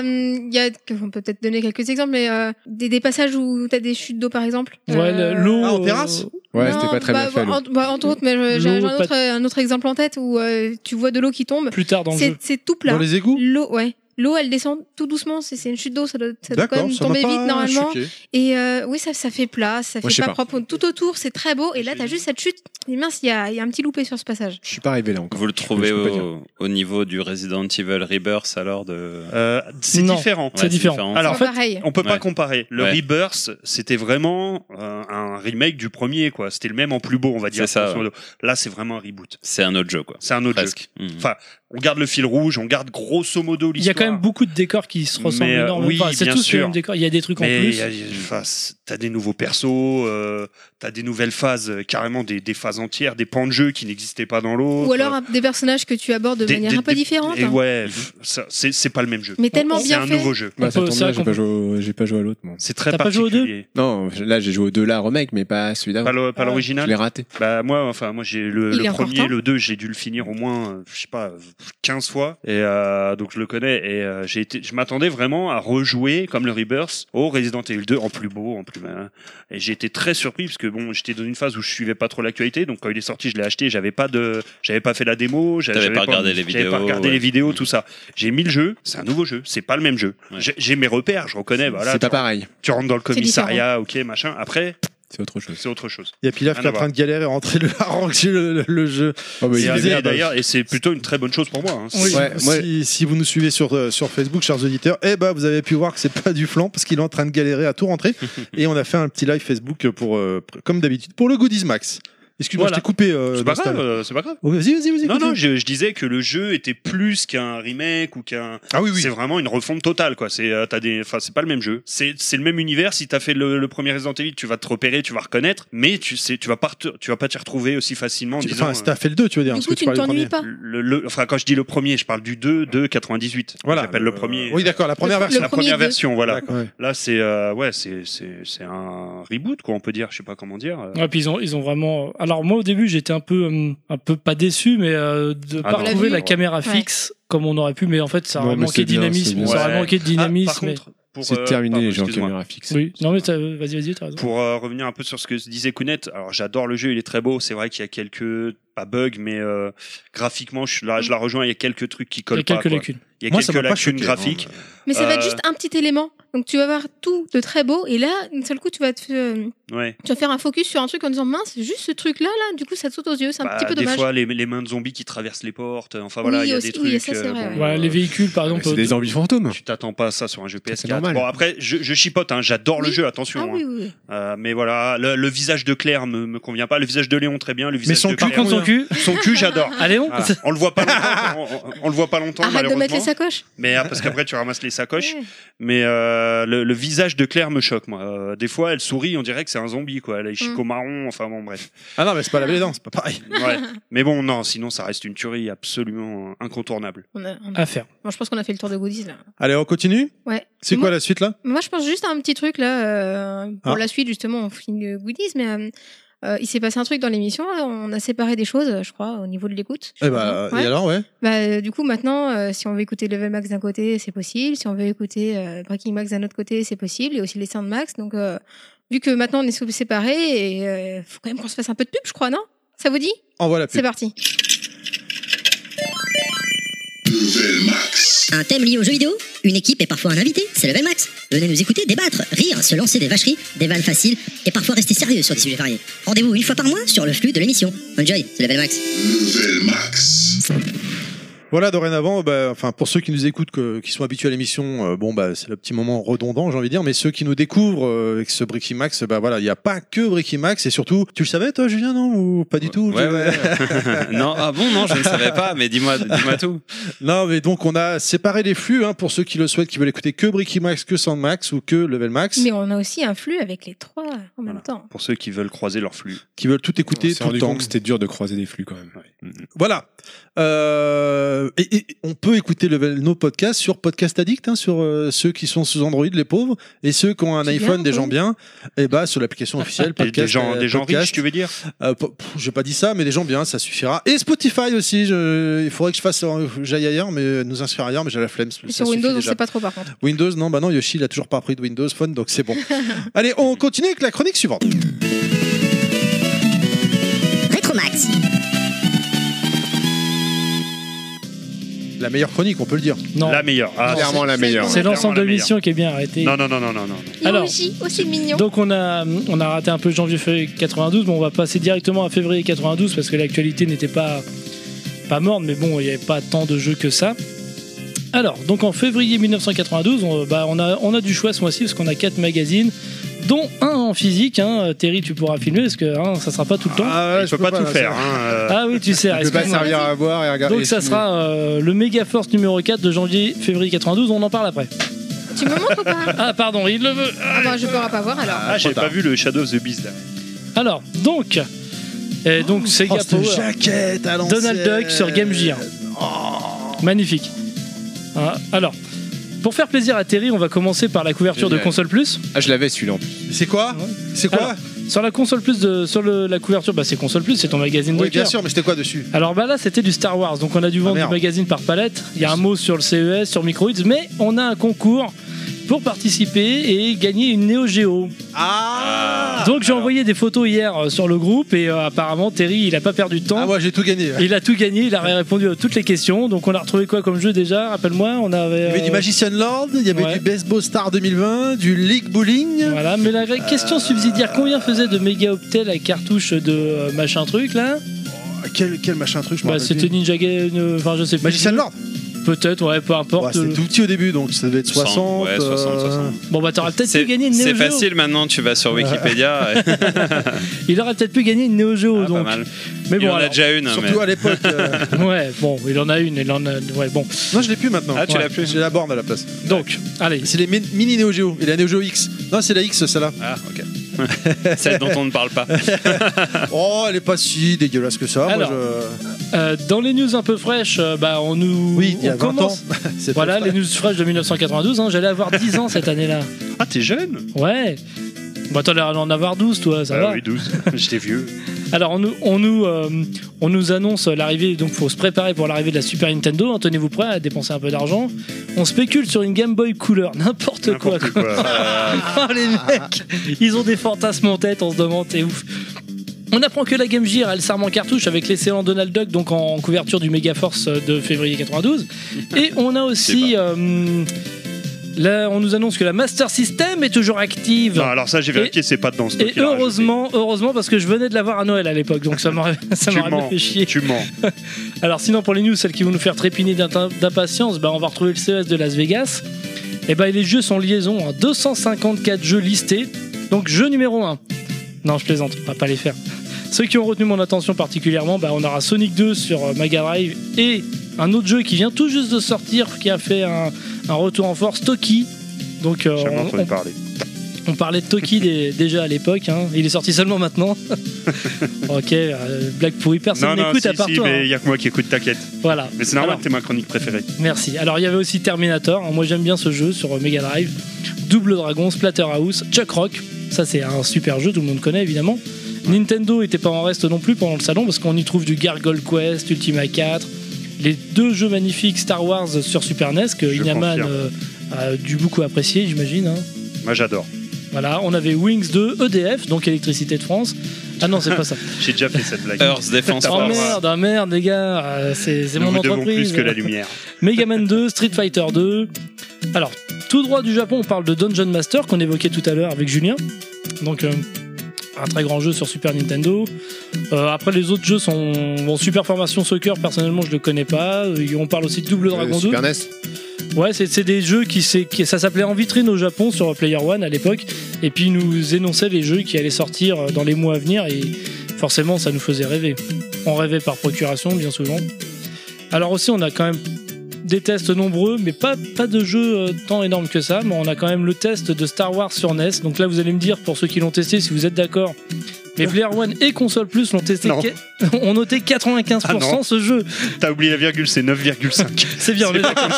[SPEAKER 4] bah, hum, y a, on peut peut-être donner quelques exemples, mais euh, des, des passages où t'as des chutes d'eau par exemple.
[SPEAKER 5] Ouais,
[SPEAKER 4] Euh,
[SPEAKER 5] le- l'eau.
[SPEAKER 3] Ah, en
[SPEAKER 5] euh,
[SPEAKER 3] terrasse
[SPEAKER 7] Ouais,
[SPEAKER 4] non,
[SPEAKER 7] c'était pas très
[SPEAKER 4] bah,
[SPEAKER 7] bien fait.
[SPEAKER 4] bah,
[SPEAKER 7] l'eau.
[SPEAKER 4] en- bah, entre autres, mais je- j'ai
[SPEAKER 5] L'eau,
[SPEAKER 4] un autre, un autre exemple en tête où euh, tu vois de l'eau qui tombe.
[SPEAKER 5] Plus tard dans le
[SPEAKER 4] C'est
[SPEAKER 5] jeu.
[SPEAKER 4] c'est tout plat.
[SPEAKER 3] Dans les égouts
[SPEAKER 4] L'eau, ouais. L'eau, elle descend tout doucement. C'est c'est une chute d'eau, ça doit, ça doit quand
[SPEAKER 3] D'accord,
[SPEAKER 4] même
[SPEAKER 3] ça m'a
[SPEAKER 4] tomber
[SPEAKER 3] pas
[SPEAKER 4] vite normalement.
[SPEAKER 3] choqué.
[SPEAKER 4] Et euh, oui, ça, ça fait plat, ça
[SPEAKER 7] Moi, je
[SPEAKER 4] fait
[SPEAKER 7] sais
[SPEAKER 4] pas,
[SPEAKER 7] pas.
[SPEAKER 4] propre. Tout autour, c'est très beau. Et là, t'as juste cette chute. Et mince, il y a, il y a un petit loupé sur ce passage.
[SPEAKER 7] Je suis pas arrivé là encore.
[SPEAKER 8] Vous le trouvez
[SPEAKER 7] Je peux pas
[SPEAKER 8] au, au niveau du Resident Evil Rebirth alors de.
[SPEAKER 6] Euh, c'est
[SPEAKER 5] Non.
[SPEAKER 6] différent.
[SPEAKER 5] C'est différent.
[SPEAKER 6] Alors,
[SPEAKER 4] C'est
[SPEAKER 6] en
[SPEAKER 4] pas
[SPEAKER 6] fait,
[SPEAKER 4] pareil.
[SPEAKER 6] On peut pas
[SPEAKER 8] Ouais.
[SPEAKER 6] comparer. Le
[SPEAKER 8] Ouais.
[SPEAKER 6] Rebirth, c'était vraiment euh, un remake du premier, quoi. C'était le même en plus beau, on va dire.
[SPEAKER 8] C'est ça,
[SPEAKER 6] grosso modo. Là, c'est vraiment un reboot.
[SPEAKER 8] C'est un autre jeu, quoi.
[SPEAKER 6] C'est un autre jeu.
[SPEAKER 8] Presque. Mhm.
[SPEAKER 6] Enfin, on garde le fil rouge, on garde grosso modo
[SPEAKER 5] Il y a
[SPEAKER 6] l'histoire.
[SPEAKER 5] quand même beaucoup de décors qui se ressemblent
[SPEAKER 6] Mais, euh,
[SPEAKER 5] énormément.
[SPEAKER 6] oui,
[SPEAKER 5] Enfin, c'est
[SPEAKER 6] bien
[SPEAKER 5] tous les
[SPEAKER 6] sûr.
[SPEAKER 5] mêmes décors. Il y a des trucs en
[SPEAKER 6] Mais
[SPEAKER 5] plus.
[SPEAKER 6] y a- y a- enfin, c'est- t'as des nouveaux persos, euh, t'as des nouvelles phases, euh, carrément des, des phases entières, des pans de jeu qui n'existaient pas dans l'autre.
[SPEAKER 4] Ou alors
[SPEAKER 7] hein.
[SPEAKER 4] un- des personnages que tu abordes de
[SPEAKER 6] Des-
[SPEAKER 4] manière
[SPEAKER 6] des-
[SPEAKER 4] un peu
[SPEAKER 6] des-
[SPEAKER 4] différente.
[SPEAKER 6] Et
[SPEAKER 4] hein.
[SPEAKER 6] ouais, pff, ça, c'est c'est pas le même jeu.
[SPEAKER 4] Mais tellement
[SPEAKER 6] C'est
[SPEAKER 4] bien
[SPEAKER 6] un
[SPEAKER 4] fait.
[SPEAKER 6] nouveau jeu.
[SPEAKER 7] Bah, ça
[SPEAKER 5] On peut-
[SPEAKER 7] tombe
[SPEAKER 5] c'est
[SPEAKER 7] bien,
[SPEAKER 5] vrai
[SPEAKER 7] j'ai
[SPEAKER 5] qu'on
[SPEAKER 7] pas, joué au- j'ai pas joué à l'autre, moi.
[SPEAKER 6] C'est très
[SPEAKER 5] T'as pas joué aux deux
[SPEAKER 6] particulier.
[SPEAKER 7] Non, là, j'ai joué aux deux là, remake, mais pas à celui
[SPEAKER 6] Pas
[SPEAKER 7] d'avant.
[SPEAKER 6] le- Pas
[SPEAKER 5] Ah.
[SPEAKER 7] Je
[SPEAKER 6] l'original.
[SPEAKER 7] l'ai raté.
[SPEAKER 6] Bah moi, enfin moi j'ai le,
[SPEAKER 4] Il
[SPEAKER 6] le
[SPEAKER 4] est encore
[SPEAKER 6] premier,
[SPEAKER 4] temps.
[SPEAKER 6] le 2, j'ai dû le finir au moins, euh, je sais pas, 15 fois. Et euh, donc je le connais et euh, j'ai été, je m'attendais vraiment à rejouer comme le Rebirth au Resident Evil 2 en plus beau, en plus malin. Et j'ai été très surpris parce que bon, j'étais dans une phase où je suivais pas trop l'actualité, donc quand il est sorti, je l'ai acheté, j'avais pas de, j'avais pas fait la démo, j'a-
[SPEAKER 8] T'avais
[SPEAKER 6] j'avais
[SPEAKER 8] pas regardé les
[SPEAKER 6] j'avais pas
[SPEAKER 8] vidéos,
[SPEAKER 6] regardé
[SPEAKER 8] ouais.
[SPEAKER 6] les vidéos, tout ça. J'ai mis le jeu, c'est un nouveau jeu, c'est pas le même jeu.
[SPEAKER 8] Ouais.
[SPEAKER 6] J'ai- J'ai mes repères, je reconnais, voilà.
[SPEAKER 7] c'est
[SPEAKER 6] Tu,
[SPEAKER 7] pas pareil.
[SPEAKER 6] tu rentres dans le
[SPEAKER 4] C'est différent.
[SPEAKER 6] commissariat, ok, machin. Après,
[SPEAKER 7] C'est autre chose.
[SPEAKER 6] c'est autre chose.
[SPEAKER 3] Il y a Pilaf
[SPEAKER 6] Rien
[SPEAKER 3] qui est
[SPEAKER 6] à
[SPEAKER 3] en train de galérer à rentrer le, à ranger le, le- le jeu.
[SPEAKER 5] Ah,
[SPEAKER 7] Oh, bah,
[SPEAKER 6] Et,
[SPEAKER 7] il est-
[SPEAKER 3] bien,
[SPEAKER 6] et
[SPEAKER 3] bah.
[SPEAKER 6] d'ailleurs, et c'est plutôt une très bonne chose pour moi. hein.
[SPEAKER 3] Si-
[SPEAKER 7] Ouais,
[SPEAKER 3] si,
[SPEAKER 7] moi-
[SPEAKER 3] si vous nous suivez sur, euh, sur Facebook, chers auditeurs, eh ben, vous avez pu voir que c'est pas du flan parce qu'il est en train de galérer à
[SPEAKER 6] <laughs>
[SPEAKER 3] tout rentrer. et on a fait un petit live Facebook pour, euh, pr- comme d'habitude, pour le Goodies Max. Excuse-moi,
[SPEAKER 6] Voilà.
[SPEAKER 3] je t'ai coupé. euh,
[SPEAKER 6] C'est pas
[SPEAKER 3] Nostal.
[SPEAKER 6] grave, euh, c'est pas grave.
[SPEAKER 3] Oh, Vas-y, vas-y, vas-y.
[SPEAKER 6] Non,
[SPEAKER 3] continue.
[SPEAKER 6] non, je, je disais que le jeu était plus qu'un remake ou qu'un.
[SPEAKER 3] Ah oui, oui.
[SPEAKER 6] C'est vraiment une refonte totale, quoi. C'est, euh, t'as des, enfin, c'est pas le même jeu. C'est, c'est le même univers. Si t'as fait le, le premier Resident Evil, tu vas te repérer, tu vas reconnaître, mais tu sais, tu vas pas, te- tu vas pas t'y retrouver aussi facilement. en
[SPEAKER 3] Tu-
[SPEAKER 6] disant,
[SPEAKER 3] Enfin, si t'as fait le 2, tu veux dire.
[SPEAKER 4] Du
[SPEAKER 3] parce
[SPEAKER 4] coup,
[SPEAKER 3] que
[SPEAKER 4] tu ne
[SPEAKER 3] parlais
[SPEAKER 4] t'ennuies
[SPEAKER 3] du premier.
[SPEAKER 4] pas.
[SPEAKER 6] euh, le, le- enfin, quand je dis le premier, je parle du 2, 2, 98.
[SPEAKER 3] Voilà.
[SPEAKER 6] J'appelle le premier.
[SPEAKER 3] Oui, d'accord, la première
[SPEAKER 4] Le-
[SPEAKER 3] version.
[SPEAKER 6] la
[SPEAKER 4] premier
[SPEAKER 6] première
[SPEAKER 4] deux.
[SPEAKER 6] version, voilà.
[SPEAKER 3] D'accord. Ouais.
[SPEAKER 6] Là, c'est, euh, ouais, c'est, c'est, c'est un reboot, quoi, on peut dire. Je sais pas comment dire. euh.
[SPEAKER 5] Ouais, puis ils ont, ils ont vraiment. Alors moi au début j'étais un peu, hum, un peu pas déçu, mais euh, de
[SPEAKER 6] Ah
[SPEAKER 5] pas
[SPEAKER 6] non,
[SPEAKER 5] retrouver
[SPEAKER 4] la
[SPEAKER 5] la
[SPEAKER 6] vue.
[SPEAKER 5] caméra
[SPEAKER 4] Ouais.
[SPEAKER 5] fixe comme on aurait pu, mais en fait ça
[SPEAKER 7] Non,
[SPEAKER 5] aurait
[SPEAKER 7] mais c'est
[SPEAKER 5] manqué de
[SPEAKER 7] bien,
[SPEAKER 5] dynamisme.
[SPEAKER 7] c'est
[SPEAKER 5] Ça aurait
[SPEAKER 6] bien.
[SPEAKER 5] manqué de
[SPEAKER 6] Ah, par
[SPEAKER 5] dynamisme. mais-
[SPEAKER 6] contre, pour,
[SPEAKER 7] C'est
[SPEAKER 6] euh,
[SPEAKER 7] terminé,
[SPEAKER 6] pardon,
[SPEAKER 7] les gens en
[SPEAKER 6] excuse-moi.
[SPEAKER 7] caméra fixe.
[SPEAKER 5] Oui. Non mais t'as- vas-y vas-y t'as raison.
[SPEAKER 6] Pour euh, revenir un peu sur ce que disait Kounet, alors j'adore le jeu, il est très beau. C'est vrai qu'il y a quelques pas bugs, mais euh, graphiquement, je, la- je la rejoins. Il y a quelques trucs qui
[SPEAKER 5] Il y
[SPEAKER 6] collent
[SPEAKER 5] a quelques
[SPEAKER 6] pas. quoi.
[SPEAKER 5] lacunes.
[SPEAKER 6] Il y a
[SPEAKER 3] Moi, ça
[SPEAKER 6] quelques
[SPEAKER 3] m'a pas
[SPEAKER 6] lacunes
[SPEAKER 3] choqué, hein,
[SPEAKER 6] graphiques.
[SPEAKER 4] Mais ça va
[SPEAKER 6] Euh,
[SPEAKER 4] être juste un petit élément. Donc tu vas voir tout de très beau. Et là, d'un seul coup, tu vas te, euh,
[SPEAKER 6] Ouais.
[SPEAKER 4] tu vas faire un focus sur un truc en disant mince, juste ce truc-là, là. Du coup, ça te saute aux yeux. C'est un
[SPEAKER 6] Bah,
[SPEAKER 4] petit peu
[SPEAKER 6] des
[SPEAKER 4] dommage.
[SPEAKER 6] fois, les, les mains de zombies qui traversent les portes. Enfin voilà,
[SPEAKER 4] Oui,
[SPEAKER 6] il y a
[SPEAKER 4] aussi,
[SPEAKER 6] des
[SPEAKER 4] oui,
[SPEAKER 6] trucs.
[SPEAKER 4] ça, c'est vrai, ouais.
[SPEAKER 5] Voilà, les
[SPEAKER 6] euh,
[SPEAKER 5] véhicules par exemple.
[SPEAKER 7] C'est des zombies fantômes.
[SPEAKER 6] Tu t'attends pas à ça sur un jeu
[SPEAKER 7] c'est
[SPEAKER 6] PS4.
[SPEAKER 7] normal.
[SPEAKER 6] Bon après, je, je chipote, hein, j'adore le
[SPEAKER 4] Oui.
[SPEAKER 6] jeu,
[SPEAKER 4] Ah
[SPEAKER 6] attention. hein.
[SPEAKER 4] oui, oui. oui.
[SPEAKER 6] Euh, mais voilà, le, le visage de Claire me, me convient pas, le visage de Léon très bien, le visage
[SPEAKER 3] son
[SPEAKER 6] de
[SPEAKER 3] cul,
[SPEAKER 5] Par
[SPEAKER 6] Claire, euh,
[SPEAKER 5] contre son cul.
[SPEAKER 6] <laughs> son cul, j'adore.
[SPEAKER 5] Allez on.
[SPEAKER 6] Voilà. On le
[SPEAKER 4] <laughs>
[SPEAKER 6] voit pas longtemps, on, on- on le voit pas longtemps
[SPEAKER 4] Arrête de
[SPEAKER 6] malheureusement.
[SPEAKER 4] mettre les sacoches.
[SPEAKER 6] Mais ah, parce qu'après tu ramasses les sacoches.
[SPEAKER 4] Ouais.
[SPEAKER 6] Mais euh, le, le visage de Claire me choque, moi. Euh, des fois, elle sourit, on dirait que c'est un zombie, quoi. Elle
[SPEAKER 5] Mm.
[SPEAKER 6] est chico marron, enfin bon, bref.
[SPEAKER 3] Ah non, mais c'est pas laver les dents, c'est pas pareil.
[SPEAKER 6] <laughs> Ouais. Mais bon, non, sinon, ça reste une tuerie absolument incontournable.
[SPEAKER 4] On a- on a-
[SPEAKER 5] À faire.
[SPEAKER 4] Bon, je pense qu'on a fait le tour de goodies là.
[SPEAKER 3] Allez, on continue
[SPEAKER 4] Ouais.
[SPEAKER 3] C'est
[SPEAKER 4] Moi-
[SPEAKER 3] quoi la suite là
[SPEAKER 4] Moi, je pense juste à un petit truc là euh, pour
[SPEAKER 3] Ah.
[SPEAKER 4] la suite justement. On finit le goodies, mais euh, euh, il s'est passé un truc dans l'émission. là, On a séparé des choses, je crois, au niveau de l'écoute.
[SPEAKER 3] Eh bah,
[SPEAKER 4] Ouais.
[SPEAKER 3] et alors, ouais
[SPEAKER 4] Bah, euh, du coup, maintenant, euh, si on veut écouter Level Max d'un côté, c'est possible. Si on veut écouter euh, Breaking Max d'un autre côté, c'est possible. Et aussi les Sound Max. Donc, euh, vu que maintenant on est sous- séparés, et euh, faut quand même qu'on se fasse un peu de pub, je crois, non Ça vous dit
[SPEAKER 3] Envoie la
[SPEAKER 4] C'est
[SPEAKER 3] pub.
[SPEAKER 4] parti.
[SPEAKER 1] Un thème lié aux jeux vidéo, une équipe et parfois un invité, c'est Level Max. Venez nous écouter, débattre, rire, se lancer des vacheries, des vannes faciles et parfois rester sérieux sur des sujets variés. Rendez-vous une fois par mois sur le flux de l'émission. Enjoy, c'est Level Max.
[SPEAKER 3] Voilà, dorénavant, bah, enfin, pour ceux qui nous écoutent, que- qui sont habitués à l'émission, euh, bon, bah, c'est le petit moment redondant, j'ai envie de dire, mais ceux qui nous découvrent euh, avec ce Bricky Max, bah voilà, il n'y a pas que Bricky Max, et surtout, tu le savais, toi, Julien, non Ou pas du tout
[SPEAKER 8] Ouais,
[SPEAKER 3] tu-
[SPEAKER 8] ouais.
[SPEAKER 5] <laughs>
[SPEAKER 8] non, ah bon, non, je ne savais pas, mais dis-moi dis tout.
[SPEAKER 3] Non, mais donc, on a séparé les flux, hein, pour ceux qui le souhaitent, qui veulent écouter que Bricky Max, que Sound Max ou que Level Max,
[SPEAKER 4] Mais on a aussi un flux avec les trois en même
[SPEAKER 6] Voilà.
[SPEAKER 4] temps.
[SPEAKER 6] Pour ceux qui veulent croiser leur flux.
[SPEAKER 3] qui veulent tout
[SPEAKER 7] On
[SPEAKER 3] écouter
[SPEAKER 7] s'est
[SPEAKER 3] tout le
[SPEAKER 7] rendu
[SPEAKER 3] temps.
[SPEAKER 7] compte que c'était dur de croiser des flux quand même.
[SPEAKER 3] Voilà. Euh, Euh, et, et on peut écouter le- nos podcasts sur Podcast Addict, hein, sur euh, ceux qui sont sous Android, les pauvres, et ceux qui ont un
[SPEAKER 4] C'est
[SPEAKER 3] iPhone,
[SPEAKER 4] bien,
[SPEAKER 3] des
[SPEAKER 4] oui.
[SPEAKER 3] gens bien, et bah sur l'application officielle
[SPEAKER 6] Et des
[SPEAKER 3] podcast,
[SPEAKER 6] gens,
[SPEAKER 3] euh,
[SPEAKER 6] des gens
[SPEAKER 3] podcast,
[SPEAKER 6] riches, tu veux dire
[SPEAKER 3] euh, po- pff, J'ai pas dit ça, mais des gens bien, ça suffira. Et Spotify aussi. je- il faudrait que je fasse, euh, j'aille ailleurs, mais nous inscrire ailleurs, mais j'ai la flemme. ça
[SPEAKER 4] Sur
[SPEAKER 3] suffit
[SPEAKER 4] Windows, on
[SPEAKER 3] déjà.
[SPEAKER 4] sait pas trop par contre.
[SPEAKER 3] Windows, non, bah non, Yoshi, il a toujours pas pris de Windows Phone, donc c'est bon. <laughs> Allez, on continue avec la chronique suivante.
[SPEAKER 1] Rétromax.
[SPEAKER 3] La meilleure chronique, on peut le dire.
[SPEAKER 5] Non,
[SPEAKER 6] La meilleure. Ah,
[SPEAKER 7] Clairement la meilleure.
[SPEAKER 5] c'est
[SPEAKER 6] clairement
[SPEAKER 5] l'ensemble de
[SPEAKER 6] la meilleure.
[SPEAKER 5] l'émission qui est bien arrêté.
[SPEAKER 6] Non, non, non, non, non, non.
[SPEAKER 5] Alors-
[SPEAKER 4] Yoshi, oh, c'est mignon.
[SPEAKER 5] Donc on a, on a raté un peu janvier-février 92, mais on va passer directement à février 92 parce que l'actualité n'était pas, pas morte, mais bon, il n'y avait pas tant de jeux que ça. Alors, donc en février 1992, on, bah, on, a, on a du choix ce mois-ci parce qu'on a quatre magazines, dont un en physique. hein. Terry, tu pourras filmer parce que hein, ça sera pas tout le temps. Ah,
[SPEAKER 3] Ah, ouais,
[SPEAKER 6] je peux pas
[SPEAKER 3] là,
[SPEAKER 6] tout
[SPEAKER 3] ça-
[SPEAKER 6] faire. hein, euh,
[SPEAKER 5] oui, tu sais,
[SPEAKER 7] Je peux pas
[SPEAKER 5] excuse-moi.
[SPEAKER 7] servir à boire et regarder.
[SPEAKER 5] Donc ça sera euh, le Mega Force numéro 4 de janvier-février 92, on en parle après.
[SPEAKER 4] Tu me montres ou pas
[SPEAKER 5] Ah pardon, il le veut.
[SPEAKER 4] Ah bah, je pourrai pas voir alors.
[SPEAKER 6] Ah, j'avais
[SPEAKER 7] trop
[SPEAKER 6] pas
[SPEAKER 7] tard.
[SPEAKER 6] vu le Shadow of the Beast. là.
[SPEAKER 5] Alors, donc, et donc Sega
[SPEAKER 3] Oh, cette
[SPEAKER 5] Power.
[SPEAKER 3] jaquette à l'ancienne. Oh.
[SPEAKER 5] Donald Duck sur Game Gear. Magnifique. Ah, Alors, pour faire plaisir à Terry, on va commencer par la couverture de
[SPEAKER 7] Génial.
[SPEAKER 5] Console Plus.
[SPEAKER 7] Ah, je l'avais celui-là. en plus.
[SPEAKER 3] C'est quoi C'est quoi
[SPEAKER 5] Alors, Sur la Console Plus, de, sur le- la couverture, bah, c'est Console Plus, c'est ton magazine de
[SPEAKER 3] Oui, bien
[SPEAKER 5] cœur.
[SPEAKER 3] sûr, mais c'était quoi dessus Ah,
[SPEAKER 5] Alors bah là, c'était du Star Wars, donc on a dû vendre
[SPEAKER 3] merde.
[SPEAKER 5] du magazine par palette. Il y a un mot sur le CES, sur Microids, mais on a un concours pour participer et gagner une Neo Geo.
[SPEAKER 3] Ah
[SPEAKER 5] donc j'ai envoyé des photos hier euh, sur le groupe et euh, apparemment Terry, il a pas perdu de temps.
[SPEAKER 3] Ah, moi j'ai tout gagné.
[SPEAKER 5] Et Il a tout gagné, il a répondu à toutes les questions. Donc on a retrouvé quoi comme jeu déjà Rappelle-moi, on avait.
[SPEAKER 3] Il y avait
[SPEAKER 5] euh,
[SPEAKER 3] du Magician Lord, il y avait
[SPEAKER 5] Ouais.
[SPEAKER 3] du Baseball Star 2020, du League Bowling. Euh,
[SPEAKER 5] Voilà, mais la vraie question subsidiaire, combien faisait de mégaoctets la cartouche de euh, machin truc là
[SPEAKER 3] Ah, Quel, quel machin truc, je me
[SPEAKER 5] Bah,
[SPEAKER 3] rappelle
[SPEAKER 5] C'était
[SPEAKER 3] plus.
[SPEAKER 5] Ninja Gaiden, euh, enfin je sais plus.
[SPEAKER 3] Magician Lord
[SPEAKER 5] Peut-être, ouais, peu importe. euh.
[SPEAKER 3] C'est tout petit au début, donc ça devait être
[SPEAKER 8] 60,
[SPEAKER 3] 60.
[SPEAKER 8] ouais, 60,
[SPEAKER 3] euh,
[SPEAKER 8] 60.
[SPEAKER 5] Bon bah t'aurais peut-être
[SPEAKER 8] C'est
[SPEAKER 5] pu gagner une
[SPEAKER 8] c'est
[SPEAKER 5] Neo Geo.
[SPEAKER 8] facile maintenant, tu vas sur
[SPEAKER 5] <laughs>
[SPEAKER 8] Wikipédia. et-
[SPEAKER 5] Il aurait peut-être pu gagner une Neo Geo
[SPEAKER 8] Ah, pas
[SPEAKER 5] donc.
[SPEAKER 8] mal.
[SPEAKER 5] Mais
[SPEAKER 8] Il
[SPEAKER 5] bon,
[SPEAKER 8] en a
[SPEAKER 5] alors,
[SPEAKER 8] déjà une.
[SPEAKER 3] Surtout à l'époque. euh,
[SPEAKER 5] <laughs> ouais, bon, il en a une, il en a, ouais, bon.
[SPEAKER 3] Non, je l'ai plus maintenant.
[SPEAKER 8] Ah, tu
[SPEAKER 5] Ouais.
[SPEAKER 8] l'as plus
[SPEAKER 3] J'ai la borne à la place.
[SPEAKER 5] Donc, allez,
[SPEAKER 3] C'est les min- mini Neo Geo et la Neo Geo X. Non, c'est la X, celle-là.
[SPEAKER 8] Ah, ok. <laughs> Celle dont on ne parle pas.
[SPEAKER 3] <laughs> Oh, elle est pas si dégueulasse que ça.
[SPEAKER 5] Alors.
[SPEAKER 3] Moi,
[SPEAKER 5] euh, dans les news un peu fraîches, euh, bah on nous,
[SPEAKER 3] je... Oui, il y a
[SPEAKER 5] on
[SPEAKER 3] 20
[SPEAKER 5] commence.
[SPEAKER 3] ans. <laughs> C'est pas
[SPEAKER 5] Voilà
[SPEAKER 3] vrai.
[SPEAKER 5] les news fraîches de 1992. hein, J'allais avoir 10 ans cette année-là.
[SPEAKER 6] Ah, t'es jeune
[SPEAKER 5] Ouais. Bah t'as l'air d'en avoir 12 toi, ça
[SPEAKER 6] Ah
[SPEAKER 5] va.
[SPEAKER 6] oui, 12. <laughs> J'étais vieux.
[SPEAKER 5] Alors on nous, on nous, euh, on nous annonce l'arrivée, donc faut se préparer pour l'arrivée de la Super Nintendo, hein, tenez-vous prêts à dépenser un peu d'argent. On spécule sur une Game Boy Couleur, <laughs> n'importe quoi.
[SPEAKER 6] N'importe
[SPEAKER 5] quoi.
[SPEAKER 6] quoi.
[SPEAKER 5] <laughs> Oh, les mecs, ils ont des fantasmes en tête, on se demande, c'est ouf. On apprend que la Game Gear, elle s'arme en cartouche avec l'excellent Donald Duck, donc en couverture du Mega Force euh, de février 92.
[SPEAKER 6] <laughs>
[SPEAKER 5] Et on a aussi... euh, Là, on nous annonce que la Master System est toujours active.
[SPEAKER 6] Non, alors ça, j'ai vérifié, c'est pas dedans. ce
[SPEAKER 5] Et
[SPEAKER 6] truc-là,
[SPEAKER 5] heureusement, heureusement parce que je venais de l'avoir à Noël à l'époque, donc ça m'aurait <laughs> ça
[SPEAKER 6] Tu
[SPEAKER 5] m'aurait bien
[SPEAKER 6] mens.
[SPEAKER 5] fait
[SPEAKER 6] je sais.
[SPEAKER 5] chier.
[SPEAKER 6] Tu mens.
[SPEAKER 5] <laughs> Alors sinon pour les news, celles qui vont nous faire trépiner d'int- d'impatience, bah, on va retrouver le CES de Las Vegas. Et bah, les jeux sont liaison, hein. 254 jeux listés, donc jeu numéro 1. Non, je plaisante, on va pas les faire. Ceux qui ont retenu mon attention particulièrement, bah, on aura Sonic 2 sur euh, Mega Drive et un autre jeu qui vient tout juste de sortir, qui a fait un, un retour en force, Toki. Donc euh,
[SPEAKER 6] Jamais
[SPEAKER 5] on-
[SPEAKER 6] entendu
[SPEAKER 5] on
[SPEAKER 6] parler.
[SPEAKER 5] on parlait de Toki
[SPEAKER 6] <laughs>
[SPEAKER 5] des- déjà à l'époque, hein. il est sorti seulement maintenant. ok, euh, blague pourrie, personne n'écoute
[SPEAKER 6] si,
[SPEAKER 5] à part
[SPEAKER 6] si,
[SPEAKER 5] toi.
[SPEAKER 6] mais
[SPEAKER 5] hein.
[SPEAKER 6] il y a que moi qui écoute, t'inquiète.
[SPEAKER 5] Voilà,
[SPEAKER 6] Mais c'est normal,
[SPEAKER 5] Alors.
[SPEAKER 6] t'es ma chronique préférée.
[SPEAKER 5] merci. Alors il y avait aussi Terminator, hein. moi j'aime bien ce jeu sur euh, Mega Drive, Double Dragon, Splatterhouse, Chuck Rock, ça c'est un super jeu, tout le monde connaît évidemment. Nintendo était pas en reste non plus pendant le salon parce qu'on y trouve du Gargoyle Quest, Ultima 4, les deux jeux magnifiques Star Wars sur Super NES que
[SPEAKER 6] Je
[SPEAKER 5] Inaman
[SPEAKER 6] confirme.
[SPEAKER 5] euh, a dû beaucoup apprécier j'imagine. hein.
[SPEAKER 6] Moi,
[SPEAKER 5] <laughs>
[SPEAKER 6] j'adore.
[SPEAKER 5] Voilà, on avait Wings 2, EDF, donc Électricité de France. Ah non, c'est
[SPEAKER 8] <laughs>
[SPEAKER 5] pas ça.
[SPEAKER 6] J'ai déjà fait cette blague.
[SPEAKER 8] Earth Defense
[SPEAKER 5] Oh
[SPEAKER 8] Force.
[SPEAKER 5] merde, ah merde, les gars, euh, c'est c'est
[SPEAKER 6] Nous
[SPEAKER 5] mon
[SPEAKER 6] vous devons
[SPEAKER 5] entreprise.
[SPEAKER 6] plus que la lumière.
[SPEAKER 5] <laughs> Mega Man 2, Street Fighter 2. Alors, tout droit du Japon, on parle de Dungeon Master qu'on évoquait tout à l'heure avec Julien.
[SPEAKER 3] <laughs>
[SPEAKER 5] Donc, euh, un très grand jeu sur Super Nintendo. Euh, après, les autres jeux sont. Bon, Super Formation Soccer, personnellement, je le connais pas. Euh, On parle aussi de Double
[SPEAKER 7] Euh,
[SPEAKER 5] Dragon 2.
[SPEAKER 7] Super NES.
[SPEAKER 5] Ouais, c'est c'est des jeux qui, s'est- qui ça s'appelait en vitrine au Japon sur Player One à l'époque, et puis ils nous énonçaient les jeux qui allaient sortir euh, dans les mois à venir, et forcément ça nous faisait rêver. On rêvait par procuration bien souvent. Alors aussi on a quand même des tests nombreux, mais pas, pas de jeux euh, tant énormes que ça, E mais on a quand même le test de Star Wars sur NES, donc là vous allez me dire pour ceux qui l'ont testé si vous êtes d'accord, Mais Player One et Console Plus l'ont testé.
[SPEAKER 6] Non.
[SPEAKER 5] que- ont noté 95%
[SPEAKER 6] Ah non.
[SPEAKER 5] ce jeu.
[SPEAKER 6] T'as oublié la virgule, c'est 9,5.
[SPEAKER 5] C'est bien, on est d'accord.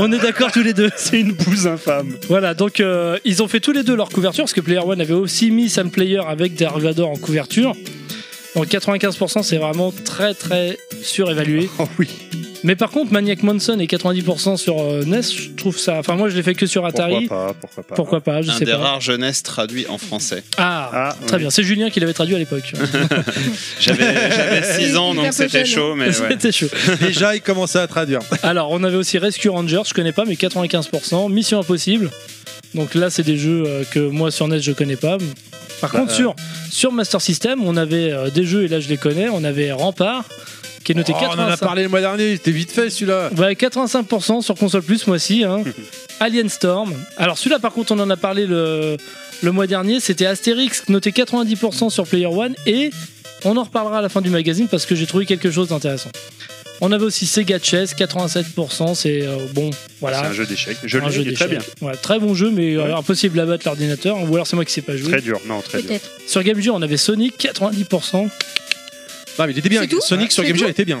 [SPEAKER 5] on est d'accord tous les deux.
[SPEAKER 6] <laughs> c'est une bouse infâme.
[SPEAKER 5] Voilà, donc euh, ils ont fait tous les deux leur couverture, parce que Player One avait aussi mis Sam Player avec Derivador en couverture. Donc 95%, c'est vraiment très très surévalué.
[SPEAKER 6] <laughs> Oh oui.
[SPEAKER 5] Mais par contre, Maniac Manson et 90% sur euh, NES, je trouve ça. Enfin, moi je l'ai fait que sur
[SPEAKER 6] Pourquoi
[SPEAKER 5] Atari.
[SPEAKER 6] pas Pourquoi pas
[SPEAKER 5] Ah, Pourquoi pas, je
[SPEAKER 8] Un
[SPEAKER 5] sais
[SPEAKER 8] des
[SPEAKER 5] pas.
[SPEAKER 8] rares jeunesses traduits en français.
[SPEAKER 5] <laughs> Ah,
[SPEAKER 6] Ah,
[SPEAKER 5] très
[SPEAKER 6] oui.
[SPEAKER 5] bien. C'est Julien qui l'avait traduit à l'époque.
[SPEAKER 8] <laughs> J'avais 6
[SPEAKER 4] Il
[SPEAKER 8] ans,
[SPEAKER 5] <laughs>
[SPEAKER 4] était un peu
[SPEAKER 8] donc c'était
[SPEAKER 4] jeune,
[SPEAKER 8] chaud, mais ouais.
[SPEAKER 5] C'était chaud.
[SPEAKER 3] Déjà, Ah, il commençait à traduire.
[SPEAKER 5] <laughs> Alors, on avait aussi Rescue Rangers, je connais pas, mais 95%. Mission Impossible. Donc là, c'est des jeux euh, que moi sur NES je connais pas. Par
[SPEAKER 6] Bah,
[SPEAKER 5] contre,
[SPEAKER 6] euh.
[SPEAKER 5] sur, sur Master System, on avait euh, des jeux, et là je les connais. On avait Rampart, qui est noté
[SPEAKER 3] Oh, on en a
[SPEAKER 5] 85%.
[SPEAKER 3] parlé le mois dernier, il était vite fait celui-là.
[SPEAKER 5] Ouais, 85% sur console plus, moi
[SPEAKER 6] <laughs>
[SPEAKER 5] aussi. hein. Alien Storm. Alors celui-là, par contre, on en a parlé le, le mois dernier. C'était Astérix, noté 90% sur Player One. Et on en reparlera à la fin du magazine parce que j'ai trouvé quelque chose d'intéressant. On avait aussi Sega Chess, 87%. C'est euh, bon,
[SPEAKER 6] C'est
[SPEAKER 5] <laughs> voilà.
[SPEAKER 6] un jeu d'échecs. Je
[SPEAKER 5] Un
[SPEAKER 6] le
[SPEAKER 5] jeu
[SPEAKER 6] dis très bien.
[SPEAKER 5] d'échecs. Voilà, très bon jeu, mais euh,
[SPEAKER 6] Ouais.
[SPEAKER 5] impossible à battre l'ordinateur. Ou alors c'est moi qui sais pas jouer.
[SPEAKER 6] Très dur. Non, très dur.
[SPEAKER 4] Peut-être.
[SPEAKER 5] Sur Game Gear, on avait Sonic, 90%.
[SPEAKER 3] Non, mais il était bien.
[SPEAKER 4] C'est tout
[SPEAKER 3] Sonic sur
[SPEAKER 4] C'est
[SPEAKER 3] Game
[SPEAKER 4] tout
[SPEAKER 3] Gear était bien.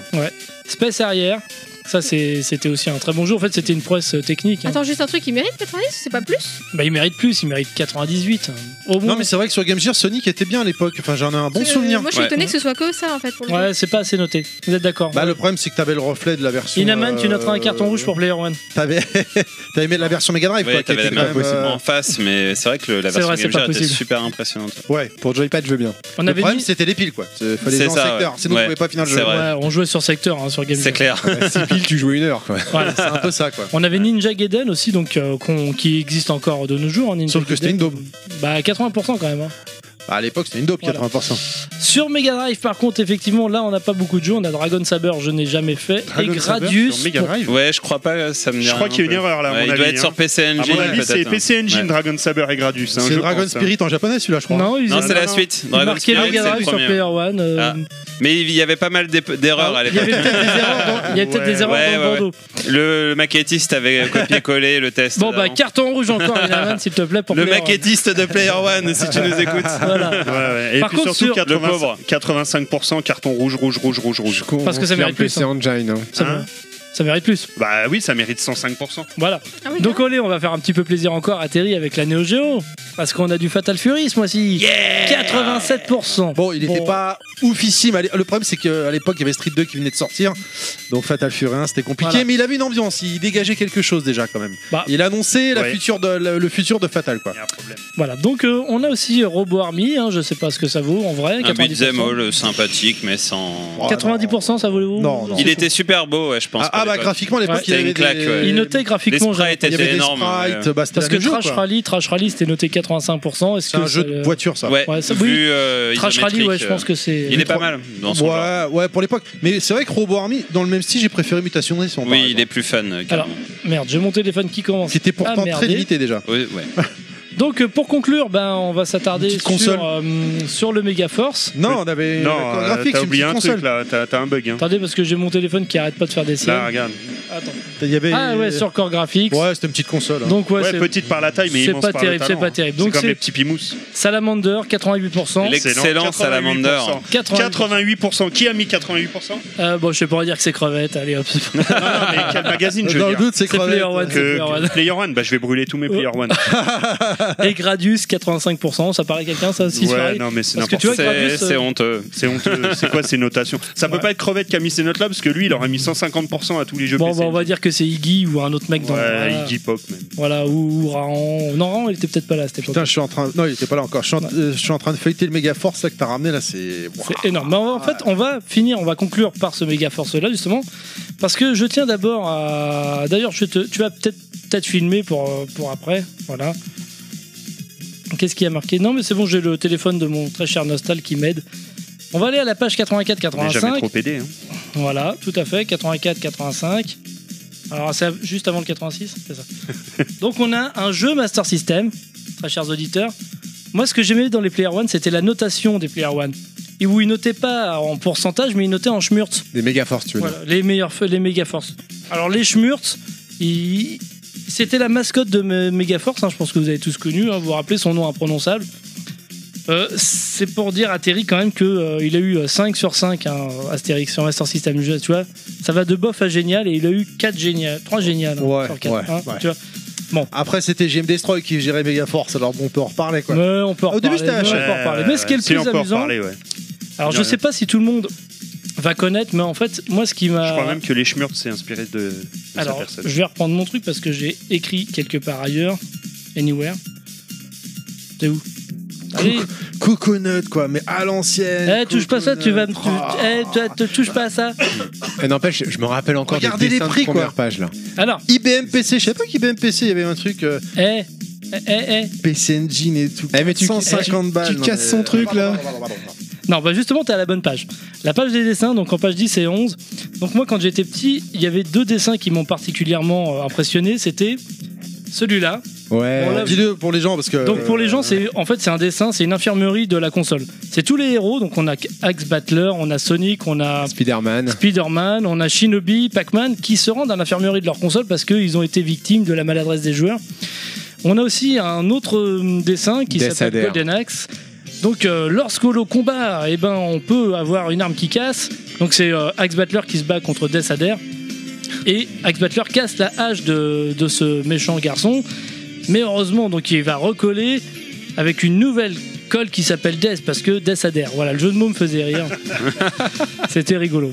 [SPEAKER 5] Space Arrière. Ça, c'est- c'était aussi un très bon jeu. En fait, c'était une prouesse euh, technique. hein.
[SPEAKER 4] Attends, juste un truc, il mérite 90, c'est pas plus
[SPEAKER 5] Bah, il mérite plus, il mérite 98. Au moins.
[SPEAKER 3] Non, mais c'est vrai que sur Game Gear, Sonic était bien à l'époque. Enfin, j'en ai un bon
[SPEAKER 4] Euh,
[SPEAKER 3] souvenir.
[SPEAKER 4] Moi, je suis
[SPEAKER 8] Ouais.
[SPEAKER 4] étonnée que ce soit que ça en fait pour le
[SPEAKER 5] Ouais, c'est pas assez noté. Vous êtes d'accord
[SPEAKER 3] Bah, le problème, c'est que t'avais le reflet de la version.
[SPEAKER 5] Inaman, tu noteras un
[SPEAKER 3] euh,
[SPEAKER 5] carton rouge pour Player One.
[SPEAKER 3] T'avais <laughs> t'avais mis la version Mega Drive, quoi,
[SPEAKER 8] Ouais,
[SPEAKER 3] qui
[SPEAKER 8] t'avais la
[SPEAKER 3] était quand
[SPEAKER 8] main
[SPEAKER 3] même, euh,
[SPEAKER 8] en face, mais c'est vrai que le- la
[SPEAKER 5] C'est
[SPEAKER 8] version
[SPEAKER 5] vrai, c'est
[SPEAKER 8] Game Gear
[SPEAKER 5] pas
[SPEAKER 8] était
[SPEAKER 5] possible.
[SPEAKER 8] super impressionnante.
[SPEAKER 3] Ouais, pour Joypad, je veux bien.
[SPEAKER 5] On
[SPEAKER 3] le
[SPEAKER 5] avait
[SPEAKER 3] problème,
[SPEAKER 5] dit.
[SPEAKER 3] c'était les piles, quoi. C'est- Fallait
[SPEAKER 8] C'est
[SPEAKER 3] les
[SPEAKER 8] ça,
[SPEAKER 3] secteur,
[SPEAKER 8] ouais.
[SPEAKER 3] sinon
[SPEAKER 8] Ouais.
[SPEAKER 3] tu pouvais pas finir le
[SPEAKER 8] C'est
[SPEAKER 3] jeu.
[SPEAKER 8] vrai.
[SPEAKER 5] Ouais, on jouait sur secteur, hein, sur Game
[SPEAKER 8] C'est
[SPEAKER 5] Gear.
[SPEAKER 8] clair.
[SPEAKER 7] Si pile, tu jouais une heure. Quoi.
[SPEAKER 5] Voilà.
[SPEAKER 3] <laughs> C'est un peu ça, quoi.
[SPEAKER 5] On avait Ninja Gaiden aussi, donc euh, qu'on- qui existe encore de nos jours. hein, Ninja
[SPEAKER 3] Sauf que c'était une
[SPEAKER 5] Gaiden.
[SPEAKER 3] daube.
[SPEAKER 5] Bah 80% quand même. hein.
[SPEAKER 3] Bah, à l'époque, c'était une daube,
[SPEAKER 5] Voilà.
[SPEAKER 3] 80%.
[SPEAKER 5] Sur Mega Drive, par contre, effectivement, là on n'a pas beaucoup de jeux. On a Dragon Saber, je n'ai jamais fait.
[SPEAKER 6] Dragon
[SPEAKER 5] et
[SPEAKER 6] Saber
[SPEAKER 5] Gradius.
[SPEAKER 6] sur Mega
[SPEAKER 5] pour-
[SPEAKER 6] Drive.
[SPEAKER 8] Ouais, je crois pas, ça me dit
[SPEAKER 6] Je
[SPEAKER 8] rien
[SPEAKER 6] crois
[SPEAKER 8] non
[SPEAKER 6] qu'il y a une
[SPEAKER 8] plus.
[SPEAKER 6] erreur là. à
[SPEAKER 8] Ouais,
[SPEAKER 6] mon
[SPEAKER 8] il
[SPEAKER 6] avis,
[SPEAKER 8] doit être
[SPEAKER 6] hein.
[SPEAKER 8] sur PC
[SPEAKER 6] À
[SPEAKER 8] Engine.
[SPEAKER 6] mon avis,
[SPEAKER 8] peut-être,
[SPEAKER 6] c'est
[SPEAKER 8] hein.
[SPEAKER 6] PC Engine,
[SPEAKER 8] Ouais.
[SPEAKER 6] Dragon Saber et Gradius. hein,
[SPEAKER 3] C'est
[SPEAKER 6] je
[SPEAKER 3] Dragon
[SPEAKER 6] pense, hein.
[SPEAKER 3] Spirit en japonais, celui-là, je crois.
[SPEAKER 5] Non, ils
[SPEAKER 8] Non,
[SPEAKER 5] ont
[SPEAKER 8] c'est la suite. Dragon
[SPEAKER 5] marqué
[SPEAKER 8] Spirit,
[SPEAKER 5] Mega
[SPEAKER 8] c'est le
[SPEAKER 5] Drive sur
[SPEAKER 8] premier.
[SPEAKER 5] Player One. euh,
[SPEAKER 8] Ah, Mais il y avait pas mal d'ép- d'erreurs à
[SPEAKER 5] Ah, Il y avait
[SPEAKER 8] l'époque.
[SPEAKER 5] peut-être des erreurs dans, il y avait peut-être des erreurs
[SPEAKER 8] Ouais,
[SPEAKER 5] dans le
[SPEAKER 8] ouais, ouais.
[SPEAKER 5] bandeau.
[SPEAKER 8] Le, le maquettiste
[SPEAKER 5] <laughs>
[SPEAKER 8] avait copié-collé le test.
[SPEAKER 5] Bon, bah
[SPEAKER 8] d'avant.
[SPEAKER 5] carton rouge encore, Inaman, s'il te plaît, pour
[SPEAKER 8] le
[SPEAKER 5] Player One.
[SPEAKER 8] maquettiste de
[SPEAKER 5] <laughs>
[SPEAKER 8] Player One, si tu nous écoutes.
[SPEAKER 5] Voilà.
[SPEAKER 6] Ouais, ouais. Et
[SPEAKER 5] Par
[SPEAKER 6] puis
[SPEAKER 5] contre,
[SPEAKER 6] surtout
[SPEAKER 5] sur-
[SPEAKER 8] Le
[SPEAKER 6] 80
[SPEAKER 8] pauvre.
[SPEAKER 6] 85% carton rouge, rouge, rouge, rouge, rouge.
[SPEAKER 5] Parce que ça mérite plus,
[SPEAKER 7] C'est Engine. hein.
[SPEAKER 5] Ça,
[SPEAKER 6] Hein
[SPEAKER 5] ça mérite plus.
[SPEAKER 6] Bah oui, ça mérite 105%.
[SPEAKER 5] Voilà.
[SPEAKER 4] coup. Ah oui,
[SPEAKER 5] Donc
[SPEAKER 4] donc,
[SPEAKER 5] allez, on va faire un petit peu plaisir encore à Terry avec la Neo Geo parce qu'on a du Fatal Fury ce mois-ci. 87%.
[SPEAKER 3] Bon, il n'était
[SPEAKER 5] Bon.
[SPEAKER 3] pas oufissime. à l'é- Le problème, c'est qu'à l'époque, il y avait Street 2 qui venait de sortir. Donc Fatal Fury 1, c'était compliqué.
[SPEAKER 5] Voilà.
[SPEAKER 3] Mais il avait une ambiance. Il dégageait quelque chose déjà, quand même.
[SPEAKER 5] Bah.
[SPEAKER 3] Il annonçait la
[SPEAKER 6] Ouais.
[SPEAKER 3] future de, le, le futur de Fatal, quoi.
[SPEAKER 6] Il y a un problème.
[SPEAKER 5] Voilà. Donc euh, on a aussi Robo Army, hein, je sais pas ce que ça vaut en vrai.
[SPEAKER 8] Un beat'em
[SPEAKER 5] 90%.
[SPEAKER 8] all sympathique, mais sans.
[SPEAKER 3] Oh,
[SPEAKER 5] 90% ça vaut le coup
[SPEAKER 3] Non, non.
[SPEAKER 8] Il était super beau, ouais, je pense.
[SPEAKER 3] Ah, ah,
[SPEAKER 8] pour
[SPEAKER 3] bah,
[SPEAKER 8] l'époque.
[SPEAKER 3] graphiquement, à l'époque,
[SPEAKER 5] Ouais,
[SPEAKER 3] il
[SPEAKER 8] c'était
[SPEAKER 3] avait
[SPEAKER 8] une claque,
[SPEAKER 3] des-
[SPEAKER 8] ouais.
[SPEAKER 5] Il notait
[SPEAKER 8] Les
[SPEAKER 5] graphiquement.
[SPEAKER 8] sprites
[SPEAKER 5] j'aurais-
[SPEAKER 3] Il y avait
[SPEAKER 8] étaient
[SPEAKER 3] des
[SPEAKER 8] énormes. euh.
[SPEAKER 3] sprites.
[SPEAKER 8] ouais.
[SPEAKER 3] Bah, c'était
[SPEAKER 5] Parce
[SPEAKER 3] la
[SPEAKER 5] que
[SPEAKER 3] même chose,
[SPEAKER 5] Trash
[SPEAKER 3] quoi.
[SPEAKER 5] Rally, Trash Rally c'était noté 85%. Est-ce
[SPEAKER 3] C'est
[SPEAKER 5] que
[SPEAKER 3] un jeu
[SPEAKER 5] ça-
[SPEAKER 3] de voiture, ça.
[SPEAKER 8] Ouais,
[SPEAKER 5] Ouais, ça- oui.
[SPEAKER 8] vu euh,
[SPEAKER 5] Trash Rally,
[SPEAKER 8] isométrique,
[SPEAKER 5] ouais, je pense
[SPEAKER 8] euh,
[SPEAKER 5] que c'est.
[SPEAKER 8] Il est pas
[SPEAKER 3] Trois-
[SPEAKER 8] mal dans son genre.
[SPEAKER 3] Ouais, ouais, pour l'époque. Mais c'est vrai que Robo Army, dans le même style, j'ai préféré Mutation Nation. par
[SPEAKER 8] Oui, il est
[SPEAKER 3] exemple.
[SPEAKER 8] plus fun. euh,
[SPEAKER 5] Alors,
[SPEAKER 8] carrément.
[SPEAKER 5] Merde, j'ai mon téléphone qui commence.
[SPEAKER 3] Qui était pourtant
[SPEAKER 5] Ah, merde.
[SPEAKER 3] très limité déjà.
[SPEAKER 8] Oui, ouais.
[SPEAKER 5] Donc euh, pour conclure, ben on va s'attarder
[SPEAKER 3] Une
[SPEAKER 5] sur,
[SPEAKER 3] petite console.
[SPEAKER 5] euh, sur le Mega Force.
[SPEAKER 3] Non, on avait
[SPEAKER 6] Non,
[SPEAKER 3] le
[SPEAKER 6] euh,
[SPEAKER 3] graphique,
[SPEAKER 6] t'as
[SPEAKER 3] c'est une
[SPEAKER 6] oublié
[SPEAKER 3] petite
[SPEAKER 6] un
[SPEAKER 3] console.
[SPEAKER 6] truc là, t'as t'as un bug. Hein.
[SPEAKER 5] Attendez parce que j'ai mon téléphone qui arrête pas de faire des
[SPEAKER 6] Là,
[SPEAKER 5] siennes.
[SPEAKER 6] regarde.
[SPEAKER 5] Attends.
[SPEAKER 3] Il y avait...
[SPEAKER 5] Ah ouais, sur Core Graphics.
[SPEAKER 3] Ouais, c'était une petite console. hein.
[SPEAKER 5] Donc ouais,
[SPEAKER 6] Ouais,
[SPEAKER 5] c'est
[SPEAKER 6] petite par la taille, mais
[SPEAKER 5] c'est
[SPEAKER 6] immense
[SPEAKER 5] pas
[SPEAKER 6] par le
[SPEAKER 5] terrible,
[SPEAKER 6] talent. hein.
[SPEAKER 5] c'est pas terrible. Donc
[SPEAKER 6] C'est comme
[SPEAKER 5] c'est-
[SPEAKER 6] les petits pimousses.
[SPEAKER 5] Salamander 88%.
[SPEAKER 8] Les- Excellent, Salamander.
[SPEAKER 5] 80...
[SPEAKER 6] 88%. Qui a mis 88%
[SPEAKER 5] Euh, bon, je sais pas on va dire que c'est crevette. Allez hop. c'est
[SPEAKER 6] Non, non, mais quel magazine, je
[SPEAKER 3] Dans
[SPEAKER 6] veux
[SPEAKER 3] le
[SPEAKER 6] dire
[SPEAKER 3] doute, c'est
[SPEAKER 5] Player
[SPEAKER 3] crevette.
[SPEAKER 5] One, c'est
[SPEAKER 6] que
[SPEAKER 5] Player One.
[SPEAKER 6] que Player One, bah je vais brûler tous mes Player
[SPEAKER 5] <laughs>
[SPEAKER 6] One.
[SPEAKER 5] Et Gradius 85%. Ça paraît quelqu'un ça aussi ce
[SPEAKER 6] ouais,
[SPEAKER 5] pareil
[SPEAKER 6] non mais c'est
[SPEAKER 5] Parce que
[SPEAKER 6] n'importe
[SPEAKER 5] tu vois,
[SPEAKER 8] C'est
[SPEAKER 5] Gradius, euh,
[SPEAKER 8] c'est honteux.
[SPEAKER 6] C'est honteux, c'est quoi ces notations Ça peut
[SPEAKER 5] Ouais.
[SPEAKER 6] pas être Crevette qui a mis ces notes là parce que lui il aurait mis 150% à tous les jeux
[SPEAKER 5] Bon, Euh,
[SPEAKER 6] PC.
[SPEAKER 5] bah, on va dire que c'est Iggy ou un autre mec dans
[SPEAKER 6] ouais,
[SPEAKER 5] le.
[SPEAKER 6] Iggy Pop même.
[SPEAKER 5] Voilà, ou, ou Raon. Non, Raon, il était peut-être pas là à cette époque.
[SPEAKER 3] Putain, je suis en train. Non, il était pas là encore. Je suis en, euh, je suis en train de feuilleter le méga force là que t'as ramené là. C'est.
[SPEAKER 5] C'est énorme. Mais en fait, on va finir, on va conclure par ce méga force là justement, parce que je tiens d'abord à. D'ailleurs, je te, tu vas peut-être peut-être filmer pour euh, pour après, voilà. Qu'est-ce qui a marqué Non, mais c'est bon, j'ai le téléphone de mon très cher Nostal qui m'aide. On va aller à la page
[SPEAKER 6] On est jamais
[SPEAKER 5] 84-85.
[SPEAKER 6] trop pédé. Hein.
[SPEAKER 5] Voilà, tout à fait, 84-85. Alors, c'est juste avant le 86, c'est ça. Donc, on a un jeu Master System, très chers auditeurs. Moi, ce que j'aimais dans les Player One, c'était la notation des Player One. Et où ils notaient pas en pourcentage, mais ils notaient en schmurts.
[SPEAKER 7] Des méga forces, tu veux
[SPEAKER 5] Voilà, les meilleurs feux, les Megaforce. Alors, les schmurts, ils- c'était la mascotte de Me- Megaforce, hein, je pense que vous avez tous connu, hein, vous vous rappelez son nom imprononçable. Euh, c'est pour dire à Terry quand même que euh, il a eu euh, 5 sur 5 hein, Astérix sur Master System. Je- Tu vois, ça va de bof à génial et il a eu 4 génial, 3 génial hein,
[SPEAKER 3] Ouais,
[SPEAKER 5] sur 4.
[SPEAKER 3] ouais, ouais.
[SPEAKER 5] Tu vois.
[SPEAKER 3] Après, c'était GM Destroy qui gérait méga force, alors bon, on peut en reparler quoi.
[SPEAKER 5] Mais euh, on peut en
[SPEAKER 3] Au début,
[SPEAKER 5] reparler,
[SPEAKER 3] j'étais à
[SPEAKER 5] ouais,
[SPEAKER 3] chaud.
[SPEAKER 5] on peut en reparler. Mais ce qui est le
[SPEAKER 6] Si, on
[SPEAKER 5] plus
[SPEAKER 6] peut en
[SPEAKER 5] amusant,
[SPEAKER 6] reparler, ouais.
[SPEAKER 5] alors je sais pas si tout le monde va connaître, mais en fait, moi ce qui m'a.
[SPEAKER 6] Je crois même que les Schmurts s'est inspiré de, de sa
[SPEAKER 5] Euh, Alors,
[SPEAKER 6] personne.
[SPEAKER 5] je vais reprendre mon truc parce que j'ai écrit quelque part ailleurs, anywhere. T'es où Allez,
[SPEAKER 3] Coconut quoi, mais à l'ancienne.
[SPEAKER 5] eh, touche pas ça, tu vas me. tu-
[SPEAKER 3] Ah.
[SPEAKER 5] eh, toi, te touche pas à ça.
[SPEAKER 7] Et N'empêche, je me rappelle encore
[SPEAKER 3] Regardez
[SPEAKER 7] des
[SPEAKER 3] les
[SPEAKER 7] dessins
[SPEAKER 3] prix,
[SPEAKER 7] de première
[SPEAKER 3] quoi.
[SPEAKER 7] page là.
[SPEAKER 5] Alors,
[SPEAKER 3] IBM PC, je savais pas qu'IBM PC, il y avait un truc euh,
[SPEAKER 5] eh, eh, eh, eh.
[SPEAKER 3] PC Engine et tout.
[SPEAKER 7] Eh, mais tu-
[SPEAKER 3] 150 balles.
[SPEAKER 7] tu
[SPEAKER 3] non,
[SPEAKER 7] casses
[SPEAKER 3] mais-
[SPEAKER 5] euh.
[SPEAKER 7] son truc, là.
[SPEAKER 3] Pardon, pardon, pardon,
[SPEAKER 5] Non, bah justement, t'es à la bonne page. La page des dessins, donc en page 10 et 11. Donc moi, quand j'étais petit, il y avait deux dessins qui m'ont particulièrement euh, impressionné. C'était celui-là.
[SPEAKER 7] Ouais.
[SPEAKER 5] On
[SPEAKER 3] pardon.
[SPEAKER 5] l'a-
[SPEAKER 3] Dis-le pour les gens parce que.
[SPEAKER 5] Donc pour les gens, c'est en fait c'est un dessin, c'est une infirmerie de la console. C'est tous les héros. Donc on a Axe Battler, on a Sonic, on a
[SPEAKER 7] Spider-Man.
[SPEAKER 5] Spider-Man, on a Shinobi, Pac-Man qui se rendent à l'infirmerie de leur console parce qu'ils ont été victimes de la maladresse des joueurs. On a aussi un autre euh, dessin qui
[SPEAKER 7] Death
[SPEAKER 5] s'appelle
[SPEAKER 7] Adder.
[SPEAKER 5] Golden Axe. Donc euh, lorsque l'on combat, eh ben, on peut avoir une arme qui casse. Donc c'est euh, Axe Battler qui se bat contre Death Adder. Et Axe Battler casse la hache de, de ce méchant garçon. Mais heureusement, donc il va recoller avec une nouvelle colle qui s'appelle Death parce que Death Adder. Voilà, le jeu de mots me
[SPEAKER 6] <laughs>
[SPEAKER 5] faisait rire. C'était rigolo.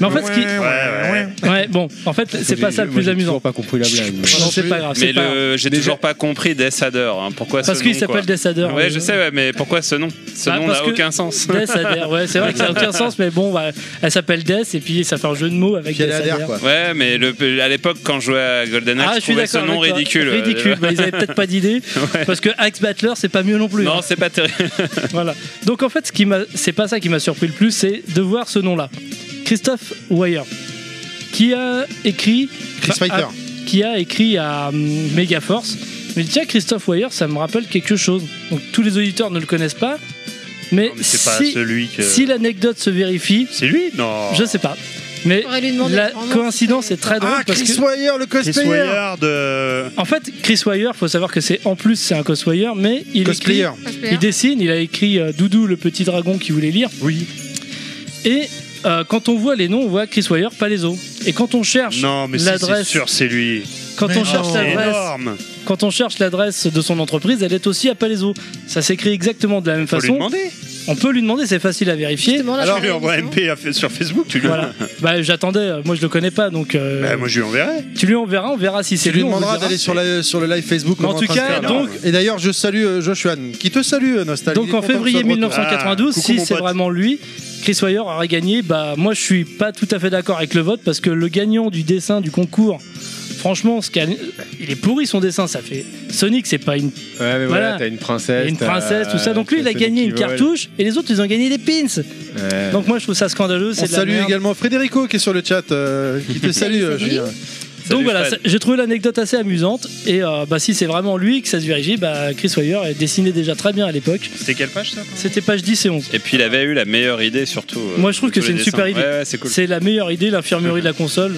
[SPEAKER 5] Mais en fait, ce qui-
[SPEAKER 6] Ouais, ouais.
[SPEAKER 5] Eh, Ouais, bon, en fait, c'est pas ça le
[SPEAKER 7] Moi,
[SPEAKER 5] plus
[SPEAKER 7] j'ai
[SPEAKER 5] amusant.
[SPEAKER 7] toujours pas compris la blague.
[SPEAKER 5] Non, c'est pas grave,
[SPEAKER 8] Mais
[SPEAKER 5] c'est pas grave.
[SPEAKER 8] le, j'ai
[SPEAKER 7] Déjà-
[SPEAKER 8] toujours pas compris Death Adder. hein. Pourquoi
[SPEAKER 5] Parce
[SPEAKER 8] ce
[SPEAKER 5] qu'il
[SPEAKER 8] nom, quoi.
[SPEAKER 5] s'appelle Death Adder.
[SPEAKER 8] Ouais, je sais, ouais, mais pourquoi ce nom Ce
[SPEAKER 5] Bah,
[SPEAKER 8] nom
[SPEAKER 5] parce
[SPEAKER 8] n'a
[SPEAKER 5] que-
[SPEAKER 8] aucun sens.
[SPEAKER 5] Death Adder, ouais, c'est vrai que ça
[SPEAKER 8] <laughs>
[SPEAKER 5] n'a aucun sens, mais bon, bah, elle s'appelle Death et puis ça fait un jeu de mots avec
[SPEAKER 3] Puis elle
[SPEAKER 5] Death
[SPEAKER 3] adhère,
[SPEAKER 5] Adder.
[SPEAKER 3] quoi.
[SPEAKER 8] Ouais, mais le, à l'époque, quand je jouais à GoldenEye,
[SPEAKER 5] Ah,
[SPEAKER 8] je,
[SPEAKER 5] je suis
[SPEAKER 8] trouvais ce
[SPEAKER 5] d'accord.
[SPEAKER 8] nom
[SPEAKER 5] avec toi.
[SPEAKER 8] ridicule.
[SPEAKER 6] euh, <laughs>
[SPEAKER 5] Ridicule, bah, ils avaient peut-être pas d'idée. Parce que Axe Battler, c'est pas mieux non plus. hein.
[SPEAKER 8] Non, c'est pas terrible.
[SPEAKER 5] <laughs> Voilà. Donc en fait, ce qui m'a, c'est pas ça qui m'a surpris le plus, c'est de voir ce nom-là, Christophe Weyer, qui a écrit,
[SPEAKER 3] Chris
[SPEAKER 5] enfin,
[SPEAKER 3] Fighter.
[SPEAKER 5] a- qui a écrit à hum, Megaforce. Mais tiens, Christophe Weyer, ça me rappelle quelque chose. Donc tous les auditeurs ne le connaissent pas, mais,
[SPEAKER 6] Non, mais c'est pas
[SPEAKER 5] si,
[SPEAKER 6] celui que.
[SPEAKER 5] si l'anecdote se vérifie,
[SPEAKER 6] C'est lui Non.
[SPEAKER 5] je sais pas. Mais
[SPEAKER 4] Faudrait lui demander
[SPEAKER 5] la
[SPEAKER 4] vraiment si
[SPEAKER 5] coïncidence
[SPEAKER 4] c'est-
[SPEAKER 5] est très drôle
[SPEAKER 3] Ah,
[SPEAKER 5] parce
[SPEAKER 3] Chris
[SPEAKER 5] que
[SPEAKER 3] Wire, le
[SPEAKER 6] Chris
[SPEAKER 3] cosplayer.
[SPEAKER 6] Wire de.
[SPEAKER 5] en fait, Chris Weyer, faut savoir que c'est en plus c'est un cosplayer, mais il écrit
[SPEAKER 3] Cosplayer.
[SPEAKER 4] cosplayer.
[SPEAKER 5] Il dessine, il a écrit euh, Doudou le petit dragon qui voulait lire.
[SPEAKER 6] Oui.
[SPEAKER 5] Et euh, quand on voit les noms, on voit Chris Wire, Palaiso. Et quand on cherche,
[SPEAKER 6] Non, mais si, c'est
[SPEAKER 5] l'adresse.
[SPEAKER 6] sûr, c'est lui.
[SPEAKER 5] quand on cherche
[SPEAKER 6] C'est
[SPEAKER 5] l'adresse,
[SPEAKER 6] énorme.
[SPEAKER 5] quand on cherche l'adresse de son entreprise, elle est aussi à Palaiso. Ça s'écrit exactement de la même
[SPEAKER 6] Faut lui
[SPEAKER 5] façon.
[SPEAKER 6] demander.
[SPEAKER 5] on peut lui demander, c'est facile à vérifier.
[SPEAKER 4] Justement, là,
[SPEAKER 6] Alors,
[SPEAKER 4] je
[SPEAKER 6] lui
[SPEAKER 4] vais
[SPEAKER 6] envoie
[SPEAKER 4] aller
[SPEAKER 6] MP
[SPEAKER 5] hein.
[SPEAKER 6] à fait- sur Facebook, tu lui.
[SPEAKER 5] Voilà. Bah j'attendais, euh, moi je le connais pas, donc euh,
[SPEAKER 6] Bah, moi, je lui enverrai.
[SPEAKER 5] tu lui enverras, on verra si c'est
[SPEAKER 3] Tu lui
[SPEAKER 5] lui. on vous
[SPEAKER 3] demanderas
[SPEAKER 5] dira.
[SPEAKER 3] d'aller sur, la- sur le live Facebook.
[SPEAKER 5] Mais en
[SPEAKER 3] on
[SPEAKER 5] tout
[SPEAKER 3] est train de
[SPEAKER 5] cas,
[SPEAKER 3] faire, là.
[SPEAKER 5] donc-
[SPEAKER 3] Et d'ailleurs, je salue euh, Joshua, qui te salue, euh, Nostal. Il
[SPEAKER 5] Donc
[SPEAKER 3] est
[SPEAKER 5] en
[SPEAKER 3] content que
[SPEAKER 5] février
[SPEAKER 3] tu sois de retour.
[SPEAKER 5] 1992,
[SPEAKER 6] Ah, coucou,
[SPEAKER 5] si
[SPEAKER 6] mon
[SPEAKER 5] c'est
[SPEAKER 6] pote.
[SPEAKER 5] vraiment lui, Chris Wire aurait gagné. Bah moi je suis pas tout à fait d'accord avec le vote parce que le gagnant du dessin du concours, franchement, ce qu'a- il est pourri son dessin, ça fait Sonic, c'est pas une,
[SPEAKER 7] Ouais, mais voilà,
[SPEAKER 5] Voilà.
[SPEAKER 7] t'as une princesse.
[SPEAKER 5] une
[SPEAKER 7] t'as-
[SPEAKER 5] princesse tout ça. Donc lui il a
[SPEAKER 7] t'as
[SPEAKER 5] gagné
[SPEAKER 7] Sonic
[SPEAKER 5] une
[SPEAKER 7] qui vole.
[SPEAKER 5] cartouche et les autres ils ont gagné des pins.
[SPEAKER 7] Ouais.
[SPEAKER 5] Donc moi je trouve ça scandaleux.
[SPEAKER 3] On
[SPEAKER 5] C'est de la
[SPEAKER 3] salue
[SPEAKER 5] merde.
[SPEAKER 3] également Frédérico qui est sur le chat, euh, qui te salue, euh, Julien.
[SPEAKER 5] Donc
[SPEAKER 8] Salut,
[SPEAKER 5] voilà,
[SPEAKER 8] Fred.
[SPEAKER 5] ça- j'ai trouvé l'anecdote assez amusante et euh, bah si c'est vraiment lui que ça se vérifie, bah Chris Wire elle dessinait déjà très bien à l'époque.
[SPEAKER 6] C'était quelle page, ça
[SPEAKER 5] C'était page 10 et 11.
[SPEAKER 8] Et puis il avait eu la meilleure idée surtout. euh,
[SPEAKER 5] Moi, je trouve
[SPEAKER 8] de
[SPEAKER 5] que
[SPEAKER 8] tous
[SPEAKER 5] c'est
[SPEAKER 8] les
[SPEAKER 5] une super
[SPEAKER 8] dessins.
[SPEAKER 5] idée.
[SPEAKER 8] Ouais, ouais, c'est cool.
[SPEAKER 5] C'est la meilleure idée, l'infirmerie de la console.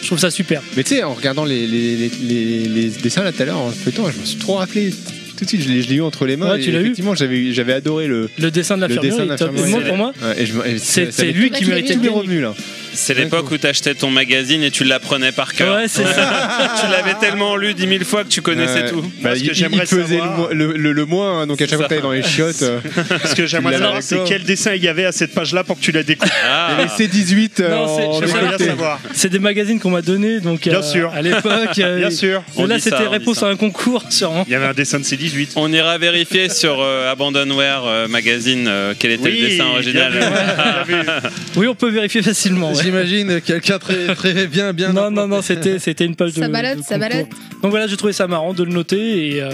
[SPEAKER 5] Je trouve ça super.
[SPEAKER 7] Mais tu sais, en regardant les, les, les, les- les dessins là tout à l'heure, en feuilletant, je me suis trop rappelé. Tout de suite, je l'ai je l'ai eu entre les mains.
[SPEAKER 5] Ouais,
[SPEAKER 7] et
[SPEAKER 5] tu l'as eu
[SPEAKER 7] effectivement, j'avais j'avais adoré le.
[SPEAKER 5] Le dessin de
[SPEAKER 7] Le dessin
[SPEAKER 5] l'infirmerie
[SPEAKER 7] de
[SPEAKER 5] est top. Et
[SPEAKER 7] l'infirmerie,
[SPEAKER 5] moi,
[SPEAKER 8] c'est-
[SPEAKER 5] pour moi,
[SPEAKER 7] ouais, et je me- et
[SPEAKER 5] c'est
[SPEAKER 7] ça
[SPEAKER 5] c'est
[SPEAKER 7] m'est-
[SPEAKER 5] lui qui
[SPEAKER 4] tous les
[SPEAKER 5] méritait le
[SPEAKER 7] tous mes
[SPEAKER 5] gagner.
[SPEAKER 7] revenus là.
[SPEAKER 8] C'est l'époque où t'achetais ton magazine et tu l'apprenais par cœur.
[SPEAKER 5] Ouais, c'est ça.
[SPEAKER 8] <laughs> tu l'avais tellement lu dix mille fois que tu connaissais
[SPEAKER 7] Ouais.
[SPEAKER 8] tout.
[SPEAKER 7] Bah,
[SPEAKER 6] Moi, ce
[SPEAKER 7] il,
[SPEAKER 6] que j'aimerais
[SPEAKER 7] il pesait le
[SPEAKER 6] savoir-
[SPEAKER 7] moins- le, le- le moins, hein, donc à
[SPEAKER 8] C'est
[SPEAKER 7] chaque fois
[SPEAKER 8] ça.
[SPEAKER 7] que t'allais
[SPEAKER 6] <laughs>
[SPEAKER 7] dans les chiottes, euh,
[SPEAKER 6] Ce que j'aimerais
[SPEAKER 7] l'as
[SPEAKER 6] savoir,
[SPEAKER 7] avec
[SPEAKER 6] c'est
[SPEAKER 7] toi.
[SPEAKER 6] quel dessin il y avait à cette page-là pour que tu la découvres.
[SPEAKER 7] il y
[SPEAKER 8] Ah,
[SPEAKER 7] avait C18 euh,
[SPEAKER 5] Non, c'est-
[SPEAKER 7] en
[SPEAKER 6] J'aimerais
[SPEAKER 5] je sais pas.
[SPEAKER 6] bien
[SPEAKER 7] décolleté.
[SPEAKER 6] savoir.
[SPEAKER 5] C'est des magazines qu'on m'a donné donc
[SPEAKER 6] Bien
[SPEAKER 5] euh,
[SPEAKER 6] sûr. <laughs>
[SPEAKER 5] à l'époque. euh,
[SPEAKER 6] Bien sûr.
[SPEAKER 5] et
[SPEAKER 8] On
[SPEAKER 5] Là,
[SPEAKER 8] dit ça, hein.
[SPEAKER 5] c'était
[SPEAKER 8] on dit
[SPEAKER 5] réponse
[SPEAKER 8] ça.
[SPEAKER 5] à un concours, sûrement.
[SPEAKER 6] Il y avait un dessin de C18.
[SPEAKER 8] on ira vérifier sur euh, Abandonware euh, Magazine euh, quel était le dessin
[SPEAKER 6] bien vu,
[SPEAKER 8] original.
[SPEAKER 6] bien vu.
[SPEAKER 5] Oui, on peut vérifier facilement. ouais.
[SPEAKER 3] J'imagine quelqu'un très, très bien, bien.
[SPEAKER 5] Non, non, non, c'était c'était une page de.
[SPEAKER 4] Ça balade,
[SPEAKER 5] de
[SPEAKER 4] ça
[SPEAKER 5] concours.
[SPEAKER 4] balade.
[SPEAKER 5] Donc voilà, j'ai trouvé ça marrant de le noter et. euh,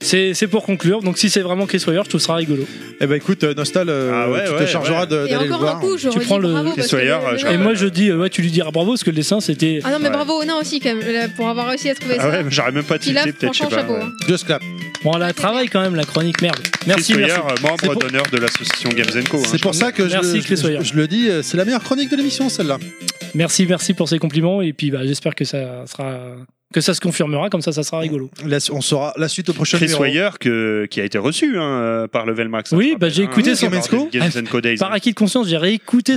[SPEAKER 5] c'est c'est pour conclure, donc si c'est vraiment Chris Wire, je trouve ça rigolo.
[SPEAKER 3] Eh ben écoute, euh, Nostal, euh,
[SPEAKER 6] Ah ouais,
[SPEAKER 3] tu te
[SPEAKER 6] ouais,
[SPEAKER 3] chargeras
[SPEAKER 6] ouais.
[SPEAKER 3] de-
[SPEAKER 4] Et
[SPEAKER 3] d'aller le
[SPEAKER 4] encore un
[SPEAKER 3] voir.
[SPEAKER 4] coup, je
[SPEAKER 5] Tu prends le-
[SPEAKER 4] Bravo,
[SPEAKER 5] Chris
[SPEAKER 4] parce que
[SPEAKER 6] Sawyer,
[SPEAKER 4] le- le-
[SPEAKER 6] je
[SPEAKER 5] Et
[SPEAKER 6] Ouais.
[SPEAKER 5] moi je dis, euh, ouais, tu lui diras bravo parce que le dessin c'était.
[SPEAKER 4] Ah non, mais
[SPEAKER 6] Ouais.
[SPEAKER 4] bravo Onan aussi, quand même, là, pour avoir réussi à trouver
[SPEAKER 6] Ah ouais,
[SPEAKER 4] ça.
[SPEAKER 6] mais j'aurais même pas
[SPEAKER 4] Il a
[SPEAKER 6] tilté, peut-être, je sais
[SPEAKER 4] franchement Ah,
[SPEAKER 6] pas.
[SPEAKER 4] chapeau.
[SPEAKER 6] ouais.
[SPEAKER 4] hein.
[SPEAKER 3] Just clap.
[SPEAKER 5] Bon, là, travaille quand même la chronique, merde. Merci,
[SPEAKER 6] Chris
[SPEAKER 5] merci.
[SPEAKER 6] Wire, membre
[SPEAKER 5] C'est pour-
[SPEAKER 6] d'honneur de l'association Games Co. hein,
[SPEAKER 3] C'est
[SPEAKER 6] je
[SPEAKER 3] pour
[SPEAKER 6] pense.
[SPEAKER 3] ça que je,
[SPEAKER 5] Merci,
[SPEAKER 3] je,
[SPEAKER 5] Chris Wire.
[SPEAKER 3] je- je le dis, euh, c'est la meilleure chronique de l'émission celle-là.
[SPEAKER 5] Merci, merci pour ces compliments et puis bah, j'espère que ça sera que ça se confirmera, comme ça, ça sera rigolo.
[SPEAKER 3] La su- on saura la suite au prochain
[SPEAKER 6] Chris
[SPEAKER 3] numéro.
[SPEAKER 6] Wire que, qui a été reçu hein, euh, par Level Max.
[SPEAKER 5] Oui,
[SPEAKER 6] je te
[SPEAKER 5] bah, j'ai
[SPEAKER 6] rappelle,
[SPEAKER 5] écouté
[SPEAKER 6] hein,
[SPEAKER 3] son
[SPEAKER 6] par
[SPEAKER 3] Mezco.
[SPEAKER 6] des Games and hein. Codays.
[SPEAKER 5] Par acquis de conscience, j'ai réécouté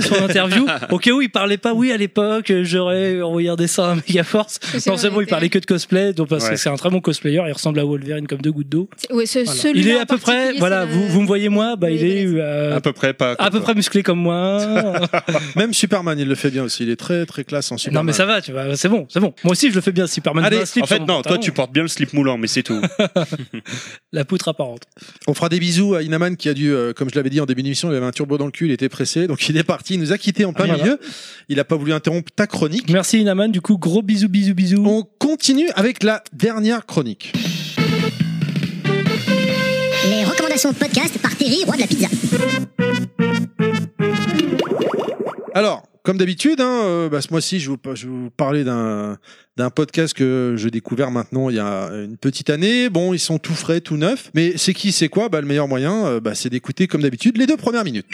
[SPEAKER 6] <laughs>
[SPEAKER 5] son interview. Au cas où il parlait pas, oui, à l'époque, euh, j'aurais regardé ça à Megaforce.
[SPEAKER 4] Parce que c'est
[SPEAKER 5] Forcément,
[SPEAKER 4] vrai,
[SPEAKER 5] il parlait que de cosplay, donc parce que
[SPEAKER 6] Ouais.
[SPEAKER 5] c'est un très bon cosplayer. Il ressemble à Wolverine comme deux gouttes d'eau.
[SPEAKER 4] c'est- ouais, ce-
[SPEAKER 5] Voilà.
[SPEAKER 4] celui-là
[SPEAKER 5] Il est
[SPEAKER 4] en
[SPEAKER 5] à peu près,
[SPEAKER 4] particulier,
[SPEAKER 5] voilà,
[SPEAKER 4] c'est
[SPEAKER 5] vous,
[SPEAKER 4] le-
[SPEAKER 5] vous me voyez moi, bah, il est euh,
[SPEAKER 6] À peu près Ah, pas.
[SPEAKER 5] à peu près musclé
[SPEAKER 6] <laughs>
[SPEAKER 5] comme moi.
[SPEAKER 3] <laughs> Même Superman, il le fait bien aussi. Il est très très classe en
[SPEAKER 5] non
[SPEAKER 3] Superman.
[SPEAKER 5] mais ça va, tu vois, c'est bon, c'est bon. Moi aussi, je le fais bien. Superman
[SPEAKER 6] Allez,
[SPEAKER 5] met un slip
[SPEAKER 6] en fait,
[SPEAKER 5] sur mon
[SPEAKER 6] non, toi
[SPEAKER 5] pantalon.
[SPEAKER 6] tu portes bien le slip moulant, mais c'est tout.
[SPEAKER 5] <laughs> la poutre apparente.
[SPEAKER 3] On fera des bisous à Inaman qui a dû, euh, comme je l'avais dit en début d'émission, il avait un turbo dans le cul, il était pressé, donc il est parti, il nous a quittés en plein
[SPEAKER 5] Ah, voilà.
[SPEAKER 3] milieu. Il a pas voulu interrompre ta chronique.
[SPEAKER 5] Merci Inaman, du coup, gros bisous, bisous, bisous.
[SPEAKER 3] On continue avec la dernière chronique.
[SPEAKER 1] Les recommandations podcast par Terry, roi de la pizza.
[SPEAKER 3] Alors, comme d'habitude, hein, euh, bah, ce mois-ci, je, vous- je vais vous parler d'un d'un podcast que j'ai découvert maintenant il y a une petite année. Bon, ils sont tout frais, tout neufs. Mais c'est qui, c'est quoi bah, Le meilleur moyen, euh, bah, c'est d'écouter, comme d'habitude, les deux premières minutes.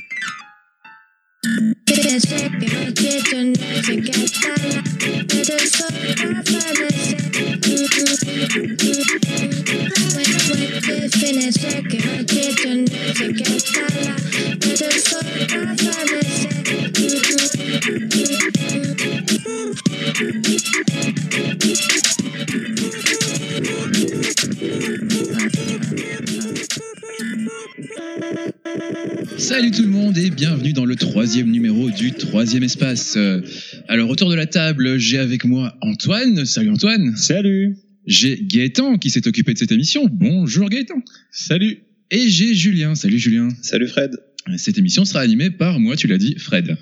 [SPEAKER 9] Salut tout le monde et bienvenue dans le troisième numéro du troisième espace. Euh, Alors autour de la table, j'ai avec moi Antoine. Salut Antoine.
[SPEAKER 10] Salut
[SPEAKER 9] J'ai Gaëtan qui s'est occupé de cette émission. Bonjour Gaëtan.
[SPEAKER 10] Salut
[SPEAKER 9] Et j'ai Julien. Salut Julien.
[SPEAKER 10] Salut Fred
[SPEAKER 9] Cette émission sera animée par moi, tu l'as dit, Fred.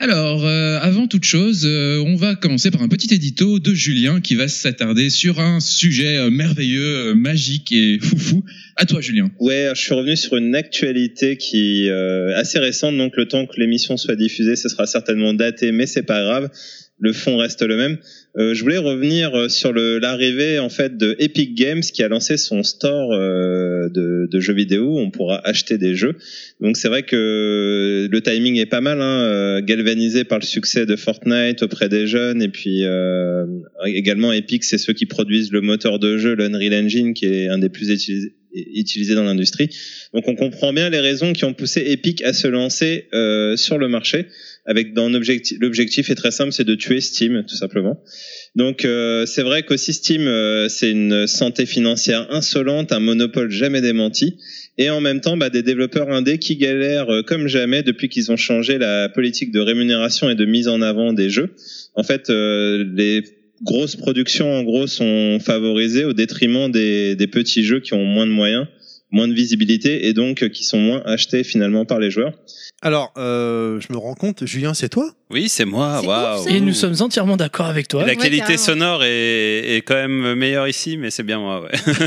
[SPEAKER 9] Alors, euh, avant toute chose, euh, on va commencer par un petit édito de Julien qui va s'attarder sur un sujet euh, merveilleux, euh, magique et foufou. À toi, Julien.
[SPEAKER 10] Ouais, je suis revenu sur une actualité qui est assez récente, donc le temps que l'émission soit diffusée, ce sera certainement daté, mais c'est pas grave, le fond reste le même. Euh, je voulais revenir euh, sur le- l'arrivée en fait de Epic Games qui a lancé son store euh, de, de jeux vidéo, où on pourra acheter des jeux. Donc c'est vrai que le timing est pas mal, hein, euh, galvanisé par le succès de Fortnite auprès des jeunes, et puis euh, également Epic, c'est ceux qui produisent le moteur de jeu, l'Unreal Engine, qui est un des plus utilisés utilisés dans l'industrie. Donc on comprend bien les raisons qui ont poussé Epic à se lancer euh, sur le marché. Avec dans l'objectif, l'objectif est très simple, c'est de tuer Steam tout simplement. Donc euh, c'est vrai qu'aussi Steam, euh, c'est une santé financière insolente, un monopole jamais démenti, et en même temps bah, des développeurs indés qui galèrent euh, comme jamais depuis qu'ils ont changé la politique de rémunération et de mise en avant des jeux. En fait, euh, les grosses productions en gros sont favorisées au détriment des, des petits jeux qui ont moins de moyens, moins de visibilité et donc euh, qui sont moins achetés finalement par les joueurs.
[SPEAKER 3] Alors, euh, je me rends compte, Julien, c'est toi
[SPEAKER 8] Oui, c'est moi.
[SPEAKER 4] C'est
[SPEAKER 8] Ah, Waouh.
[SPEAKER 4] ouf, ça.
[SPEAKER 5] Et nous sommes entièrement d'accord avec toi.
[SPEAKER 8] La
[SPEAKER 4] Ouais,
[SPEAKER 8] qualité
[SPEAKER 4] carrément.
[SPEAKER 8] sonore est, est quand même meilleure ici, mais c'est bien moi. Ouais.
[SPEAKER 3] <laughs>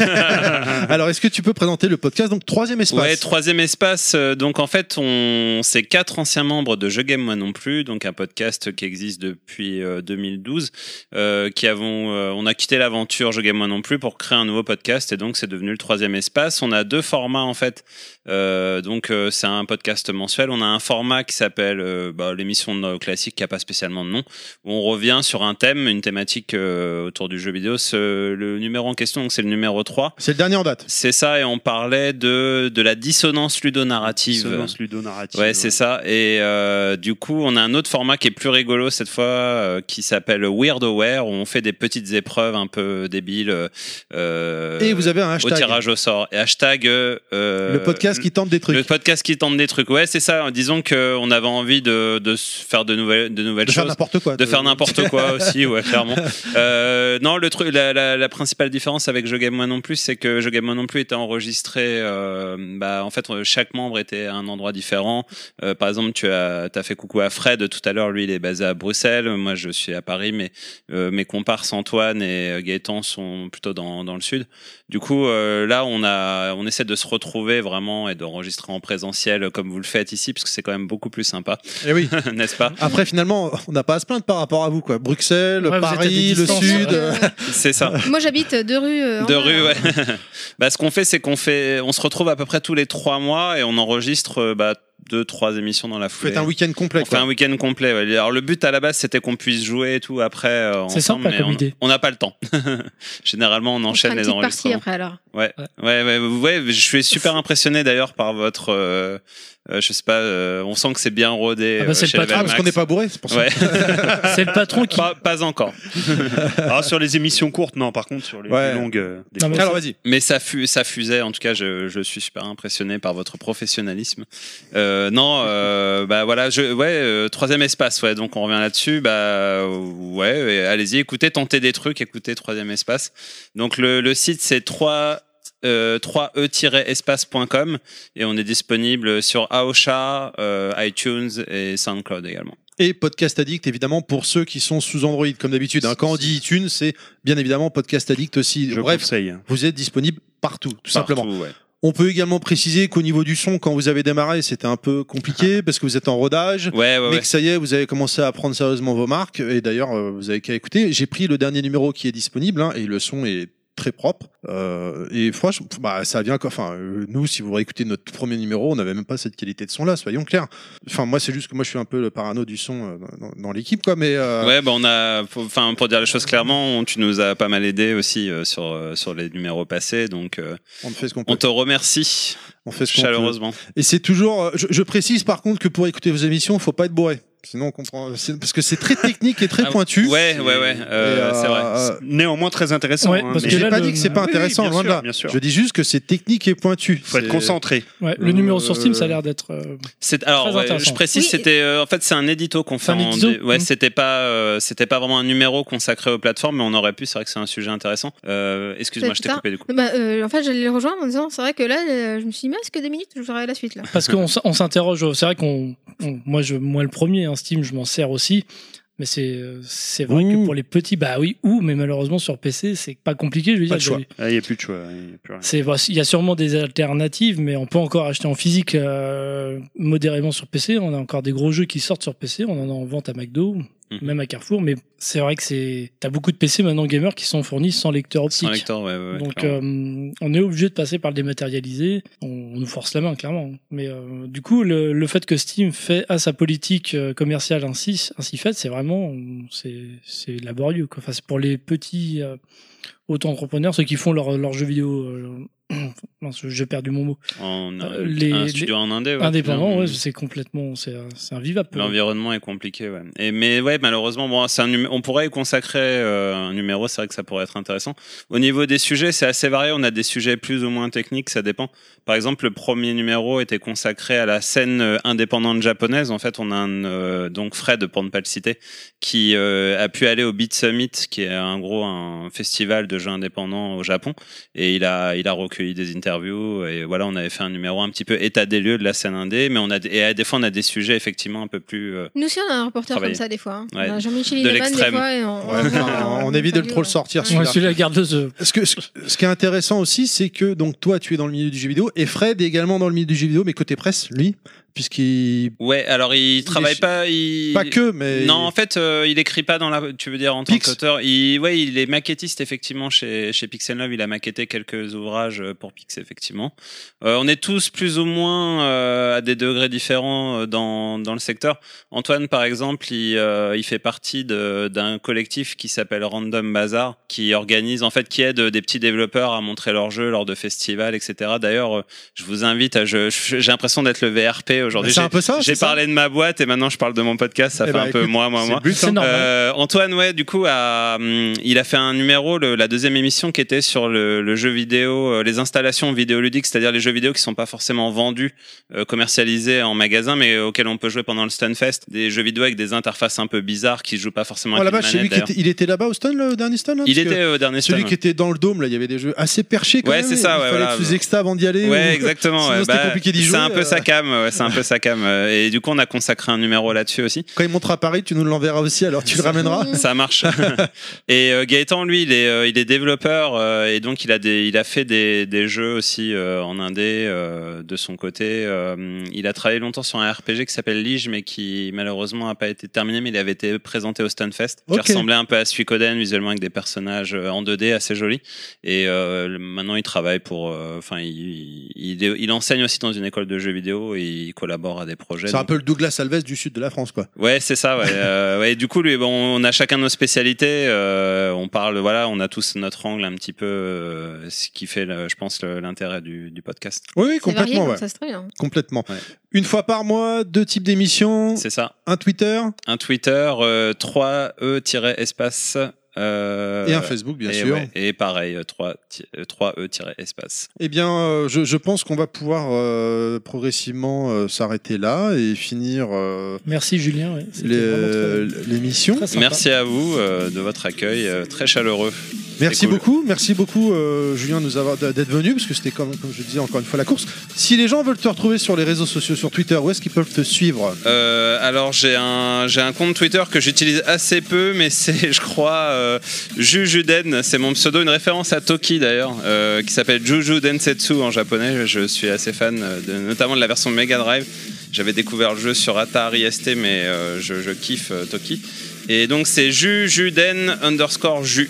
[SPEAKER 3] Alors, est-ce que tu peux présenter le podcast Donc, troisième espace.
[SPEAKER 8] Ouais, troisième espace. euh, Donc en fait, on c'est quatre anciens membres de Je Game Moi Non Plus, donc un podcast qui existe depuis euh, 2012, euh, qui avons euh, on a quitté l'aventure Je Game Moi Non Plus pour créer un nouveau podcast et donc c'est devenu le troisième espace. On a deux formats en fait. Euh, donc euh, c'est un podcast mensuel. On a un format qui s'appelle euh, bah, l'émission de- classique qui a pas spécialement de nom. où on revient sur un thème, une thématique euh, autour du jeu vidéo. Ce- le numéro en question, donc c'est le numéro 3
[SPEAKER 3] C'est le dernier en date.
[SPEAKER 8] c'est ça, et on parlait de, de la dissonance ludonarrative.
[SPEAKER 6] ludonarrative.
[SPEAKER 8] Ouais, c'est ça. Et euh, du coup, on a un autre format qui est plus rigolo cette fois, euh, qui s'appelle Weirdoware, où on fait des petites épreuves un peu débiles. euh,
[SPEAKER 3] Et vous avez un
[SPEAKER 8] au
[SPEAKER 3] hashtag.
[SPEAKER 8] tirage au sort. Et hashtag. euh, euh,
[SPEAKER 3] le podcast qui tente des trucs.
[SPEAKER 8] le podcast qui tente des trucs. Ouais, c'est ça. Disons qu'on avait envie de, de se faire de nouvelles, de nouvelles
[SPEAKER 3] de faire
[SPEAKER 8] choses.
[SPEAKER 3] n'importe quoi.
[SPEAKER 8] De faire n'importe quoi aussi, ouais,
[SPEAKER 3] <laughs>
[SPEAKER 8] clairement. Euh, non, le truc, la, la, la principale différence avec Je Game Moi Non Plus, c'est que Je Game Moi Non Plus était enregistré. euh, bah, en fait, euh, chaque membre était à un endroit différent. Euh, par exemple, tu as, as fait coucou à Fred tout à l'heure. Lui, il est basé à Bruxelles. Moi, je suis à Paris, mais euh, mes comparses Antoine et euh, Gaëtan sont plutôt dans, dans le sud. Du coup, euh, là, on a, on essaie de se retrouver vraiment et d'enregistrer en présentiel euh, comme vous le faites ici, parce que c'est quand même beaucoup plus sympa,
[SPEAKER 3] Et Eh oui.
[SPEAKER 8] <laughs> n'est-ce pas
[SPEAKER 3] Après, finalement, on n'a pas à se plaindre par rapport à vous, quoi. Bruxelles,
[SPEAKER 5] Ouais, vous êtes à
[SPEAKER 3] Paris,
[SPEAKER 5] des
[SPEAKER 3] le
[SPEAKER 5] distances,
[SPEAKER 3] Sud.
[SPEAKER 4] Euh,
[SPEAKER 3] <laughs>
[SPEAKER 8] C'est ça.
[SPEAKER 4] Moi j'habite deux rues. euh, en
[SPEAKER 8] De
[SPEAKER 4] bas.
[SPEAKER 8] rue, ouais. <laughs> bah, ce qu'on fait, c'est qu'on fait, on se retrouve à peu près tous les trois mois et on enregistre euh, bah, deux, trois émissions dans la
[SPEAKER 3] Vous faites
[SPEAKER 8] foulée.
[SPEAKER 3] un week-end complet.
[SPEAKER 8] on fait
[SPEAKER 3] Quoi.
[SPEAKER 8] un week-end complet. ouais. Alors le but à la base c'était qu'on puisse jouer et tout après euh,
[SPEAKER 5] C'est
[SPEAKER 8] ensemble,
[SPEAKER 5] sympa
[SPEAKER 8] mais
[SPEAKER 5] comme
[SPEAKER 8] on-
[SPEAKER 5] idée.
[SPEAKER 8] on n'a pas le temps. <laughs> Généralement on
[SPEAKER 4] On fera
[SPEAKER 8] enchaîne
[SPEAKER 4] une
[SPEAKER 8] les
[SPEAKER 4] petite partie
[SPEAKER 8] enregistrements.
[SPEAKER 4] après alors.
[SPEAKER 8] Ouais, ouais, ouais, ouais, je suis super impressionné d'ailleurs par votre, euh, euh, je sais pas, euh, on sent que c'est bien rodé.
[SPEAKER 5] Ah bah, c'est
[SPEAKER 8] euh,
[SPEAKER 5] le
[SPEAKER 8] chez
[SPEAKER 5] patron,
[SPEAKER 3] Ah,
[SPEAKER 8] Level
[SPEAKER 3] parce qu'on n'est
[SPEAKER 8] Max.
[SPEAKER 3] pas bourré, c'est pour ça.
[SPEAKER 8] Ouais. <laughs>
[SPEAKER 5] C'est le patron qui.
[SPEAKER 8] pas, pas encore.
[SPEAKER 6] <laughs> Ah, sur les émissions courtes, non, par contre, sur les
[SPEAKER 3] Ouais.
[SPEAKER 6] plus longues. euh, des
[SPEAKER 5] Non, mais-
[SPEAKER 6] fois.
[SPEAKER 3] Alors vas-y.
[SPEAKER 8] Mais ça, fu- ça fusait, en tout cas, je, je suis super impressionné par votre professionnalisme. Euh, non, euh, <laughs> bah voilà, je, ouais, euh, troisième espace, ouais, donc on revient là-dessus, bah euh, ouais, ouais, allez-y, écoutez, tentez des trucs, écoutez troisième espace. Donc le, le site c'est 3 euh, 3e-espace.com et on est disponible sur Aosha, euh, iTunes et SoundCloud également.
[SPEAKER 3] Et Podcast Addict, évidemment, pour ceux qui sont sous Android, comme d'habitude. hein. Quand on dit iTunes, c'est bien évidemment Podcast Addict aussi.
[SPEAKER 6] je
[SPEAKER 3] Bref,
[SPEAKER 6] conseille.
[SPEAKER 3] vous êtes disponible partout, tout simplement.
[SPEAKER 8] Partout, ouais.
[SPEAKER 3] On peut également préciser qu'au niveau du son, quand vous avez démarré, c'était un peu compliqué parce que vous êtes en rodage.
[SPEAKER 8] Ah. Ouais, ouais,
[SPEAKER 3] mais
[SPEAKER 8] ouais.
[SPEAKER 3] que ça y est, vous avez commencé à prendre sérieusement vos marques. Et d'ailleurs, euh, vous avez qu'à écouter. J'ai pris le dernier numéro qui est disponible hein, et le son est très propre. Euh, et franchement, pff, bah, ça vient. quoi. Enfin, euh, nous, si vous réécoutez notre tout premier numéro, on n'avait même pas cette qualité de son là. Soyons clairs. Enfin, moi, c'est juste que moi, je suis un peu le parano du son euh, dans, dans- dans l'équipe, quoi. Mais euh,
[SPEAKER 8] Ouais, bah on a, pour- enfin pour dire les choses clairement, on- tu nous as pas mal aidé aussi euh, sur euh, sur les numéros passés, donc euh,
[SPEAKER 3] on fait ce qu'on peut.
[SPEAKER 8] on te remercie
[SPEAKER 3] On fait ce qu'on peut.
[SPEAKER 8] chaleureusement.
[SPEAKER 3] Et c'est toujours. euh, Je, je précise par contre que pour écouter vos émissions, faut pas être bourré. Sinon, on comprend. c'est- Parce que c'est très technique et très
[SPEAKER 8] Ah,
[SPEAKER 3] pointu.
[SPEAKER 8] ouais, ouais, ouais,
[SPEAKER 3] Et,
[SPEAKER 8] euh, c'est vrai.
[SPEAKER 3] euh,
[SPEAKER 6] Néanmoins, très intéressant.
[SPEAKER 5] Ouais,
[SPEAKER 6] hein,
[SPEAKER 5] parce
[SPEAKER 6] mais-
[SPEAKER 5] que
[SPEAKER 3] J'ai
[SPEAKER 5] là,
[SPEAKER 3] pas
[SPEAKER 5] le-
[SPEAKER 3] dit que c'est pas
[SPEAKER 6] Oui, oui,
[SPEAKER 3] intéressant,
[SPEAKER 6] bien
[SPEAKER 3] loin
[SPEAKER 6] sûr,
[SPEAKER 3] de là.
[SPEAKER 6] bien sûr.
[SPEAKER 3] Je dis juste que c'est technique et pointu.
[SPEAKER 6] Faut être
[SPEAKER 3] C'est-
[SPEAKER 6] concentré.
[SPEAKER 5] Ouais, le numéro sur Steam, ça a l'air d'être. euh,
[SPEAKER 8] C'est alors
[SPEAKER 5] Très
[SPEAKER 8] ouais,
[SPEAKER 5] intéressant.
[SPEAKER 8] je précise
[SPEAKER 4] Oui, et-
[SPEAKER 8] c'était euh, en fait c'est un édito qu'on fait
[SPEAKER 5] un
[SPEAKER 8] en
[SPEAKER 5] édito.
[SPEAKER 8] dé- ouais
[SPEAKER 5] Mm.
[SPEAKER 8] c'était pas euh, c'était pas vraiment un numéro consacré aux plateformes mais on aurait pu c'est vrai que c'est un sujet intéressant euh, excuse-moi
[SPEAKER 4] C'est
[SPEAKER 8] je t'ai
[SPEAKER 4] ça.
[SPEAKER 8] coupé du coup
[SPEAKER 4] Bah, euh, en fait, j'allais les rejoindre en disant c'est vrai que là, euh, je me suis dit, mais est-ce que deux minutes, je verrai la suite là
[SPEAKER 5] Parce qu'on s- on s'interroge. euh, C'est vrai qu'on. on- Moi, je, moi, le premier, hein, Steam, je m'en sers aussi. Mais c'est euh, c'est vrai que pour les petits, bah oui, ou, mais malheureusement sur PC, c'est pas compliqué, je veux dire.
[SPEAKER 3] Pas de choix.
[SPEAKER 6] Ah, Il n'y a plus de choix. il y a plus rien.
[SPEAKER 5] C'est- voici- il y a sûrement des alternatives, mais on peut encore acheter en physique euh, modérément sur PC. On a encore des gros jeux qui sortent sur PC. On en a en vente à McDo,
[SPEAKER 8] Mhm.
[SPEAKER 5] même à Carrefour. Mais c'est vrai que c'est t'as beaucoup de PC maintenant gamers qui sont fournis sans lecteur optique.
[SPEAKER 8] Sans lecteur, ouais, ouais, ouais,
[SPEAKER 5] Donc
[SPEAKER 8] clairement.
[SPEAKER 5] euh, on est obligé de passer par le dématérialisé. On, on nous force la main clairement. Mais euh, du coup le, le fait que Steam fait à sa politique euh, commerciale ainsi ainsi faite, c'est vraiment on- c'est c'est laborieux. Quoi. Enfin c'est pour les petits euh, auto-entrepreneurs, ceux qui font leurs leurs jeux vidéo. euh, <clears throat> mince, j'ai perdu mon mot.
[SPEAKER 8] En-
[SPEAKER 5] euh, les-
[SPEAKER 8] un studio en indé ouais,
[SPEAKER 5] Indépendant,
[SPEAKER 8] finalement.
[SPEAKER 5] ouais, c'est complètement c'est c'est invivable.
[SPEAKER 8] L'environnement est compliqué, ouais. Et mais ouais, malheureusement, bon, c'est un numé- on pourrait y consacrer euh, un numéro. C'est vrai que ça pourrait être intéressant. Au niveau des sujets, c'est assez varié. On a des sujets plus ou moins techniques, ça dépend. Par exemple, le premier numéro était consacré à la scène euh, indépendante japonaise. En fait, on a un, euh, donc Fred, pour ne pas le citer, qui euh, a pu aller au Beat Summit, qui est en gros un festival de jeux indépendants au Japon, et il a il a recueilli des interviews. Et voilà, on avait fait un numéro un petit peu état des lieux de la scène indé, mais on a des- et à des fois on a des sujets effectivement un peu plus euh,
[SPEAKER 4] Nous aussi, on a un reporter
[SPEAKER 8] Travailler.
[SPEAKER 4] comme ça des fois. hein.
[SPEAKER 8] Ouais.
[SPEAKER 4] On a Jean-Michel
[SPEAKER 8] De
[SPEAKER 4] Hilleman des
[SPEAKER 8] l'extrême.
[SPEAKER 4] fois. Et on,
[SPEAKER 3] Ouais, enfin, on évite de le trop le sortir,
[SPEAKER 5] Ouais,
[SPEAKER 3] celui-là.
[SPEAKER 5] celui-là garde le
[SPEAKER 3] Ce, que, ce, ce qui est intéressant aussi, c'est que donc toi, tu es dans le milieu du jeu vidéo et Fred est également dans le milieu du jeu vidéo, mais côté presse, lui, puisqu'il
[SPEAKER 8] Ouais, alors il travaille
[SPEAKER 3] est-
[SPEAKER 8] pas. Il...
[SPEAKER 3] pas que, mais
[SPEAKER 8] Non, en fait, euh, il écrit pas dans la. Tu veux dire en tant
[SPEAKER 3] Pix.
[SPEAKER 8] qu'auteur Il, ouais, il est maquettiste effectivement chez chez Pixel Love. Il a maquetté quelques ouvrages euh, pour Pix effectivement. Euh, on est tous plus ou moins euh, à des degrés différents euh, dans dans le secteur. Antoine, par exemple, il euh, il fait partie de- d'un collectif qui s'appelle Random Bazaar, qui organise en fait, qui aide des petits développeurs à montrer leurs jeux lors de festivals, etc. D'ailleurs, euh, je vous invite à. je- je- J'ai l'impression d'être le VRP aujourd'hui.
[SPEAKER 3] Bah, c'est un peu ça.
[SPEAKER 8] J'ai
[SPEAKER 3] c'est ça
[SPEAKER 8] parlé de ma boîte et maintenant je parle de mon podcast. Ça
[SPEAKER 3] Eh
[SPEAKER 8] fait
[SPEAKER 3] ben,
[SPEAKER 8] un peu
[SPEAKER 3] écoute,
[SPEAKER 8] moi, moi,
[SPEAKER 3] c'est
[SPEAKER 8] moi.
[SPEAKER 3] le but,
[SPEAKER 5] C'est
[SPEAKER 3] hein.
[SPEAKER 5] normal.
[SPEAKER 8] Euh, Antoine, ouais, du coup, a, hum, il a fait un numéro, le- la deuxième émission qui était sur le, le jeu vidéo, euh, les installations vidéoludiques, c'est-à-dire les jeux vidéo qui sont pas forcément vendus, euh, commercialisés en magasin, mais euh, auxquels on peut jouer pendant le Stunfest. Des jeux vidéo avec des interfaces un peu bizarres qui se jouent pas forcément
[SPEAKER 3] Oh,
[SPEAKER 8] avec
[SPEAKER 3] là-bas,
[SPEAKER 8] une
[SPEAKER 3] chez lui,
[SPEAKER 8] manette,
[SPEAKER 3] qui
[SPEAKER 8] d'ailleurs.
[SPEAKER 3] était- il était là-bas au Stone, le dernier Stone. là,
[SPEAKER 8] Il
[SPEAKER 3] parce que
[SPEAKER 8] était euh, au dernier
[SPEAKER 3] celui
[SPEAKER 8] Stun.
[SPEAKER 3] qui était dans le dôme. Là, il y avait des jeux assez perchés. Quand
[SPEAKER 8] Ouais,
[SPEAKER 3] même,
[SPEAKER 8] c'est ça,
[SPEAKER 3] Il
[SPEAKER 8] ouais,
[SPEAKER 3] fallait
[SPEAKER 8] voilà.
[SPEAKER 3] être sous extave avant d'y aller.
[SPEAKER 8] Ouais,
[SPEAKER 3] ou-
[SPEAKER 8] exactement.
[SPEAKER 3] euh, <laughs> Sinon,
[SPEAKER 8] ouais. bah,
[SPEAKER 3] c'était compliqué d'y
[SPEAKER 8] C'est
[SPEAKER 3] jouer,
[SPEAKER 8] un peu
[SPEAKER 3] euh.
[SPEAKER 8] sa cam, ouais, c'est un peu sa cam. euh, Et du coup, on a consacré un numéro là-dessus aussi.
[SPEAKER 3] Quand il montre à Paris, tu nous l'enverras aussi. Alors, tu le ramèneras.
[SPEAKER 8] ça marche. et euh, Gaëtan, lui, il est, euh, il est développeur euh, et donc il a, des, il a fait des, des jeux aussi euh, en indé euh, de son côté. Euh, il a travaillé longtemps sur un RPG qui s'appelle Lige, mais qui malheureusement n'a pas été terminé, mais il avait été présenté au Stunfest, qui
[SPEAKER 3] Ok.
[SPEAKER 8] ressemblait un peu à Suikoden visuellement avec des personnages euh, en 2D assez jolis. Et euh, le- maintenant, il travaille pour, euh, enfin, il, il, il enseigne aussi dans une école de jeux vidéo et il collabore à des projets.
[SPEAKER 11] C'est un
[SPEAKER 8] donc-
[SPEAKER 11] peu le Douglas Alves du sud de la France, quoi.
[SPEAKER 8] Ouais, c'est ça. Ouais. Euh, ouais, du coup, lui, bon, on a chacun nos spécialités. euh, on parle, voilà, on a tous notre angle un petit peu, euh, ce qui fait, le- je pense, le- l'intérêt du, du podcast.
[SPEAKER 3] Oui, oui,
[SPEAKER 4] C'est varié
[SPEAKER 3] complètement.
[SPEAKER 4] comme
[SPEAKER 3] ouais.
[SPEAKER 4] ça, hein. c'est très bien.
[SPEAKER 3] Complètement.
[SPEAKER 8] Ouais.
[SPEAKER 3] Une fois par mois, deux types d'émissions,
[SPEAKER 8] C'est ça.
[SPEAKER 3] un Twitter
[SPEAKER 8] Un Twitter, euh, 3e-espace. euh,
[SPEAKER 11] Et un Facebook, bien
[SPEAKER 8] et
[SPEAKER 11] sûr.
[SPEAKER 8] ouais, et pareil, euh, 3, euh, 3e-espace.
[SPEAKER 3] Eh bien, euh, je, je pense qu'on va pouvoir euh, progressivement euh, s'arrêter là et finir euh,
[SPEAKER 5] Merci Julien. ouais, c'était
[SPEAKER 3] les-
[SPEAKER 5] vraiment
[SPEAKER 3] l'émission.
[SPEAKER 5] très- très sympa.
[SPEAKER 8] Merci à vous euh, de votre accueil euh, très chaleureux.
[SPEAKER 3] Merci
[SPEAKER 8] C'est cool.
[SPEAKER 3] beaucoup, merci beaucoup euh, Julien de nous avoir d'être venu parce que c'était comme, comme je disais encore une fois la course. Si les gens veulent te retrouver sur les réseaux sociaux, sur Twitter, où est-ce qu'ils peuvent te suivre
[SPEAKER 8] Euh, alors j'ai un j'ai un compte Twitter que j'utilise assez peu, mais c'est <laughs> je crois euh, Jujuden, c'est mon pseudo, une référence à Toki d'ailleurs, euh, qui s'appelle Juju Densetsu en japonais. Je suis assez fan, euh, de, notamment de la version Mega Drive. J'avais découvert le jeu sur Atari ST, mais euh, je, je kiffe euh, Toki. Et donc c'est Jujuden underscore Ju.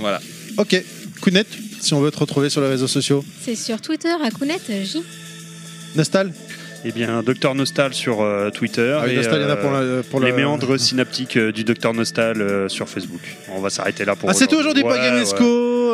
[SPEAKER 8] Voilà.
[SPEAKER 3] Ok, Kounet, si on veut te retrouver sur les réseaux sociaux.
[SPEAKER 4] <laughs> C'est sur Twitter, à Kounette, J.
[SPEAKER 3] Nostal
[SPEAKER 6] Eh bien, Docteur Nostal sur euh, Twitter.
[SPEAKER 3] Ah oui,
[SPEAKER 6] et,
[SPEAKER 3] Nostal, il y en a
[SPEAKER 6] euh,
[SPEAKER 3] pour, la- pour
[SPEAKER 6] les
[SPEAKER 3] la-
[SPEAKER 6] méandres synaptiques euh, du Docteur Nostal euh, sur Facebook. On va s'arrêter là pour.
[SPEAKER 3] Ah, c'est tout aujourd'hui, pas
[SPEAKER 6] Ouais,
[SPEAKER 3] Gamesco
[SPEAKER 6] ouais.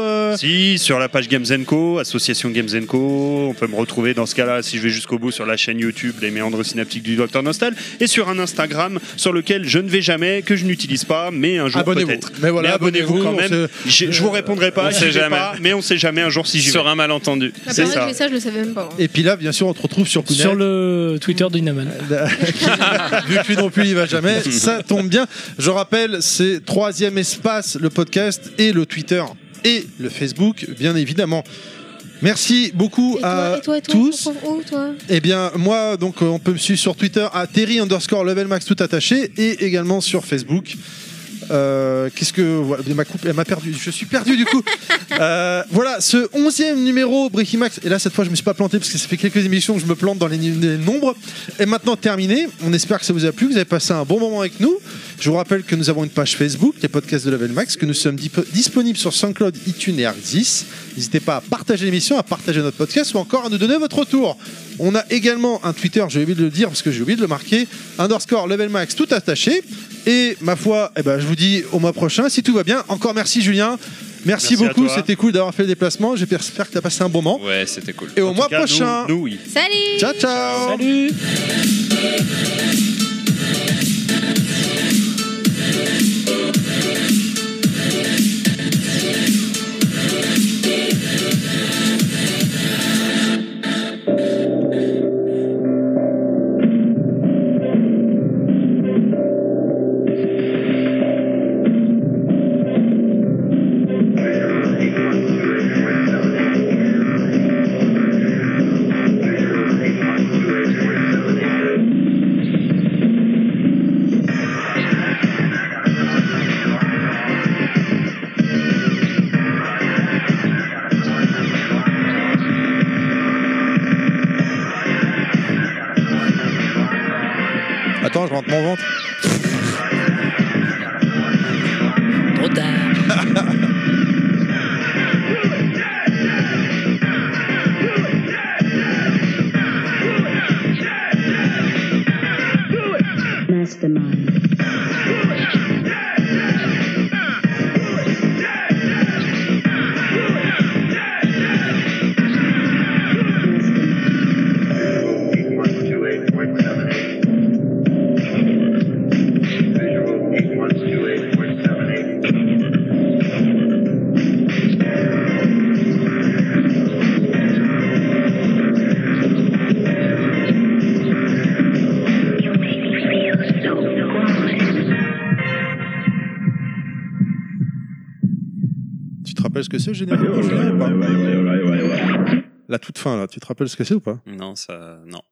[SPEAKER 3] euh,
[SPEAKER 6] <laughs> Si, sur la page Games Co, association Games Co, on peut me retrouver dans ce cas-là, si je vais jusqu'au bout, sur la chaîne YouTube Les Méandres Synaptiques du Docteur Nostal, et sur un Instagram sur lequel je ne vais jamais, que je n'utilise pas, mais un jour
[SPEAKER 3] Abonnez-vous.
[SPEAKER 6] peut-être.
[SPEAKER 3] Mais voilà,
[SPEAKER 6] Mais abonnez-vous
[SPEAKER 3] abonnez-vous
[SPEAKER 6] quand
[SPEAKER 3] on
[SPEAKER 6] même.
[SPEAKER 3] se-
[SPEAKER 6] J'ai- Je vous répondrai pas,
[SPEAKER 8] On
[SPEAKER 6] j'y
[SPEAKER 8] sait
[SPEAKER 6] vais
[SPEAKER 8] jamais.
[SPEAKER 6] pas, mais on sait jamais un jour si j'y vais.
[SPEAKER 8] Sur un malentendu.
[SPEAKER 4] La
[SPEAKER 6] C'est
[SPEAKER 4] parole
[SPEAKER 6] ça.
[SPEAKER 4] du message, je le savais même pas. hein.
[SPEAKER 3] Et puis là, bien sûr, on te retrouve sur Kounet.
[SPEAKER 5] Sur le Euh, Twitter de Inaman.
[SPEAKER 3] <laughs> Vu que lui non plus il va jamais, ça tombe bien. Je rappelle, c'est troisième espace, le podcast et le Twitter et le Facebook, bien évidemment. Merci beaucoup
[SPEAKER 4] Et
[SPEAKER 3] à
[SPEAKER 4] toi, et toi, et toi, on se
[SPEAKER 3] tous.
[SPEAKER 4] retrouve où, toi
[SPEAKER 3] Eh bien, moi, donc, euh, on peut me suivre sur Twitter à Terry underscore level max tout attaché et également sur Facebook. Euh, Qu'est-ce que voilà, ma coupe elle m'a perdu je suis perdu du coup Euh, voilà ce 11e numéro Breaking Max et là cette fois je me suis pas planté parce que ça fait quelques émissions que je me plante dans les, nu- les nombres et maintenant terminé on espère que ça vous a plu que vous avez passé un bon moment avec nous je vous rappelle que nous avons une page Facebook les podcasts de Level Max que nous sommes dip- disponibles sur SoundCloud iTunes et Arxis n'hésitez pas à partager l'émission à partager notre podcast ou encore à nous donner votre retour on a également un Twitter, j'ai oublié de le dire parce que j'ai oublié de le marquer, underscore level max tout attaché. Et ma foi, eh ben, je vous dis au mois prochain, si tout va bien. Encore merci Julien,
[SPEAKER 6] Merci
[SPEAKER 3] merci,
[SPEAKER 6] à
[SPEAKER 3] beaucoup,
[SPEAKER 6] toi.
[SPEAKER 3] c'était cool d'avoir fait le déplacement, j'espère que tu as passé un bon moment.
[SPEAKER 8] Ouais, c'était cool.
[SPEAKER 3] Et au
[SPEAKER 6] En tout
[SPEAKER 3] mois
[SPEAKER 6] cas, nous-
[SPEAKER 3] prochain,
[SPEAKER 6] nous, oui.
[SPEAKER 4] Salut
[SPEAKER 3] ciao ciao
[SPEAKER 5] Salut
[SPEAKER 3] Attends, je rentre mon ventre.
[SPEAKER 2] Trop tard.
[SPEAKER 12] Mastermind.
[SPEAKER 2] You make me feel so good.
[SPEAKER 3] Tu te rappelles ce que c'est, général Julien, ou pas La toute fin, là, tu te rappelles ce que c'est ou pas
[SPEAKER 8] Non, ça, non.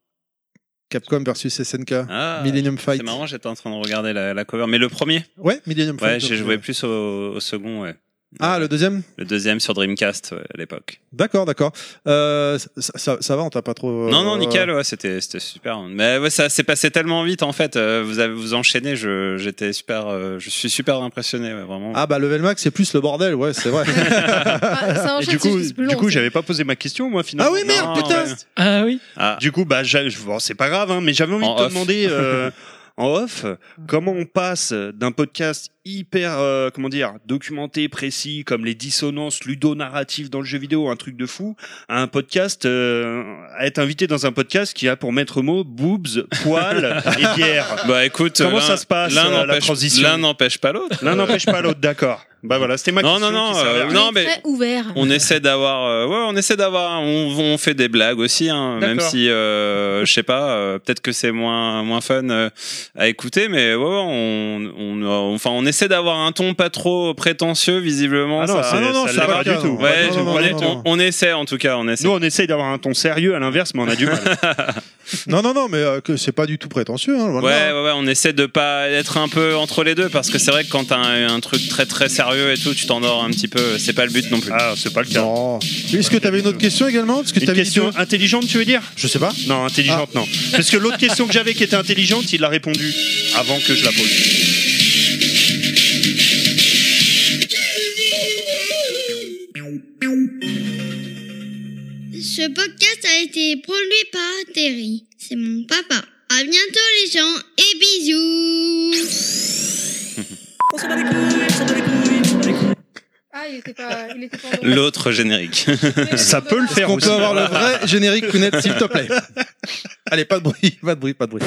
[SPEAKER 3] Capcom versus SNK,
[SPEAKER 8] Ah,
[SPEAKER 3] Millennium Fight.
[SPEAKER 8] c'est marrant, j'étais en train de regarder la, la cover, mais le premier.
[SPEAKER 3] Ouais, Millennium
[SPEAKER 8] Ouais,
[SPEAKER 3] Fight.
[SPEAKER 8] j'ai joué plus au, au second, ouais.
[SPEAKER 3] Ah, le deuxième
[SPEAKER 8] Le deuxième sur Dreamcast ouais, à l'époque.
[SPEAKER 3] D'accord, d'accord. Euh, ça, ça, ça va, on t'a pas trop. euh,
[SPEAKER 8] Non, non, nickel, ouais, c'était c'était super. Mais ouais, ça s'est passé tellement vite en fait. euh, Vous avez vous enchaîné, je j'étais super, euh, je suis super impressionné, ouais, vraiment.
[SPEAKER 3] Ah, bah, level max, c'est plus le bordel, ouais,
[SPEAKER 6] <laughs>
[SPEAKER 3] c'est vrai. <laughs>
[SPEAKER 4] Ah, ça
[SPEAKER 6] Ah, Et
[SPEAKER 4] enchaîne,
[SPEAKER 6] du coup,
[SPEAKER 4] c'est plus
[SPEAKER 6] du
[SPEAKER 4] long,
[SPEAKER 6] coup,
[SPEAKER 4] c'est-
[SPEAKER 6] j'avais pas posé ma question, moi, finalement.
[SPEAKER 3] ah oui, merde,
[SPEAKER 8] Non,
[SPEAKER 3] putain
[SPEAKER 8] ouais.
[SPEAKER 5] Ah oui.
[SPEAKER 8] Ah,
[SPEAKER 6] Du coup, bah, j'a- je- bon, c'est pas grave, hein, mais j'avais envie
[SPEAKER 8] En
[SPEAKER 6] de te
[SPEAKER 8] off.
[SPEAKER 6] demander
[SPEAKER 8] <laughs>
[SPEAKER 6] euh, en off comment on passe d'un podcast hyper, euh, comment dire, documenté, précis, comme les dissonances ludonarratives dans le jeu vidéo, un truc de fou, à un podcast, euh, à être invité dans un podcast qui a pour maître mot boobs,
[SPEAKER 8] <laughs>
[SPEAKER 6] poils et bière.
[SPEAKER 8] bah écoute,
[SPEAKER 6] Comment
[SPEAKER 8] l'un-
[SPEAKER 6] ça se passe,
[SPEAKER 8] L'un
[SPEAKER 6] euh, la
[SPEAKER 8] n'empêche-
[SPEAKER 6] transition
[SPEAKER 8] l'un n'empêche pas l'autre.
[SPEAKER 6] L'un n'empêche pas
[SPEAKER 8] <laughs>
[SPEAKER 6] l'autre, d'accord. Bah voilà, c'était ma
[SPEAKER 8] Non,
[SPEAKER 6] question.
[SPEAKER 8] non, non,
[SPEAKER 6] qui servait à
[SPEAKER 8] euh,
[SPEAKER 6] rien.
[SPEAKER 8] non, mais-
[SPEAKER 4] hein. Très ouvert.
[SPEAKER 8] On essaie d'avoir, euh, ouais, on essaie d'avoir, on, on fait des blagues aussi, hein, même
[SPEAKER 6] D'accord.
[SPEAKER 8] si, euh, je sais pas, euh, peut-être que c'est moins moins fun euh, à écouter, mais ouais, ouais, on, on, euh, enfin, on essaie d'avoir un ton pas trop prétentieux, visiblement.
[SPEAKER 6] Ah non,
[SPEAKER 8] ça-
[SPEAKER 6] c'est-
[SPEAKER 3] Ah non, non,
[SPEAKER 6] ça
[SPEAKER 3] c'est
[SPEAKER 6] l'est
[SPEAKER 3] pas
[SPEAKER 6] pas
[SPEAKER 3] le
[SPEAKER 6] du
[SPEAKER 3] cas,
[SPEAKER 6] tout.
[SPEAKER 3] non.
[SPEAKER 8] Ouais,
[SPEAKER 3] non,
[SPEAKER 8] je-
[SPEAKER 3] non,
[SPEAKER 8] on,
[SPEAKER 3] non,
[SPEAKER 8] est- on-
[SPEAKER 3] non.
[SPEAKER 8] on essaie en tout cas, on essaie.
[SPEAKER 6] Nous, on essaye d'avoir un ton sérieux, hein. à l'inverse, mais on a
[SPEAKER 8] <laughs>
[SPEAKER 6] du mal.
[SPEAKER 3] Non, non, non, mais euh, que c'est pas du tout prétentieux. Hein, loin de
[SPEAKER 8] Ouais,
[SPEAKER 3] là.
[SPEAKER 8] ouais, ouais, on essaie de pas être un peu entre les deux parce que c'est vrai que quand t'as un, un truc très très sérieux et tout, tu t'endors un petit peu. C'est pas le but non plus.
[SPEAKER 6] Ah, c'est pas le cas.
[SPEAKER 3] Non. Est-ce que t'avais une autre question également Parce que
[SPEAKER 6] Une
[SPEAKER 3] t'avais dit
[SPEAKER 6] question
[SPEAKER 3] deux.
[SPEAKER 6] intelligente, tu veux dire
[SPEAKER 3] Je sais pas. Ah.
[SPEAKER 6] Non, intelligente, non. Parce que l'autre question que j'avais qui était intelligente, il l'a répondu avant que je la pose.
[SPEAKER 13] Ce podcast a été produit par Terry. C'est mon papa. À bientôt les gens et bisous.
[SPEAKER 4] Ah, il était pas. Il était pas en-
[SPEAKER 8] <laughs> L'autre générique.
[SPEAKER 6] Ça peut le faire
[SPEAKER 3] Qu'on
[SPEAKER 6] aussi. <laughs>
[SPEAKER 3] peut avoir le vrai générique Kounet, s'il te plaît. Allez, pas de bruit, pas de bruit, pas de bruit.